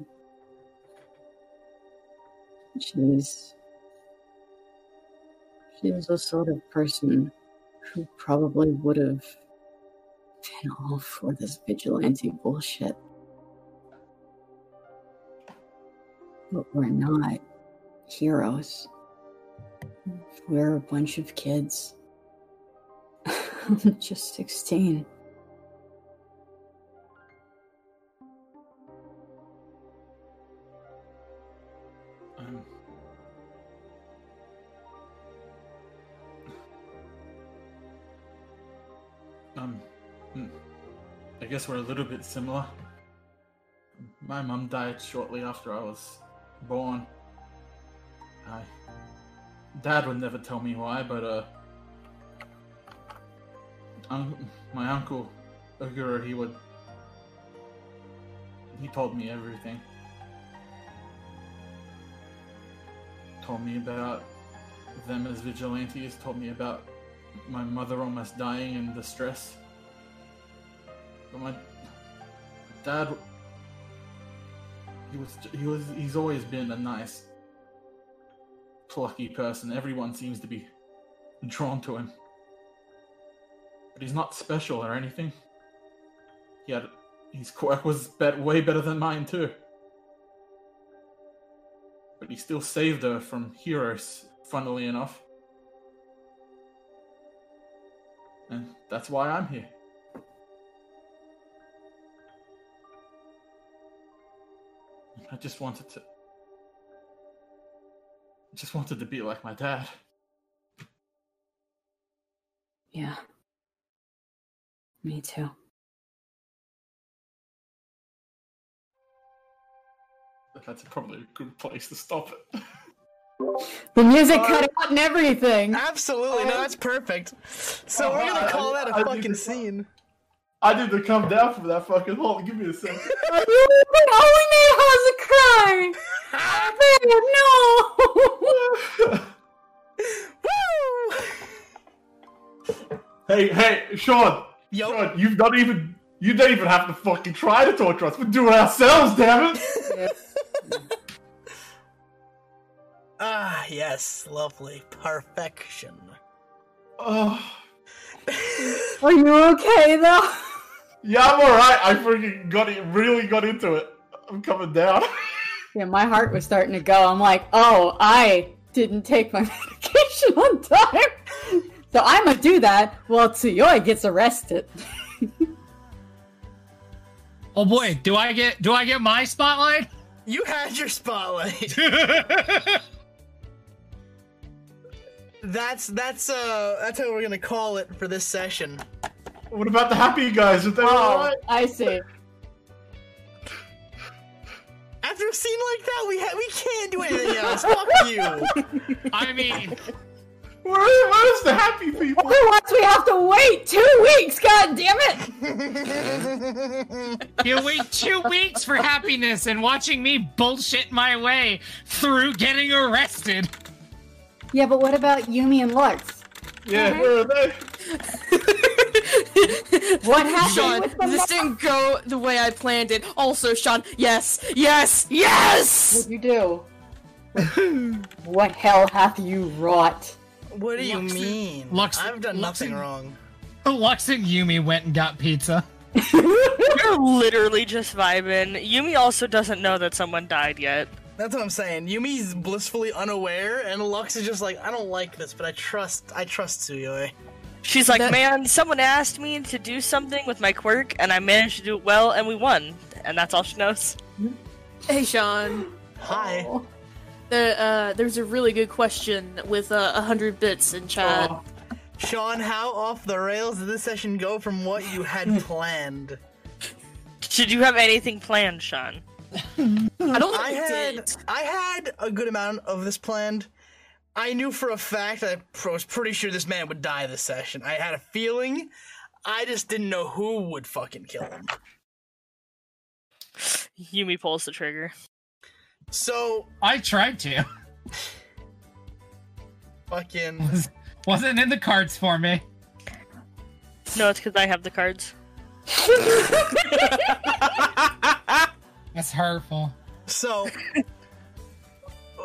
Speaker 4: She's she was the sort of person who probably would have been all for this vigilante bullshit. But we're not heroes. We're a bunch of kids. I'm just 16.
Speaker 7: Um, um, hmm. I guess we're a little bit similar. My mom died shortly after I was born. I, Dad would never tell me why, but uh, un- my uncle Ogura, he would. He told me everything. told me about them as vigilantes, told me about my mother almost dying in distress. But my dad, he was, he was, he's always been a nice, plucky person. Everyone seems to be drawn to him. But he's not special or anything. He had his quirk was bet way better than mine too. But he still saved her from heroes, funnily enough. And that's why I'm here. I just wanted to. I just wanted to be like my dad.
Speaker 4: Yeah. Me too.
Speaker 7: But That's probably a good place to stop it.
Speaker 4: The music cut out and everything.
Speaker 1: Absolutely, no, that's perfect. So we're gonna call that a fucking scene.
Speaker 7: I need to come down from that fucking hole. Give me a second.
Speaker 13: only made Haza cry. no.
Speaker 7: Hey, hey, Sean. Sean, you've not even. You don't even have to fucking try to torture us. We do it ourselves, damn it.
Speaker 1: Ah, yes, lovely perfection.
Speaker 7: Oh.
Speaker 4: Are you okay though?
Speaker 7: Yeah, I'm alright. I freaking got it. Really got into it. I'm coming down.
Speaker 4: Yeah, my heart was starting to go. I'm like, oh, I didn't take my medication on time. So I'm gonna do that while Tsuyoi gets arrested.
Speaker 3: Oh boy, do I get do I get my spotlight?
Speaker 1: You had your spotlight. that's that's uh that's how we're gonna call it for this session.
Speaker 7: What about the happy guys? Are they
Speaker 9: Oh.
Speaker 7: alright?
Speaker 4: I see.
Speaker 1: After a scene like that, we ha- we can't do anything else. Fuck you.
Speaker 3: I mean,
Speaker 7: where, where's the happy people?
Speaker 4: Otherwise, we have to wait two weeks. God damn
Speaker 1: it!
Speaker 3: You wait two weeks for happiness and watching me bullshit my way through getting arrested.
Speaker 4: yeah, but what about Yumi and Lux?
Speaker 7: Yeah, where are they?
Speaker 4: What happened
Speaker 9: Sean,
Speaker 4: with the
Speaker 9: this didn't go the way I planned it. Also, Sean, yes, yes, yes!
Speaker 4: What'd you do? What hell hath you wrought?
Speaker 1: What do you
Speaker 3: Lux-
Speaker 1: mean?
Speaker 3: Lux-
Speaker 1: I've done
Speaker 3: Lux-
Speaker 1: nothing wrong.
Speaker 3: Lux and Yumi went and got pizza.
Speaker 5: You're literally just vibing. Yumi also doesn't know that someone died yet.
Speaker 1: That's what I'm saying. Yumi's blissfully unaware, and Lux is just like, I don't like this, but I trust, I trust Tsuyoi.
Speaker 5: She's like, man, someone asked me to do something with my quirk, and I managed to do it well, and we won. And that's all she knows.
Speaker 9: Hey, Sean.
Speaker 1: Hi.
Speaker 9: There, uh, there's a really good question with uh, 100 bits in chat.
Speaker 1: Sean, how off the rails did this session go from what you had planned?
Speaker 5: Did you have anything planned, Sean?
Speaker 9: I don't think
Speaker 1: I
Speaker 9: I
Speaker 1: had I had a good amount of this planned. I knew for a fact I pr- was pretty sure this man would die this session. I had a feeling. I just didn't know who would fucking kill him.
Speaker 5: Yumi pulls the trigger.
Speaker 1: So
Speaker 3: I tried to.
Speaker 1: fucking
Speaker 3: Wasn't in the cards for me.
Speaker 5: No, it's because I have the cards.
Speaker 3: That's hurtful.
Speaker 1: so.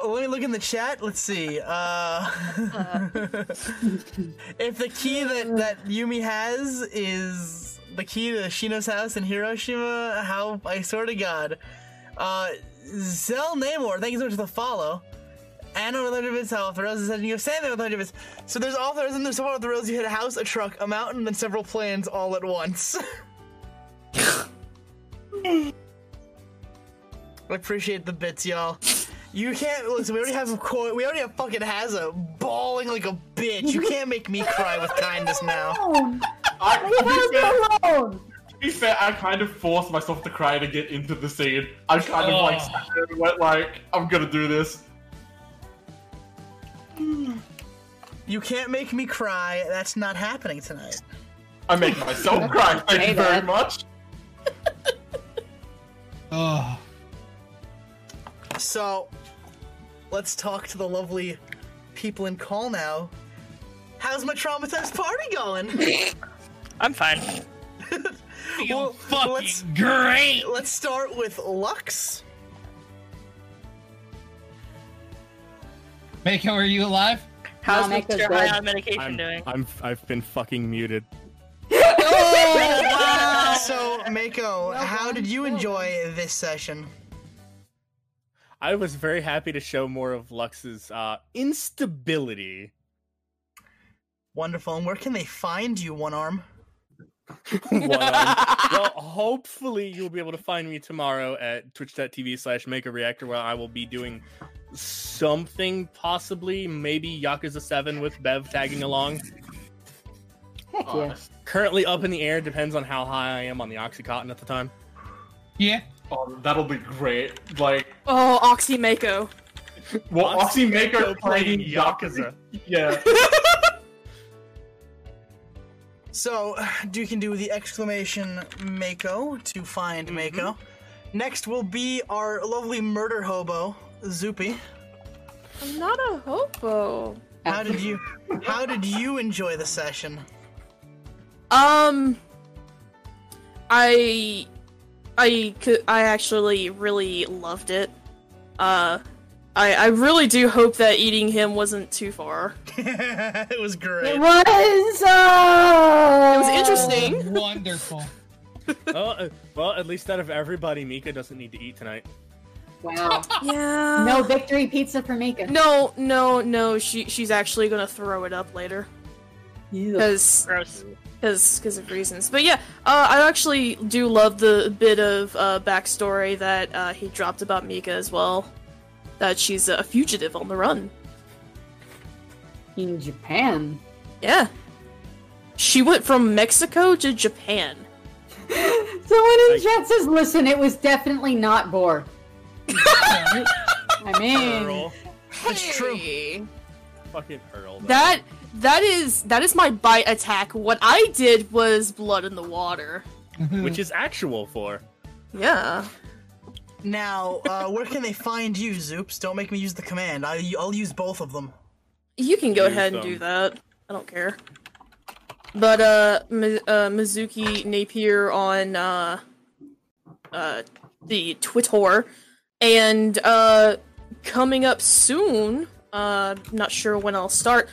Speaker 1: Let me look in the chat. Let's see. Uh, if the key that, that Yumi has is the key to Shino's house in Hiroshima, how I swear to God. Uh, Zell Namor, thank you so much for the follow. Anna with 100 bits, how off the rails is you go Sandman with 100 bits. So there's off the rails and there's so far off the rails you hit a house, a truck, a mountain, then several planes all at once. I appreciate the bits, y'all. You can't listen. We already have co- we already have fucking Hazza bawling like a bitch. You can't make me cry with kindness now.
Speaker 7: I, to be fair-
Speaker 4: alone.
Speaker 7: to be fair, I kind of forced myself to cry to get into the scene. I kind of like
Speaker 3: Oh.
Speaker 7: sat there and went like, I'm gonna do this.
Speaker 1: You can't make me cry. That's not happening tonight.
Speaker 7: I make myself cry. Thank
Speaker 4: Hey,
Speaker 7: you very
Speaker 4: Dad.
Speaker 7: much.
Speaker 3: Oh,
Speaker 1: So, let's talk to the lovely people in call now. How's my traumatized party going?
Speaker 5: I'm fine.
Speaker 3: feel
Speaker 1: well,
Speaker 3: fucking
Speaker 1: let's
Speaker 3: great.
Speaker 1: let's start with Lux.
Speaker 3: Mako, are you alive?
Speaker 5: How's Mr. High on medication
Speaker 10: I'm,
Speaker 5: doing?
Speaker 10: I'm, I've been fucking muted.
Speaker 3: Ah.
Speaker 1: so, Mako, how did you enjoy this session?
Speaker 10: I was very happy to show more of Lux's uh, instability.
Speaker 1: Wonderful. And where can they find you, One Arm?
Speaker 10: One arm. well, um, hopefully you'll be able to find me tomorrow at twitch.tv slash make a reactor where I will be doing something possibly, maybe Yakuza 7 with Bev tagging along. Currently up in the air, depends on how high I am on the Oxycontin at the time.
Speaker 3: Yeah.
Speaker 7: Oh, that'll be great. Like,
Speaker 9: Oh, Oxy Mako.
Speaker 7: well,
Speaker 10: Oxy
Speaker 7: Oxy Maker
Speaker 10: Mako
Speaker 7: playing
Speaker 10: playing
Speaker 7: Yakuza.
Speaker 10: Yakuza.
Speaker 7: Yeah.
Speaker 1: So, you can do the exclamation Mako to find
Speaker 10: Mm-hmm.
Speaker 1: Mako. Next will be our lovely murder hobo, Zoopy.
Speaker 9: I'm not a hobo.
Speaker 1: How did you how did you enjoy the session?
Speaker 9: Um, I, I could, I actually really loved it. Uh, I, I really do hope that eating him wasn't too far.
Speaker 1: it was great.
Speaker 9: It was. Uh... It was interesting.
Speaker 3: Wonderful.
Speaker 10: well, uh, well, at least out of everybody, Mika doesn't need to eat tonight.
Speaker 4: Wow.
Speaker 9: Yeah.
Speaker 4: No victory pizza for Mika.
Speaker 9: No, no, no. She, she's actually gonna throw it up later. Because
Speaker 5: Gross.
Speaker 9: because of reasons. But yeah, uh, I actually do love the bit of uh, backstory that uh, he dropped about Mika as well. That she's a fugitive on the run.
Speaker 4: In Japan.
Speaker 9: Yeah, she went from Mexico to Japan.
Speaker 4: Someone in chat says, listen, it was definitely not Boar. I mean,
Speaker 10: Earl.
Speaker 1: It's
Speaker 9: true.
Speaker 10: Fucking Earl. though.
Speaker 9: That that is that is my bite attack. What I did was blood in the water.
Speaker 10: Which is actual for.
Speaker 9: Yeah.
Speaker 1: Now, uh, where can they find you, Zoops? Don't make me use the command. I, I'll use both of them.
Speaker 9: You can go
Speaker 10: Use
Speaker 9: ahead and
Speaker 10: them.
Speaker 9: do that. I don't care. But uh, Mi- uh Mizuki Napier on uh, uh, the Twitter, and uh, coming up soon. Uh, not sure when I'll start.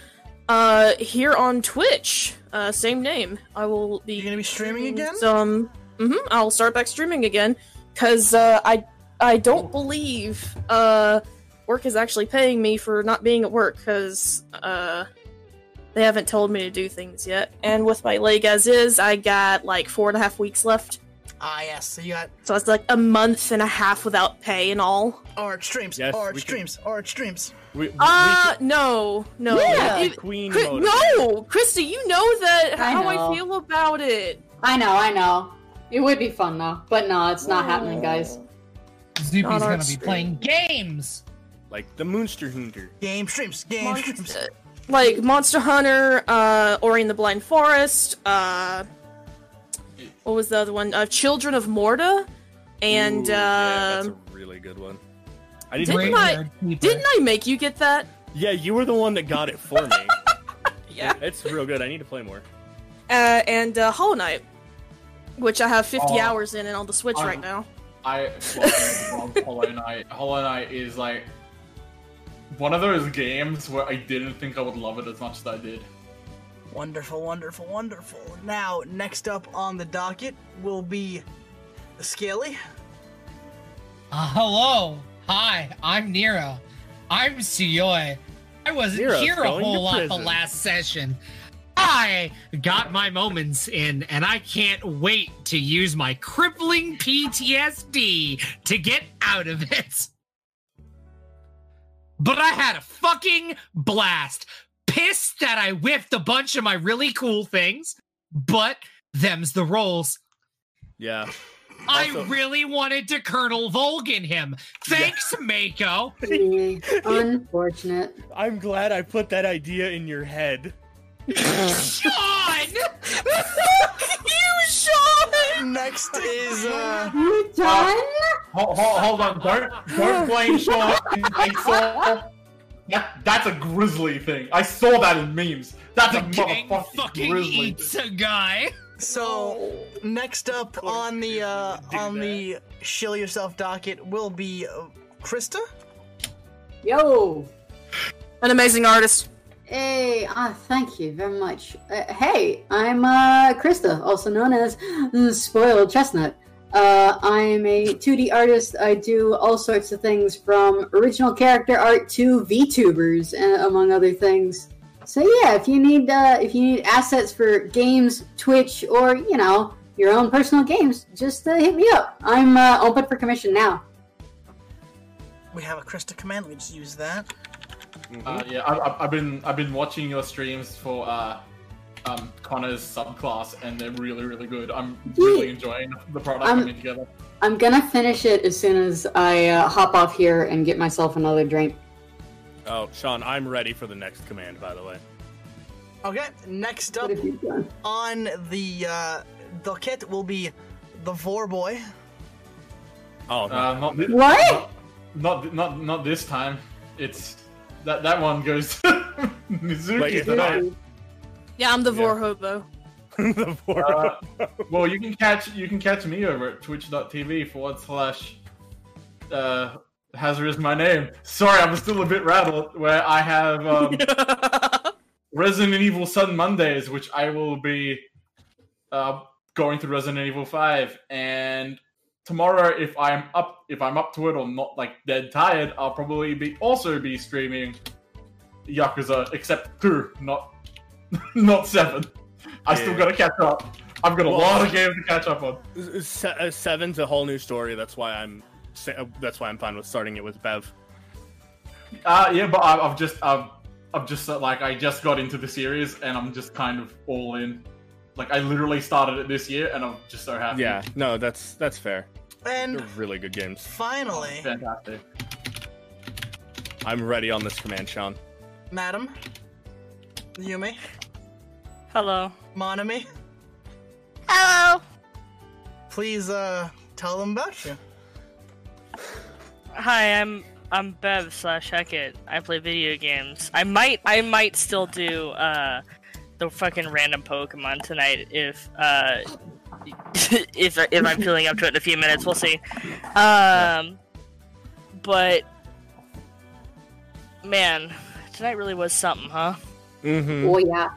Speaker 9: Uh, here on Twitch, uh, same name. I will be.
Speaker 1: You're gonna be
Speaker 10: Mm,
Speaker 1: streaming again?
Speaker 9: Um, hmm I'll start back streaming again because uh, I I don't believe uh, work is actually paying me for not being at work because uh, they haven't told me to do things yet. And with my leg as is, I got like four and a half weeks left,
Speaker 1: Ah, yes. So you got
Speaker 9: so it's like a month and a half without pay and all.
Speaker 1: Arch streams,
Speaker 10: Yes,
Speaker 1: Arch
Speaker 10: we can-
Speaker 1: streams, Arch streams.
Speaker 10: We, we,
Speaker 9: Uh, no, no.
Speaker 4: Yeah.
Speaker 10: we
Speaker 9: It-
Speaker 10: could queen
Speaker 9: Chris-
Speaker 10: mode.
Speaker 9: no, Krista, you know that
Speaker 4: I
Speaker 9: how
Speaker 4: know.
Speaker 9: I feel about it.
Speaker 4: I know, I know. It would be fun though, but no, it's not happening, guys.
Speaker 3: Zoopy's
Speaker 9: Not
Speaker 3: gonna
Speaker 9: our
Speaker 3: be
Speaker 9: stream.
Speaker 3: playing games.
Speaker 10: Like the Moonster Hunter.
Speaker 1: Game streams, game streams.
Speaker 9: Monster, like Monster Hunter, uh, Ori and the Blind Forest, uh, what was the other one? Uh, Children of Morta, and
Speaker 10: Ooh, yeah,
Speaker 9: uh,
Speaker 10: that's a really good one. I didn't.
Speaker 9: Didn't
Speaker 10: play-
Speaker 9: I-
Speaker 3: Graveyard Keeper.
Speaker 9: didn't I make you get that?
Speaker 10: Yeah, you were the one that got it for me.
Speaker 9: Yeah.
Speaker 10: it's real good. I need to play more.
Speaker 9: Uh, and uh, Hollow Knight, which I have 50
Speaker 7: Oh.
Speaker 9: hours in and on the Switch
Speaker 7: Um,
Speaker 9: right now.
Speaker 7: I love Hollow Knight. Hollow Knight is like one of those games where I didn't think I would love it as much as I did.
Speaker 1: Wonderful, wonderful, wonderful. Now, next up on the docket will be Scaly.
Speaker 3: Uh, hello. Hi, I'm Nero. I'm Suyoi. I wasn't
Speaker 10: Nero's
Speaker 3: here a
Speaker 10: going to
Speaker 3: whole lot the
Speaker 10: prison.
Speaker 3: last session. I got my moments in, and I can't wait to use my crippling PTSD to get out of it. But I had a fucking blast. Pissed that I whiffed a bunch of my really cool things, but them's the rolls.
Speaker 10: Yeah.
Speaker 3: I
Speaker 10: Also-
Speaker 3: really wanted to Colonel Volgan him. Thanks, Mako.
Speaker 4: Unfortunate.
Speaker 10: I'm glad I put that idea in your head.
Speaker 3: Sean!
Speaker 9: you Sean!
Speaker 1: Next is uh,
Speaker 4: You done?
Speaker 7: Hold, hold, on, don't don't blame Sean. I saw that, that's a grizzly thing. I saw that in memes. That's a
Speaker 3: The king
Speaker 7: motherfucking
Speaker 3: fucking
Speaker 7: grizzly.
Speaker 3: eats a guy.
Speaker 1: so next up on the uh, on the shill yourself docket will be uh, Krista.
Speaker 4: Yo.
Speaker 9: An amazing artist.
Speaker 4: Hey, ah, thank you very much. Uh, hey, I'm uh, Krista, also known as mm, Spoiled Chestnut. Uh, I'm a 2D artist. I do all sorts of things from original character art to VTubers, uh, among other things. So yeah, if you need uh, if you need assets for games, Twitch, or you know your own personal games, just uh, hit me up. I'm uh, open for commission now.
Speaker 1: We have a Krista command. We just use that.
Speaker 10: Mm-hmm.
Speaker 7: Uh, yeah, I, I, I've been I've been watching your streams for uh, um, Connor's subclass, and they're really really good. I'm really enjoying the product
Speaker 4: I'm-
Speaker 7: coming together.
Speaker 4: I'm gonna finish it as soon as I uh, hop off here and get myself another drink.
Speaker 10: Oh, Sean, I'm ready for the next command, by the way.
Speaker 1: Okay, next up on the uh, docket will be the Vorboy.
Speaker 10: Oh,
Speaker 7: uh, not thi-
Speaker 1: What?
Speaker 7: Not, not not not this time. It's that that one goes Mizuki
Speaker 10: Wait, is that
Speaker 7: tonight.
Speaker 9: Yeah, I'm the Vor Hobo.
Speaker 7: Uh, well, you can catch you can catch me over at twitch.tv forward slash uh, Hazard is my name. Sorry, I'm still a bit rattled. Where I have um, Resident Evil Sun Mondays, which I will be uh, going through Resident Evil Five, and tomorrow, if I'm up if I'm up to it or not, like dead tired, I'll probably be also be streaming Yakuza, except two, not not seven. I still
Speaker 10: Yeah.
Speaker 7: gotta catch up. I've got a
Speaker 10: Well-
Speaker 7: lot of games to catch up on.
Speaker 10: Se- uh, Seven's a whole new story. That's why I'm. sa- uh, That's why I'm fine with starting it with Bev.
Speaker 7: Uh, yeah, but I, I've just I've, I've just uh, like I just got into the series and I'm just kind of all in. Like I literally started it this year and I'm just so happy.
Speaker 10: Yeah, no, that's that's fair.
Speaker 1: And-
Speaker 10: They're really good games.
Speaker 1: Finally,
Speaker 7: Oh, fantastic,
Speaker 10: I'm ready on this command, Sean.
Speaker 1: Madam Yumi.
Speaker 5: Hello,
Speaker 1: Monami.
Speaker 5: Hello.
Speaker 1: Please uh, tell them about you.
Speaker 5: Hi, I'm I'm Bev slash Hackett. I play video games. I might I might still do uh the fucking random Pokemon tonight if uh if I- if I'm feeling up to it in a few minutes. We'll see. Um, but man, tonight really was something, huh?
Speaker 10: Mm-hmm.
Speaker 4: Oh, yeah.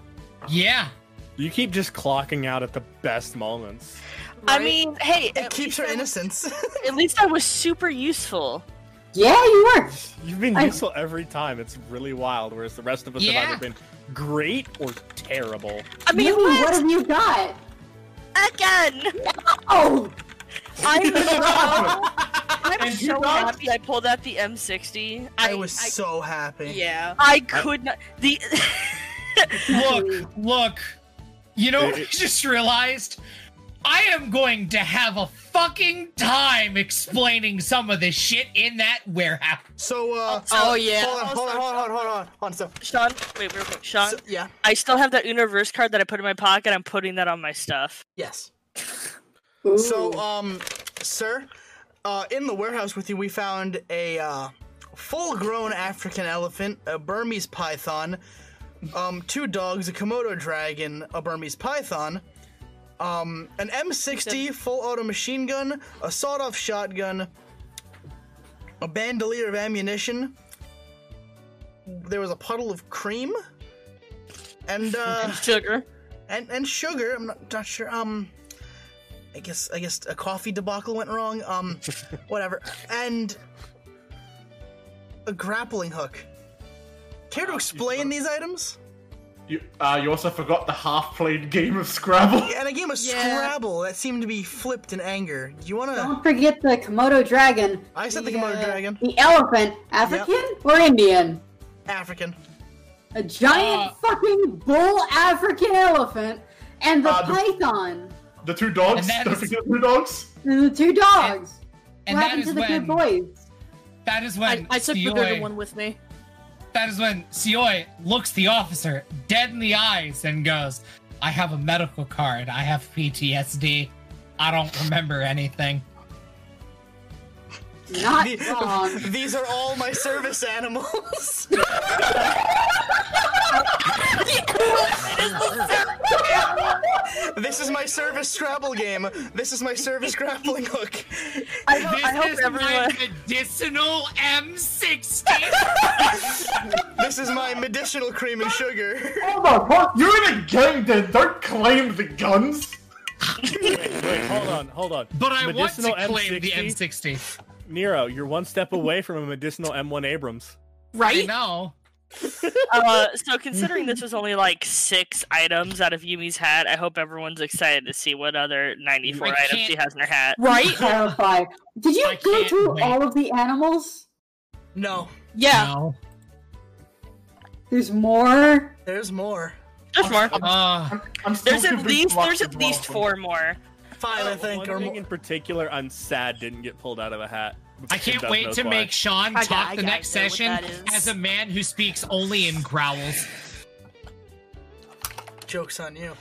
Speaker 3: Yeah.
Speaker 10: You keep just clocking out at the best moments.
Speaker 5: I mean, hey, it
Speaker 1: keeps her innocence.
Speaker 5: at least I was super useful.
Speaker 4: Yeah, you were.
Speaker 10: You've been
Speaker 5: I-
Speaker 10: useful every time. It's really wild. Whereas the rest of us
Speaker 5: Yeah.
Speaker 10: have either been great or terrible.
Speaker 5: I mean,
Speaker 4: what? have you got?
Speaker 5: Again!
Speaker 4: Oh!
Speaker 5: I'm so,
Speaker 1: And
Speaker 5: I'm
Speaker 1: you
Speaker 5: so
Speaker 1: got-
Speaker 5: happy I pulled out the M60.
Speaker 1: I, was so happy.
Speaker 5: Yeah. I could not. The
Speaker 3: look, look. You know what I
Speaker 10: It-
Speaker 3: just realized? I am going to have a fucking time explaining some of this shit in that warehouse.
Speaker 1: So, uh,
Speaker 5: Oh, yeah.
Speaker 1: Hold on, hold on, hold on, hold on, hold on. So,
Speaker 5: Sean, wait, real quick. Sean,
Speaker 1: So- yeah.
Speaker 5: I still have that Universe card that I put in my pocket. I'm putting that on my stuff.
Speaker 1: Yes. So, um, sir, uh, in the warehouse with you, we found a uh, full-grown African elephant, a Burmese python, um, two dogs, a Komodo dragon, a Burmese python, um, an M60 full-auto machine gun, a sawed-off shotgun, a bandolier of ammunition. There was a puddle of cream, and uh,
Speaker 8: sugar,
Speaker 1: and and sugar. I'm not, not sure. Um, I guess I guess a coffee debacle went wrong. Um, whatever. And a grappling hook. Care to explain these items?
Speaker 7: You, uh, you also forgot the half-played game of Scrabble.
Speaker 1: Yeah, and a game of Scrabble that seemed to be flipped in anger. Do you wanna?
Speaker 4: Don't forget the Komodo dragon.
Speaker 1: I said the Komodo dragon.
Speaker 4: The elephant, African or Indian?
Speaker 1: African.
Speaker 4: A
Speaker 3: Uh.
Speaker 4: giant fucking bull African elephant and the
Speaker 7: Uh, the-
Speaker 4: python
Speaker 7: The two dogs.
Speaker 3: And that
Speaker 7: Don't
Speaker 3: is-
Speaker 7: forget the two dogs.
Speaker 4: and the two dogs.
Speaker 3: And
Speaker 4: what
Speaker 3: that
Speaker 4: happened
Speaker 3: is
Speaker 4: to the good
Speaker 3: when
Speaker 4: boys?
Speaker 3: that is
Speaker 9: I,
Speaker 3: when
Speaker 9: I took the
Speaker 3: Sioi-
Speaker 9: dirty one with me.
Speaker 3: That is when Sioi looks the officer dead in the eyes and goes, I have a medical card. I have PTSD. I don't remember anything.
Speaker 4: Not
Speaker 1: The-
Speaker 4: wrong.
Speaker 1: These are all my service animals. this is my service Scrabble game. This is my service grappling hook.
Speaker 5: I, hope- I
Speaker 3: this
Speaker 5: hope
Speaker 3: is
Speaker 5: everyone.
Speaker 3: my medicinal M60.
Speaker 1: This This is my medicinal cream and sugar.
Speaker 7: Hold on, what? You're in a gang that don't claim the guns.
Speaker 10: Wait, hold on, hold on.
Speaker 3: But I want to
Speaker 10: Medicinal
Speaker 3: claim the
Speaker 10: M60.
Speaker 3: M60.
Speaker 10: Nero, you're one step away from a medicinal M1 Abrams.
Speaker 5: Right?
Speaker 3: I know.
Speaker 5: uh, so considering this was only like six items out of Yumi's hat, I hope everyone's excited to see what other ninety-four
Speaker 4: I
Speaker 5: items she
Speaker 4: can't-
Speaker 5: has in her hat.
Speaker 4: Clarify. Did you go through all of the animals?
Speaker 1: No.
Speaker 9: Yeah.
Speaker 4: There's more.
Speaker 1: There's more.
Speaker 5: There's more.
Speaker 10: Um,
Speaker 3: Uh,
Speaker 1: There's at least- there's
Speaker 5: at least four more.
Speaker 1: Five, I think,
Speaker 10: One
Speaker 1: or
Speaker 10: thing
Speaker 1: more.
Speaker 10: in particular, I'm sad didn't get pulled out of a hat.
Speaker 3: I can't
Speaker 10: Doug
Speaker 3: wait
Speaker 10: knows
Speaker 3: to
Speaker 10: why.
Speaker 3: make Sean
Speaker 10: I
Speaker 3: talk
Speaker 10: got- I
Speaker 3: the
Speaker 10: got
Speaker 3: next
Speaker 10: it, I know what
Speaker 3: session
Speaker 10: that is.
Speaker 3: as a man who speaks only in growls.
Speaker 1: Joke's on you.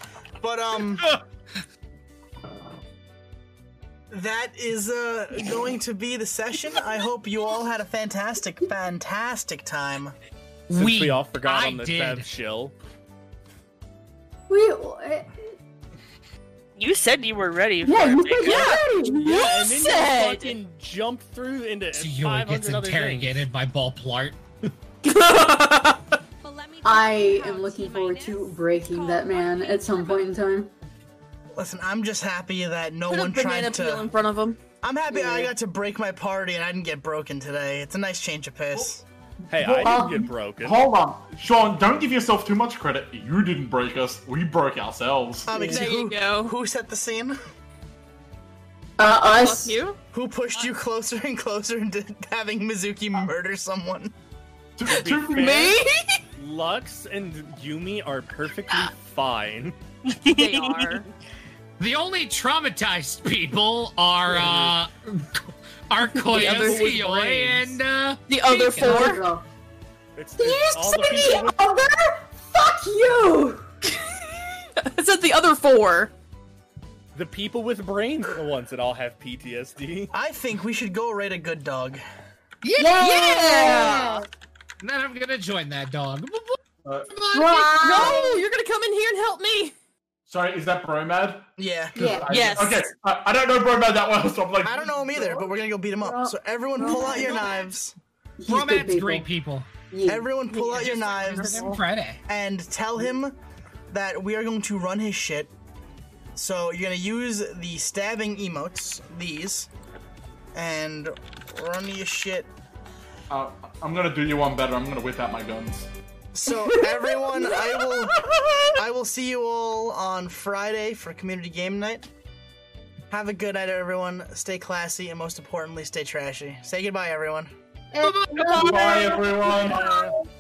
Speaker 1: But, um. that is uh, going to be the session. I hope you all had a fantastic, fantastic time.
Speaker 10: Since we,
Speaker 1: We-
Speaker 10: all forgot
Speaker 1: I
Speaker 10: on the
Speaker 1: did.
Speaker 10: Bev shill.
Speaker 4: We, uh,
Speaker 5: You said you were ready.
Speaker 10: Yeah,
Speaker 5: for
Speaker 10: you
Speaker 5: it,
Speaker 10: said you
Speaker 5: Mako.
Speaker 10: were ready. Yeah, and then you said- fucking jump through into
Speaker 3: Yui gets
Speaker 10: 500 other
Speaker 3: interrogated by Ballplart.
Speaker 4: I am looking forward to breaking that man at some point in time.
Speaker 1: Listen, I'm just happy that no
Speaker 4: Put a
Speaker 1: one
Speaker 4: banana
Speaker 1: tried to.
Speaker 4: peel in
Speaker 9: front of him.
Speaker 1: I'm happy I
Speaker 4: Yeah.
Speaker 1: got to break my party and I didn't get broken today. It's a nice change of pace.
Speaker 10: Hey,
Speaker 1: I didn't
Speaker 10: get broken.
Speaker 7: Hold on, Sean. Don't give yourself too much credit. You didn't break us. We broke ourselves.
Speaker 1: Um, excuse- who, who set the scene?
Speaker 4: Uh, us.
Speaker 9: you?
Speaker 1: Who pushed you closer and closer into having Mizuki murder someone?
Speaker 10: To be fair, Lux and Yumi are perfectly fine.
Speaker 9: They are.
Speaker 3: The only traumatized people are uh are Koyas,
Speaker 10: with
Speaker 3: Yoi,
Speaker 10: brains.
Speaker 3: and uh,
Speaker 9: The
Speaker 3: other
Speaker 4: four.
Speaker 10: It's,
Speaker 4: Did you
Speaker 10: it's all
Speaker 4: just
Speaker 10: the
Speaker 4: say the
Speaker 10: people
Speaker 4: other? Fuck you!
Speaker 9: It's at the other four.
Speaker 10: with, the people with brains are the ones that all have PTSD.
Speaker 1: I think we should go raid a good dog.
Speaker 3: Yeah!
Speaker 4: Oh.
Speaker 9: Yeah!
Speaker 3: And then I'm gonna join that dog.
Speaker 9: No, you're gonna come in here and help me.
Speaker 7: Sorry, is that Bromad?
Speaker 1: Yeah.
Speaker 9: Yeah.
Speaker 7: I-
Speaker 9: Yes.
Speaker 7: Okay, I, I don't know Bromad that well, so I'm like,
Speaker 1: I don't know him either, but we're gonna go beat him up. So everyone, pull out your knives.
Speaker 3: Bromad's great people.
Speaker 1: Everyone, pull out your knives.
Speaker 3: remember them Friday.
Speaker 1: And tell him that we are going to run his shit. So you're gonna use the stabbing emotes, these, and run your shit.
Speaker 7: uh, I'm gonna do you one better. I'm gonna whip out my guns.
Speaker 1: So everyone, I will, I will see you all on Friday for community game night. Have a good night, everyone. Stay classy, and most importantly, stay trashy. Say goodbye, everyone.
Speaker 7: Bye, everyone.